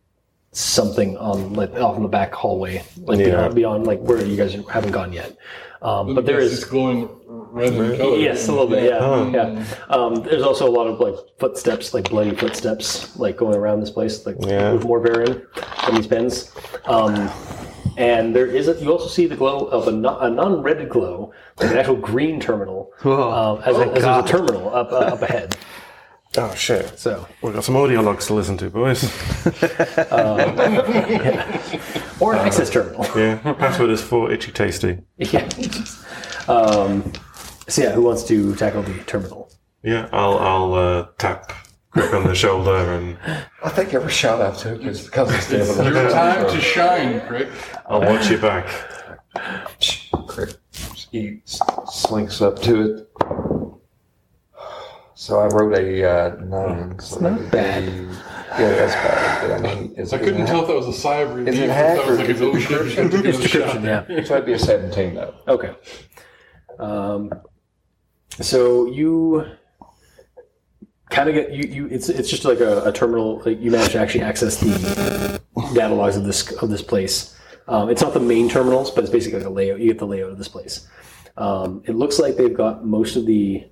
S1: something on like off in the back hallway, like
S2: Yeah.
S1: beyond, beyond like where you guys haven't gone yet. Um, but there
S5: Yes,
S1: is
S5: it's glowing red in color.
S1: Yes, a little bit. Yeah, yeah. Um, there's also a lot of like footsteps, like bloody footsteps, like going around this place, like
S2: Yeah.
S1: with more bearing than these pens. Um, and there is a, you also see the glow of a, non, a non-red glow, like an actual green terminal,
S3: Whoa.
S1: um, as, a, as there's a terminal up uh, up ahead.
S2: Oh shit!
S1: So,
S2: We've got some audio logs to listen to, boys.
S1: or an access terminal. *laughs*
S2: Yeah. Password is for itchy tasty.
S1: yeah. Um, so yeah, who wants to tackle the terminal?
S2: Yeah, I'll I'll uh, tap Crick on the shoulder and
S4: I think every shot I've took is because it's
S5: Your
S4: the
S5: time to shine, Crick.
S2: I'll watch your back.
S4: He s- slinks up to it. So I wrote a uh, nine. It's
S1: not bad.
S4: yeah, that's bad. But I mean, is
S5: I
S4: it
S5: couldn't
S4: an
S5: tell if that was a sigh of relief.
S4: Is it
S5: if
S4: hack
S5: that was
S4: or
S5: like a
S4: is it
S5: description. description.
S1: Yeah.
S4: act? So I'd be a 17, though.
S1: Okay. Um, so you kind of get you, you it's it's just like a, a terminal like you manage to actually access the data logs of this of this place. Um, it's not the main terminals, but it's basically like a layout. You get the layout of this place. Um, it looks like they've got most of the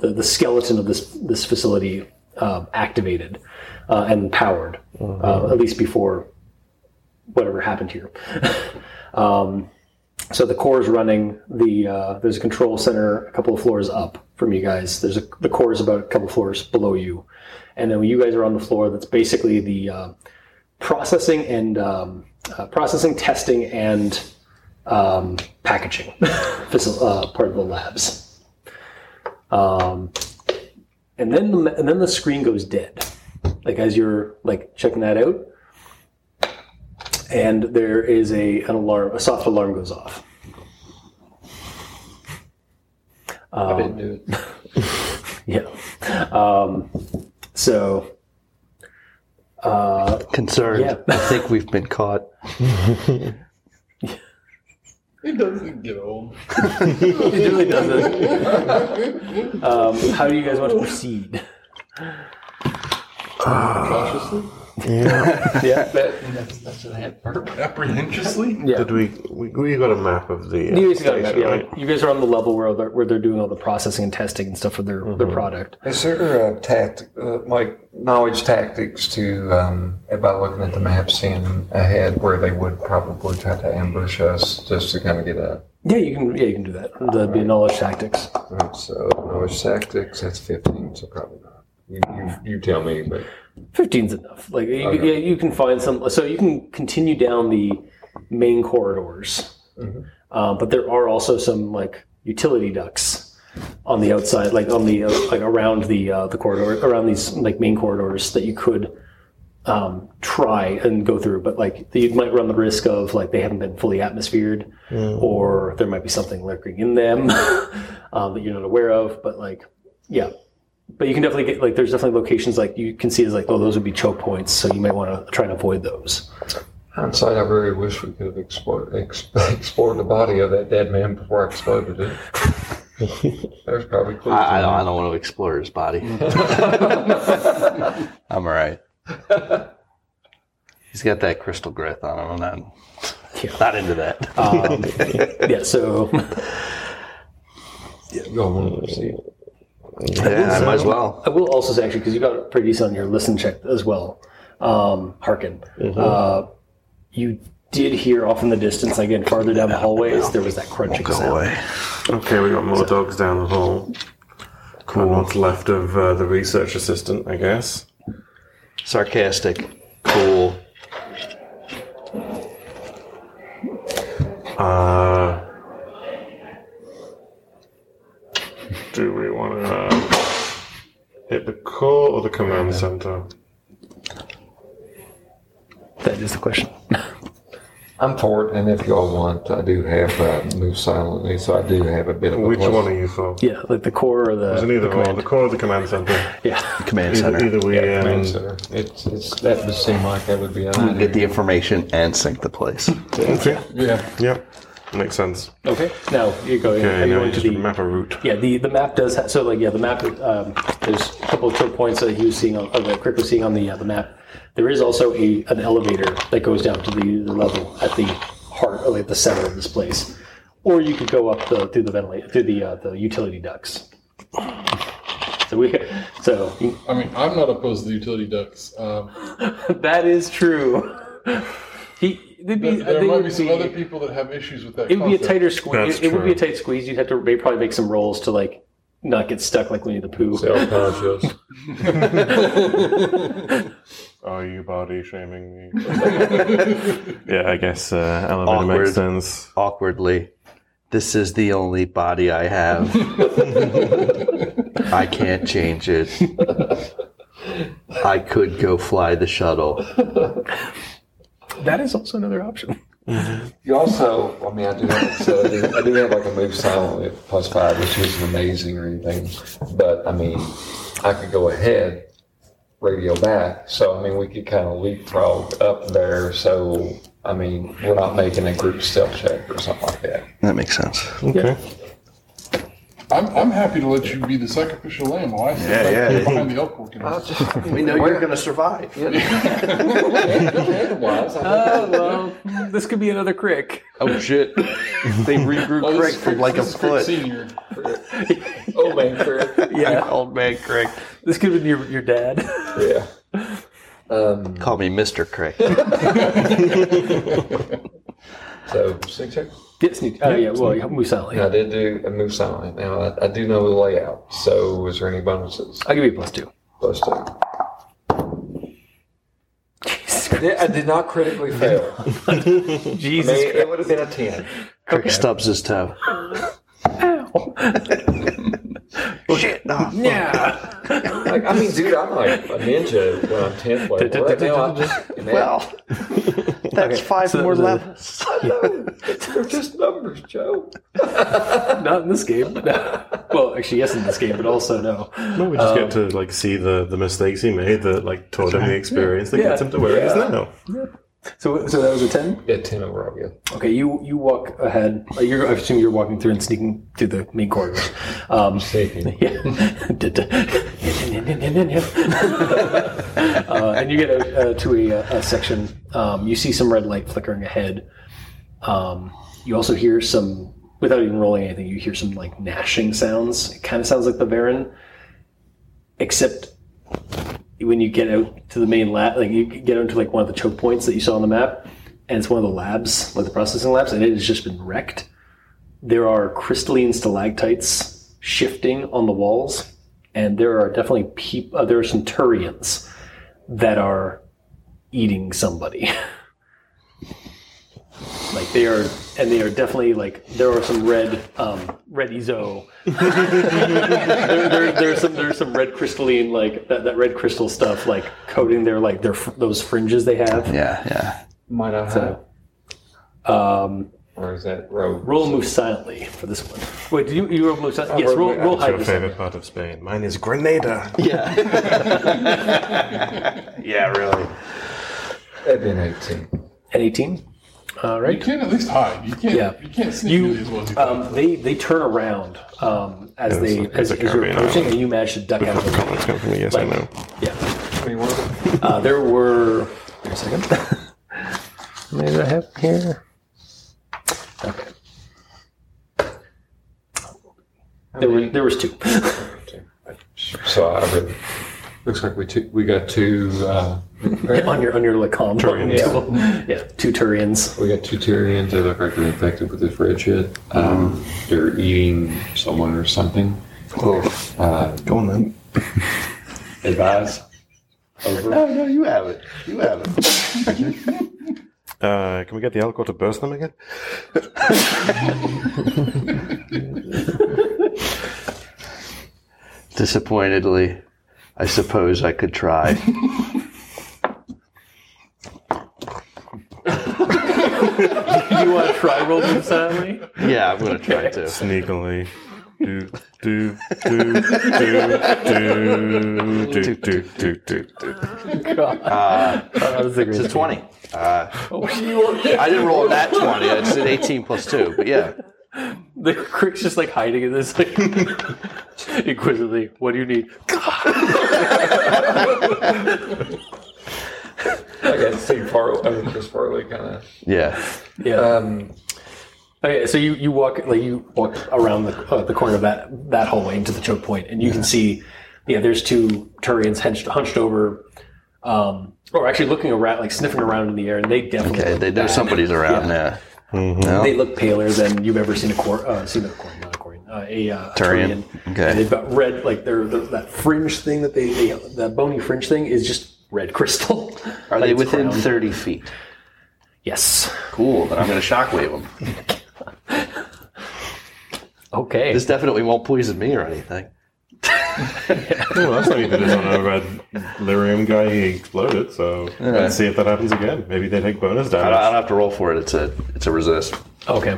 S1: the, the skeleton of this this facility uh, activated uh, and powered, uh, at least before whatever happened here. um, so the core is running. The uh, there's a control center a couple of floors up from you guys. There's a, the core is about a couple of floors below you, and then when you guys are on the floor, that's basically the uh, processing and um, uh, processing, testing, and um, packaging *laughs* faci- uh, part of the labs. Um, and then the, and then the screen goes dead, like as you're like checking that out, and there is a an alarm, a soft alarm goes off.
S4: I didn't do it.
S1: Um, *laughs* Yeah. Um, so
S3: Concerned.
S1: Yeah.
S3: I think we've been caught.
S5: It doesn't get old.
S1: it really doesn't. um, how do you guys want to proceed?
S5: Cautiously, apprehensively.
S2: Did we, we? We got a map of the. Uh,
S1: You guys, got,
S2: station,
S1: yeah,
S2: right?
S1: like, you guys are on the level where they're, where they're doing all the processing and testing and stuff for their, their product.
S4: Is there a tactic, uh, like knowledge tactics to, um, by looking at the map, seeing ahead where they would probably try to ambush us just to kind of get a.
S1: Yeah, you can. Yeah, you can do that. That'd be knowledge tactics.
S4: Alright, So knowledge tactics, that's 15, so probably not. You, you, you tell me, but.
S1: 15's enough. Like you,
S4: Okay.
S1: yeah, you can find some. So you can continue down the main corridors, Uh, but there are also some like utility ducts on the outside, like on the uh, like around the uh, the corridor, around these like main corridors that you could um, try and go through. But like you might run the risk of like they haven't been fully atmosphered, or there might be something lurking in them *laughs* um, that you're not aware of. But like, yeah but you can definitely get like there's definitely locations like you can see is like oh those would be choke points so you might want to try and avoid those
S4: Hindsight, I really wish we could have explored, ex- *laughs* explored the body of that dead man before I exploded it.
S2: *laughs*
S4: There's probably
S3: *laughs*
S4: clues.
S3: I, I, don't, I don't want to explore his *laughs* body. I'm all right. He's got that crystal grit on him. I'm not, not into that.
S1: um, yeah so *laughs*
S4: You all want to proceed.
S3: yeah, I might as well.
S1: i will also say actually because you got
S2: Mm-hmm.
S1: pretty decent on your listen check as well um harkin uh, you did hear off in the distance, again, farther down the hallways, there was that crunching
S3: Go
S1: sound.
S3: away.
S2: Okay, we got more dogs down the hall. Cool. And what's left of uh, the research assistant, I guess.
S3: Sarcastic. Cool.
S2: Uh, do we want to uh, hit the core or the command center?
S1: That is the question.
S4: I'm for it, and if y'all want, I do have uh, move silently, so I do have a bit of a
S2: Which
S4: plus-
S2: one are you for?
S1: Yeah, like the core or the.
S2: Isn't either
S1: the
S2: or
S1: command.
S2: the core or the command *laughs* center?
S1: Yeah.
S3: Command
S2: Either,
S3: center.
S2: either we
S4: Yeah,
S2: um,
S4: command center. It's, it's that would seem like that would be an idea.
S3: Get the information and sync the place.
S2: Okay.
S5: Yeah.
S2: Yep. Makes sense.
S1: Okay. Now you go.
S2: Okay,
S1: are you
S2: now
S1: going
S2: we
S1: to
S2: just
S1: the
S2: map a route.
S1: Yeah, the, the map does have, so like yeah, the map. Um, there's a couple of choke points that he was seeing on, or that Crick was seeing on the uh, the map. There is also a an elevator that goes down to the, the level at the heart, or like the center of this place, or you could go up the through the ventilate through the uh, the utility ducts. So we, so *laughs*
S5: I mean, I'm not opposed to the utility ducts. Um,
S1: that is true. He, there'd be,
S5: there
S1: I
S5: there
S1: think
S5: might
S1: it'd
S5: be some other people that have issues with that.
S1: It would be a
S5: concept.
S1: tighter squeeze.
S2: That's
S1: It, it would be
S2: true.
S1: a tight squeeze. You'd have to maybe probably make some rolls to like not get stuck like Winnie the Pooh.
S4: Self-conscious.
S2: Are you body *laughs* shaming me? yeah, I guess uh, elevator
S3: Awkward.
S2: makes sense.
S3: Awkwardly. This is the only body I *laughs* have. I can't change it. I could go fly the shuttle.
S1: That is also another option.
S4: You also, I mean, I do have, so I, do, I do have like a move silently at plus five, which isn't amazing or anything. But I mean, I could go ahead, radio back. So I mean, we could kind of leapfrog up there. So I mean, we're not making a group stealth check or something like that.
S3: That makes sense.
S2: Okay.
S5: I'm, I'm happy to let you be the sacrificial lamb while I sit back
S3: yeah.
S5: here behind the elk working.
S3: We know you're going to survive.
S5: *laughs*
S4: Head-wise, I think
S1: well, *laughs* this could be another crick.
S3: Oh shit! They regrew
S5: Oh,
S3: Crick
S5: this is
S3: from like a
S5: this is Crick
S3: foot.
S5: Senior.
S4: old Oh, man career.
S1: Yeah,
S3: Old man Crick.
S1: this could have been your, your dad.
S4: Yeah. Um, *laughs*
S3: Call me Mister Crick.
S4: so sneak check.
S1: yes, Nick. Oh, yeah, well, yeah, move silently.
S4: I did do a move silently. Now I, I do know the layout. So is there any bonuses?
S1: I'll give you a plus two.
S4: Plus two. I did not *laughs* critically fail.
S1: Jesus.
S4: it would have been a 10.
S3: Crick stubs his toe. *laughs* shit! No.
S1: Yeah.
S4: Like, I mean, dude, I'm like a ninja when I'm 10th level. Right now, I'm just,
S1: *laughs*
S3: *laughs*
S4: man,
S3: Well, that's five
S1: so
S3: more
S1: the- *laughs*
S3: levels.
S4: they're just numbers, Joe.
S1: Not in this game. well, actually, yes, in this game, but also no.
S2: No, we just get to like see the, the mistakes he made that like taught him the experience that
S1: Yeah.
S2: gets him to where it is
S4: Yeah.
S2: now.
S1: So, so that was a ten.
S4: Yeah, 10 over, I'll go.
S1: Okay, you you walk ahead. Uh, You're, I assume you're walking through and sneaking through the main corridor. Um,
S4: Sneaking.
S1: *laughs* Yeah. uh, and you get uh, to a, a section. Um, you see some red light flickering ahead. Um, you also hear some, without even rolling anything, you hear some like gnashing sounds. It kind of sounds like the Baron, except when you get out to the main lab, like you get onto like one of the choke points that you saw on the map, and it's one of the labs, like the processing labs, and it has just been wrecked there are crystalline stalactites shifting on the walls, and there are definitely peop- uh, there are some Turians that are eating somebody. *laughs* like they are, and they are definitely like there are some red, um, red Ezo. there, there, there's some there's some red crystalline like that, that red crystal stuff like coating their like their fr- those fringes they have.
S3: Yeah, yeah.
S4: Might I have?
S1: Um,
S4: Or is that rogue?
S1: roll move silently for this one. Wait, do you you roll move silently? Yes, roll roll hide
S2: Your
S1: this.
S2: favorite part of Spain? Mine is Grenada.
S3: Yeah, really.
S4: That'd be an 18.
S1: An 18? All
S5: You
S1: right.
S5: can at least hide. You can't.
S1: Yeah.
S5: You can't sneak
S1: You,
S5: into these ones.
S1: um, they, they turn around um, as
S2: Yeah,
S1: they
S2: it's a-
S1: as, as
S2: it's a
S1: you're
S2: Caribbean
S1: approaching,
S2: island.
S1: and you manage to duck out of the way.
S2: Comments come from me. Yes, I know.
S1: Yeah.
S4: 21.
S1: Uh, there were. Wait a second. How many did I have here? Okay. There were there was two.
S4: So I read Looks like we two, we got two uh,
S1: *laughs* on your on your Lacombe table. *laughs* Yeah, two Turians.
S4: we got two Tyrians. They look like they're infected with this red shit. Um, they're eating someone or something. Uh,
S2: Go on then.
S4: Advise. Over.
S3: No, no, you have it. You have it.
S2: Uh, can we get the alcohol to burst them again?
S3: *laughs* Disappointedly, I suppose I could try.
S1: you want to try roll them silently? *laughs*
S3: *laughs* yeah, I'm gonna try to.
S2: Sneakily. Do, do, do, do, do, do, do, do, do, do.
S3: Uh,
S1: *laughs*
S3: It's a twenty. Uh,
S1: Oh,
S3: I didn't roll that twenty. It's an eighteen plus two. But yeah,
S1: *laughs* The crick's just like hiding in this, like *laughs* inquisitively. What do you need? *laughs*
S4: I got to see Farley. I mean, Chris Farley kind of.
S3: yeah.
S1: Yeah.
S4: Um,
S1: Okay, so you, you walk like you walk around the uh, the corner of that that hallway into the choke point, and you can see, yeah, there's two Turians hunched, hunched over, um, or actually looking around, like sniffing around in the air, and they definitely
S3: Okay,
S1: look
S3: they, there's
S1: bad.
S3: somebody's around. Yeah. Oh.
S1: They look paler than you've ever seen a cor- uh, seen a cor- not a cor- uh, a uh,
S3: Turian. Okay.
S1: And they've got red, like their, their that fringe thing that they, they that bony fringe thing is just red crystal.
S3: *laughs* Are
S1: Like
S3: they
S1: it's
S3: within
S1: crowned.
S3: thirty feet?
S1: Yes.
S3: Cool. Then I'm gonna shockwave them.
S1: Okay.
S3: This definitely won't poison me or anything.
S2: Well, that's not even on a red lyrium guy. He exploded, so let's see if that happens again. Maybe they take bonus
S3: I don't, I don't
S2: damage.
S3: have to roll for it. It's a it's a resist.
S1: okay.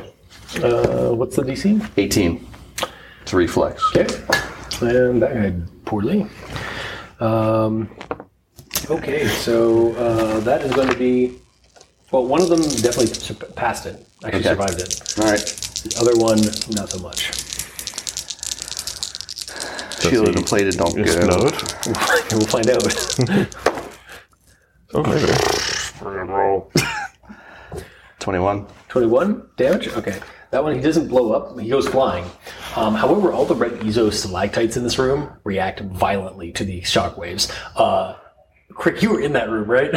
S1: Uh, what's the DC?
S3: Eighteen. It's a reflex.
S1: Okay. And that guy poorly. Um, okay, so uh, that is going to be. Well, one of them definitely sur- passed it, actually
S3: Okay.
S1: survived it.
S3: All right.
S1: The other one, not so much.
S3: Shielded and plated don't go.
S2: Explode.
S1: we'll find out. *laughs*
S2: Oh, maybe.
S3: Twenty-one.
S1: 21 damage? Okay. That one, he doesn't blow up. He goes flying. Um, however, all the red Ezo stalactites in this room react violently to these shockwaves. Uh, Crick, you were in that room,
S3: *laughs*
S1: right?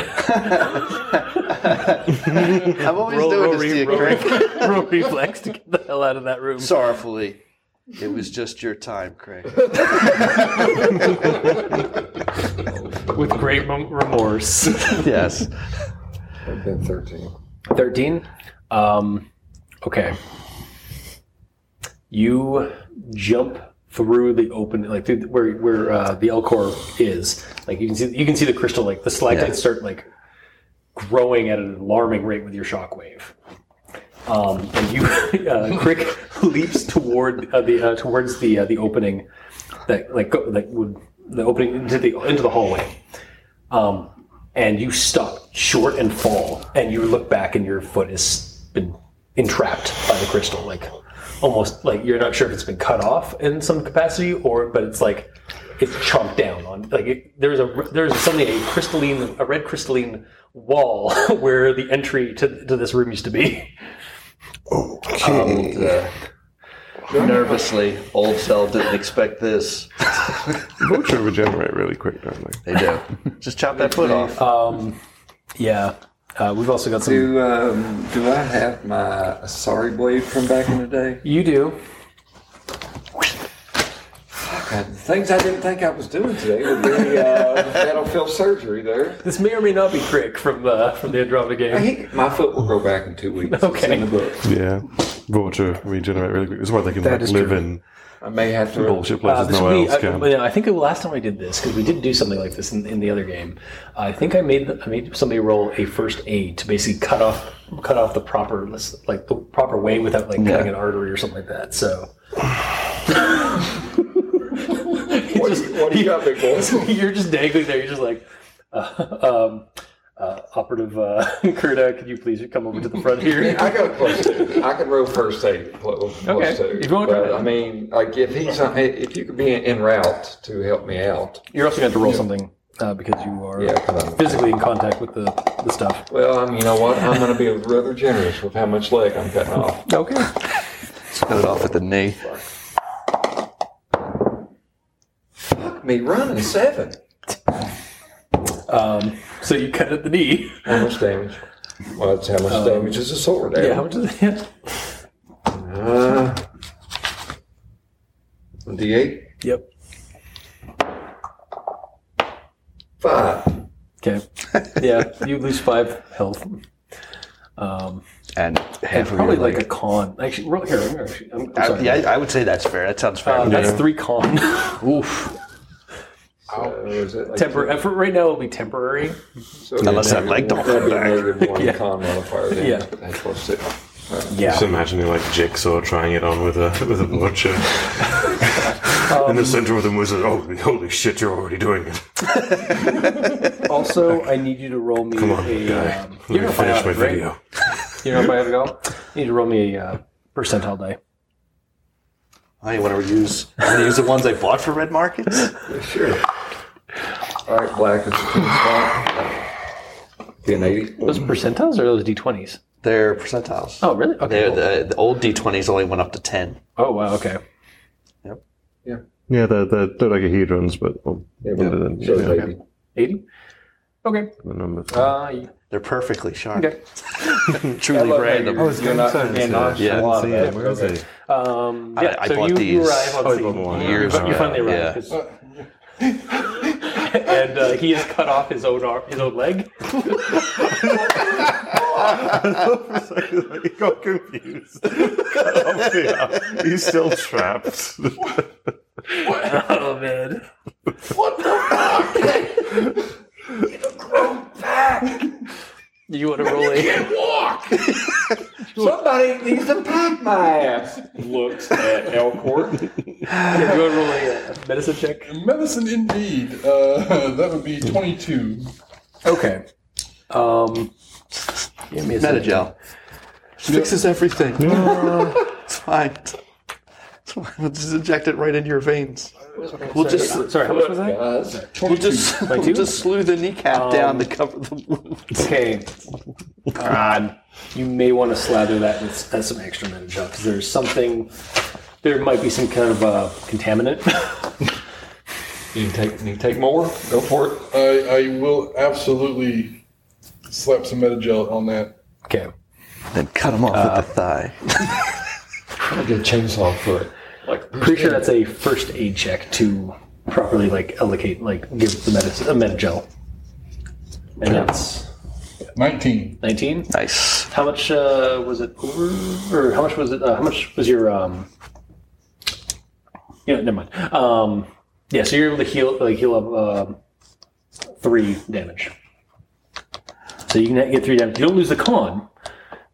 S3: I'm always doing this to you, Craig. *laughs*
S1: Roll reflex to get the hell out of that room.
S3: Sorrowfully, it was just your time, Craig.
S1: With great rem- remorse.
S3: *laughs*
S1: *laughs*
S3: yes.
S4: I've been 13.
S1: 13. Um, okay. You jump through the open, like through where where uh, the Elcor is. Like you can see, you can see the crystal, like the stalactites start like growing at an alarming rate with your shockwave. Um, and you, *laughs* uh, Crick leaps toward uh, the uh, towards the uh, the opening that like go, that would the opening into the into the hallway. Um, and you stop short and fall, and you look back, and your foot has been entrapped by the crystal, like almost like you're not sure if it's been cut off in some capacity, or but it's like it's chomped down on. Like it, there's a there's suddenly a crystalline, a red crystalline wall *laughs* where the entry to to this room used to be.
S3: Uh, Nervously, old cell didn't expect this.
S2: Vulture regenerate really quick, don't they?
S3: They do. Uh, Just chop that foot off.
S1: Yeah, uh, we've also got some.
S6: Do, um, do I have my Asari blade from back in the day?
S1: You do.
S6: God, the things I didn't think I was doing today would be uh, battlefield surgery there.
S1: This may or may not be Crick from uh, from the Andromeda
S6: I
S1: game.
S6: think my foot will grow back in two weeks. It's
S1: Okay.
S6: in the book.
S2: Yeah. Vulture regenerate really quick. That's why they can like,
S6: is
S2: live
S6: true.
S2: in
S6: I may have to.
S2: bullshit
S1: Uh,
S2: places
S1: this
S2: no
S1: will
S2: one
S1: be,
S2: else
S1: I,
S2: can.
S1: well, yeah, I think the last time I did this because we did do something like this in, in the other game. I think I made I made somebody roll a first aid to basically cut off cut off the proper list- like the proper way without like cutting an artery or something like that.
S6: *sighs*
S1: So
S6: What, do you- what do you got, big boy?
S1: you're just dangling there. You're just like. Uh, um, uh, operative uh, *laughs* Kurta, could you please come over to the front here?
S6: *laughs* I got a plus two. I can roll first aid. pl- Plus
S1: Okay.
S6: two.
S1: If you wanna try
S6: But,
S1: that.
S6: I mean, like if he's on, if you could be en route to help me out.
S1: You're also going to roll something uh, because you are
S6: Yeah, come on.
S1: physically in contact with the, the stuff.
S6: Well, I mean, you know what? I'm going to be rather generous with how much leg I'm cutting off.
S1: Okay.
S3: Cut it off at the knee.
S6: Me running seven.
S1: Um, so you cut at the knee.
S4: How much damage? Well, that's how much damage is a sword.
S1: Um, Yeah,
S4: Yeah.
S1: how much is it? *laughs*
S4: Uh, D8?
S1: Yep.
S4: Five.
S1: Okay. *laughs* Yeah, you lose five health. Um, and
S3: And half of
S1: probably
S3: your
S1: like a con. Actually, ro- here, here, actually, I'm, I'm
S3: I,
S1: sorry.
S3: Uh, yeah, I would say that's fair. That sounds fair.
S1: Uh, that's three con. *laughs*
S3: Oof.
S4: So is it like-
S1: Temporary effort right now will be temporary.
S4: so
S3: Unless
S4: that'd
S3: that leg
S4: be-
S3: don't
S4: that'd
S3: come
S4: be a
S3: back.
S4: negative one
S1: Yeah.
S4: con modifier. Then.
S1: Yeah.
S4: That's what's it.
S1: Yeah.
S2: Just imagining like Jigsaw trying it on with a *laughs* with a watcher. In the center of the wizard, oh holy shit, you're already doing it.
S1: *laughs* Also, I need you to roll me
S2: Come on,
S1: a.
S2: guy.
S1: Um,
S2: Let
S1: you
S2: me
S1: know
S2: finish
S1: bionic,
S2: my
S1: right?
S2: video.
S1: You know bionic at all? You need to roll me a uh, percentile die.
S3: I want to use. I want to use the ones I bought for red markets.
S4: Sure. All right, black is Be an 80.
S1: Those percentiles or those d20s?
S3: They're percentiles.
S1: Oh, really?
S3: They're
S1: Okay.
S3: the, the old D20s only went up to ten.
S1: oh, wow. Okay.
S2: Yeah, they're, they're, they're like a hedrons, but well, other than-
S4: So
S2: yeah,
S4: it's 80.
S1: 80? Okay.
S2: the number.
S4: Uh, you-
S3: They're perfectly sharp.
S1: Okay.
S3: *laughs* Truly
S4: love how
S3: random.
S4: you're- you're not being
S3: Yeah.
S4: nonchalant
S2: So, yeah,
S4: about
S2: where is
S4: it.
S2: it?
S1: Um, yeah,
S3: I
S1: so
S3: bought
S1: you, you
S3: these
S1: arrive on
S2: Oh, you
S1: scene.
S2: bought one.
S1: You-
S3: Years
S1: you,
S2: *laughs*
S3: ago,
S1: finally
S3: yeah.
S1: arrive. 'cause-
S5: Uh,
S1: *laughs* and uh, he has cut off his own arm, his own leg.
S2: he got confused. *laughs* Cut off the arm. He's still trapped. *laughs*
S1: Oh man! What the fuck? Get a grown back. You want to roll
S3: *laughs*
S1: a?
S4: Somebody needs to pack my ass.
S7: Looks at Elcourt.
S1: *laughs* Yeah, you want to roll a uh, medicine check?
S5: Medicine indeed. Uh, *laughs* that would
S1: Hmm.
S5: be 22.
S1: Okay. Um. Give me a second.
S3: Metagel fixes everything. *laughs* it's fine. It's fine. We'll just inject it right into your veins. We'll just
S1: Sorry, how much was that?
S3: we'll just we'll just slew the kneecap down
S1: Um,
S3: to cover the wound.
S1: Okay. God, you may want to slather that with s- uh, some extra metagel because there's something. There might be some kind of uh, contaminant. *laughs*
S4: You can take, you can take more. Go for it.
S5: I, I will absolutely slap some Metagel on that.
S1: okay.
S3: Then cut him off with the thigh.
S4: I get a chainsaw foot. Like
S1: Pretty sure that's a first aid check to properly like allocate, like give the medicine, a metagel. And that's
S5: 19.
S1: 19.
S3: Nice.
S1: How much uh, was it over? Or how much was it? Uh, how much was your? Um, yeah, never mind. Um, yeah, so you're able to heal, like heal up um, three damage. So you can get three damage. You don't lose the con,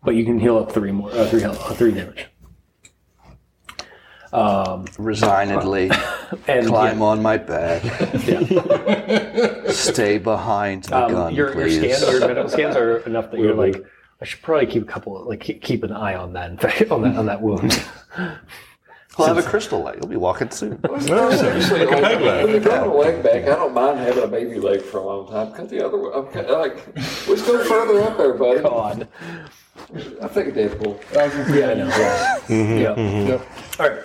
S1: but you can heal up three more, uh, three health, uh, three damage. Um,
S3: *laughs* Resignedly
S1: and
S3: climb
S1: yeah,
S3: on my back.
S1: yeah.
S3: Stay behind the
S1: Um,
S3: gun,
S1: your, your
S3: please.
S1: scans, your medical scans are enough that you're like, I should probably keep a couple, of, like keep- keep an eye on that, in fact, on that, on that wound. *laughs*
S3: I'll have a crystal light. You'll be walking soon.
S4: Actually, like,
S2: peg leg.
S4: when you got a leg back, I don't mind having a baby leg for a long time. Cut the other one. Okay, like, let's go further up there, buddy.
S1: God.
S4: I think Deadpool.
S5: I was gonna say-
S1: Yeah, I know. Yeah.
S5: Yep.
S1: All right.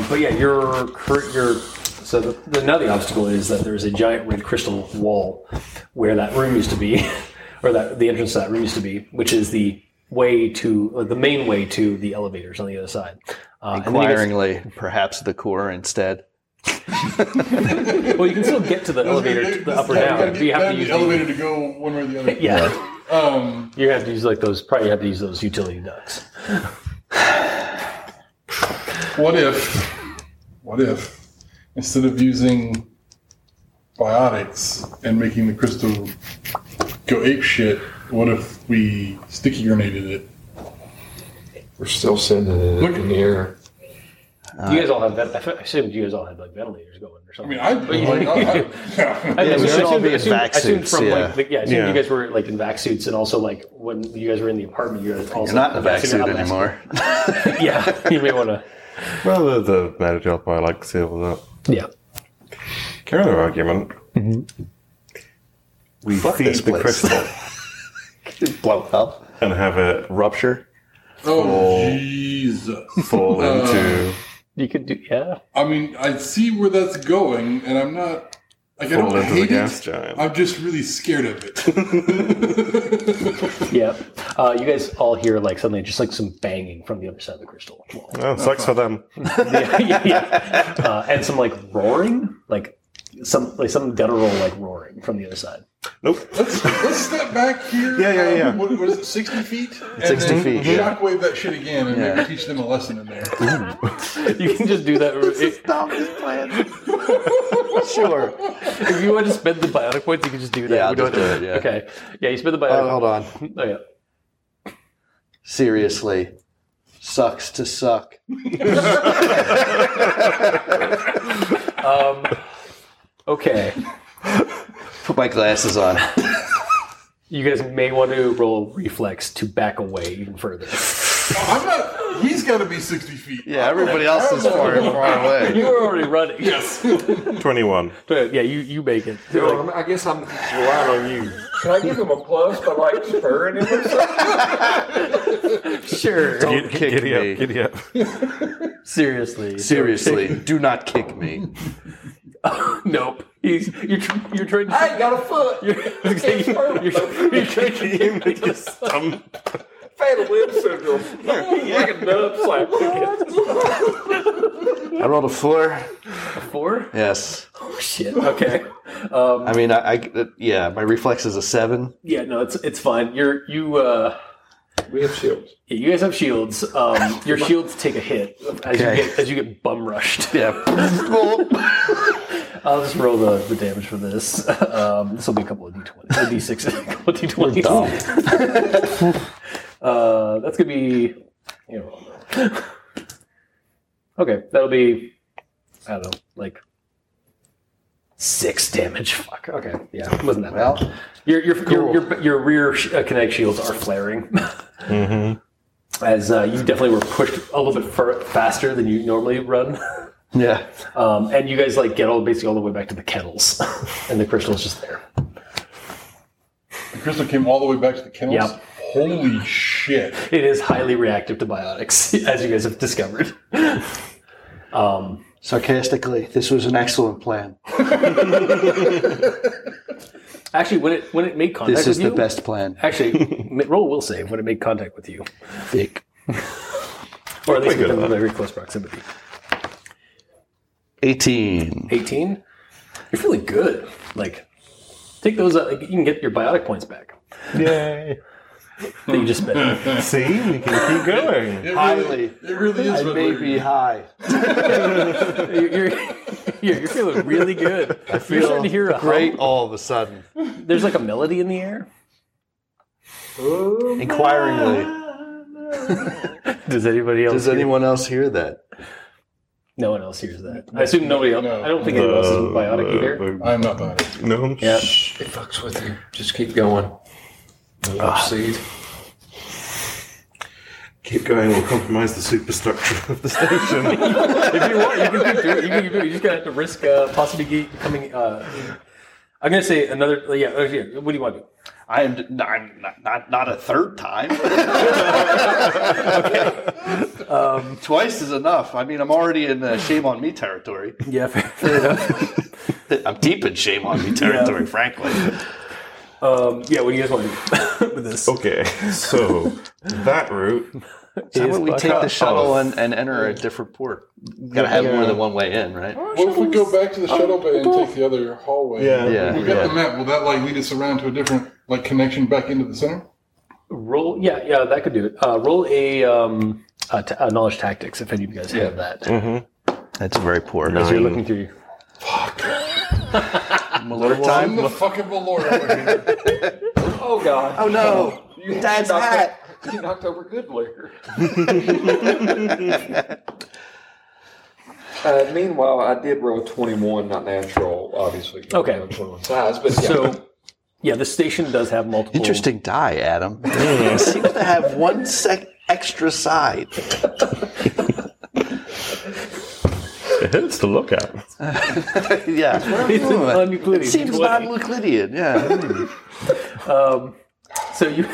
S1: Um, but yeah, your cur- your so the, the, now the obstacle is that there's a giant red crystal wall where that room used to be, *laughs* or that the entrance to that room used to be, which is the way to or the main way to the elevators on the other side. Uh, and then you guys-
S3: Inquiringly, perhaps the core instead.
S1: well, you can still
S5: *laughs*
S1: get to the elevator, to the up or down.
S5: Gotta
S1: but You
S5: get
S1: have
S5: down
S1: to use
S5: the
S1: the,
S5: elevator to go one way or the other.
S1: *laughs* yeah.
S5: Um,
S1: You have to use like those. Probably have to use those utility ducts.
S5: what if, what if, instead of using biotics and making the crystal go ape shit, what if we sticky grenaded it?
S4: We're still sending it
S5: Look-
S4: in the air.
S1: you
S3: Uh,
S1: guys all have. ven- I assumed you guys all had like ventilators going or
S5: I
S1: something.
S2: *laughs*
S5: mean, I, like, I, I
S1: I
S3: Yeah, we
S1: assume-
S3: should all
S1: assume-
S3: be in
S1: assume-
S3: vac
S1: assume
S3: suits,
S1: From,
S3: yeah.
S1: Like, the, yeah, I assume
S2: Yeah.
S1: you guys were like in vac suits, and also like when you guys were in the apartment, you guys also
S3: You're not in a vac
S1: so you're
S3: suit
S1: not vac- *laughs*
S3: anymore. *laughs*
S1: yeah, you may want to.
S2: Rather the Metagel I like to see all that.
S1: Yeah.
S2: Counter argument. We
S3: Fuck
S2: feed
S3: this
S2: the
S3: place.
S2: *laughs* crystal
S3: *laughs* Blow up.
S2: and have it
S3: Rupture.
S5: oh, Jesus.
S2: fall into.
S1: You could do yeah.
S5: I mean, I see where that's going, and I'm not. Like, I
S2: fall
S5: don't
S2: into the
S5: hate
S2: gas
S5: it.
S2: giant.
S5: I'm just really scared of
S2: *laughs*
S5: it.
S1: Yeah. Uh, you guys all hear like suddenly just like some banging from the other side of the crystal
S3: *laughs*
S1: wall.
S2: Oh, sucks for them.
S1: yeah, *laughs* yeah, yeah. Uh, and some like roaring, like some like some guttural like roaring from the other side.
S2: Nope.
S5: let's, let's step back here.
S2: Yeah, yeah, yeah.
S5: um, What, what is it, 60 feet? And
S3: 60
S5: then
S3: feet, yeah.
S5: Shockwave that shit again and
S3: Yeah.
S5: maybe teach them a lesson in there.
S1: You can just do
S3: *laughs*
S1: that if,
S3: Stop this plan. *laughs* sure.
S1: if you want to spend the biotic points. You can just do that.
S3: Yeah, I'll
S1: We don't
S3: just
S1: have
S3: do
S1: to-
S3: it, yeah.
S1: Okay. Yeah, you spend the
S3: Oh,
S1: biotic.
S3: hold on.
S1: oh yeah.
S3: Seriously. Sucks to suck.
S1: Um, okay.
S3: Put my glasses on.
S1: You guys may want to roll reflex to back away even further.
S5: I'm not. He's got to be 60 feet.
S3: Yeah, everybody else is *laughs* far, far away.
S1: You were already running. Yes.
S2: 21.
S1: yeah, you, you make it. You're like,
S4: Well, I guess I'm relying on you. Can I give him a plus by like spurring him or something?
S1: sure.
S2: Gid-
S3: kick
S2: giddy
S3: me.
S2: up, giddy up.
S1: Seriously.
S3: Seriously, do not kick me.
S1: Nope. He's, you're, tr- you're trying to.
S4: I ain't got a foot.
S1: You're, you're, you're, trying to get me to
S2: Um,
S4: Fatal limb syndrome. Like a dub slap.
S3: I rolled a four.
S1: four.
S3: Yes.
S1: Oh shit. Okay. Um,
S3: I mean, I, I uh, yeah, my reflex is a *laughs* seven.
S1: yeah. No, it's it's fine. You're you. Uh,
S4: We have shields.
S1: yeah, you guys have shields. Um,
S4: *laughs*
S1: your shields take a hit as
S3: Okay.
S1: you get as you get bum rushed. *laughs*
S3: Yeah.
S1: I'll just roll the, the damage for this. *laughs* Um, this will be a couple of d twenty, d six, *laughs* a couple of d twenties. *laughs* uh, that's gonna be. You know, okay, that'll be. I don't know, like six damage. Fuck. Okay, yeah, it wasn't that bad.
S3: well,
S1: Your your your, your, your rear sh- uh, kinetic shields are flaring. *laughs* As uh, you definitely were pushed a little bit fur- faster than you normally run,
S3: yeah.
S1: um, and you guys like get all basically all the way back to the kennels, *laughs* and the crystal's just there.
S5: The crystal came all the way back to the kennels.
S1: Yep.
S5: Holy shit.
S1: It is highly reactive to biotics, *laughs* as you guys have discovered. um,
S3: Sarcastically, this was an excellent plan.
S1: actually, when it when it made contact
S3: This
S1: with
S3: is the
S1: you-
S3: best plan.
S1: Actually, ma- roll will save when it made contact with you,
S3: Thick.
S1: or at least
S2: good at
S1: within
S2: that.
S1: very close proximity.
S3: 18.
S1: 18 you're feeling good like take those uh, you can get your biotic points back
S2: *laughs* yay.
S1: that you just spent
S2: See, we can keep going.
S5: It
S3: Highly.
S5: really, it really is.
S3: I
S5: what
S3: may
S5: we're-
S3: be high.
S1: *laughs* you're, you're, you're, you're feeling really good I feel you're starting to hear a
S3: Great
S1: hum.
S3: all of a sudden.
S1: there's like a melody in the air
S3: Inquiringly,
S1: does anybody else
S3: does anyone else hear that?
S1: no one else hears that i assume nobody else
S5: No.
S1: i don't think anyone else is biotic
S2: Uh,
S1: either
S5: I'm not buying it.
S2: uh, no.
S1: yeah
S4: It fucks with you. Just keep going.
S2: Ah.
S4: Proceed.
S2: Keep going, we'll compromise the superstructure of the *laughs* station.
S1: if you want you can keep doing it you can keep doing it you just gotta have to risk uh, possibly ge- becoming uh, i'm gonna say another yeah uh, here, what do you want to do
S3: I am n- I'm not, not, not a third time. *laughs* um, Twice is enough. I mean, I'm already in uh, shame on me territory.
S1: yeah fair, fair enough
S3: *laughs* I'm deep in shame on me territory, frankly.
S1: um, yeah what do you guys want to do *laughs* Oh, with this
S2: okay, so that route
S3: So
S1: is
S3: when we
S1: fuck
S3: take
S1: up.
S3: the shuttle and, and enter a different port, Oh. gotta have more than one way in, right?
S5: What if we go back to the shuttle bay and take the other hallway?
S2: Yeah.
S3: Yeah,
S5: We got the
S3: yeah.
S5: map. Will that like lead us around to a different like connection back into the center?
S1: Roll, yeah, yeah, that could do it. Uh, roll a, um, a, t- a knowledge tactics if any of you guys have that.
S3: That's very poor.
S1: As you're looking through,
S3: Malort
S5: I'm
S3: time.
S5: the fucking Malora over
S3: *laughs*
S5: here.
S4: Oh, God.
S3: Oh no,
S4: You
S3: Dad's
S4: knocked
S3: hat.
S4: o- You knocked over good liquor. *laughs* uh, meanwhile, I did roll 21, not natural, obviously.
S1: Okay.
S4: 21 size, but yeah.
S1: so yeah, the station does have multiple.
S3: Interesting die, Adam. It seems to have one sec extra side.
S2: it hurts to look at.
S3: yeah,
S1: *laughs* It's an
S3: it
S1: un-Euclidean
S3: seems
S1: 20.
S3: non-Euclidean. Yeah. *laughs*
S1: Um, so you,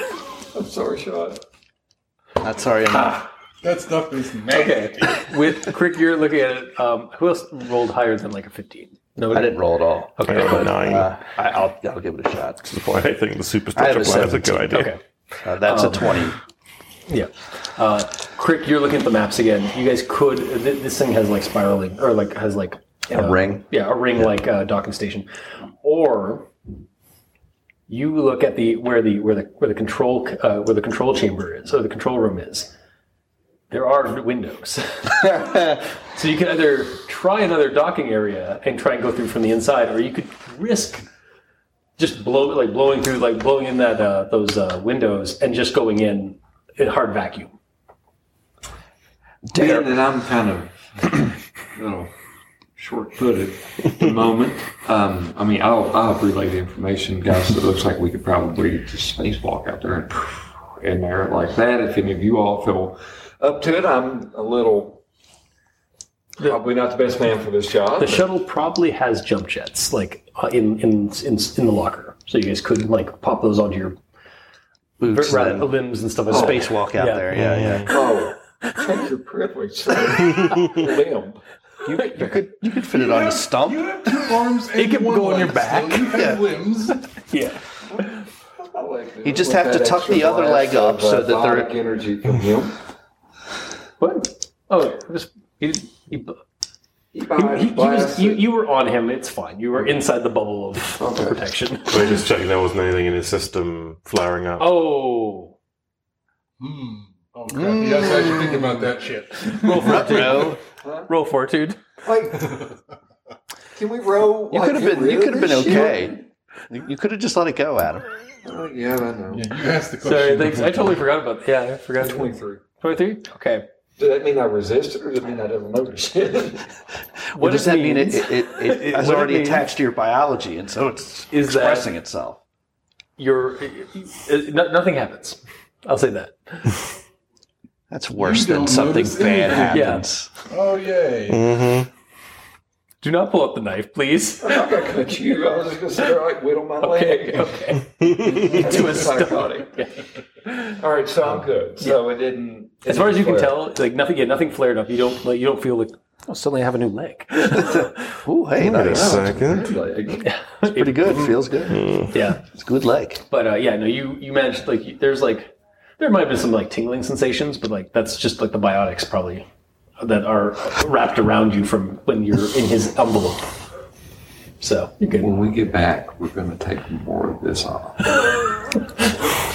S4: I'm sorry, Sean.
S3: Not sorry enough.
S5: that stuff is
S1: *laughs*
S5: nasty.
S1: with Crick, you're looking at it. Um, who else rolled higher than like a 15? No,
S3: I didn't roll at all.
S10: I got a nine.
S3: Uh, I, I'll, I'll give it a shot.
S10: I think the
S3: I have
S10: superstitious
S3: a
S10: plan is a good
S3: 17.
S10: idea.
S1: Okay.
S3: Uh, that's a 20.
S1: Yeah. Uh, Crick, you're looking at the maps again. You guys could. Th- this thing has like spiraling, or like has like
S3: A
S1: uh,
S3: ring?
S1: Yeah, a ring like uh, docking station, or you look at the where the where the where the control c- uh, where the control chamber is, or the control room is. There are
S3: *laughs*
S1: windows, so you can either try another docking area and try and go through from the inside, or you could risk just blow like blowing through like blowing in that uh, those uh, windows and just going in in hard vacuum.
S6: Being that I'm kind of a little short-footed at the moment, um, I mean, I'll, I'll relay the information, guys. It looks like we could probably just spacewalk out there and in there like that. If any of you all feel up to it, I'm a little probably not the best man for this job.
S1: The shuttle probably has jump jets like uh, in, in in in the locker, so you guys could like pop those onto your
S3: Boots
S1: rather,
S3: and
S1: limbs and stuff. Like that.
S3: spacewalk out
S1: Yeah. *laughs*
S3: there. Yeah, yeah.
S6: oh, check your
S3: *laughs*
S6: privilege, sir. Damn.
S3: You, you could you could fit it on a stump.
S5: You have two arms and
S3: It can
S5: one
S3: go on your
S5: leg,
S3: back.
S5: so you have
S3: Yeah. *laughs*
S5: limbs.
S1: Yeah,
S3: You just have to tuck the other leg up so that they're-
S6: they're uh, energy from him.
S1: what? Oh, it was, he, he, he, he was, you, you were on him. It's fine. You were inside the bubble of
S6: Okay.
S1: protection.
S2: We're just checking there wasn't anything in his system flaring up.
S1: Oh,
S5: Hmm. Oh, crap. Yes, I should think about that shit. *laughs*
S1: roll fortitude.
S3: No,
S1: roll fortitude.
S6: like, can we roll?
S3: you
S6: like,
S3: could have
S6: get
S3: been you
S6: rid
S3: could
S6: of
S3: have been
S6: this shit?
S3: okay. You, you could have just let it go, Adam.
S6: Oh, yeah, I know.
S5: Yeah, you asked the question.
S1: Sorry, thanks. I totally forgot about. Yeah, I forgot.
S6: Twenty-three.
S1: Twenty-three. Okay.
S6: Does that mean I resisted, or does it mean I didn't notice it? *laughs*
S3: What does
S1: it
S3: that mean? It,
S1: means-
S3: it, it, it
S1: What
S3: is
S1: it
S3: already
S1: means-
S3: attached to your biology, and so it's
S1: Is that-
S3: expressing itself.
S1: You're. uh, no, nothing happens. I'll say that.
S3: That's worse
S5: You don't
S3: than something
S5: notice
S3: bad
S5: anything.
S3: happens.
S5: Oh, yay.
S2: Mm-hmm. *laughs*
S1: Do not pull out the knife,
S6: *laughs*
S1: please.
S6: I'm not gonna cut you. I was just gonna say, all right, whittle my leg.
S1: Okay. okay. to a stop.
S6: Psychotic. All right, so I'm good. So it didn't.
S1: As far as you can tell, like nothing. Yeah, nothing flared up. You don't. Like, you don't feel like. Oh, suddenly I have a new
S6: *laughs*
S1: leg.
S3: Ooh,
S2: Wait
S3: hey,
S2: a
S3: nice.
S2: second. Hmm.
S6: Leg.
S3: Pretty good. Feels good.
S1: yeah,
S3: It's a good leg.
S1: but uh, yeah, no. You you managed like you- there's like there might have been some like tingling sensations, but like that's just like the biotics probably that are wrapped around you from when you're in his envelope. So you're good.
S6: When we get back, we're gonna take more of this off.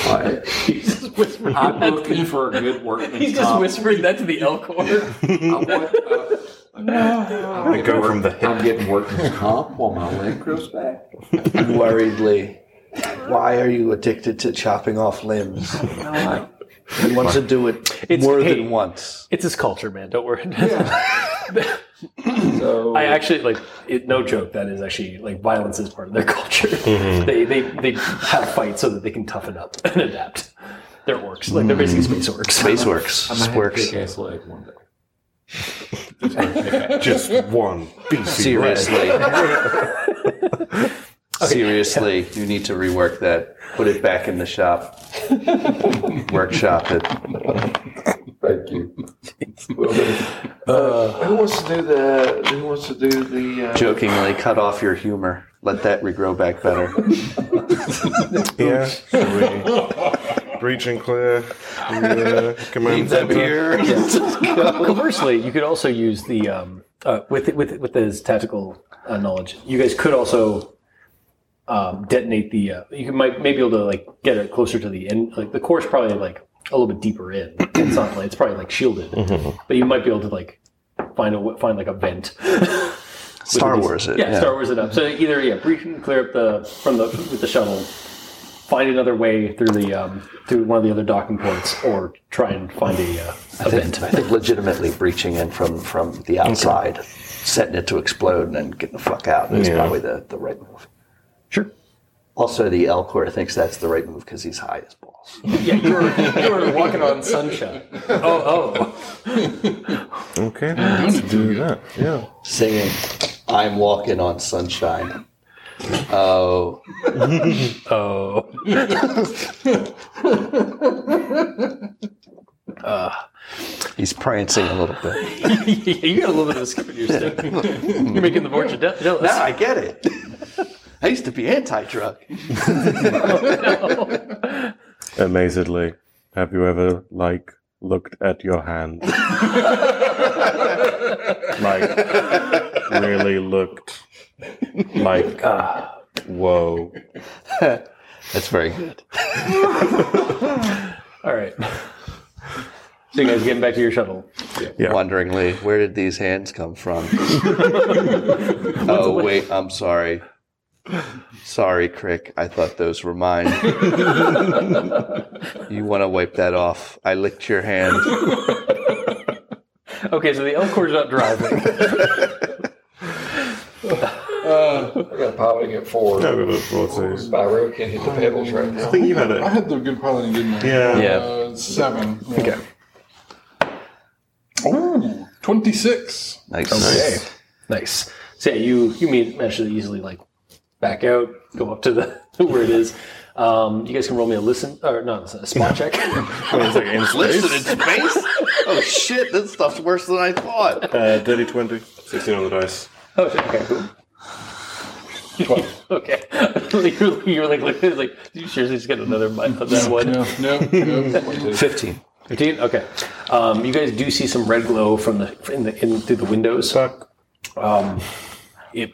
S6: Like,
S1: *laughs* He's just whispering.
S6: I'm looking for a good
S1: *laughs*
S6: workman's
S1: He's just
S6: comp.
S1: whispering that to the elk
S6: *laughs*
S1: horn.
S6: I want, uh, I'm
S2: I
S6: getting
S2: go
S6: work-
S2: from the *laughs* hip.
S6: I'm getting workman's comp while my leg grows back.
S3: Worriedly. Why are you addicted to chopping off limbs?
S6: I
S3: You want to do it
S1: It's-
S3: more
S1: hey.
S3: than once.
S1: It's his culture, man. Don't worry.
S6: like- So
S1: I actually like it, no joke. That is actually like violence is part of their *laughs* culture. They, they they have fights so that they can toughen up and adapt. They're orcs. Like they're basically space orcs.
S3: Mm-hmm. Space works. Works.
S6: ass leg one day.
S2: Just one beefy leg.
S3: *laughs* Seriously. Seriously, you need to rework that. Put it back in the shop. Workshop it.
S6: Thank you. uh, who wants to do the? Who wants to do the? Uh,
S3: Jokingly, cut off your humor. Let that regrow back better.
S2: Yeah. Should we reach and *laughs* clear the uh, command center?
S1: Conversely, you could also use the um, uh, with with with this tactical uh, knowledge. You guys could also um, detonate the. Uh, you could, might may be able to like get it closer to the end. Like the core's probably like a little bit deeper in. It's not like it's probably like shielded, but you might be able to like find a w- find like a vent.
S3: Star Wars it.
S1: Yeah,
S3: yeah.
S1: Star Wars it up. So either yeah, breach and clear up the from the with the shuttle, find another way through the um, through one of the other docking ports, or try and find a, uh, a vent.
S3: I think legitimately breaching in from, from the outside, setting it to explode, and then getting the fuck out is
S2: Yeah.
S3: probably the, the right move.
S1: Sure.
S3: Also, the Elcor thinks that's the right move because he's high as balls.
S1: Yeah, you were, you were walking on sunshine. *laughs* Oh, oh.
S2: Okay, let's do that. Yeah.
S3: Singing, I'm walking on sunshine. Oh,
S1: Oh.
S3: He's prancing a little
S1: *laughs*
S3: bit.
S1: you got a little bit of a skip in your
S4: *laughs*
S1: step. *laughs* You're making the Vorcha death jealous.
S3: now I get it. *laughs* I used to be anti-drug.
S2: Amazedly, have you ever like looked at your hand? *laughs* like really looked like whoa.
S3: That's very good.
S1: All right. So you guys getting back to your shuttle?
S3: Wonderingly, where did these hands come *laughs* from? oh wait, I'm sorry. Sorry, Crick. I thought those were *laughs* mine. you want to wipe that off? I licked your hand.
S1: Okay, so the Elcor's not driving.
S5: Uh,
S4: I got piloting at four.
S2: I think
S4: I really can't hit the pedals right now.
S2: you had
S5: I
S2: it.
S5: had the good piloting, didn't I?
S2: Yeah.
S5: Uh, seven. Okay. Ooh, 26.
S3: Nice.
S1: nice. So yeah, you you mean manage to easily like back out, go up to the *laughs* where it is. Um, you guys can roll me a listen or not listen, a spot check. *laughs*
S2: Wait a *laughs* second, in
S3: Listen
S2: space?
S3: in *laughs* space? Oh shit, this stuff's worse than I thought.
S2: Uh, dirty 20. 16 on the dice.
S1: oh, shit, okay. cool. *laughs* okay. you're, you're like, like, it's like, you seriously just get another bite of that one.
S5: No, no, no.
S3: 15.
S1: 15? Okay. Um, you guys do see some red glow from the in the in through the windows. Fuck. Um, it,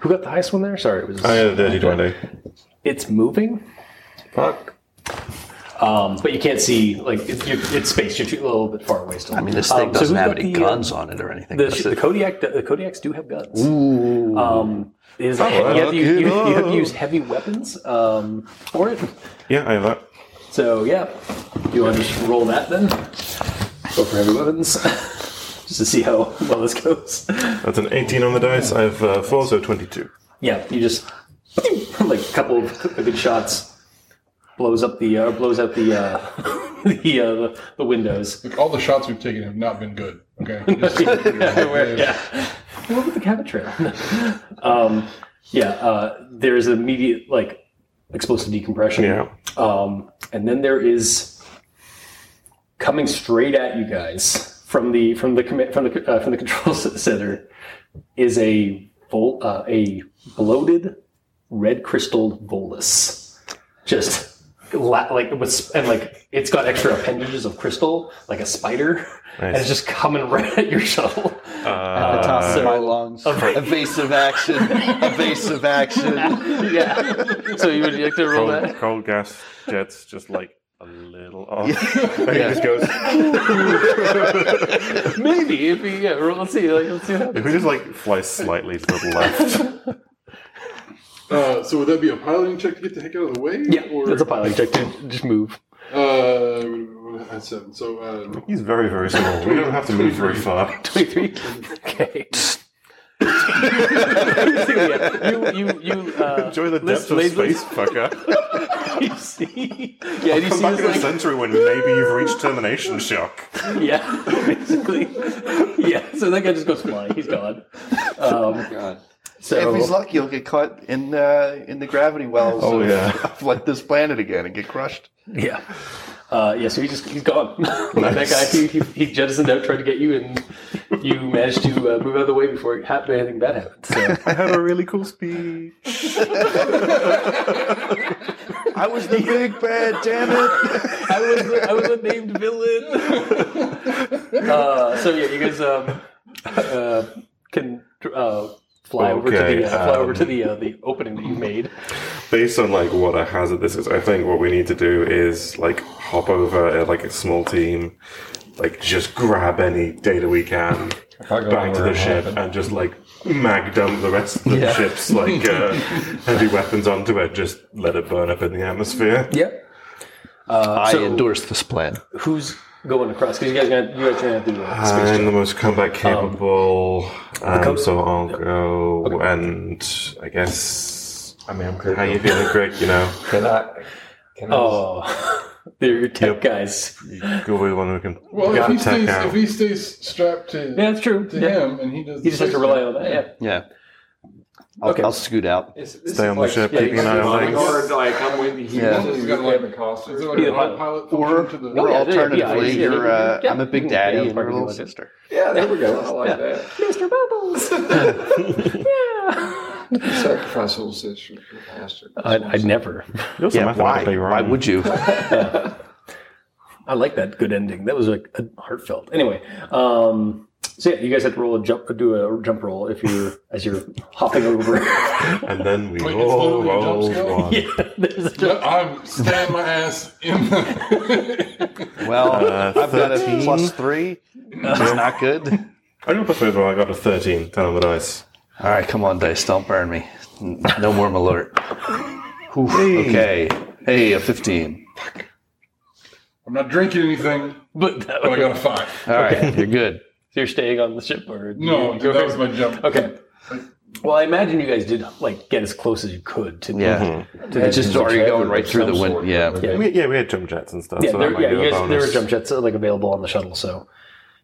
S1: who got the highest one there? Sorry, it was.
S2: I had a dirty 20.
S1: it's moving,
S2: Fuck.
S1: um, but you can't see. Like it, you, it's space. You're too- a little bit far away still.
S3: I mean, this thing
S1: Um, so
S3: doesn't
S1: who's
S3: have
S1: got
S3: any
S1: the, uh,
S3: guns on it or anything.
S1: The,
S3: does
S1: the
S3: it?
S1: Kodiak, the Kodiaks do have guns. Um, is you, have to,
S2: look
S1: you,
S2: it
S1: you have
S2: up.
S1: to use heavy weapons um, for it.
S2: Yeah, I have that.
S1: So yeah, you want to just roll that then? Go for heavy weapons, *laughs* just to see how well this goes.
S2: That's an 18 on the dice. I have uh, 4, so 22.
S1: Yeah, you just *laughs* like a couple of good shots blows up the uh, *laughs* blows out the uh, the, uh, the the windows.
S5: All the shots we've taken have not been good.
S1: *laughs*
S5: Okay. Just-
S1: yeah. Hey, Look at the cabin trail. *laughs* um, yeah, uh, there is immediate like explosive decompression.
S2: Yeah.
S1: Um, and then there is coming straight at you guys from the from the commi- from the uh, from the control *laughs* center is a bol- uh, a bloated red crystal bolus. Just la- like with sp- and like it's got extra appendages of crystal like a spider and it's just coming *laughs* right at your shuttle.
S2: Uh,
S3: the top
S1: so-
S3: of my lungs. Evasive *laughs* action. Evasive *laughs* action.
S1: *laughs* yeah. So you would like to roll
S2: Cold,
S1: that?
S2: cold gas jets just like a *laughs* little off. and he just goes,
S1: *laughs* Maybe if you yeah, roll, let's see, like let's see what happens.
S2: if we just like fly slightly to the left.
S5: uh, so would that be a piloting check to get the heck out of the way?
S1: Yeah,
S5: Or,
S1: that's a piloting check. Dude. Just move.
S5: Uh, I had seven. So uh,
S2: He's very, very small. We don't have to move very far.
S1: Twenty-three. *laughs* Okay. yeah, you you you uh,
S2: Enjoy the
S1: Let's-
S2: depths of
S1: let's-
S2: space, fucker.
S1: *laughs* you see. Yeah, and you
S2: Come
S1: see
S2: back in
S1: this
S2: a
S1: like
S2: century when maybe you've reached termination shock.
S1: yeah, *laughs* basically. Yeah, so that guy just goes flying. He's *laughs* gone. Um,
S4: God.
S1: so
S3: If he's lucky, he'll get caught in uh, in the gravity wells.
S2: Oh,
S3: of-
S2: yeah.
S3: Of like this planet again and get crushed.
S1: yeah. Uh, yeah, so he just he's gone. *laughs* that
S2: Nice.
S1: guy he, he, he jettisoned out, tried to get you, and you managed to uh, move out of the way before it happened, anything bad happened. So.
S2: I had a really cool speech.
S1: *laughs*
S3: I was the big bad, damn it.
S1: I was I was a named villain. uh, so yeah, you guys um, uh, can uh, fly over to the
S2: Okay,
S1: uh, fly over
S2: um,
S1: to the uh, the opening that you made.
S2: Based on like what a hazard this is, I think what we need to do is like hop over uh, like a small team, like just grab any data we can
S4: I go
S2: back to
S4: where
S2: the
S4: it
S2: ship
S4: happened.
S2: and just like mag dump the rest of the ship's like
S1: *laughs*
S2: uh, heavy weapons onto it. Just let it burn up in the atmosphere.
S1: Yep.
S3: I
S1: so-
S3: endorse this plan.
S1: Who's going across? Because you guys are gonna, you guys are gonna have to do a space
S2: I'm
S1: jump.
S2: the most combat capable, um,
S1: coat-
S2: so I'll go and I guess.
S4: I mean, I'm
S2: How you
S4: critical.
S2: feeling, Greg? You know,
S4: Can I? *laughs* Can I?
S1: Oh, *laughs* they're your tech
S2: Yep.
S1: guys.
S2: go with the one who can.
S5: well, if
S2: got
S5: he,
S2: tech
S5: stays,
S2: out.
S5: if he stays strapped to,
S1: Yeah, that's true.
S5: to
S1: Yeah.
S5: him and he does
S1: You just have to rely on that. Yeah.
S3: Yeah. I'll,
S1: Okay.
S3: I'll scoot out.
S6: It's, this
S2: Stay
S6: is
S2: on the
S6: like
S2: ship,
S6: space.
S2: keeping an eye on
S6: It's
S2: things.
S6: hard, Like I'm with you.
S3: Yeah.
S6: You got like the cost.
S5: Is it
S6: of-
S5: like
S1: Yeah.
S5: an autopilot
S3: Or,
S5: function to the-
S3: or
S1: yeah, yeah,
S3: alternatively,
S1: yeah,
S3: you're
S1: yeah,
S3: uh,
S1: yeah.
S3: I'm a big daddy
S1: Yeah,
S3: and you're a
S1: fucking
S3: little
S1: like it.
S3: sister.
S6: Yeah, there we go. I like that.
S1: Mr. Bubbles.
S6: *laughs*
S1: *laughs*
S6: Sacrifice whole sister, you bastard.
S1: I'd, I'd never.
S2: You're also
S3: Yeah, why?
S2: mathematically
S3: Why
S2: wrong.
S3: would you?
S1: *laughs* I like that good ending. That was like a heartfelt. Anyway, um, so yeah, you guys have to roll a jump, do a jump roll if you're as you're hopping over. *laughs*
S2: And then we
S5: Wait, it's
S2: all
S5: literally a jump
S2: rolled
S5: scale?
S2: one.
S1: There's a
S5: Yeah,
S1: jump-
S5: I'm stabbing my ass in the. *laughs*
S3: Well,
S2: Uh,
S3: I've got a
S2: 13.
S3: plus three. That's not good.
S2: I got a plus over, I got a 13. Tell him the dice.
S3: All right, come on, dice. Don't burn me. N- No more alert. Oof, Okay. Hey, a 15.
S5: I'm not drinking anything,
S1: but that
S5: but I
S1: was,
S5: got a five.
S3: All right, you're good.
S1: you're staying on the ship or
S5: No,
S1: you
S5: dude,
S1: go
S5: that was
S1: back?
S5: my jump.
S1: Okay. Well, I imagine you guys did like get as close as you could to the-
S3: Yeah.
S1: to the
S3: It's just
S1: jump
S3: already
S1: jet.
S3: going right through the wind. Yeah.
S1: Yeah.
S2: We, yeah, we had jump jets and stuff.
S1: Yeah,
S2: so that
S1: there,
S2: might
S1: yeah,
S2: be
S1: you
S2: a
S1: guys, there are
S2: bonus.
S1: jump jets uh, like available on the shuttle, so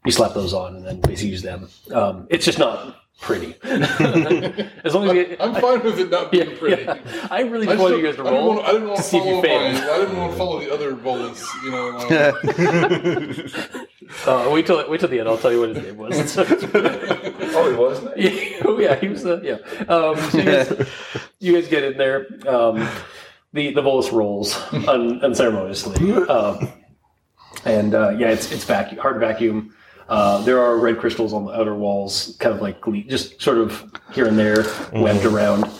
S1: you slap those on and then basically use them. Um, it's just not pretty. *laughs* as long as you,
S5: I'm fine with it not being
S1: yeah,
S5: pretty.
S1: yeah. I really
S5: I,
S1: just
S5: just
S1: wanted you
S5: don't-
S1: guys to
S5: I didn't
S1: roll
S5: want, I didn't want
S1: to
S5: to
S1: see if
S5: follow
S1: you
S5: mine.
S1: failed.
S5: I didn't want to follow the other bullets, you know. like-
S3: Mm-hmm.
S1: Uh, wait till wait till the end. I'll tell you what his name was.
S5: *laughs*
S1: *laughs*
S6: Oh, it wasn't. it?
S1: yeah, *laughs* oh, yeah, he was the yeah. Um, so you,
S3: *laughs*
S1: guys, you guys get in there. Um, the the bolus rolls un, unceremoniously, um, and uh, yeah, it's it's vacuum, hard vacuum. Uh, there are red crystals on the outer walls, kind of like gle- just sort of here and there,
S3: Mm-hmm.
S1: webbed around.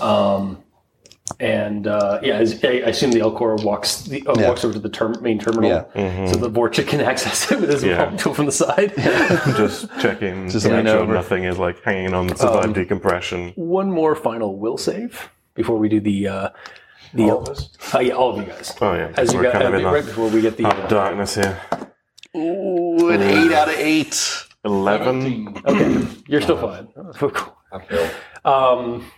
S1: Um, and uh, yeah, as, I, I assume the Elcor walks the, uh,
S3: Yeah.
S1: walks over to the term, main terminal,
S3: Yeah. Mm-hmm.
S1: so the Vorcha can *laughs* access it with his
S2: Yeah.
S1: palm tool from the
S3: *laughs*
S1: side.
S2: just checking
S3: Just
S2: to make
S3: lean
S2: sure
S3: over.
S2: nothing is like hanging on to survive decompression.
S1: one more final will save before we do the uh, the all of us. Uh, yeah, all of you guys.
S2: Oh yeah,
S1: As you
S2: we're
S1: guys,
S2: kind of in
S1: right
S2: that
S1: before we get the
S2: hot
S1: uh,
S2: darkness here.
S3: Ooh, an 8 out of 8.
S2: Eleven.
S1: okay, you're still fine. *laughs* Oh, cool.
S6: Okay.
S1: Um,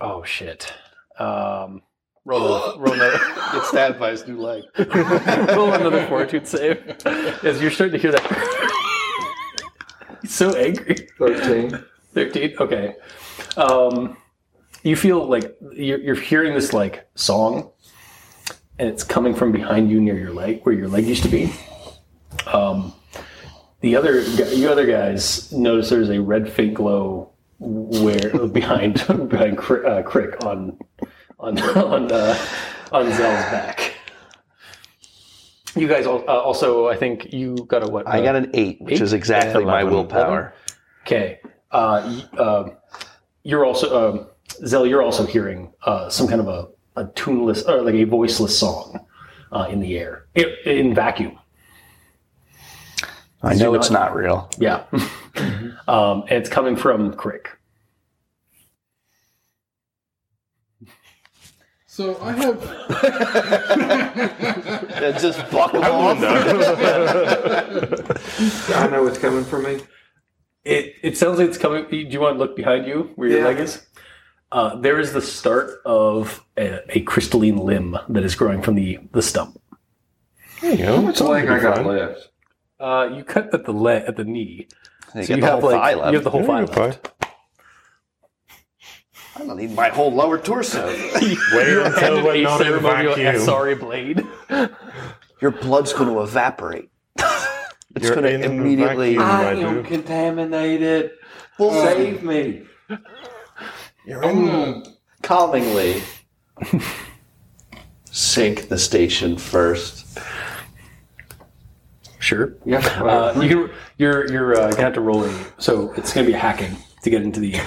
S1: oh shit. Um, roll another, roll another,
S3: Get stabbed by his new leg.
S1: roll another fortitude save. *laughs* As you're starting to hear that, he's *laughs* so angry.
S6: Thirteen.
S1: 13 okay um you feel like you're, you're hearing this like song and it's coming from behind you near your leg where your leg used to be um the other gu- you other guys notice there's a red faint glow where *laughs* behind behind Cri- uh, crick on on *laughs* on uh, on zell's back you guys al- uh, also i think you got a what uh,
S3: I got an 8, which is exactly my
S2: Eleven.
S3: willpower.
S1: Okay. Uh, y- um you're also um Zell. You're also hearing uh, some kind of a, a tuneless or like a voiceless song uh, in the air in, in vacuum.
S3: I know it's not real.
S1: Yeah, *laughs* um, and it's coming from Crick.
S5: So I have.
S3: just buckle
S2: *laughs*
S3: off.
S6: I know it's coming for me.
S1: It it sounds like it's coming. Do you want to look behind you where your
S6: Yeah.
S1: leg is? Uh, there is the start of a, a crystalline limb that is growing from the the stump.
S2: There you go.
S6: It's like I got
S2: fine.
S6: left.
S1: Uh, you cut at the le- at the
S6: *laughs*
S1: knee,
S3: You
S1: so
S3: get
S1: you
S3: the
S1: have
S3: whole thigh
S1: like
S3: left.
S1: you have the whole
S2: Yeah,
S1: thigh
S2: you're fine.
S1: left.
S3: I don't need my whole lower torso.
S2: Wait until we're
S1: a
S2: not in
S1: ceremonial
S2: vacuum.
S1: SRE
S6: *laughs*
S1: blade.
S3: Your blood's going to evaporate. it's
S2: You're
S3: going to
S2: in
S3: immediately.
S2: vacuum,
S6: I
S1: *laughs*
S2: my
S6: am
S2: dude.
S6: contaminated. Save me.
S5: I'm gonna,
S3: calmingly sink the station first.
S1: Sure.
S6: Yeah.
S1: Uh, you can, you're you're uh, gonna have to roll a so it's gonna be hacking to get into the E.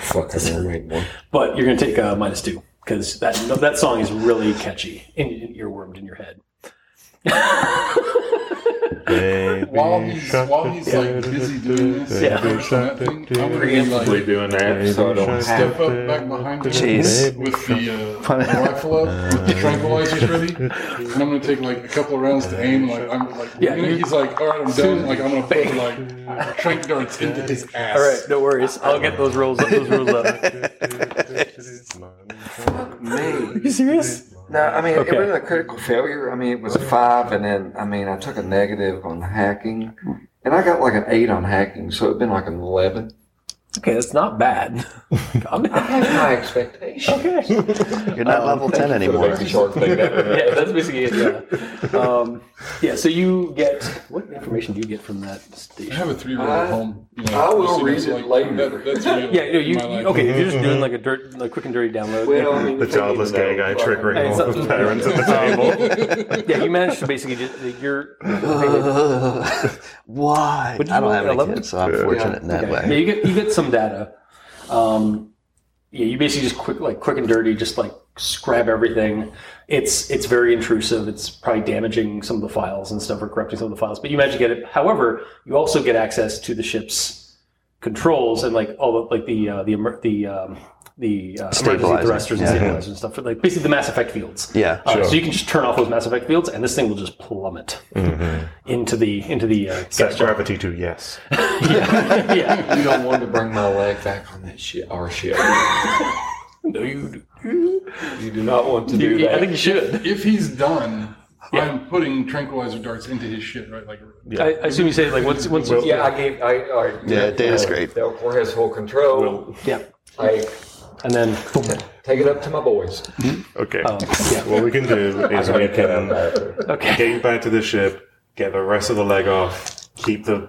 S1: but you're gonna take uh, minus two because that no, that song is really catchy and and earwormed in your head.
S2: Baby
S5: *laughs* while he's
S2: shark,
S5: while he's like
S2: da-da-da-da,
S5: busy doing this,
S1: Yeah.
S5: and that thing, I'm gonna be
S2: We're
S5: like
S2: doing that,
S6: Baby
S2: so I don't
S6: shark,
S2: have
S5: step up
S2: to-
S5: back behind him
S3: Jeez.
S5: with the uh, rifle up, with the tranquilizers ready, and I'm gonna take like a couple of rounds to aim. Like I'm like,
S1: Yeah,
S5: and
S1: you-
S5: he's like, all right, I'm done. Like I'm gonna put like trank darts into his ass.
S1: *laughs* All right, no worries. I'll get those rolls up. Those rolls up.
S6: me.
S1: *laughs* you serious?
S6: No, I mean
S1: Okay.
S6: it wasn't a critical failure. I mean it was a five, and then I mean I took a negative on hacking, and I got like an eight on hacking, so it'd been like an eleven.
S1: okay. It's not bad. I'm not-
S4: My expectation.
S3: You're not level 10
S1: *laughs*
S3: anymore.
S1: yeah,
S4: *laughs*
S1: that's basically it. Yeah. Um, yeah. So you get what information do you get from that
S5: I
S1: station?
S5: have a three-year-old
S4: I-
S5: at home. You
S4: Uh, I will
S5: so
S4: read
S5: that's
S4: it
S5: like-
S4: later.
S5: that- that's really
S1: Yeah, no, you,
S5: my
S1: you
S5: life.
S1: okay? You're just doing like a dirt, like quick and dirty download.
S4: Well, I mean,
S2: The childless gay guy triggering
S1: Hey,
S2: all the
S1: something-
S2: parents at the
S5: *laughs*
S2: table.
S1: yeah, you managed to basically just
S3: *laughs*
S1: you're.
S3: Why?
S1: What'd you
S3: I don't
S1: roll,
S3: have any
S1: 11?
S3: kids, so I'm fortunate in that
S1: Okay. Yeah,
S3: way.
S1: you get you get some data. Um, yeah, you basically just quick like quick and dirty, just like scrap everything. It's it's very intrusive. It's probably damaging some of the files and stuff, or corrupting some of the files. But you manage to get it. However, you also get access to the ship's controls and like all the like the uh, the emer- the um, the uh, emergency
S3: Stabilizer.
S1: thrusters and
S3: Yeah.
S1: stabilizers and stuff for like basically the Mass Effect fields.
S3: Yeah.
S1: Uh, So you can just turn off those Mass Effect fields, and this thing will just plummet into the into the uh,
S2: Set gravity to yes.
S1: yeah. yeah.
S4: You don't want to bring my leg back on that shit. Our *laughs* shit.
S1: No, you,
S4: You do not want to do
S1: you,
S4: that.
S1: I think you should.
S5: If he's done, I'm putting tranquilizer darts into his shit, right? Like,
S1: I, I assume you say like once once you
S4: yeah, I gave. I, I
S3: Yeah, data's
S4: uh,
S3: great.
S4: Del Cor has full control.
S1: yeah,
S4: I
S1: and then boom.
S4: take it up to my boys.
S2: Okay.
S1: Oh. yeah.
S2: What we can
S1: *laughs*
S2: do is we can
S1: Okay.
S2: get you back to the ship, get the rest of the leg off, keep the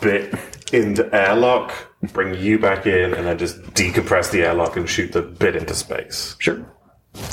S2: bit in the airlock, bring you back in, and then just decompress the airlock and shoot the bit into space.
S1: Sure.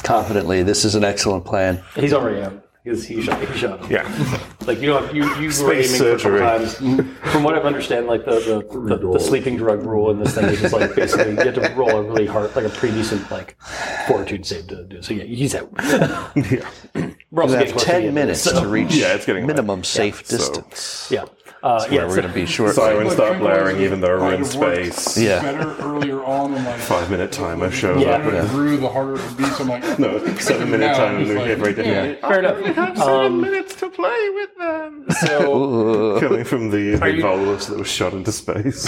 S3: Confidently, this is an excellent plan.
S1: He's already out. Because he shot, he shot *laughs* him.
S2: Yeah.
S1: Like you know, you you were aiming
S2: Space
S1: for a
S2: surgery.
S1: couple times. From what I understand, like the the, the, the sleeping drug rule in this thing is just like basically you have to roll a really hard, like a pretty decent like fortitude save to do. it. So yeah, he's out.
S2: yeah.
S1: We're
S3: We
S1: also
S3: have
S1: getting close to the
S3: 10
S1: end.
S3: minutes
S1: So,
S3: to reach
S2: Yeah, it's getting late.
S3: minimum safe
S2: so-
S3: distance.
S1: yeah, uh, yeah.
S3: Where we're
S1: so-
S3: going to be short.
S2: Sirens start
S5: Like,
S2: blaring even though we're in
S5: I'd have worked
S2: space.
S3: Yeah.
S5: Better earlier on in life.
S2: Five minute timer shows
S1: Yeah.
S5: The
S2: up.
S5: better it grew, the harder it would be. So I'm
S3: *laughs*
S5: like,
S2: No, seven minute
S5: Now
S2: time
S5: I'm
S2: and
S5: just
S2: we
S5: like,
S2: every day.
S5: yeah.
S1: Fair enough.
S2: Seven
S1: Um,
S2: minutes to play with them.
S1: *laughs*
S3: Ooh.
S2: Coming from the
S1: you-
S2: big volus that was shot into
S1: *laughs*
S2: space.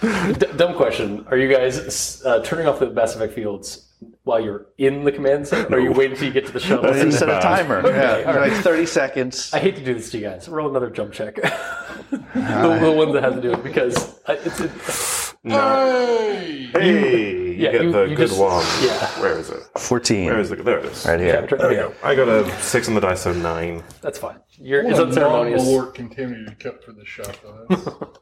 S1: D- dumb question. Are you guys uh, turning off the Mass Effect fields while you're in the command center? Or are you waiting until you get to the
S2: *laughs*
S1: shuttle?
S3: They *laughs* set a
S2: bad.
S3: timer. yeah,
S1: all right.
S3: like 30 seconds.
S1: I hate to do this to you guys. Roll another jump check. *laughs*
S2: *laughs*
S1: the, the one that has to do it because I, it's, it's
S5: hey!
S2: Hey, you
S1: Uh, Yeah,
S2: get
S1: you-
S2: the
S1: you
S2: good
S1: just-
S2: one.
S1: yeah.
S2: Where is it?
S3: 14.
S2: Where is it? There it is.
S3: Right here.
S2: There we go. I got a six on the dice, so nine.
S1: that's fine. You're,
S5: What
S1: it's
S5: a
S1: unceremonious.
S5: non-malort contaminated cup for this shot, though. That's- *laughs*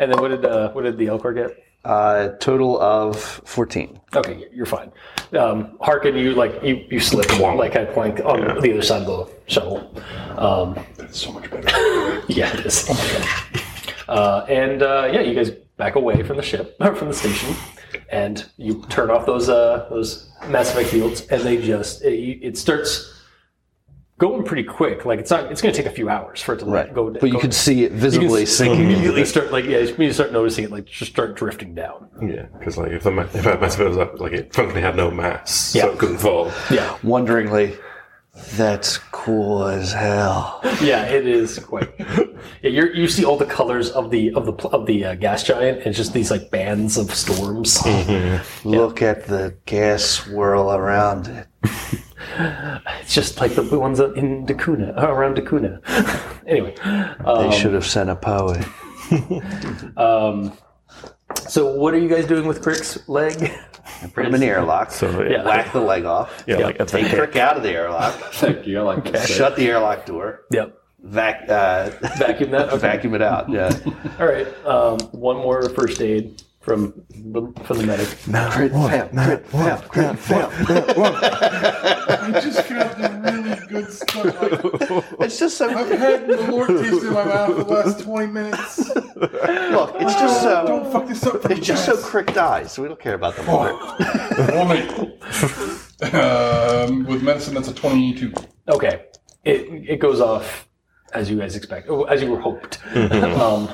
S1: And then what did uh, what did the Elcor get?
S3: Uh, total of 14.
S1: Okay, you're fine. Um, Harkin, you like you you slip like I plank on the other side of the shuttle. Um,
S5: That's so much better.
S1: *laughs*
S5: Oh
S1: Yeah, it is. uh, and uh, yeah, you guys back away from the ship, *laughs* from the station, and you turn off those uh, those Mass Effect fields, and they just it, it starts going pretty quick. Like it's not, it's going to take a few hours for it to like,
S3: Right.
S1: go.
S3: But you
S1: go-
S3: can see it
S1: you can *laughs*
S3: visibly
S1: s-
S3: sinking.
S1: Immediately start like yeah, you start noticing it like just start drifting down.
S2: Yeah, because like if the ma- if our mass was up, like it functionally had no mass,
S1: Yeah.
S2: so it couldn't fall.
S1: Yeah,
S3: Wonderingly, that's cool as hell.
S1: yeah, it is quite. Yeah, you're, you see all the colors of the of the pl- of the uh, gas giant, and just these like bands of storms.
S3: Look at the gas swirl around it.
S1: It's just like the ones in Dakuna, uh, around Dakuna. *laughs* anyway, uh,
S3: They
S1: Um,
S3: should have sent a poet.
S1: so what are you guys doing with Crick's leg?
S3: Put him in the airlock.
S2: So yeah,
S3: Whack the leg off.
S2: yeah, like
S3: Take Crick out of the airlock.
S4: *laughs* Thank you. I like that.
S3: Shut the airlock door.
S1: Yep.
S3: Vac, uh, *laughs*
S1: Vacuum that? Okay.
S3: vacuum it out. Yeah.
S1: All right. Um, one more first aid from the, from the medic.
S3: Crit, fam, crit, fam, crit, fam.
S5: I just got the really good stuff.
S3: *laughs*
S5: Like,
S3: It's just so
S5: I've had the Lord taste in my mouth for the last 20 minutes.
S3: look. It's just
S5: *laughs* Don't
S3: so.
S5: fuck this up for me,
S3: It's just so
S5: guys.
S3: Crick dies. So we don't care about the mother.
S5: Only- um, with medicine, that's a 22.
S1: Okay. It, it goes off as you guys expect, oh, as you were hoped. *laughs* um,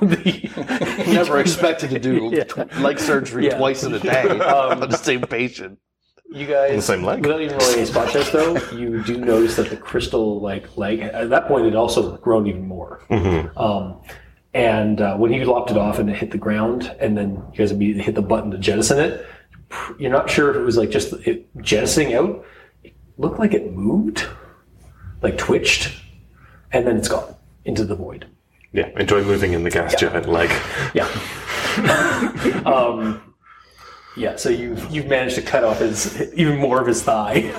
S1: the,
S3: Never expected to do tw- leg surgery
S1: Yeah.
S3: twice in a day
S1: Um,
S3: *laughs* on the same patient.
S1: You guys,
S2: the same leg?
S1: without even rolling a spot checks, though, you do notice that the crystal like leg at that point it also grown even more.
S2: Mm-hmm.
S1: Um, and uh, when he lopped it off and it hit the ground, and then you guys immediately hit the button to jettison it, pr- you're not sure if it was like just it jettisoning out. It looked like it moved, like twitched, and then it's gone into the void.
S2: yeah. Enjoy moving in the gas giant leg.
S1: Yeah. *laughs* um, yeah, so you've you've managed to cut off his even more of his thigh.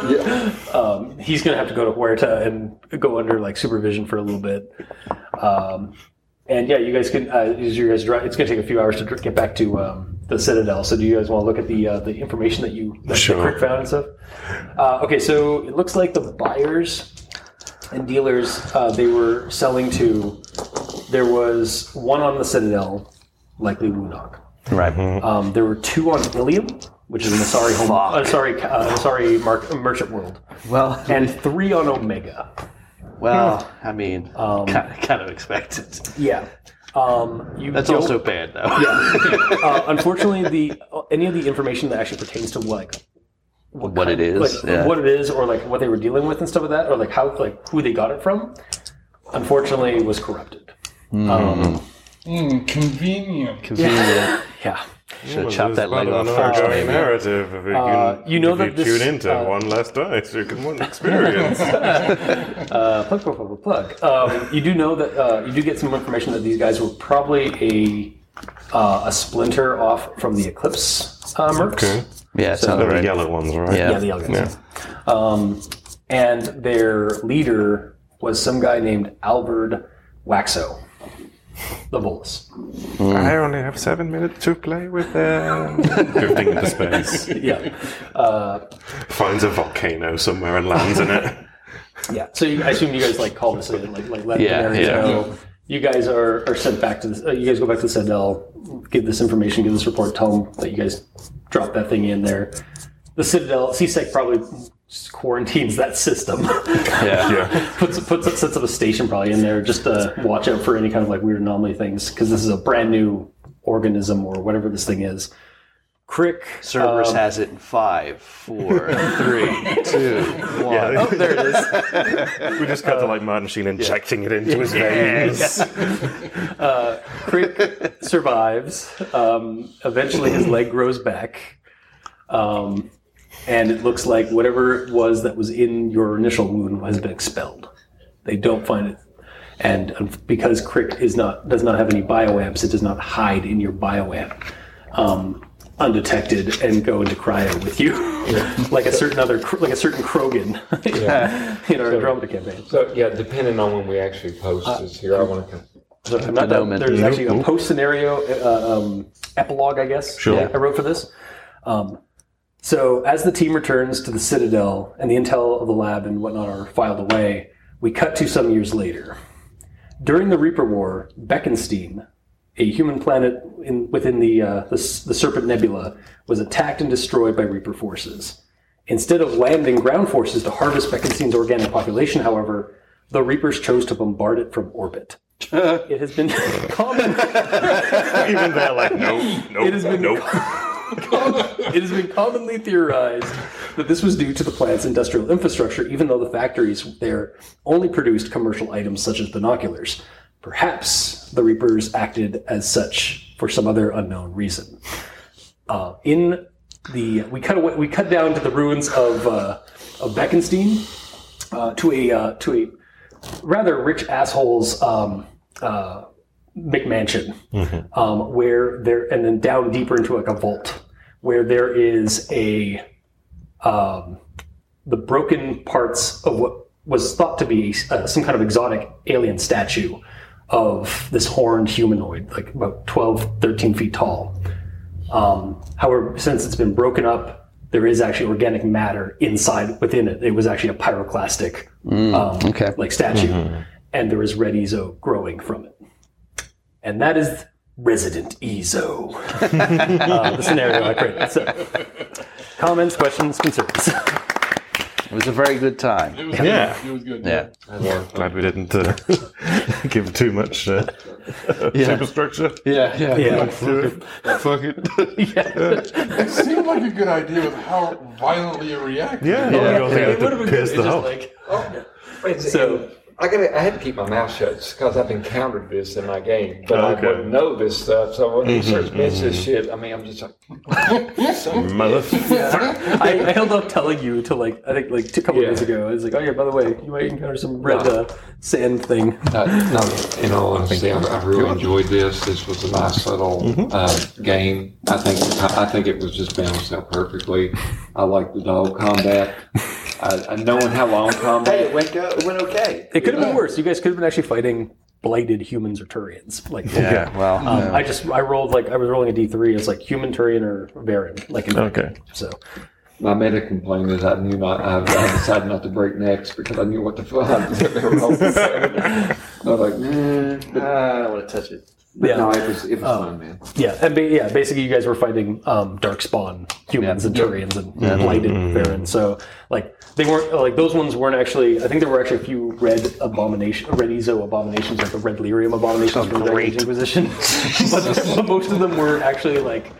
S1: *laughs* Um, he's gonna have to go to Huerta and go under like supervision for a little bit. Um, and yeah, you guys can uh, as you guys drive. It's gonna take a few hours to dr- get back to um, the Citadel. So do you guys want to look at the uh, the information that you that
S2: Sure.
S1: the Crick found and stuff? Uh, okay, so it looks like the buyers and dealers uh, they were selling to. There was one on the Citadel, likely Wunok.
S3: Right.
S1: Um, there were two on Ilium, which is an Asari home, uh, Asari, uh, Asari mark, merchant world,
S3: Well,
S1: and three on Omega.
S3: well, I mean, kind, of, kind of expected.
S1: Yeah, um, you
S3: That's
S1: don't-
S3: also bad, though.
S1: *laughs* uh, unfortunately, the uh, any of the information that actually pertains to like
S3: *laughs* what it is.
S1: like
S3: yeah.
S1: what it is, or like what they were dealing with and stuff like that, or like how like who they got it from, unfortunately, was corrupted. Um,
S5: Mm, convenient.
S3: Convenient.
S1: yeah.
S3: Should have chopped that leg off
S2: Another
S3: first,
S2: ongoing
S3: maybe.
S2: narrative. If you,
S1: Uh, you know
S2: if
S1: that
S2: you
S1: this,
S2: tune into
S1: uh,
S2: one less dice, you can *laughs* one experience.
S1: plug, plug, plug, plug, plug. Um, you do know that uh, you do get some information that these guys were probably a uh, a splinter off from the Eclipse uh, mercs.
S2: okay.
S3: Yeah, it
S2: They're
S3: sounded
S2: the
S3: right.
S2: yellow ones, right?
S1: Yeah, the Elgins. Um, and their leader was some guy named Albert Waxo, the Volus.
S2: I only have seven minutes to play with them. *laughs* Drifting into space.
S1: Yeah,
S2: Finds a volcano somewhere and lands in it.
S1: yeah. So you, I assume you guys like call this in, like like let
S3: Yeah,
S1: them know.
S3: yeah.
S1: You guys are, are sent back to the. Uh, you guys go back to the Citadel, give this information, give this report, tell them that you guys drop that thing in there. The Citadel, CSEC E probably quarantines that system.
S3: *laughs*
S1: *laughs*
S3: Yeah.
S2: Yeah.
S1: puts puts sets up a station probably in there just to watch out for any kind of like weird anomaly things because this is a brand new organism or whatever this thing is. Crick,
S3: Cerberus
S1: um,
S3: has it in five, four, three, two, one.
S2: Yeah.
S3: Oh, there it
S2: *laughs*
S3: is.
S2: We just cut to like Martin Sheen injecting it into his veins.
S1: Crick survives. Um, eventually, his leg grows back, um, and it looks like whatever it was that was in your initial wound has been expelled. They don't find it, and um, because Crick is not does not have any bioamps, it does not hide in your bioamp. Um, undetected and go into cryo with you, *laughs* like a certain other, cr- like a certain Krogan, *laughs* in our Andromeda campaign.
S4: So yeah, depending on when we actually post this here, I want to.
S1: So I'm not done.
S3: Abdomen.
S1: There's
S3: Nope,
S1: actually a post scenario uh, um, epilogue, I guess.
S2: Sure.
S1: I wrote for this. Um, so as the team returns to the Citadel and the intel of the lab and whatnot are filed away, we cut to some years later. During the Reaper War, Beckenstein, a human planet in, within the, uh, the S- the Serpent Nebula, was attacked and destroyed by Reaper forces. Instead of land and ground forces to harvest Beckenstein's organic population, however, the Reapers chose to bombard it from orbit. It has been *laughs* common.
S2: *laughs* Even they're like, nope, nope,
S1: It has been-
S2: nope.
S1: It has been commonly theorized that this was due to the plant's industrial infrastructure, even though the factories there only produced commercial items such as binoculars. Perhaps the Reapers acted as such for some other unknown reason. Uh, in the we cut away, we cut down to the ruins of uh, of Beckenstein uh, to a uh, to a rather rich asshole's um, uh, McMansion, um, where there, and then down deeper into like a vault, where there is a um, the broken parts of what was thought to be uh, some kind of exotic alien statue of this horned humanoid, like about 12, 13 feet tall. Um, however, since it's been broken up, there is actually organic matter inside within it. It was actually a pyroclastic um,
S3: okay.
S1: like statue, and there is red Ezo growing from it. And that is Resident Ezo. *laughs* uh, the scenario I created. So, comments, questions, concerns.
S3: It was a very good
S5: It
S3: time.
S5: was
S2: Yeah.
S5: good. It was good.
S3: Yeah.
S2: Glad we didn't uh, *laughs* give too much uh, superstructure.
S3: Yeah,
S1: *laughs*
S3: yeah.
S1: Yeah.
S2: Fuck *laughs* it.
S1: Oh,
S5: It seemed like a good idea with how violently it reacted.
S2: Yeah, yeah.
S1: It
S2: yeah. *laughs*
S1: would've been good.
S2: Piss
S1: It's
S2: the
S1: just
S4: *laughs*
S2: hole.
S1: like- Oh. So
S4: I got. I had to keep my mouth shut because I've encountered this in my game, but
S2: Okay.
S4: I wouldn't know this stuff. So when he starts
S6: Mm-hmm,
S4: mentioning this shit, I mean, I'm just like,
S1: *laughs*
S2: *laughs* Motherfucker.
S1: I, I held up telling you to like I think like two couple
S4: Yeah.
S1: days ago. It's like, oh yeah, by the way, you might encounter some red uh, sand thing.
S6: Uh, no, in all honesty, I, I really enjoyed this. This was a nice little uh, game. I think I, I think it was just balanced out perfectly. I like the dog combat. I, I knowing how long
S3: Hey,
S6: combat.
S3: it went, go, it went okay.
S1: It could have been worse. You guys could have been actually fighting blighted humans or Turians. Like
S3: Well,
S1: Um, I just I rolled like I was rolling a D three. It's like human Turian or Baron. Like in-
S2: Okay.
S1: so
S6: My meta complaint is I knew not. I, I decided not to break necks because I knew what the fuck they were all saying. I was like, mm, but,
S3: I don't want to touch it.
S6: but
S1: Yeah.
S6: no, it was it was fun, man.
S1: yeah, and ba- yeah, basically you guys were fighting um, darkspawn humans and Turians and blighted Barons. So like they weren't uh, like those ones weren't actually. I think there were actually a few red abomination, red Ezo abominations, like the red Lyrium abominations from the Dragon Age Inquisition. *laughs* but, but most of them were actually like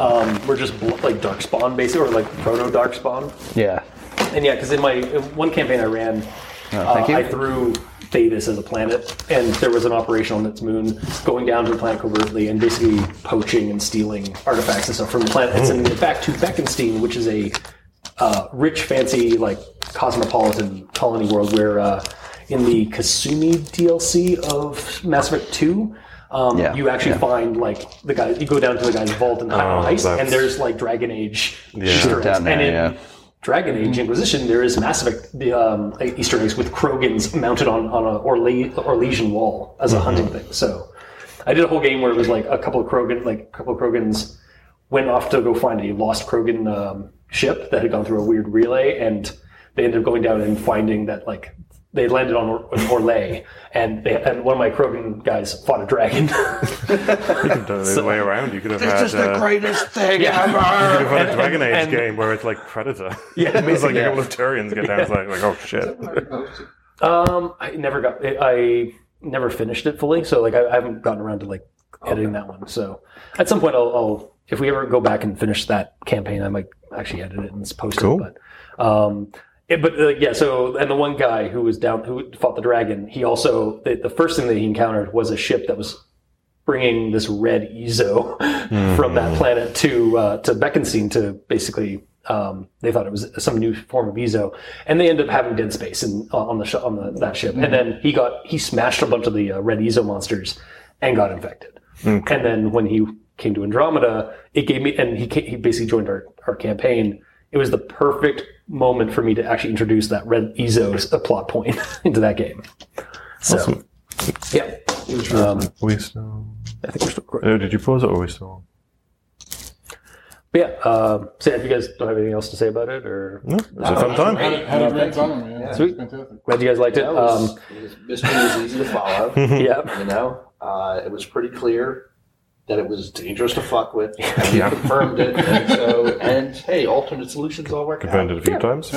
S1: um, were just bl- like darkspawn basically, or like proto darkspawn.
S3: Yeah.
S1: And yeah, because in my in one campaign I ran, uh,
S3: Oh, thank you.
S1: I threw Thetis as a planet, and there was an operation on its moon going down to the planet covertly and basically poaching and stealing artifacts and stuff from the planet and
S3: Hmm.
S1: sending it back to Beckenstein, which is a uh, rich, fancy, like cosmopolitan colony world where uh, in the Kasumi DLC of Mass Effect 2, um,
S3: Yeah, Uh-huh.
S1: you actually find like the guy, you go down to the guy's vault and hide
S2: Oh,
S1: on ice, and
S2: that's-
S1: there's like Dragon Age
S2: Yeah.
S1: shirts.
S3: Down there,
S1: and in
S3: yeah.
S1: Dragon Age Inquisition, there is Mass Effect the, um, Easter eggs with Krogans mounted on on a Orle- Orlesian wall as a
S3: Mm-hmm.
S1: hunting thing. So I did a whole game where it was like a couple of Krogan, like a couple of Krogans went off to go find a lost Krogan um, ship that had gone through a weird relay, and they ended up going down and finding that like they landed on Or- on Orlay, and they, and one of my Krogan guys fought a dragon. *laughs*
S2: Don't know the way around. You could have
S3: This
S2: had
S3: is the
S2: uh,
S3: greatest thing
S2: you
S3: ever.
S2: could have had a Dragon Age
S1: and-
S2: game where it's like Predator.
S1: *laughs*
S2: *laughs*
S1: Yeah,
S2: it's like
S1: yeah.
S2: a couple of Turians get down. It's like, like, oh shit.
S1: um, I never got I, I never finished it fully, so like I, I haven't gotten around to like editing that one. So at some point, I'll, I'll if we ever go back and finish that campaign, I might actually edit it and post it.
S2: Cool.
S1: But um, it, but uh, yeah, so and the one guy who was down who fought the dragon, he also the, the first thing that he encountered was a ship that was bringing this red Ezo *laughs* from that planet to uh, to Beckenstein to basically. Um, they thought it was some new form of Ezo, and they ended up having dead space in, uh, on the sh- on the, that ship. And then he got he smashed a bunch of the uh, red Ezo monsters and got infected. And then when he came to Andromeda, it gave me, and he ca- he basically joined our, our campaign. It was the perfect moment for me to actually introduce that Red Ezo's a plot point *laughs* into that game. So, yeah,
S2: We still.
S1: I think we're still recording.
S2: Oh, did you pause it or we still?
S1: But yeah, uh, so if you guys don't have anything else to say about it, or
S2: No, it was a fun time.
S5: Had, had a great time, man. It's
S1: Sweet.
S5: fantastic.
S1: glad you guys liked it. Um,
S3: This one was easy
S1: *laughs*
S3: to follow.
S1: yeah,
S3: You know, uh, it was pretty clear that it was dangerous to fuck with. And we confirmed it. And
S5: *laughs*
S3: so, and hey, alternate solutions all work
S2: Confirmed
S3: out.
S2: it a few times.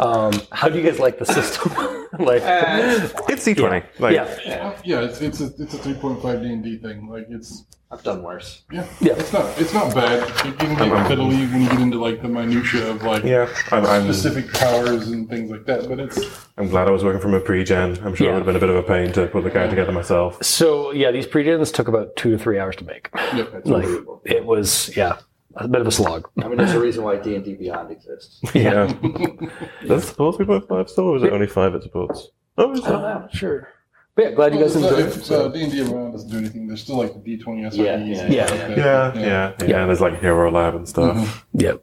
S1: um, how do you guys like the system? *laughs* like,
S5: Uh,
S2: It's D20. Like,
S1: yeah,
S5: Well, Yeah, it's it's a it's a three point five D and D thing. Like it's
S3: I've done worse.
S5: yeah,
S1: Yeah.
S5: it's not it's not bad. It can get fiddly when you get into like the minutia of like
S2: Yeah, I'm, I'm,
S5: specific powers and things like that. But it's
S2: I'm glad I was working from a pre-gen. I'm sure
S1: Yeah.
S2: it would have been a bit of a pain to put the guy together
S1: *laughs*
S2: myself.
S1: So yeah, these pre-gens took about two to three hours to make.
S5: yep, it's
S1: Like, it was yeah, a bit of a slog.
S3: I mean, there's a reason why D and D Beyond exists.
S2: Yeah. *laughs* Does it support 3.5 still, or was it only 5 it supports? Oh, it's
S5: Uh,
S2: not.
S1: Sure. But yeah, glad you guys
S5: Well,
S1: enjoyed
S5: it's
S1: it.
S5: not- if, uh, D and D around doesn't do anything. There's still like the D twenty SREs.
S3: Yeah,
S5: and
S3: yeah,
S5: stuff
S1: yeah,
S5: like that.
S2: Yeah, yeah, yeah. And there's like Hero Lab and stuff.
S1: Yep.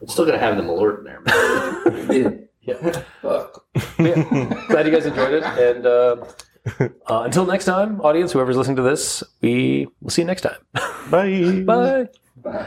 S3: I'm still gonna have the Malort in there. Man. yeah.
S1: Glad you guys enjoyed it. And uh, uh, until next time, audience, whoever's listening to this, Mm-hmm. we will see you next time.
S2: Bye.
S1: Bye.